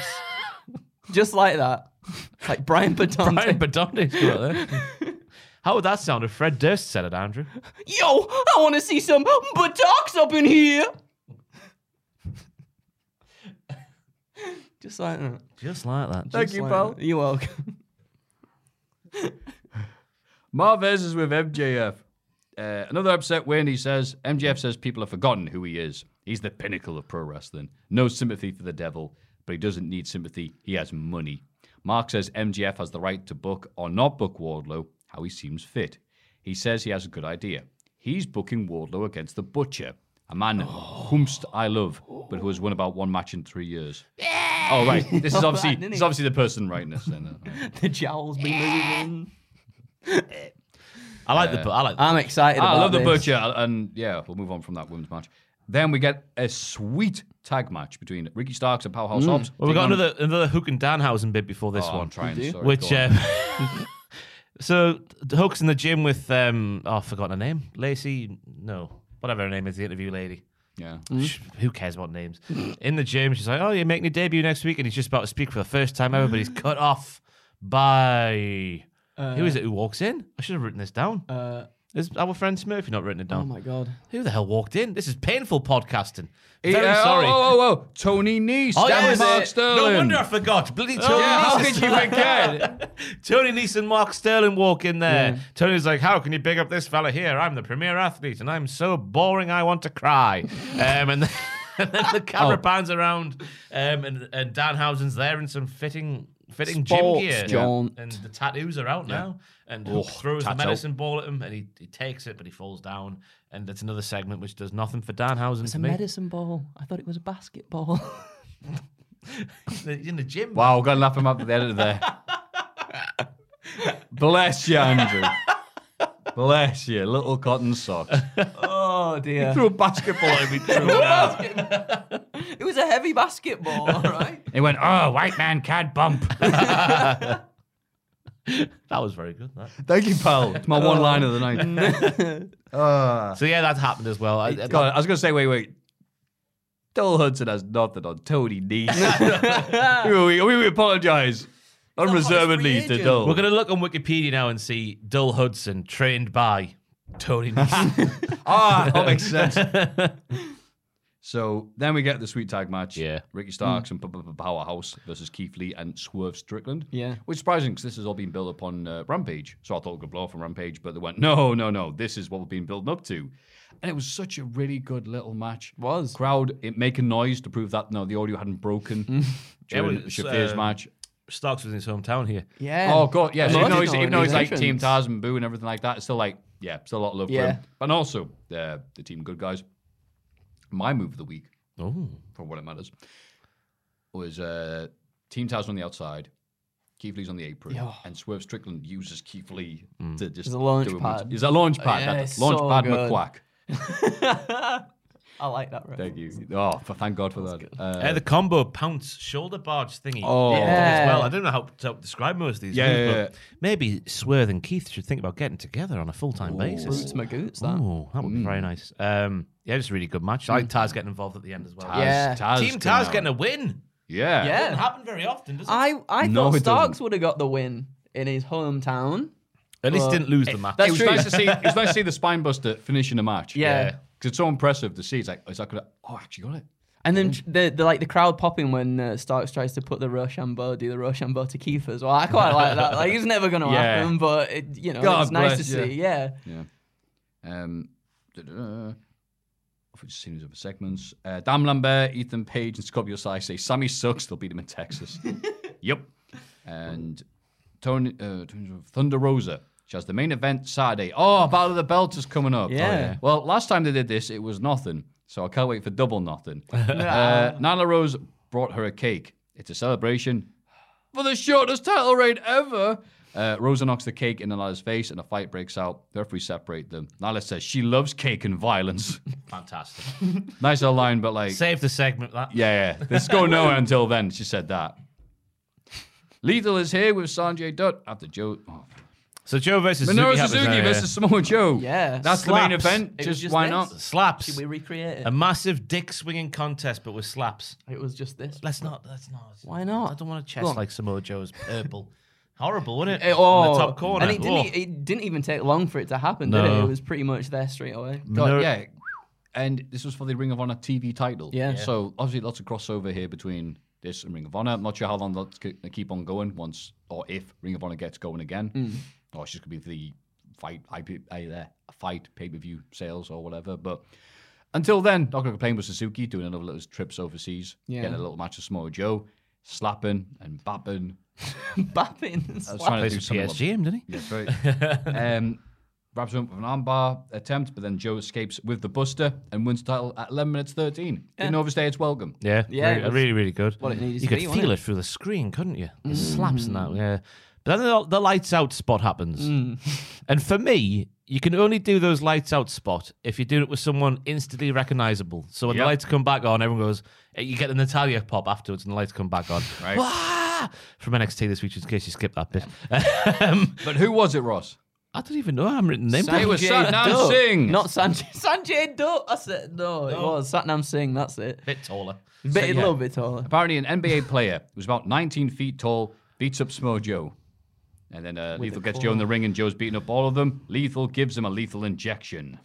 just like that, It's like Brian Patante.
Brian Badondi's got there. How would that sound if Fred Durst said it, Andrew?
Yo, I want to see some Patarks up in here. just like that.
Just like that.
Thank you, pal. You're welcome.
Marvez is with MJF. Uh, another upset win, he says. MJF says people have forgotten who he is. He's the pinnacle of pro wrestling. No sympathy for the devil, but he doesn't need sympathy. He has money. Mark says MJF has the right to book or not book Wardlow how he seems fit. He says he has a good idea. He's booking Wardlow against the Butcher, a man whomst I love, but who has won about one match in three years. Oh, right. This is
Oh,
obviously,
that, didn't
this is
he?
obviously the person writing this. Then.
the jowls be moving.
I like the. bu- I like.
I'm excited.
Ah, I
about
love the
this.
butcher, and yeah, we'll move on from that women's match. Then we get a sweet tag match between Ricky Starks and Powerhouse
Mm.
Hobbs.
well, we got
Taking on-
another another Hook and Danhausen bit before this
Oh,
one.
I'm trying. Sorry,
which
go on.
um, so the Hook's in the gym with um oh, I've forgotten her name. Lacey, no, whatever her name is, the interview lady.
yeah,
Mm-hmm.
Sh- Who cares about names? In the gym, she's like, "Oh, you're making your debut next week," and he's just about to speak for the first time ever, but he's cut off by who is it who walks in? I should have written this down.
Uh,
is our friend Smurfy not written it
oh
down?
my god.
Who the hell walked in? This is painful podcasting.
He-
Very
uh,
sorry.
Oh, oh, oh, oh, Tony Nese, oh,
yes.
Mark Sterling.
No wonder I forgot. Bloody Tony
Yeah, how
Nese.
could you forget?
Tony Nese and Mark Sterling walk in there.
Yeah.
Tony's like, "How can you big up this fella here? I'm the premier athlete, and I'm so boring, I want to cry." um, and, then, and then the
Oh.
camera pans around, um, and and Danhausen's there in some fitting. Fitting
Sports
gym gear,
jaunt.
and the tattoos are out now. And Hook
Oh,
throws the
tats
medicine ball at him, and he, he takes it, but he falls down. And that's another segment which does nothing for Danhausen.
It's
to
a
me.
medicine ball. I thought it was a basketball.
in the gym.
Wow, got to laugh him up at the editor there. Bless you, Andrew. Bless you, little cotton socks.
oh dear.
Threw a basketball at me. threw it out.
it was a heavy basketball, all right.
He went, oh, white man can't bump.
That was very good. That.
Thank you, pal. It's my one line of the night. Ah.
So yeah, that happened as well. I, I-
God, I was gonna say, wait, wait. Dole Hudson has nothing on Tony Nese. we, we, we apologize unreservedly to Dole.
we're gonna look on Wikipedia now and see Dull Hudson trained by Tony. Nese.
ah, that makes sense. so then we get the sweet tag match.
Yeah.
Ricky Starks
Hmm.
and P- P- P- Powerhouse versus Keith Lee and Swerve Strickland.
Yeah.
Which is surprising because this has all been built upon uh, Rampage. So I thought we could blow off on Rampage, but they went, no, no, no. This is what we've been building up to. And it was such a really good little match.
Was.
Crowd it making noise to prove that, no, the audio hadn't broken during
It was,
Shafir's
uh,
match.
Starks was in his hometown here.
Yeah.
Oh god, yeah. So even though
Emotional
he's, even though he's like Team
organizations.
Taz and Boo and everything like that, it's still like yeah, still a lot of love
Yeah.
for him. And also uh, the team good guys. My move of the week,
Oh,
for what it matters, was uh, Team Taz on the outside, Keith Lee's on the apron,
Yeah.
and Swerve Strickland uses Keith Lee to just
It's a launch
do
pad.
Is a launch pad?
Yeah,
that-
it's
launch
so
pad
good.
McQuack.
I like that. Reference.
Thank you. Oh, f- thank God for that. Uh,
Uh, the combo pounce shoulder barge thingy.
Oh.
As
Yeah.
well, I don't know how to describe most of these.
Yeah,
things,
yeah,
but maybe Swerth and Keith should think about getting together on a full time
Ooh.
basis.
Roots Magoots, that.
Ooh, that would
Mm.
be very nice. Um, yeah, just a really good match. I like Taz getting involved at the end as well.
Taz- Yeah. Mm. Taz
Team
came
Taz
out.
getting a win.
yeah.
Yeah.
Doesn't happen very often, does it?
I, I
No,
thought
it
Starks would have got the win in his hometown.
At least
but-
didn't lose the match.
That's
it was
true.
nice to see. It was nice to see the spine buster finishing a match.
Yeah.
Because it's so impressive to see. It's like, is that gonna? Oh, I actually got it.
And then tr- the, the like the crowd popping when uh, Starks tries to put the Rochambeau, do the Rochambeau to Keith as well. I quite like that. Like it's never gonna
Yeah.
happen, but it, you know
God
it's nice
bless
to
you.
see. Yeah.
Yeah. Um, da-da-da. If we've seen these other segments, uh, Dam Lambert, Ethan Page, and Scorpio Sai say Sammy sucks. They'll beat him in Texas. yep. And Tony uh, Thunder Rosa. She has the main event Saturday. Oh, Battle of the Belt is coming up.
Yeah. Oh, yeah.
Well, last time they did this, it was nothing. So I can't wait for double nothing. uh, Nyla Rose brought her a cake. It's a celebration for the shortest title reign ever. Uh, Rosa knocks the cake in Nyla's face and a fight breaks out. The referee separate them. Nyla says she loves cake and violence.
Fantastic.
nice little line, but like,
Save the segment. That.
yeah, yeah. This go nowhere until then. She said that. Lethal is here with Sanjay Dutt after Joe. Oh,
So Joe versus
Minoru
Suzuki happens,
Suzuki
yeah, yeah.
versus Samoa Joe.
Yeah.
That's the main
Slaps.
event.
It
Just,
was just
why
this.
not?
slaps.
Should we recreate it?
a massive dick swinging contest, but with slaps.
it was just this.
Let's not. Let's not.
Why not?
I don't want a
Go
chest
on.
like Samoa Joe's purple. Horrible, wouldn't it?
Eh, oh,
In the top corner.
and it didn't,
Oh.
e- it didn't even take long for it to happen, did
No.
it? It was pretty much there straight away.
God,
Minoru-
yeah. And this was for the Ring of Honor TV title.
Yeah. Yeah.
So obviously lots of crossover here between this and Ring of Honor. I'm not sure how long that's going to keep on going once or if Ring of Honor gets going again. Or it's just going to be the fight IP, eh, there, fight pay-per-view sales or whatever. But until then, not going to complain with Suzuki doing another little trips overseas,
Yeah.
getting a little match with Samoa Joe, slapping and bapping.
Mm.
Bapping and
I was
slapping.
trying to
Plays
do
for
something.
PSGM, didn't he?
That's right. um, wraps him up with an armbar attempt, but then Joe escapes with the Buster and wins the title at 11 minutes 13. Didn't overstay its welcome.
Yeah,
Yeah,
really,
it was
really, really good.
what it needed
you
to
could
be, wasn't
feel
it? Mm.
it through the screen, couldn't you? The slaps and that, yeah. But then the, the lights out spot happens,
Mm.
and for me, you can only do those lights out spot if you do it with someone instantly recognizable. So when
Yep.
the lights come back on, everyone goes. "Eh, You get the Natalia pop afterwards, and the lights come back on.
Right.
Wah! From NXT this week, in case you skipped that bit.
But who was it, Ross?
I don't even know. I haven't written the name.
Say it was Satnam
Dutt.
Singh.
Not Sanjay. Sanjay Dutt. That's it. No, it was Satnam Singh. That's it.
bit taller.
Bit, a
yeah.
little bit taller.
Apparently, an NBA player who was about 19 feet tall beats up Smo Joe. And then uh, Lethal gets Joe in the ring, and Joe's beating up all of them. Lethal gives him a lethal injection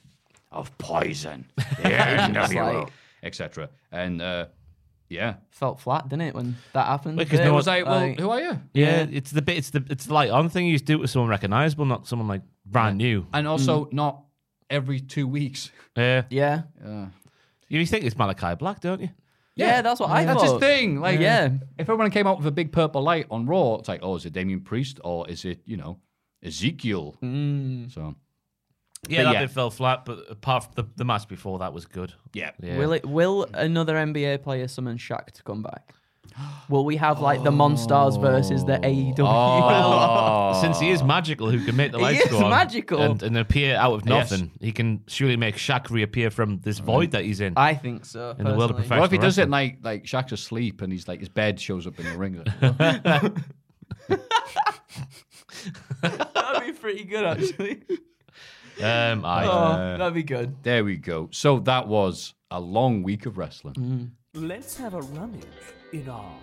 of poison. Yeah, NWO, etc. And uh, yeah.
Felt flat, didn't it, when that happened?
Because
Yeah,
It
no Well,
was like, well,
like-
who are you?
Yeah, it's the bit. It's the it's the light on thing you just do it with someone recognizable, not someone like brand new.
And also, not every two weeks.
Yeah,
Yeah.
you think it's Malachi Black, don't you?
Yeah, that's what I
That's his
thought.
thing. Like,
Yeah.
if everyone came out with a big purple light on Raw, it's like, oh, is it Damien Priest or is it, you know, Ezekiel?
Mm.
So,
Yeah,
But
that
yeah.
bit fell flat, but apart from the, the match before that was good.
yeah.
Yeah.
Will it? Will another NBA player summon Shaq to come back? Will we have like the Monstars versus
Oh.
the E AEW?
Since he is magical, who can make the
He
lights
is
go on
magical.
and, and appear out of
Yes.
nothing, he can surely make Shaq reappear from this void that he's in.
I think so.
In the world of
personally.
professional-
What if he does it and, like, like Shaq's asleep and he's like, his bed shows up in the ring?
that'd be pretty good actually.
um, I,
oh, that'd be good.
there we go. So, that was a long week of wrestling.
Let's have a rummage in our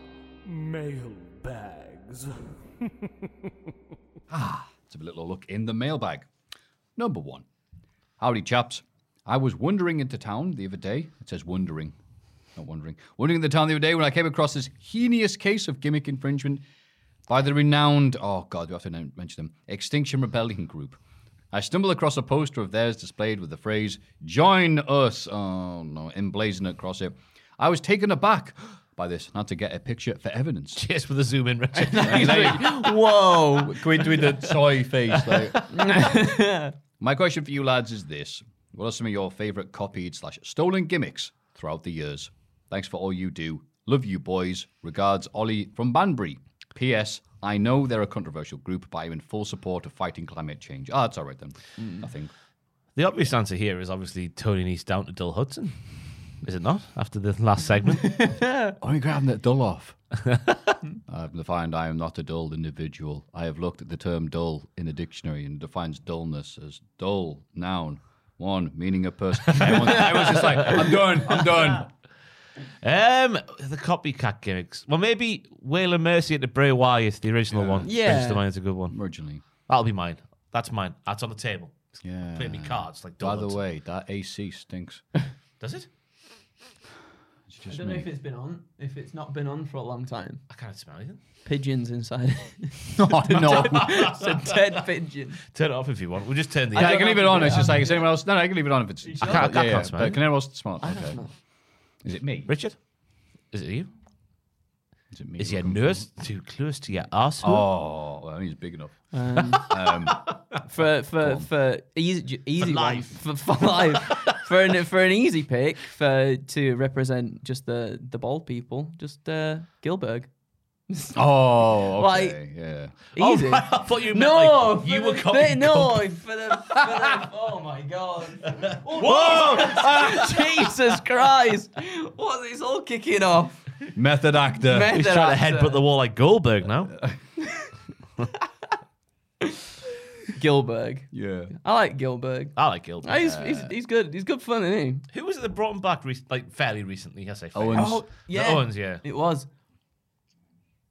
mailbags.
Let's have a little look in the mailbag. Number one. Howdy, chaps. I was wandering into town the other day. It says wandering, not wandering. Wandering into town the other day when I came across this heinous case of gimmick infringement by the renowned, oh God, we have to na- mention them, Extinction Rebellion Group. I stumbled across a poster of theirs displayed with the phrase, Join us, oh no, emblazoned across it. I was taken aback by this, not to get a picture for evidence.
Yes, with a zoom in, Richard.
Whoa.
Quid with the toy face. Like. My question for you lads is this: What are some of your favourite copied slash stolen gimmicks throughout the years? Thanks for all you do. Love you boys. Regards, Ollie from Banbury. P.S. I know they're a controversial group, but I'm in full support of fighting climate change. Ah, it's all right then. Nothing.
the obvious answer here is obviously Tony Nese down to Dill Hudson. Is it not? After the last segment?
I'm grabbing that dull off. I find I am not a dull individual. I have looked at the term dull in the dictionary and defines dullness as dull, noun, one, meaning a person. Everyone- everyone's just like, I'm done, I'm done.
Um, the copycat gimmicks. Well, maybe Whale of Mercy into Bray Wyatt, the original one.
Yeah.
Brings to mind is a good one.
Originally.
That'll be mine. That's mine. That's on the table.
Yeah.
Play me cards like
By the
donuts.
way, that AC stinks.
Does it?
It's just
I don't know
me.
if it's been on. If it's not been on for a long time,
I can't smell anything.
pigeons inside.
Oh, no.
it's a dead pigeon.
Turn it off if you want. We'll just turn the.
Yeah,
don't
I, can
know
leave
if
it
you
on.
put
It's
it
just
on
like, is anyone else? No, no, I can leave it on if it's.
I can't- I
yeah,
can't
yeah,
smell
but
it.
Can anyone else smell it? Okay.
know.
Is it me?
Richard? Is it you?
Is it me?
Is your
looking
nose too close to your arse?
for- Oh, well, he's big enough.
Um,
Um,
for for for easy easy one.
life.
for, for life for an for an easy pick for to represent just the the bald people just uh Gilberg
oh,
Like-
okay, yeah.
easy
right, Oh, I thought you meant
no
like,
for
you
the
were
thi-
copying.
no for the, for the oh my god Oh,
Whoa!
Jesus Christ what is all kicking off
Method actor.
Method
He's trying
actor.
to headbutt the wall like Goldberg now.
Gilberg
yeah.
I like Gilberg
I like Goldberg.
Ah, he's, he's
Uh,
he's good he's good fun isn't he
Who was it that brought him back re- like fairly recently? I say fairly.
Owens.
Oh,
The
yeah.
Owens, yeah.
it was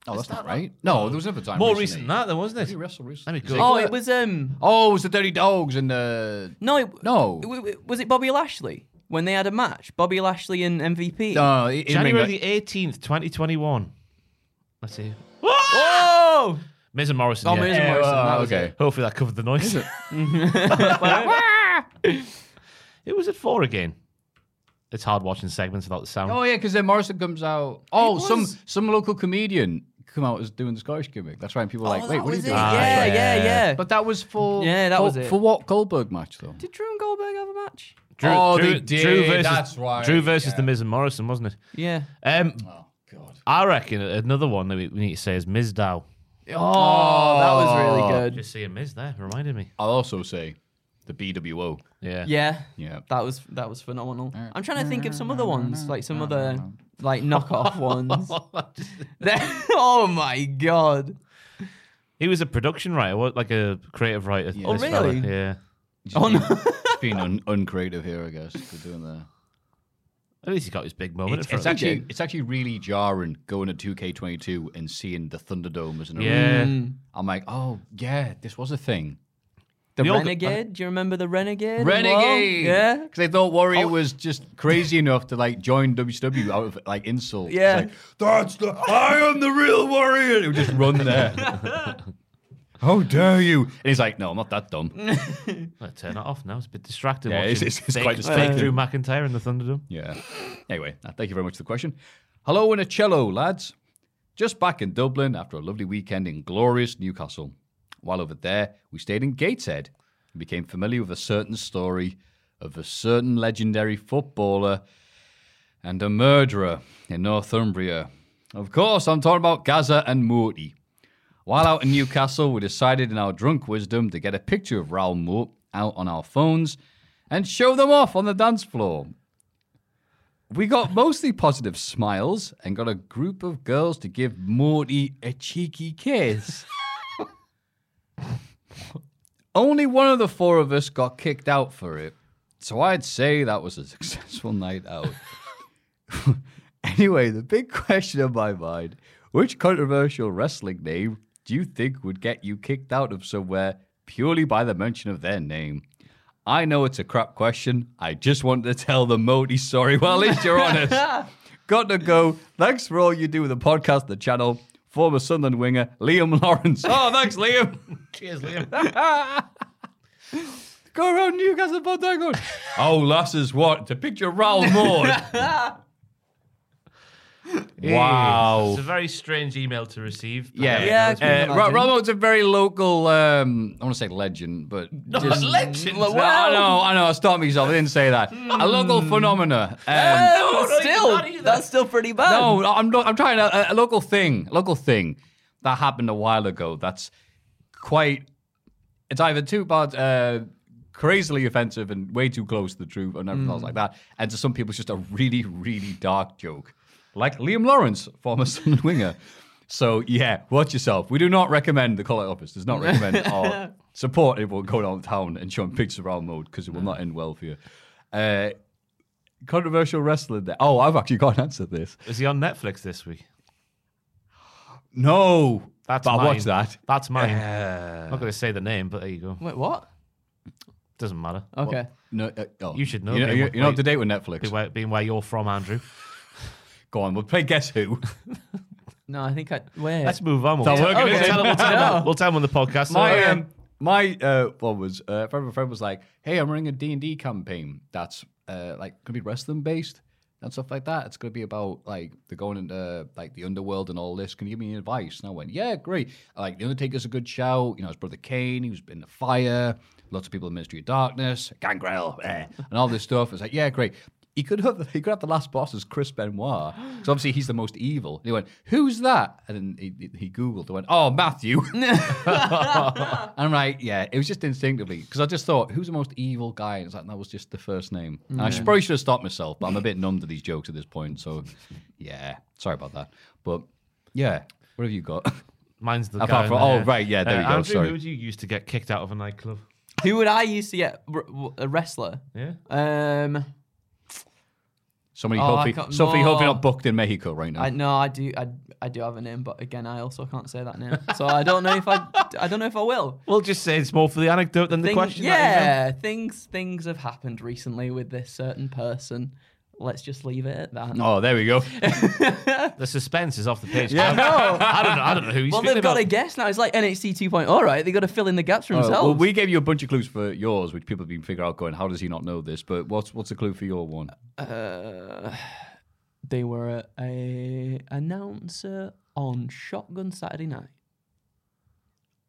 Oh, that's not right. No, there was never a time.
More
recently.
recent than that, though, wasn't
Did
it?
he wrestle recently?
Let me
Is
go.
he-
oh it was um
Oh, it was the Dirty Dogs and the.
No, it,
No.
w- w- was it Bobby Lashley when they had a match? Bobby Lashley and MVP.
Uh, in- in
January
ring-
the eighteenth, twenty twenty one. Let's see.
Whoa!
Miz and Morrison.
Oh,
yeah.
Miz and Morrison,
Yeah,
that
well,
was
okay.
Hopefully that covered the noise. It? was at four again. It's hard watching segments without the sound.
Oh yeah, because then Morrison comes out. Oh, some some local comedian come out as doing the Scottish gimmick. That's right. And people are like,
Oh,
wait,
that
what are you
was
doing?
it. Yeah, yeah, yeah.
But that was for
Yeah, that
for,
was it.
for what Goldberg match though.
Did Drew and Goldberg have a match?
Drew,
Oh,
Drew,
they did,
Drew versus,
that's right,
Drew versus
yeah.
the Miz and Morrison, wasn't it?
Yeah.
Um,
Oh God.
I reckon another one that we, we need to say is Miz Dow.
Oh, that
Oh.
was really good.
Just seeing Miz there reminded me.
I'll also say the BWO.
Yeah.
Yeah,
Yeah.
that was that was phenomenal. I'm trying to think of some other ones, like some other like knockoff ones. They're- oh my god!
He was a production writer, what, like a creative writer.
Yeah. Oh,
this fella,
really?
Yeah.
Just
Oh,
being, just being un- uncreative here, I guess. For doing that.
At least he got his big moment.
It's,
in front
it's
of him.
actually it's actually really jarring going to 2K22 and seeing the Thunderdome as an
Yeah.
arena. I'm like, oh yeah, this was a thing.
The
We all got-
Renegade. Do you remember the Renegade? as well?
Renegade.
Yeah. Oh.
Because they thought Warrior was just crazy enough to like join WCW out of like insult. It's
Yeah.
like, That's the I am the real Warrior. And he would just run there. How dare you? And he's like, no, I'm not that dumb.
Well, turn it off now. It's a bit distracting.
Yeah,
watching
it's- it's- it's
fake,
quite distracting.
fake Drew McIntyre in the Thunderdome.
Yeah. Anyway, uh, thank you very much for the question. Hello in a cello, lads. Just back in Dublin after a lovely weekend in glorious Newcastle. While over there, we stayed in Gateshead and became familiar with a certain story of a certain legendary footballer and a murderer in Northumbria. Of course, I'm talking about Gaza and Morty. While out in Newcastle, we decided in our drunk wisdom to get a picture of Raoul Moat out on our phones and show them off on the dance floor. We got mostly positive smiles and got a group of girls to give Morty a cheeky kiss. Only one of the four of us got kicked out for it, so I'd say that was a successful night out. anyway, the big question in my mind which controversial wrestling name do you think would get you kicked out of somewhere purely by the mention of their name? I know it's a crap question. I just wanted to tell the Modi sorry. Well, at least you're honest. Got to go. Thanks for all you do with the podcast, the channel. Former Sunderland winger Liam Lawrence. Oh, thanks, Liam.
Cheers, Liam.
Go around Newcastle Port Donegal. oh, lasses, what? To picture Raoul Moore.
It's a
wow.
very strange email to receive. but,
Yeah,
uh,
Yeah,
it's
I can
Uh, Ra-
imagine.
Raoul Moore's a very local, um, I want to say legend, but.
not
just-
a legend.
No, I know, I know, I stopped myself. I didn't say that. a local
Hmm.
phenomena. Um,
Oh,
not
still,
even that either.
that's still pretty bad.
No, I'm not. I'm trying a, a local thing. A local thing that happened a while ago. That's quite. It's either too bad. Uh, crazily offensive and way too close to the truth and everything else like that. And to some people, it's just a really, really dark joke. Like Liam Lawrence, former Sunderland winger. So, yeah, watch yourself. We do not recommend the call it office. Does not recommend or support anyone going on town and showing pictures around mode because it will not end well for you. Uh, controversial wrestler there. Oh, I've actually got an answer to this.
Is he on Netflix this week?
No.
That's
but
mine.
I watched that.
That's mine.
Uh,
I'm not going to say the name, but there you go.
Wait, what?
Doesn't matter.
Okay.
No, uh, oh.
You should know.
You know,
being
you
wh-
you know up to date with Netflix.
Being where, being where you're from, Andrew.
Go on, we'll play Guess Who.
No, I think I. Wait.
Let's move on. We'll,
Is that
tell,
working,
we'll,
is it?
tell, we'll, tell
No.
him, we'll tell him on the podcast.
my
Okay.
um, my uh, one was uh, a friend of a friend was like, "Hey, I'm running a D and D campaign that's uh, like gonna be wrestling based and stuff like that. It's gonna be about like they're going into like the underworld and all this. Can you give me any advice?" And I went, "Yeah, great. Like the Undertaker's a good shout. You know, his brother Kane, he was in the fire. Lots of people in the Ministry of Darkness, Gangrel, eh, and all this stuff." It's like, "Yeah, great." He could have he could have the last boss as Chris Benoit. So obviously he's the most evil. And he went, "Who's that?" And then he, he- he googled. and went, "Oh, Matthew." And I'm like, yeah, it was just instinctively because I just thought, who's the most evil guy? And it's like that was just the first name. And I
Yeah.
should, probably should have stopped myself, but I'm a bit numb to these jokes at this point. So, yeah, sorry about that. But yeah, what have you got?
Mine's the
Apart
guy in
from-
the
oh,
hair.
right, yeah, there
Uh,
you go,
Andrew,
sorry.
who would you used to get kicked out of a nightclub?
Who would I used to get? R- w- A wrestler.
Yeah.
Um.
Somebody,
Oh, I
hopefully,
got
somebody, hopefully
more.
not booked in Mexico right now.
I no, I do. I, I do have a name, but again, I also can't say that name. so I don't know if I. I don't know if I will.
We'll just say it's more for the anecdote than the
Thing-
question. that
yeah, things things have happened recently with this certain person. Let's just leave it at that.
oh, there we go.
you know. The suspense is off the page.
I know.
I don't know. I don't know who he's
well,
speaking
they've got
about. Oh,
to guess now. It's like NXT 2.0, right? They've got to fill in the gaps for
All right,
themselves.
well, we gave you a bunch of clues for yours, which people have been figuring out. Going, how does he not know this? But what's what's the clue for your one?
Uh, they were a announcer on Shotgun Saturday Night.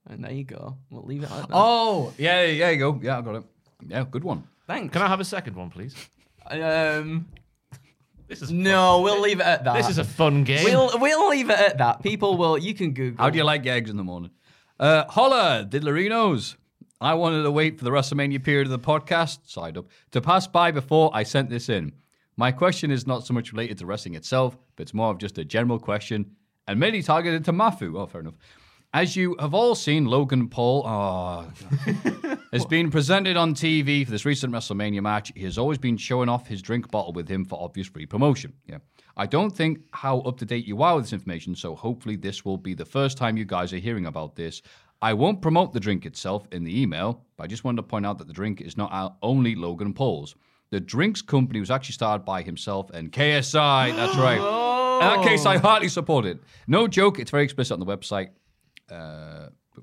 And there you go. We'll leave it at that.
Oh, yeah, yeah, there you go. Yeah, I got it. Yeah, good one.
thanks.
Can I have a second one, please?
Um,
This is
no, we'll leave it at that.
This is a fun game.
We'll we'll leave it at that. People will. You can Google.
How do you like your eggs in the morning? Uh, holla, Diddlerinos. I wanted to wait for the WrestleMania period of the podcast, side up, to pass by before I sent this in. My question is not so much related to wrestling itself, but it's more of just a general question and mainly targeted to Mafu. Oh, fair enough. As you have all seen, Logan Paul. Oh, has been presented on TV for this recent WrestleMania match. He has always been showing off his drink bottle with him for obvious free promotion. Yeah. I don't think how up to date you are with this information, so hopefully this will be the first time you guys are hearing about this. I won't promote the drink itself in the email, but I just wanted to point out that the drink is not our only Logan Paul's. The drinks company was actually started by himself and KSI. That's right. In that case, I heartily support it. No joke, it's very explicit on the website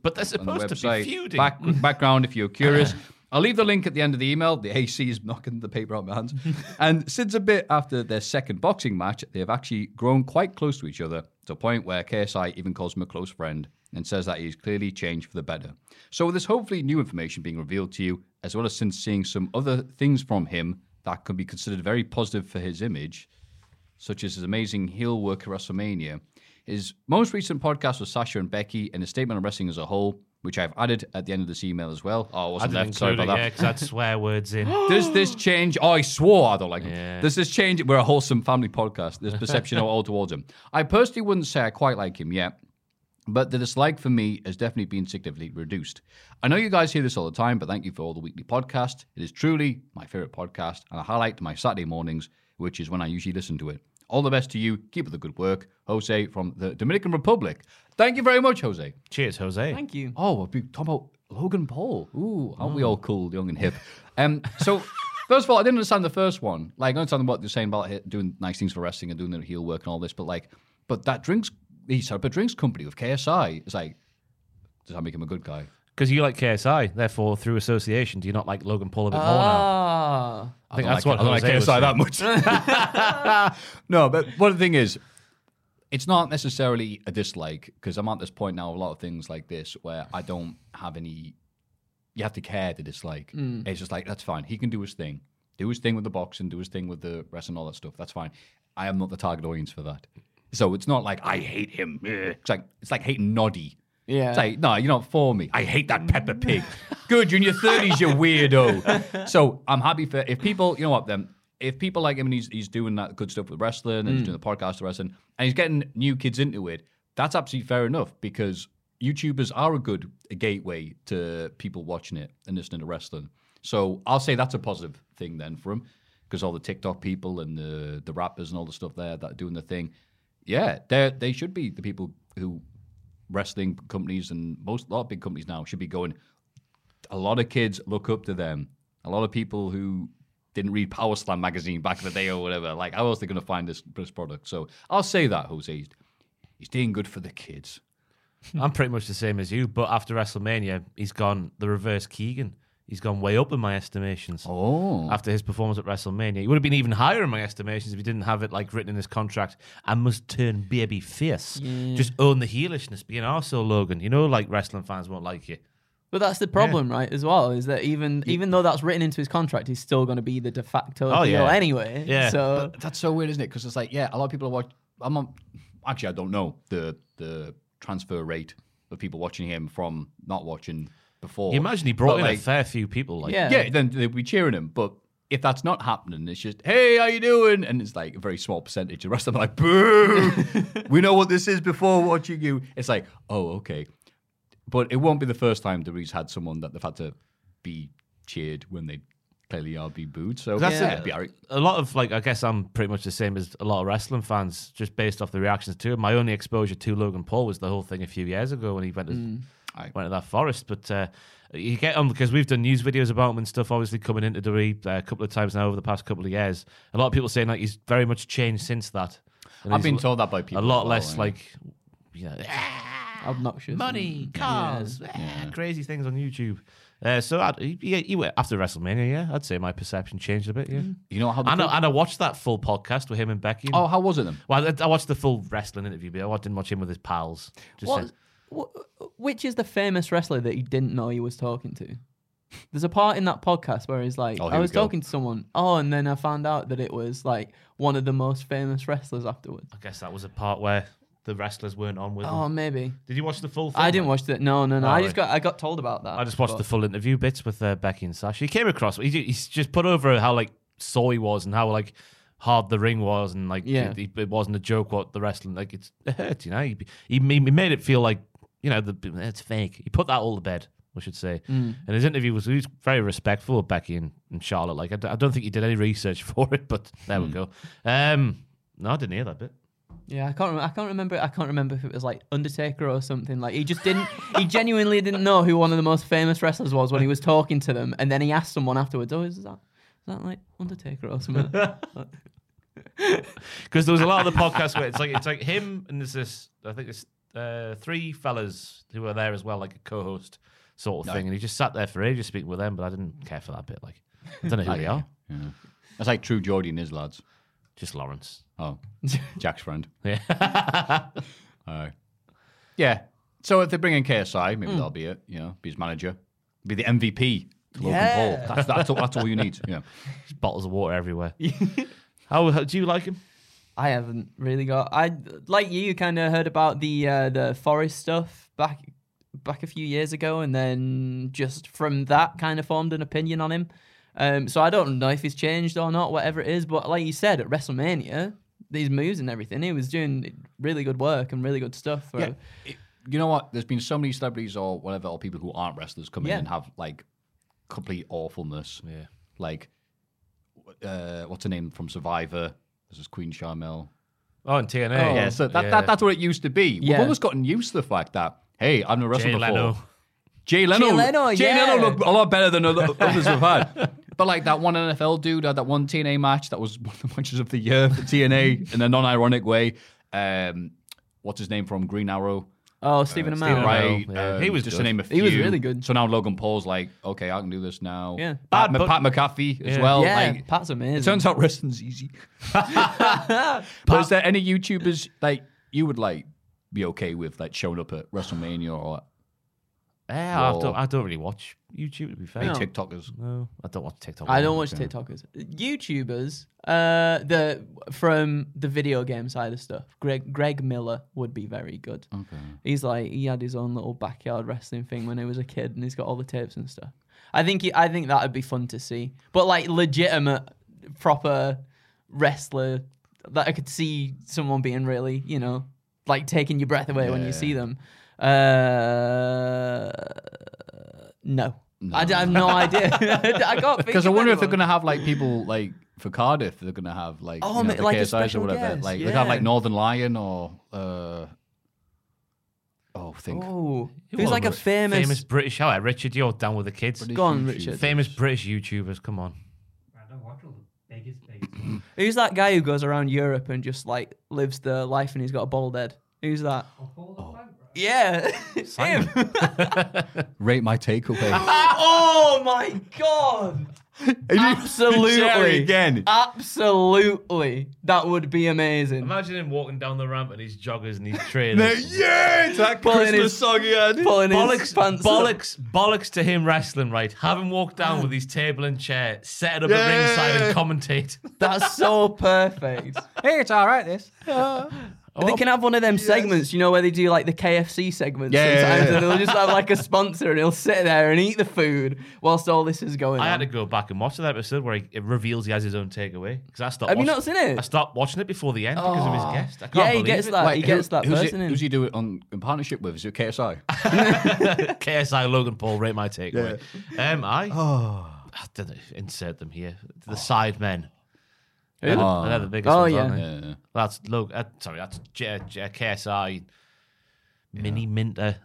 but they're
on the
supposed to be
website.
feuding.
Back, background, if you're curious. I'll leave the link at the end of the email. The AC is knocking the paper out of my hands. and since a bit after their second boxing match, they have actually grown quite close to each other to a point where KSI even calls him a close friend and says that he's clearly changed for the better. So, with this hopefully new information being revealed to you, as well as since seeing some other things from him that could be considered very positive for his image, such as his amazing heel work at WrestleMania. His most recent podcast with Sasha and Becky and his statement on wrestling as a whole, which I've added at the end of this email as well. Oh, I
I
wasn't
didn't
left. Sorry
include it,
about
yeah,
that.
because I had swear words in.
Does this change? Oh, I swore I don't like him.
Yeah.
Does this change? We're a wholesome family podcast. This perception all towards him. I personally wouldn't say I quite like him yet, but the dislike for me has definitely been significantly reduced. I know you guys hear this all the time, but thank you for all the weekly podcast. It is truly my favorite podcast, and I highlight my Saturday mornings, which is when I usually listen to it. All the best to you. Keep up the good work, Jose from the Dominican Republic. Thank you very much, Jose.
Cheers, Jose.
Thank you.
Oh, we'll be talking about Logan Paul. Ooh, aren't we all cool, young and hip? Um, so, first of all, I didn't understand the first one. Like, I understand what they're saying about hi- doing nice things for wrestling and doing the heel work and all this, but like, but that drinks, he set up a drinks company with KSI. It's like, does that make him a good guy?
Because you like KSI, therefore, through association, do you not like Logan Paul a bit more now?
Ah.
I think
don't
that's
like-
what
I don't
Jose was saying.
like KSI that much. no, but one of the thing is, it's not necessarily a dislike because I'm at this point now. A lot of things like this where I don't have any. You have to care to dislike. It's just like that's fine. He can do his thing, do his thing with the boxing, do his thing with the rest and all that stuff. That's fine. I am not the target audience for that. So it's not like I hate him. Ugh. It's like it's like hating Noddy.
Yeah.
It's like, no, you're not for me. I hate that Peppa Pig. Good, you're in your 30s, you weirdo. So I'm happy for if people, you know what, then if people like him and he's, he's doing that good stuff with wrestling and he's
Mm.
doing the podcast with wrestling and he's getting new kids into it, that's absolutely fair enough because YouTubers are a good gateway to people watching it and listening to wrestling. So I'll say that's a positive thing then for him because all the TikTok people and the the rappers and all the stuff there that are doing the thing, yeah, they they should be the people who wrestling companies and most a lot of big companies now should be going. A lot of kids look up to them. A lot of people who didn't read Power Slam magazine back in the day or whatever. Like, how else are they going to find this, this product? So I'll say that, Jose. He's doing good for the kids.
I'm pretty much the same as you, but after WrestleMania, he's gone the reverse Keegan. He's gone way up in my estimations.
Oh.
After his performance at WrestleMania. He would have been even higher in my estimations if he didn't have it like written in his contract. I must turn baby face.
Yeah.
Just own the heelishness, be an arsehole, Logan. You know, like wrestling fans won't like you.
But that's the problem, right? As well is that even even though that's written into his contract, he's still going to be the de facto
Oh,
heel anyway. So
But that's so weird, isn't it? Because it's like, yeah, a lot of people are watch. I'm on, actually, I don't know the the transfer rate of people watching him from not watching before.
You imagine he brought
Oh, But,
in
like,
a fair few people. Like,
yeah. then they'd be cheering him. But if that's not happening, it's just, hey, how you doing? And it's like a very small percentage. The rest of them are like, boo, we know what this is before watching you. It's like, oh, okay. But it won't be the first time the Reeds had someone that they've had to be cheered when they clearly are be booed. So
That's
yeah,
it.
it'd be all right.
A lot of like, I guess I'm pretty much the same as a lot of wrestling fans, just based off the reactions to him. My only exposure to Logan Paul was the whole thing a few years ago when he went to went to that forest. But uh, you get on because we've done news videos about him and stuff. Obviously, coming into the league uh, a couple of times now over the past couple of years. A lot of people saying like he's very much changed since that. And
I've
he's
been
l-
told that by people
A
as
lot
well,
less
yeah.
like, you know,
obnoxious.
money,
Yeah.
cars, ah, crazy things on YouTube. Uh, so I'd, yeah, you were after WrestleMania, yeah, I'd say my perception changed a bit. Yeah,
you know how the
and I,
full-
and I watched that full podcast with him and Becky.
Oh, how was it then?
Well, I, I watched the full wrestling interview, but I didn't watch him with his pals. Just
what,
said-
wh- which is the famous wrestler that he didn't know he was talking to? There's a part in that podcast where he's like,
Oh, here
I
we
was
go.
talking to someone. Oh, and then I found out that it was like one of the most famous wrestlers afterwards.
I guess that was a part where the wrestlers weren't on with him.
Oh, maybe.
Did you watch the full? thing?
I didn't watch that. No, no, no.
Oh,
I just
right.
got I got told about that.
I just watched
but-
the full interview bits with uh, Becky and Sasha. He came across. He, he's just put over how like sore he was and how like hard the ring was and like
Yeah.
it, it wasn't a joke what the wrestling like it's, it hurt. You know, he, he he made it feel like you know the, it's fake. He put that all to bed. I should say.
Mm.
And his interview was, he was very respectful of Becky and, and Charlotte. Like I, d- I don't think he did any research for it, but there
Hmm.
we go. Um, no, I didn't hear that bit.
Yeah, I can't. Rem- I can't remember. I can't remember if it was like Undertaker or something. Like he just didn't. he genuinely didn't know who one of the most famous wrestlers was when he was talking to them, and then he asked someone afterwards, "Oh, is that is that like Undertaker or something?"
because there was a lot of the podcast where it's like it's like him and there's this I think it's uh, three fellas who were there as well, like a co-host sort of thing, and he just sat there for ages speaking with them, but I didn't care for that bit. Like I don't know who they are,
Yeah. That's like true Geordie and his lads.
just Lawrence.
Oh, Jack's friend.
Yeah,
Aye. yeah. So if they bring in KSI,
Hmm.
maybe that'll be it. You know, be his manager, be the MVP. to Logan
Yeah.
Paul. That's, that's, all, that's all you need. Yeah.
just bottles of water everywhere. how, how do you like him?
I haven't really got. I like you. Kind of heard about the uh, the forest stuff back back a few years ago, and then just from that kind of formed an opinion on him. Um, so I don't know if he's changed or not, whatever it is. But like you said at WrestleMania, these moves and everything, he was doing really good work and really good stuff. For,
Yeah. It- you know what? There's been so many celebrities or whatever, or people who aren't wrestlers come
Yeah.
in and have like complete awfulness.
Yeah,
Like, uh, what's her name from Survivor? This is Queen Charmel.
oh, and TNA.
Yeah, so that, that, that's what it used to be. We've
Yeah.
almost gotten used to the fact that, hey, I've never wrestled
Jay
before.
Leno.
Jay Leno.
Jay Leno, yeah.
looked a lot better than other, others have had. But like that one NFL dude had that one TNA match that was one of the matches of the year for TNA in a non-ironic way. Um, what's his name from Green Arrow?
oh, Stephen Amell.
Amell.
Right.
yeah.
um,
He was
just
good.
to name a few.
He was really good.
So now Logan Paul's like, okay, I can do this now.
Yeah.
Pat,
Bad, but-
Pat McAfee as
Yeah.
well.
yeah,
like,
Pat's amazing.
it turns out wrestling's easy. but is there any YouTubers like you would like be okay with like showing up at WrestleMania or
Eh, I
Or-
don't. I don't really watch YouTube. To be fair,
Any
No.
TikTokers?
No, I don't watch TikTok.
I
Oh,
don't watch
Okay.
TikTokers. YouTubers, uh, the from the video game side of stuff. Greg Greg Miller would be very good.
Okay.
He's like he had his own little backyard wrestling thing when he was a kid, and he's got all the tapes and stuff. I think he, I think that would be fun to see, but like legitimate, proper wrestler that I could see someone being really, you know, like taking your breath away when
Yeah.
you see them. Uh, no. I, d- I have no idea. I can't think
Because I
of
wonder if they're
anyone.
going to have like people like for Cardiff, they're going to have like
Oh,
you know,
ma-
the
like a
KSIs
special
or whatever.
guest,
Like they have like
yeah.
Northern Lion or uh, oh, think
Oh,
Who
who's
are
like a
those
famous,
famous British. All right, Richard, you're down with the kids.
British Go on, YouTubers. Richard.
Famous British YouTubers. Come on.
I don't watch all the biggest, biggest. ones.
Who's that guy who goes around Europe and just like lives the life and he's got a bald head? Who's that? Yeah, it's him.
rate my takeaway.
oh my god!
Jerry
Absolutely
again.
Absolutely, that would be amazing.
Imagine him walking down the ramp and his joggers and his
No,
trainers.
yeah, it's that
Pulling
Christmas
his-
song he had.
Pulling his
bollocks,
pants up.
bollocks, bollocks to him wrestling, right? Have him walk down with his table and chair, set it up
Yeah.
at ringside and commentate.
That's so perfect. hey, it's all right. This. They can have one of them segments, you know, where they do like the KFC segments
Yeah, yeah,
sometimes,
yeah.
and they'll just have like a sponsor, and he'll sit there and eat the food whilst all this is going
I
on.
had to go back and watch that episode where he, it reveals he has his own takeaway because I stopped.
Have you
watch-
not seen it?
I stopped watching it before the end because of his
Oh.
guest. I can't
Yeah, he
believe
gets
it.
that-
Wait,
he gets that
who's
person
it,
in.
Who's he do it on in partnership with? Is it KSI?
KSI Logan Paul rate my takeaway. Um, I,
Oh.
I don't know, insert them here. The side men. They're, the-
Oh.
they're the biggest
Oh,
ones,
yeah.
aren't they?
Yeah, yeah.
That's Logan. Uh, sorry, that's J- J- KSI. Mini Minter.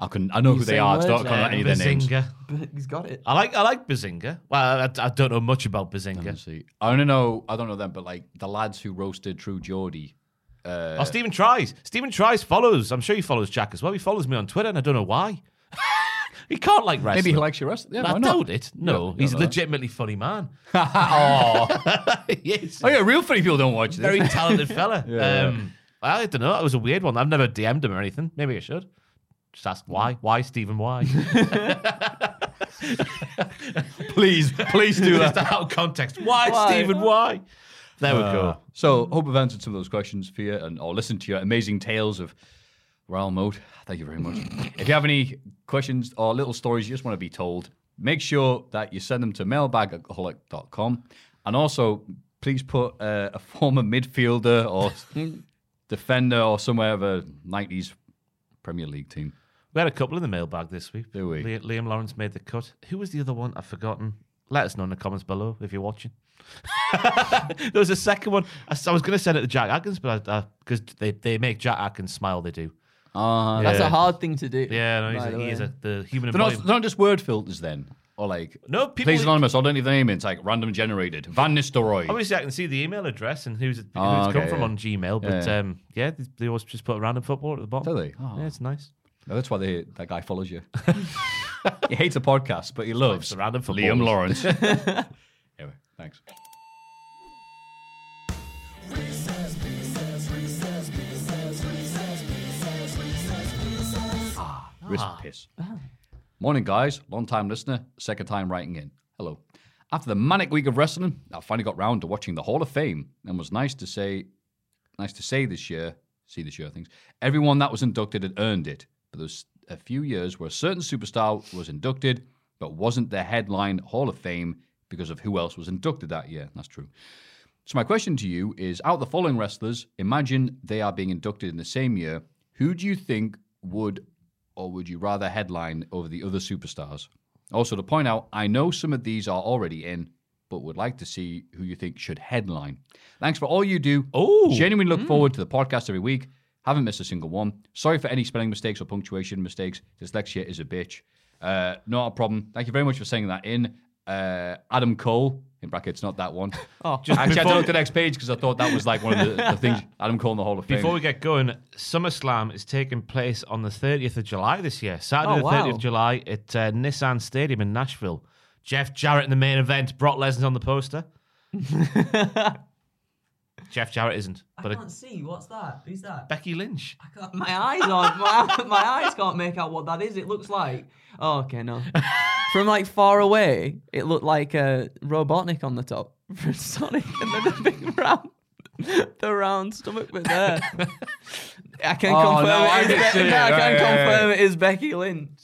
I can. I know
You
who they
saying
are. I
words
don't
there.
know any of their names.
Bazinga.
But he's got it.
I like I like Bazinga. Well, I, I don't know much about Bazinga.
Honestly, I don't know. I don't know them, but like the lads who roasted True Geordie.
oh, Stephen tries. Stephen tries follows. I'm sure he follows Jack as well. He follows me on Twitter, and I don't know why. he can't like wrestling.
Maybe he likes your wrestling. Yeah,
I
why not?
doubt it. No,
Yeah,
he's a
no, no.
legitimately funny man. yes.
Oh yeah, real funny people don't watch this.
Very talented fella. um, I don't know. That was a weird one. I've never DM'd him or anything. Maybe I should. Just ask why. Why, Stephen? Why?
please, please do
Just
that.
out of context. Why,
Why?
Stephen? Why? There we
Uh,
go.
So hope I've answered some of those questions for you, and or listened to your amazing tales of Royal Mode. Thank you very much. if you have any questions or little stories you just want to be told, make sure that you send them to mailbagaholic.com. and also please put uh, a former midfielder or defender or somewhere of a '90s Premier League team.
We had a couple in the mailbag this week.
Did we?
Li- Liam Lawrence made the cut. Who was the other one? I've forgotten. Let us know in the comments below if you're watching. there was a second one. I, s- I was going to send it to Jack Atkins, but because they, they make Jack Atkins smile, they do.
Uh,
That's
Yeah.
a hard thing to do.
Yeah, no, he's
by
a,
the
he is
way.
a, the human
They're not,
embodiment.
they're not just word filters then, or like
No, people.
please anonymous. I don't need the name. in. It's like random generated. Van Nistelrooy.
Obviously, I can see the email address and who's, it- who
Oh,
it's
okay,
come from
yeah.
on Gmail, but
Yeah.
yeah, um, yeah they, they always just put random football at the bottom.
Do they? Oh.
Yeah, it's nice.
No, that's why they, that guy follows you. he hates a podcast, but he loves
It's random football.
Liam Lawrence. anyway, thanks. Ah, wrist piss. Morning, guys. Long time listener, second time writing in. Hello. After the manic week of wrestling, I finally got round to watching the Hall of Fame, and was nice to say, nice to say this year, see this year things. Everyone that was inducted had earned it, but there was a few years where a certain superstar was inducted but wasn't the headline Hall of Fame because of who else was inducted that year. That's true. So my question to you is: out of the following wrestlers, imagine they are being inducted in the same year. Who do you think would, or would you rather headline over the other superstars? Also, to point out, I know some of these are already in, but would like to see who you think should headline. Thanks for all you do.
Oh.
genuinely
Hmm.
look forward to the podcast every week. Haven't missed a single one. Sorry for any spelling mistakes or punctuation mistakes. Dyslexia is a bitch. Uh, not a problem. Thank you very much for saying that in. Uh, Adam Cole, in brackets, not that one.
Oh.
Just
Actually, I
before-
took the next page because I thought that was like one of the, the things Adam Cole in the Hall of Fame.
Before we get going, SummerSlam is taking place on the 30th of July this year. Saturday,
Oh,
the 30th
wow.
of July at uh, Nissan Stadium in Nashville. Jeff Jarrett in the main event, Brock Lesnar's on the poster. Jeff Jarrett isn't.
I
But
can't see. What's that? Who's that?
Becky Lynch.
I can't, my eyes on my, my eyes can't make out what that is. It looks like. Oh, okay, no. From like far away, it looked like a Robotnik on the top from Sonic, and then the big round, the round stomach bit there. I can
Oh,
confirm.
no, I
it is
can see
Be-
it.
no, I can
Right, right,
confirm
right.
it is Becky Lynch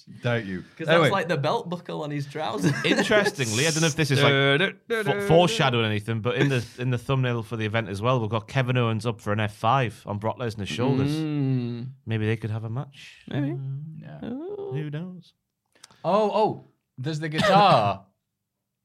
Don't you?
because
Anyway.
that's like the belt buckle on his trousers.
Interestingly, I don't know if this is like f- foreshadowing anything, but in the in the thumbnail for the event as well, we've got Kevin Owens up for an F five on Brock Lesnar's shoulders.
Mm.
Maybe they could have a match. Mm.
Maybe.
Who knows?
Oh, oh, there's the guitar,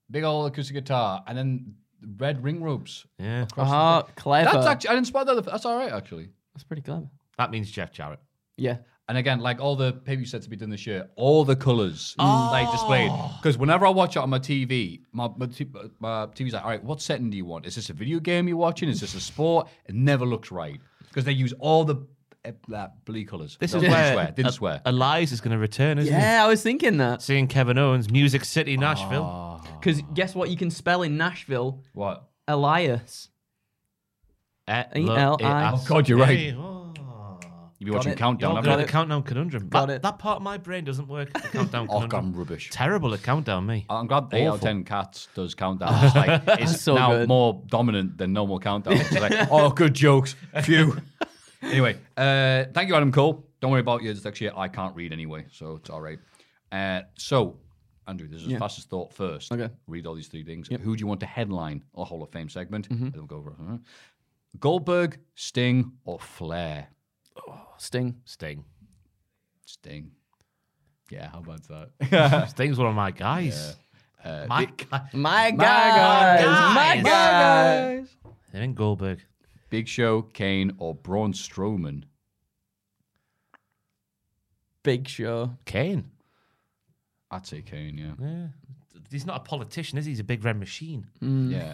big old acoustic guitar, and then red ring ropes.
Yeah,
across the
Ah,
thing.
clever.
That's actually I didn't spot that. That's all right actually.
That's pretty clever.
that means Jeff Jarrett.
Yeah.
And again, like all the paper you said to be done this year, all the colours
Oh.
Mm,
like displayed. Because whenever I watch it on my TV, my, my, t- my TV's like, all right, what setting do you want? Is this a video game you're watching? Is this a sport? It never looks right because they use all the uh, that blue colours.
This
No,
is
didn't
where
swear, didn't
A-
swear.
Elias is going to return, isn't he?
Yeah, I was thinking that
Seeing Kevin Owens, Music City, Nashville.
Oh, because guess what? You can spell in Nashville,
What?
Elias.
Eh,
E
look,
L
it
I-
has-
Oh, God, you're right.
Hey, oh.
You'd be
Got
watching
it.
Countdown.
You're
haven't
good
you?
at Countdown Conundrum.
Got
that,
it.
that part of my brain doesn't work. The Countdown
Oh, God, I'm
Conundrum.
rubbish.
Terrible at Countdown, me.
Oh,
I'm glad eight out of
Awful.
ten cats does countdown. It's like it's
That's so
now
good.
more dominant than normal countdown. It's like, oh, good jokes. Phew. anyway, uh, thank you, Adam Cole. Don't worry about your dyslexia. I can't read anyway, so it's all right. Uh, so, Andrew, this is
Yeah.
fastest thought first.
Okay.
Read all these three things.
Yep. Mm-hmm.
Who do you want to headline a Hall of Fame segment? And we'll go over. huh? Goldberg, Sting, or Flair?
Sting.
Sting.
Sting. Yeah, how about that?
Sting's one of my guys.
Uh,
my
Big-
guy.
My guys, my
guys.
guys.
They're in Goldberg.
Big Show, Kane, or Braun Strowman?
Big Show.
Kane.
I'd say Kane, yeah.
Yeah. He's not a politician, is he? He's a big red machine.
Yeah.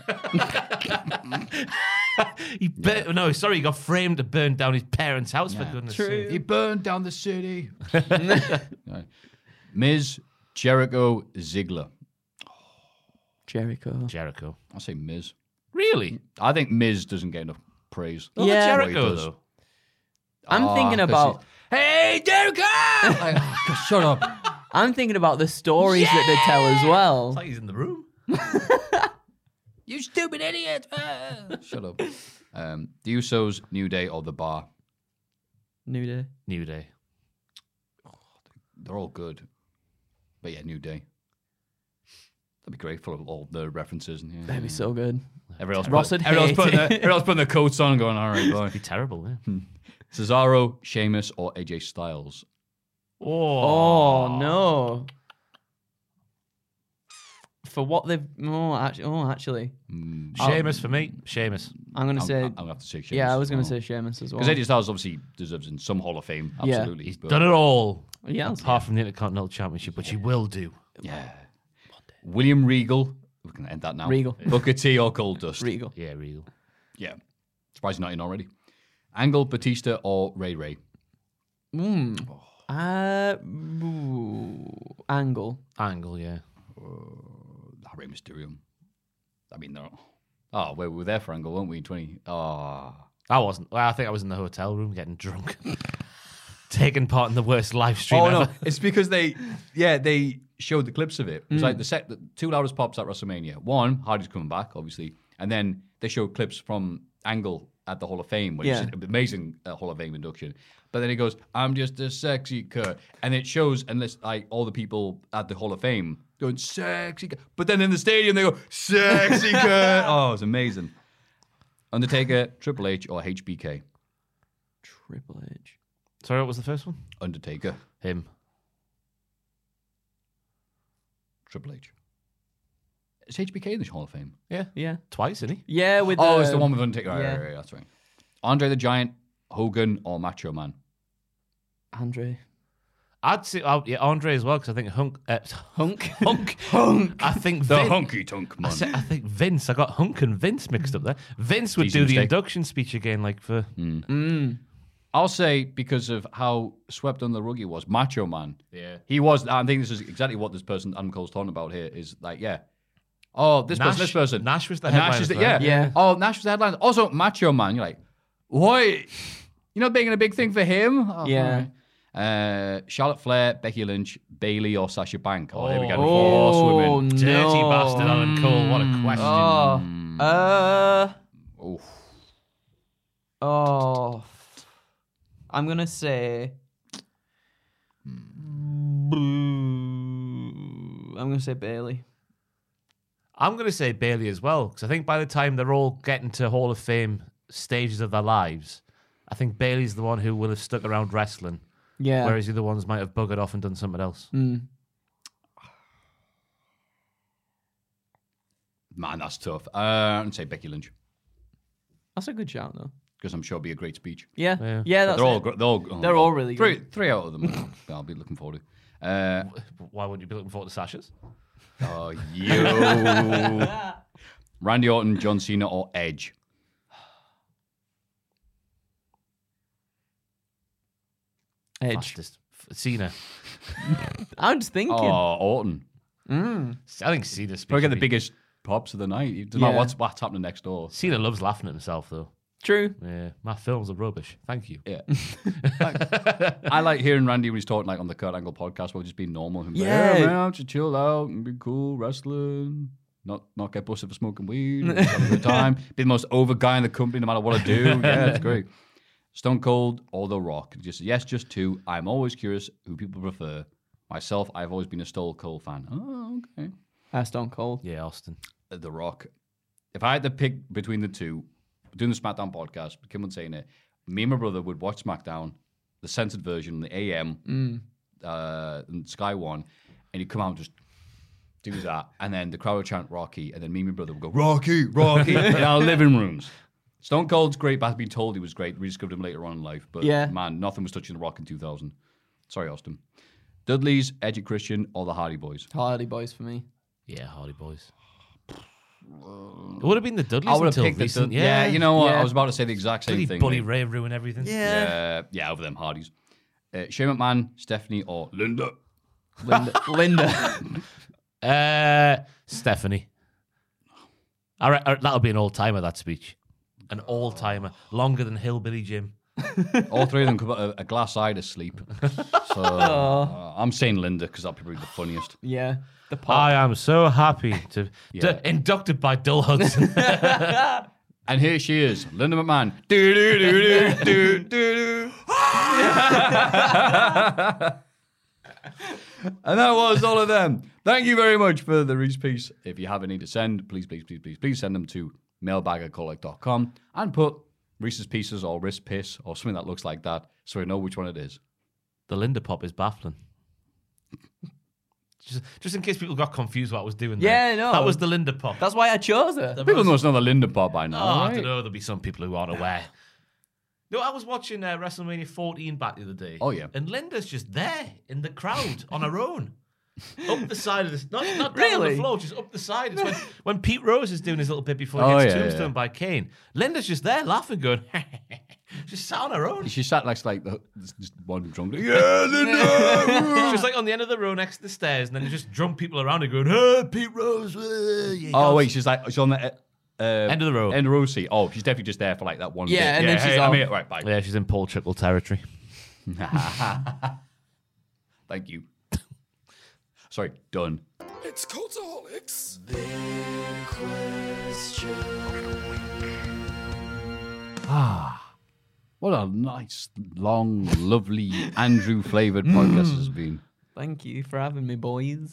Mm.
He bur- No, sorry, he got framed to burn down his parents' house,
Yeah.
for goodness
True.
he burned down the city. Right. Miz, Jericho, Ziggler.
Jericho.
sake. Jericho.
I say Miz.
Really?
I think Miz doesn't get enough praise.
Well, yeah.
Yeah.
Well,
Jericho,
he does.
though.
I'm
Ah,
thinking
'cause
about
he's- Hey, Jericho! Like, oh, God, shut up.
I'm thinking about the stories that they tell as well.
It's like he's in the room.
You stupid idiot! Ah. shut up. Um, the Usos, New Day, or The Bar.
New Day.
New Day.
They're all good. But yeah, New Day. That'd be great full of all the references. And, yeah.
That'd be so good.
Everyone else,
Ross
put,
would
everyone, else
hate
putting
it.
their, everyone else putting their coats on and going, all right, boy.
Be terrible, yeah.
Cesaro, Sheamus, or AJ Styles?
Oh, no. For what they've oh actually oh actually
Seamus for me. Seamus.
I'm gonna
I'm,
say
I'm gonna have to say Sheamus.
yeah I was gonna say Seamus as well
Because AJ Styles obviously deserves in some Hall of Fame.
Yeah.
Absolutely.
He's
but-
done it all.
yeah
Apart from the Intercontinental Championship, which he will do.
Yeah. William Regal. We can end that now.
Regal.
Booker T or Goldust.
Regal
Yeah, real.
Yeah. Surprised you're not in already. Angle, Batista, or Ray Ray?
mm. uh ooh, angle
Angle, yeah.
Ah, Ray Mysterio. I mean, they're. Oh, we were there for Angle, weren't we? 20. Ah.
I wasn't. Well, I think I was in the hotel room getting drunk, taking part in the worst live stream
Oh
ever.
no, it's because they, yeah, they showed the clips of it. It was like the set, the two loudest pops at WrestleMania. One, Hardy's coming back, obviously, and then they showed clips from Angle at the Hall of Fame, which is
Yeah.
an amazing uh, Hall of Fame induction. But then he goes, "I'm just a sexy cut," and it shows, and it's like all the people at the Hall of Fame going "sexy," cut. but then in the stadium they go "sexy cut." Oh, it's amazing. Undertaker, Triple H, or HBK?
Triple H
Sorry, what was the first one?
Undertaker,
Him.
Triple H. Is HBK in the Hall of Fame?
Yeah.
yeah
Twice, isn't he?
yeah with um,
Oh, it's the one with Undertaker. Right,
yeah.
right, right, that's right. Andre the Giant, Hogan, or Macho Man?
Andre
I'd say oh, yeah, Andre as well because I think Hunk. Uh,
Hunk
hunk.
Hunk
I think
The
Vin-
Honky Tonk
I,
Man.
said, I think Vince. I got Hunk and Vince mixed up there. Vince would
Easy
do the
mistake.
induction speech again, like for
mm.
I'll say because of how swept under the rug he was, Macho Man.
yeah.
He was. I think this is exactly what this person Adam Cole's talking about here. Is like, yeah, Oh, this person,
Nash-
this person.
Nash was the
Nash
headline
is
as
the, yeah.
well.
yeah.
Yeah.
Oh, Nash was the headline. Also, Macho Man. You're like, why? You're not making a big thing for him. Oh,
Yeah.
all right. Uh, Charlotte Flair, Becky Lynch, Bailey, or Sasha Bank. Oh, here we go.
Oh,
Four women.
no. Dirty bastard,
Alan Cole, what a question.
Mm.
Oh. Uh. Oh. I'm gonna say. Hmm. I'm gonna say Bailey.
I'm going to say Bailey as well because I think by the time they're all getting to Hall of Fame stages of their lives, I think Bailey's the one who will have stuck around wrestling.
Yeah.
Whereas the other ones might have buggered off and done something else.
Mm.
Man, that's tough. Uh, I'm going to say Becky Lynch
That's a good shout though.
because I'm sure it'll be a great speech.
Yeah. Yeah. Yeah, that's
they're all,
it.
gr- they're all, oh,
They're all really
three,
good.
Three out of them. I'll be looking forward to. Uh,
Why wouldn't you be looking forward to Sasha's?
Oh, you. Randy Orton, John Cena, or Edge?
Edge.
Fastest. F- Cena.
I'm just thinking.
Oh, Orton.
Mm.
I think Cena's
Probably get the biggest pops of the night. It doesn't matter
Yeah.
what's, what's happening next door.
Cena loves laughing at himself, though.
True.
Yeah, my films are rubbish. Thank you.
Yeah. I like hearing Randy when he's talking like on the Kurt Angle podcast where he's just being normal. Him like,
Yeah.
man, I'm just chill out and be cool, wrestling. Not not get busted for smoking weed, and have a good time. Be the most over guy in the company no matter what I do. Yeah, it's great. Stone Cold or The Rock. Just yes, just two. I'm always curious who people prefer. Myself, I've always been a Stone Cold fan. Oh, okay.
Uh, Stone Cold.
Yeah, Austin.
The Rock. If I had to pick between the two, doing the SmackDown podcast, Kim was saying it, me and my brother would watch SmackDown, the censored version, the AM,
Mm.
uh, and Sky One, and he'd come out and just do that, and then the crowd would chant Rocky, and then me and my brother would go Rocky, Rocky in our living rooms. Stone Cold's great, but I've been told he was great. We discovered him later on in life, but
Yeah.
man, nothing was touching the Rock in 2000. Sorry, Austin. Dudley's, Edge and Christian, or the Hardy Boys.
Hardy Boys for me.
Yeah, Hardy Boys. It would have been the Dudleys
I would have
until
picked the
recent.
Dud- yeah. you know what? I was about to say the exact same
Bloody
thing.
Bully
mate.
Ray ruin everything.
Yeah. yeah, over them Hardys. Uh, Shane McMahon, Stephanie, or Linda.
Linda. Linda.
Uh, Stephanie. All right, all right, that'll be an all timer, that speech. An all timer. Longer than Hillbilly Jim.
All three of them could put a, a glass eye to sleep. So uh, I'm saying Linda because that'll probably be the funniest.
yeah. The
I
pop.
am so happy to.
Yeah.
to- inducted by Dull Hudson.
And here she is, Linda McMahon. Do do do do do do. And that was all of them. Thank you very much for the Reese piece. If you have any to send, please, please, please, please, please send them to mailbag@collect.com and put Reese's pieces or wrist piss or something that looks like that so we know which one it is.
the Linda pop is baffling. Just, just in case people got confused what I was doing there.
Yeah, no.
That was the Linda pop.
That's why I chose her.
People know it's not a Linda Bob by now.
Oh, I
right?
don't know. There'll be some people who aren't aware. No, I was watching uh, WrestleMania 14 back the other day.
Oh, yeah.
And Linda's just there in the crowd on her own. Up the side of this, not, not down on
Really?
the floor, just up the side. It's when, when Pete Rose is doing his little bit before he
Oh,
gets
yeah,
tombstone
yeah.
by Kane. Linda's just there laughing, going, just sat on her own.
She sat next to like the, just one drunk. Yeah, Linda.
She was like on the end of the row next to the stairs, and then just drunk people around her going, hey, Pete Rose. uh, you
oh
can't
wait, she's like she's on the uh,
End of the row.
end of the row seat. Oh, she's definitely just there for like that one.
Yeah,
bit.
and then she's
hey, I'm
off.
here. Right, bye.
Yeah, she's in Paul Triple territory.
Thank you. Sorry, done.
It's Cultaholics.
What a nice, long, lovely Andrew flavored podcast has been.
Thank you for having me, boys.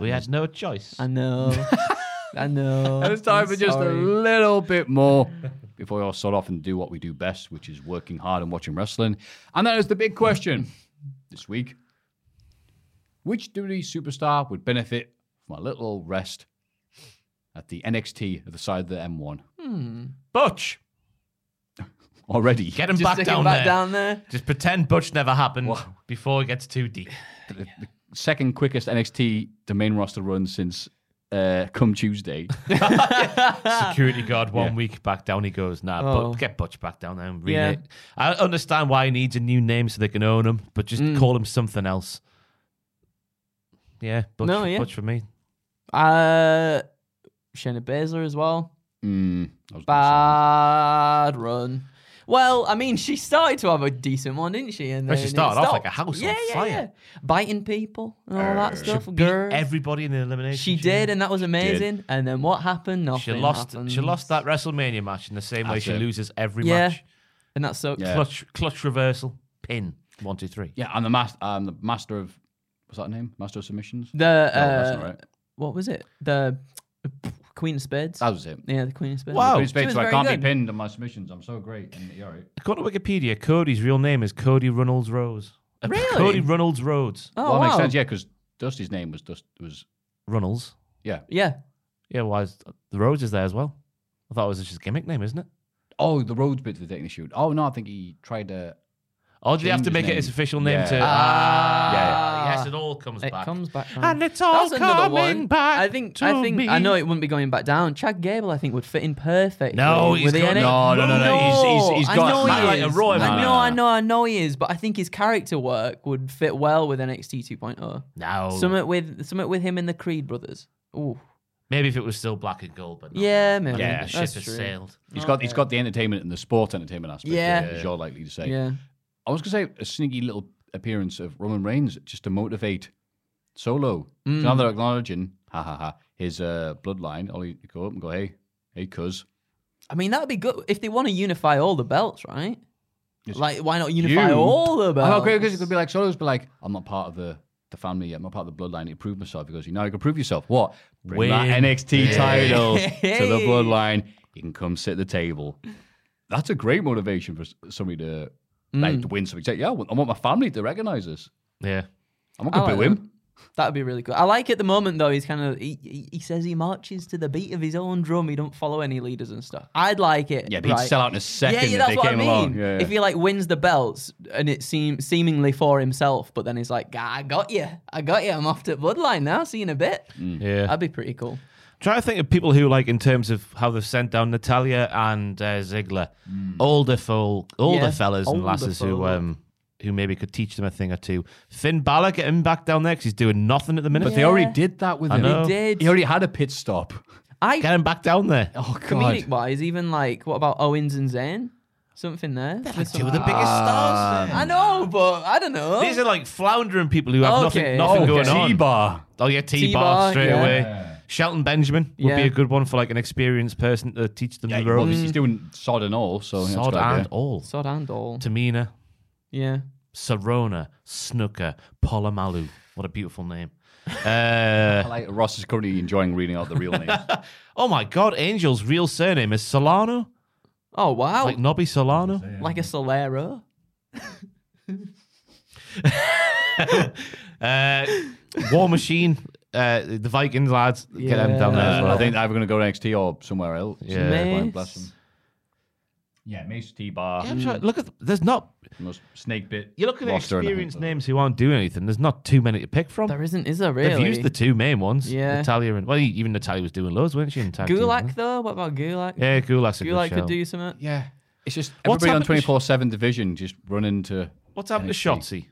We had no choice.
I know. I know.
And it's time
I'm
for just a
sorry.
little bit more before we all sort off and do what we do best, which is working hard and watching wrestling. And that is the big question this week. Which WWE superstar would benefit from a little old rest at the NXT at the side of the M1?
Butch!
Already.
Get him
Just
back
stick
down
him back
there.
down there.
Just pretend Butch never happened before it gets too deep.
Second quickest NXT to main roster run since uh, come Tuesday.
Security guard one week back down he goes. Nah,
Oh.
but get Butch back down there. And
Yeah.
rename- I understand why he needs a new name so they can own him, but just
Mm.
call him something else. Yeah, Butch,
No, yeah.
Butch for me.
Uh, Shayna Baszler as well.
Mm,
Bad run. Well, I mean, she started to have a decent one, didn't she? And
Well, she
then it
started off
stopped.
like a house on
yeah, yeah,
fire. Uh,
yeah. biting people and all that
She
stuff.
beat
Girl.
everybody in the elimination.
She did, and that was amazing. And then what happened?
She
Nothing.
lost.
happened.
She lost that WrestleMania match in the same way
That's
she
it.
loses every
Yeah.
match.
And that sucks.
Yeah.
Clutch, clutch reversal, pin. One, two, three.
Yeah, and the master, um, the master of what's that name? Master of submissions.
The
No, that's
uh,
not right.
what was it? The Queen of Spades.
That was it.
Yeah, the Queen of Spades.
Wow,
She was
so I
very
can't
good.
be pinned on my submissions. I'm so great. And you're right.
According to Wikipedia, Cody's real name is Cody Runnels Rose. Uh,
Really?
Cody Runnels Rhodes.
Oh,
well, it makes
wow.
sense. Yeah, because Dusty's name was Dust was
Runnels.
yeah.
Yeah.
Yeah, why is the Rhodes is there as well? I thought it was just his gimmick name, isn't it?
Oh, the Rhodes bit for taking the shoot. Oh no, I think he tried to.
Or Oh, do you have
change
to make it his official name
Yeah.
to?
Ah.
Ah,
Yeah.
yes, it all comes
It
back.
comes back. round.
And it's all
That's another
coming
one.
back
I think.
to
I think. I
me.
know it wouldn't be going back down. Chad Gable, I think, would fit in perfect.
No,
with
he's
the
got-
NXT.
no, no, no, no, he's- he's- he's
I
got
know he
man like
is.
a raw
I
man.
know, I know, I know he is, but I think his character work would fit well with NXT 2.0.
Oh.
No.
oh. Summit with summit with him and the Creed brothers. Ooh,
Maybe if it was still black and gold, but not.
yeah, maybe.
Yeah, the ship
That's
has
true.
sailed.
He's got he's got the entertainment and the sport entertainment aspect.
Yeah.
Yeah, as you're likely to say.
Yeah.
I was gonna say a sneaky little appearance of Roman Reigns just to motivate Solo.
Mm.
So now they're acknowledging, ha ha ha, his uh, bloodline. All you go up and go, hey, hey, cuz.
I mean, that would be good if they want to unify all the belts, right?
Yes.
Like, why not unify all the belts?
Oh, great, because it could be like Solo's be like, I'm not part of the the family yet. I'm not part of the bloodline. You prove myself. He goes, you know, you can prove yourself. What? Bring that
Win.
NXT
Yeah.
title to the
Hey.
bloodline. You can come sit at the table. That's a great motivation for s- somebody to
Hmm.
like to win something. Say, yeah, I want I want my family to recognize this.
Yeah.
I'm not
Oh, I
gonna
like
boo him.
That'd be really cool. I like at the moment though. He's kind of he, he- he says he marches to the beat of his own drum. He don't follow any leaders and stuff. I'd like it.
Yeah, but he'd
right?
sell out in a second
Yeah, yeah
if
that's
they
what
came
I mean.
along. Yeah, yeah.
If he like wins the belts and it seem seemingly for himself, but then he's like, "Gah, I got you, I got you. I'm off to Bloodline now. See you in a bit.
Mm.
Yeah.
That'd be pretty cool.
Try to think of people who, like, in terms of how they've sent down Natalia and uh, Ziggler, older folk, older
Hmm. Yeah,
fellas and
older
lasses who
folk.
um who maybe could teach them a thing or two. Finn Balor, get him back down there because he's doing nothing at the minute.
But they already did that with
I
him.
know.
He did.
He already had a pit stop.
I
Get him back down there.
Oh god.
comedic wise, even like what about Owens and Zayn? Something there. With
Two
some-
of the biggest stars.
I know, but I don't know.
These are like floundering people who have
Okay.
nothing, nothing
Oh,
going on.
T-bar.
Oh yeah, T
T-Bar,
bar straight
yeah.
away. Shelton Benjamin would be
Yeah.
a good one for like an experienced person to teach them
Yeah,
the ropes.
obviously he's doing sod and all, so that's
Sod
a good idea.
and all.
Sod and all.
Tamina,
Yeah.
Sarona, Snooker, Polamalu. What a beautiful name. Uh,
Like Ross is currently enjoying reading out the real names.
oh my God, Angel's real surname is Solano.
Oh wow.
Like
Like,
Nobby Solano.
a Solero.
Uh, War Machine, uh, the Vikings lads. Get them down there
Yeah.
as well.
I think they're either going to go to NXT or somewhere else.
Yeah.
Like,
Mace.
bless them. Yeah, Mace T Bar,
Yeah, I'm trying- look at there's not
Snake Bit.
you look at
roster and
experienced
everything.
names who aren't doing anything. There's not too many to pick from.
There isn't, is there really?
They've used the two main ones.
Yeah.
Natalia and well, e, even Natalia was doing loads, weren't she? In tag team,
Gulak
huh?
though. What about Gulak?
Yeah, Gulak's a good
Gulak
shout.
could do something.
Yeah, it's just
What's
everybody on
happened
twenty
to sh-
four seven division just run into.
What's happened to
NXT?
Shotzi?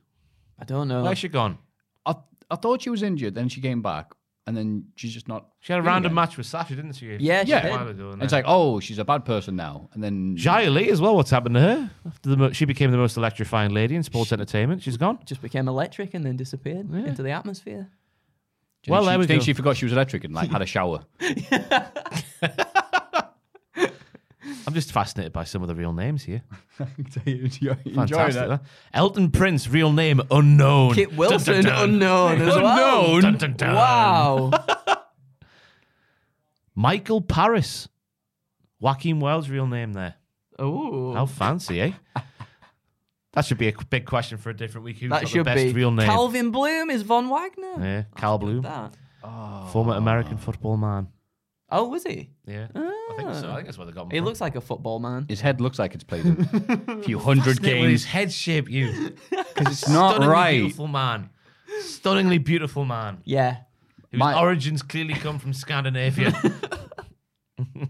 I don't know.
Where's she gone?
I I thought she was injured, then she came back, and then she's just not.
She had a
good
random
again.
match with Sasha, didn't she?
Yeah, she
Yeah,
did.
while ago,
And
no.
it's like oh, she's a bad person now, and then
Jia Lee as well. What's happened to her? After the mo- she became the most electrifying lady in sports entertainment. She's gone.
Just became electric and then disappeared into the atmosphere.
Do you
well,
think she,
there we
do you think
go.
she forgot she was electric and like had a shower.
I'm just fascinated by some of the real names here.
Enjoy
Fantastic. huh? Elton Prince, real name unknown.
Kit Wilson,
Dun-dun-dun.
unknown as well.
Unknown. Dun-dun-dun.
Wow.
Michael Paris. Joaquin Wells, real name there.
Ooh.
How fancy, eh? That should be a qu- big question for a different week. Who's
that
got
should
the best
be
real name?
Calvin Bloom is Von Wagner.
yeah, Cal Bloom,
That.
former American football man.
Oh, was he?
Yeah, I think so. I think that's where they got him.
Ah. He
from.
looks like a football man.
His head looks like it's played a few hundred
Fascinating with
games.
his head shape. You
Because it's not
stunningly
right.
beautiful man, stunningly beautiful man
Yeah.
whose
My-
origins clearly come from Scandinavia.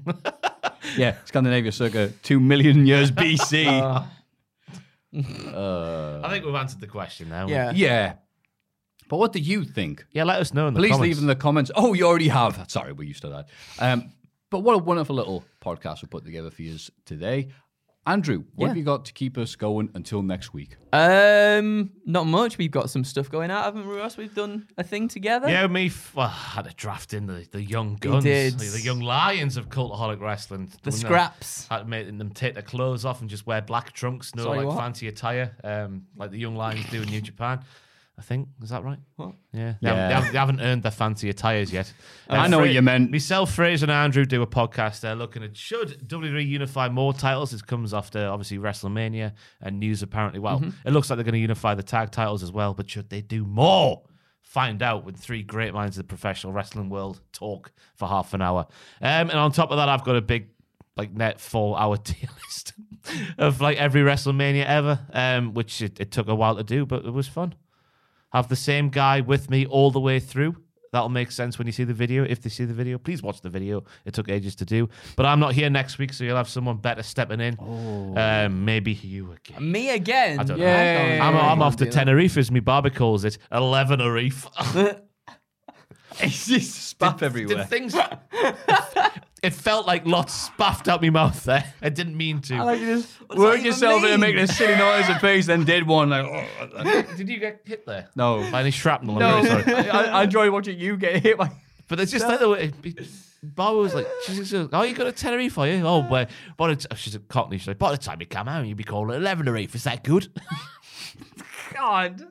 Yeah, Scandinavia circa 2 million years BC.
I think we've answered the question now.
Yeah.
yeah. But But what do you think?
Yeah, let us know in the
Please
comments.
leave in the comments. Oh, you already have. Sorry, we're used to that. Um, but what a wonderful little podcast we put together for you today. Andrew, what
Yeah.
have you got to keep us going until next week?
Um, not much. We've got some stuff going out, haven't we, Ross? We've done a thing together.
Yeah, me f- well, I had a draft in the, the young guns,
did.
The, the young lions of cultaholic wrestling.
The
When they
scraps.
Had making them take their clothes off and just wear black trunks, no
Sorry,
like
what?
fancy attire, um, like the young lions do in New Japan. I think is that right?
What?
Yeah, they,
Yeah.
Haven't, they haven't- they haven't earned their fancy attires yet.
I know what you meant.
Myself, Fraser, and Andrew do a podcast. They're looking at should WWE unify more titles. This comes after obviously WrestleMania and news. Apparently, well,
Mhm.
Mm-hmm.
it looks like they're going to unify the tag titles as well. But should they do more? Find out when three great minds of the professional wrestling world talk for half an hour. Um, and on top of that, I've got a big like net four hour tier list of like every WrestleMania ever, um, which it, it took a while to do, but it was fun have the same guy with me all the way through. That'll make sense when you see the video. If they see the video, please watch the video. It took ages to do. But I'm not here next week, so you'll have someone better stepping in.
Oh.
Um, maybe you again.
Me again.
I don't
Yeah.
know. I'm, I'm off to
Can't do that.
Tenerife, as my barber calls it. 11 Tenerife.
It's just spaff everywhere.
Did things. it felt like lots spaffed out my mouth there. I didn't mean to.
like you just
What's that
work
even
yourself in and
mean?
make this silly noise and face, then did one like. oh,
Did you get hit there?
no,
By any shrapnel?
no.
I'm really sorry.
I, I enjoy watching you get hit by.
But it's just like the way Barbara was like, she's just like, "Oh, you got a Tenerife for you? Oh, well, by the t- she's a Cockney. She's like, by the time you come home, you'll be calling it eleven or eight. Is that good?
God.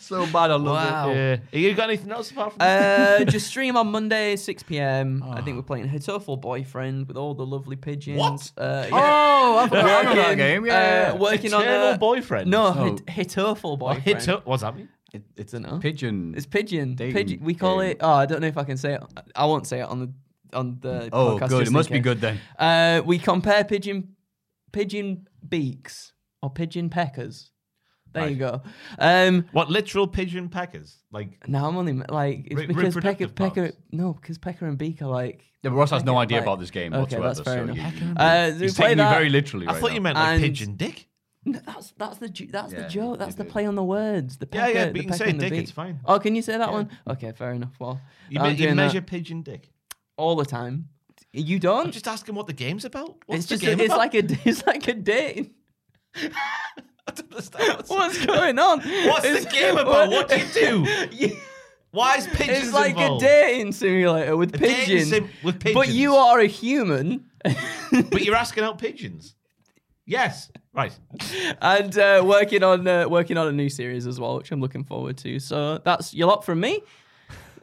so bad, I love it.
Yeah. You got anything else apart from that?
uh, just stream on Monday, 6 p.m. I
Ah.
think we're playing Hatoful Boyfriend with all the lovely pigeons.
What?
Uh, yeah.
Oh, I forgot about that
Working,
game. Yeah,
uh,
yeah, yeah.
working on
Eternal
a
Boyfriend?
No,
No.
Hit-
Oh,
Hitoful boyfriend.
hit up. What's that mean?
It- it's
dunno.
pigeon.
It's pigeon.
Dating
Pigeon. We call
game.
it. Oh, I don't know if I can say it. I won't say it on the on the.
Oh,
podcast
good.
just
It
in
must be
case.
good then.
Uh, we compare pigeon pigeon beaks or pigeon peckers. There you go. Um,
What literal pigeon peckers? Like
no, I'm only like it's because
Re-
pecker,
reproductive
pecker.
parts.
No, because pecker and beak are like.
Yeah, but Ross has no
Like-
idea about this game
okay,
whatsoever.
that's fair
so
enough.
you- you-
Uh, so we
he's
play
taking
that.
you very literally.
I
right
thought
now.
you meant like
And-
pigeon dick.
No, that's that's the ju- that's
Yeah,
the joke.
you
That's the
did.
play on the words. The
Yeah,
pecker,
yeah, but
the
you can
pecker
say
and the
dick,
beak.
it's fine.
Oh, can you say that one? Okay, fair enough. Well,
You,
I'm
me- you
doing that
measure pigeon dick.
all the time. You don't.
I'm just asking what the game's about. What's
it's
the
just
game
it's
about?
like a it's like a date.
I don't understand what's,
What's going on?
what's
It's-
the game about? What do you do?
Yeah,
Why is pigeons
it's like
involved?
a dating simulator with
A dating
pigeons.
sim- with
But you
pigeons.
are a human,
But you're asking out pigeons. Yes. Right.
and uh, working on uh, working on a new series as well, which I'm looking forward to. So that's your lot from me,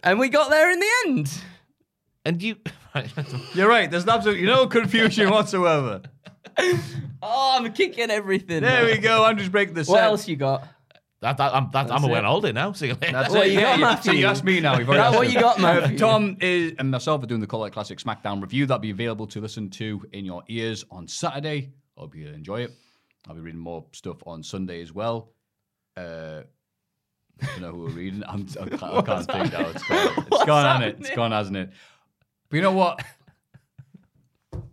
and we got there in the end.
And you. Right.
You're right. There's absolutely no confusion whatsoever.
Oh, I'm kicking everything.
There we go. Andrew's breaking the set.
What else you got?
That, that, I'm, that, I'm
That's
away
it.
on holiday now. See you later.
That's
What
it.
you
yeah,
got,
you- so you
Matthew?
asked me now. You've already
Right,
asked
what
me. Uh,
you got, Matthew?
Tom is, and myself are doing the Collect Classic SmackDown review. That'll be available to listen to in your ears on Saturday. Hope you enjoy it. I'll be reading more stuff on Sunday as well. Uh, I don't know who we're reading. I'm, I can't, I can't think now. It's gone. It's gone, hasn't it? It's gone, hasn't it? But you know what?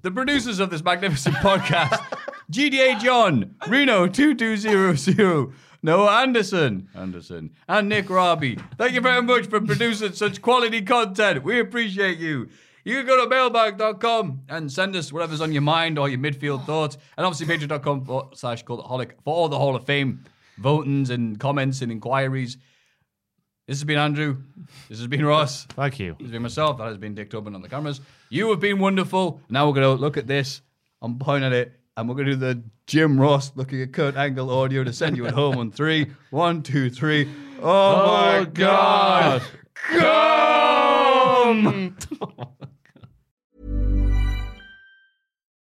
The producers of this magnificent podcast, GDA John, Reno 2200, Noah Anderson, Anderson, and Nick Robbie. Thank you very much for producing such quality content. We appreciate you. You can go to mailbag.com and send us whatever's on your mind or your midfield thoughts. And obviously patreon.com forward slash cultaholic for all the Hall of Fame votings and comments and inquiries. This has been Andrew. This has been Ross.
Thank you.
This has been myself. That has been Dick Tubman on the cameras. You have been wonderful. Now we're going to look at this. I'm pointing at it. And we're going to do the Jim Ross looking at Kurt Angle audio to send you at home on three. One, two, three. Oh, my God. Come!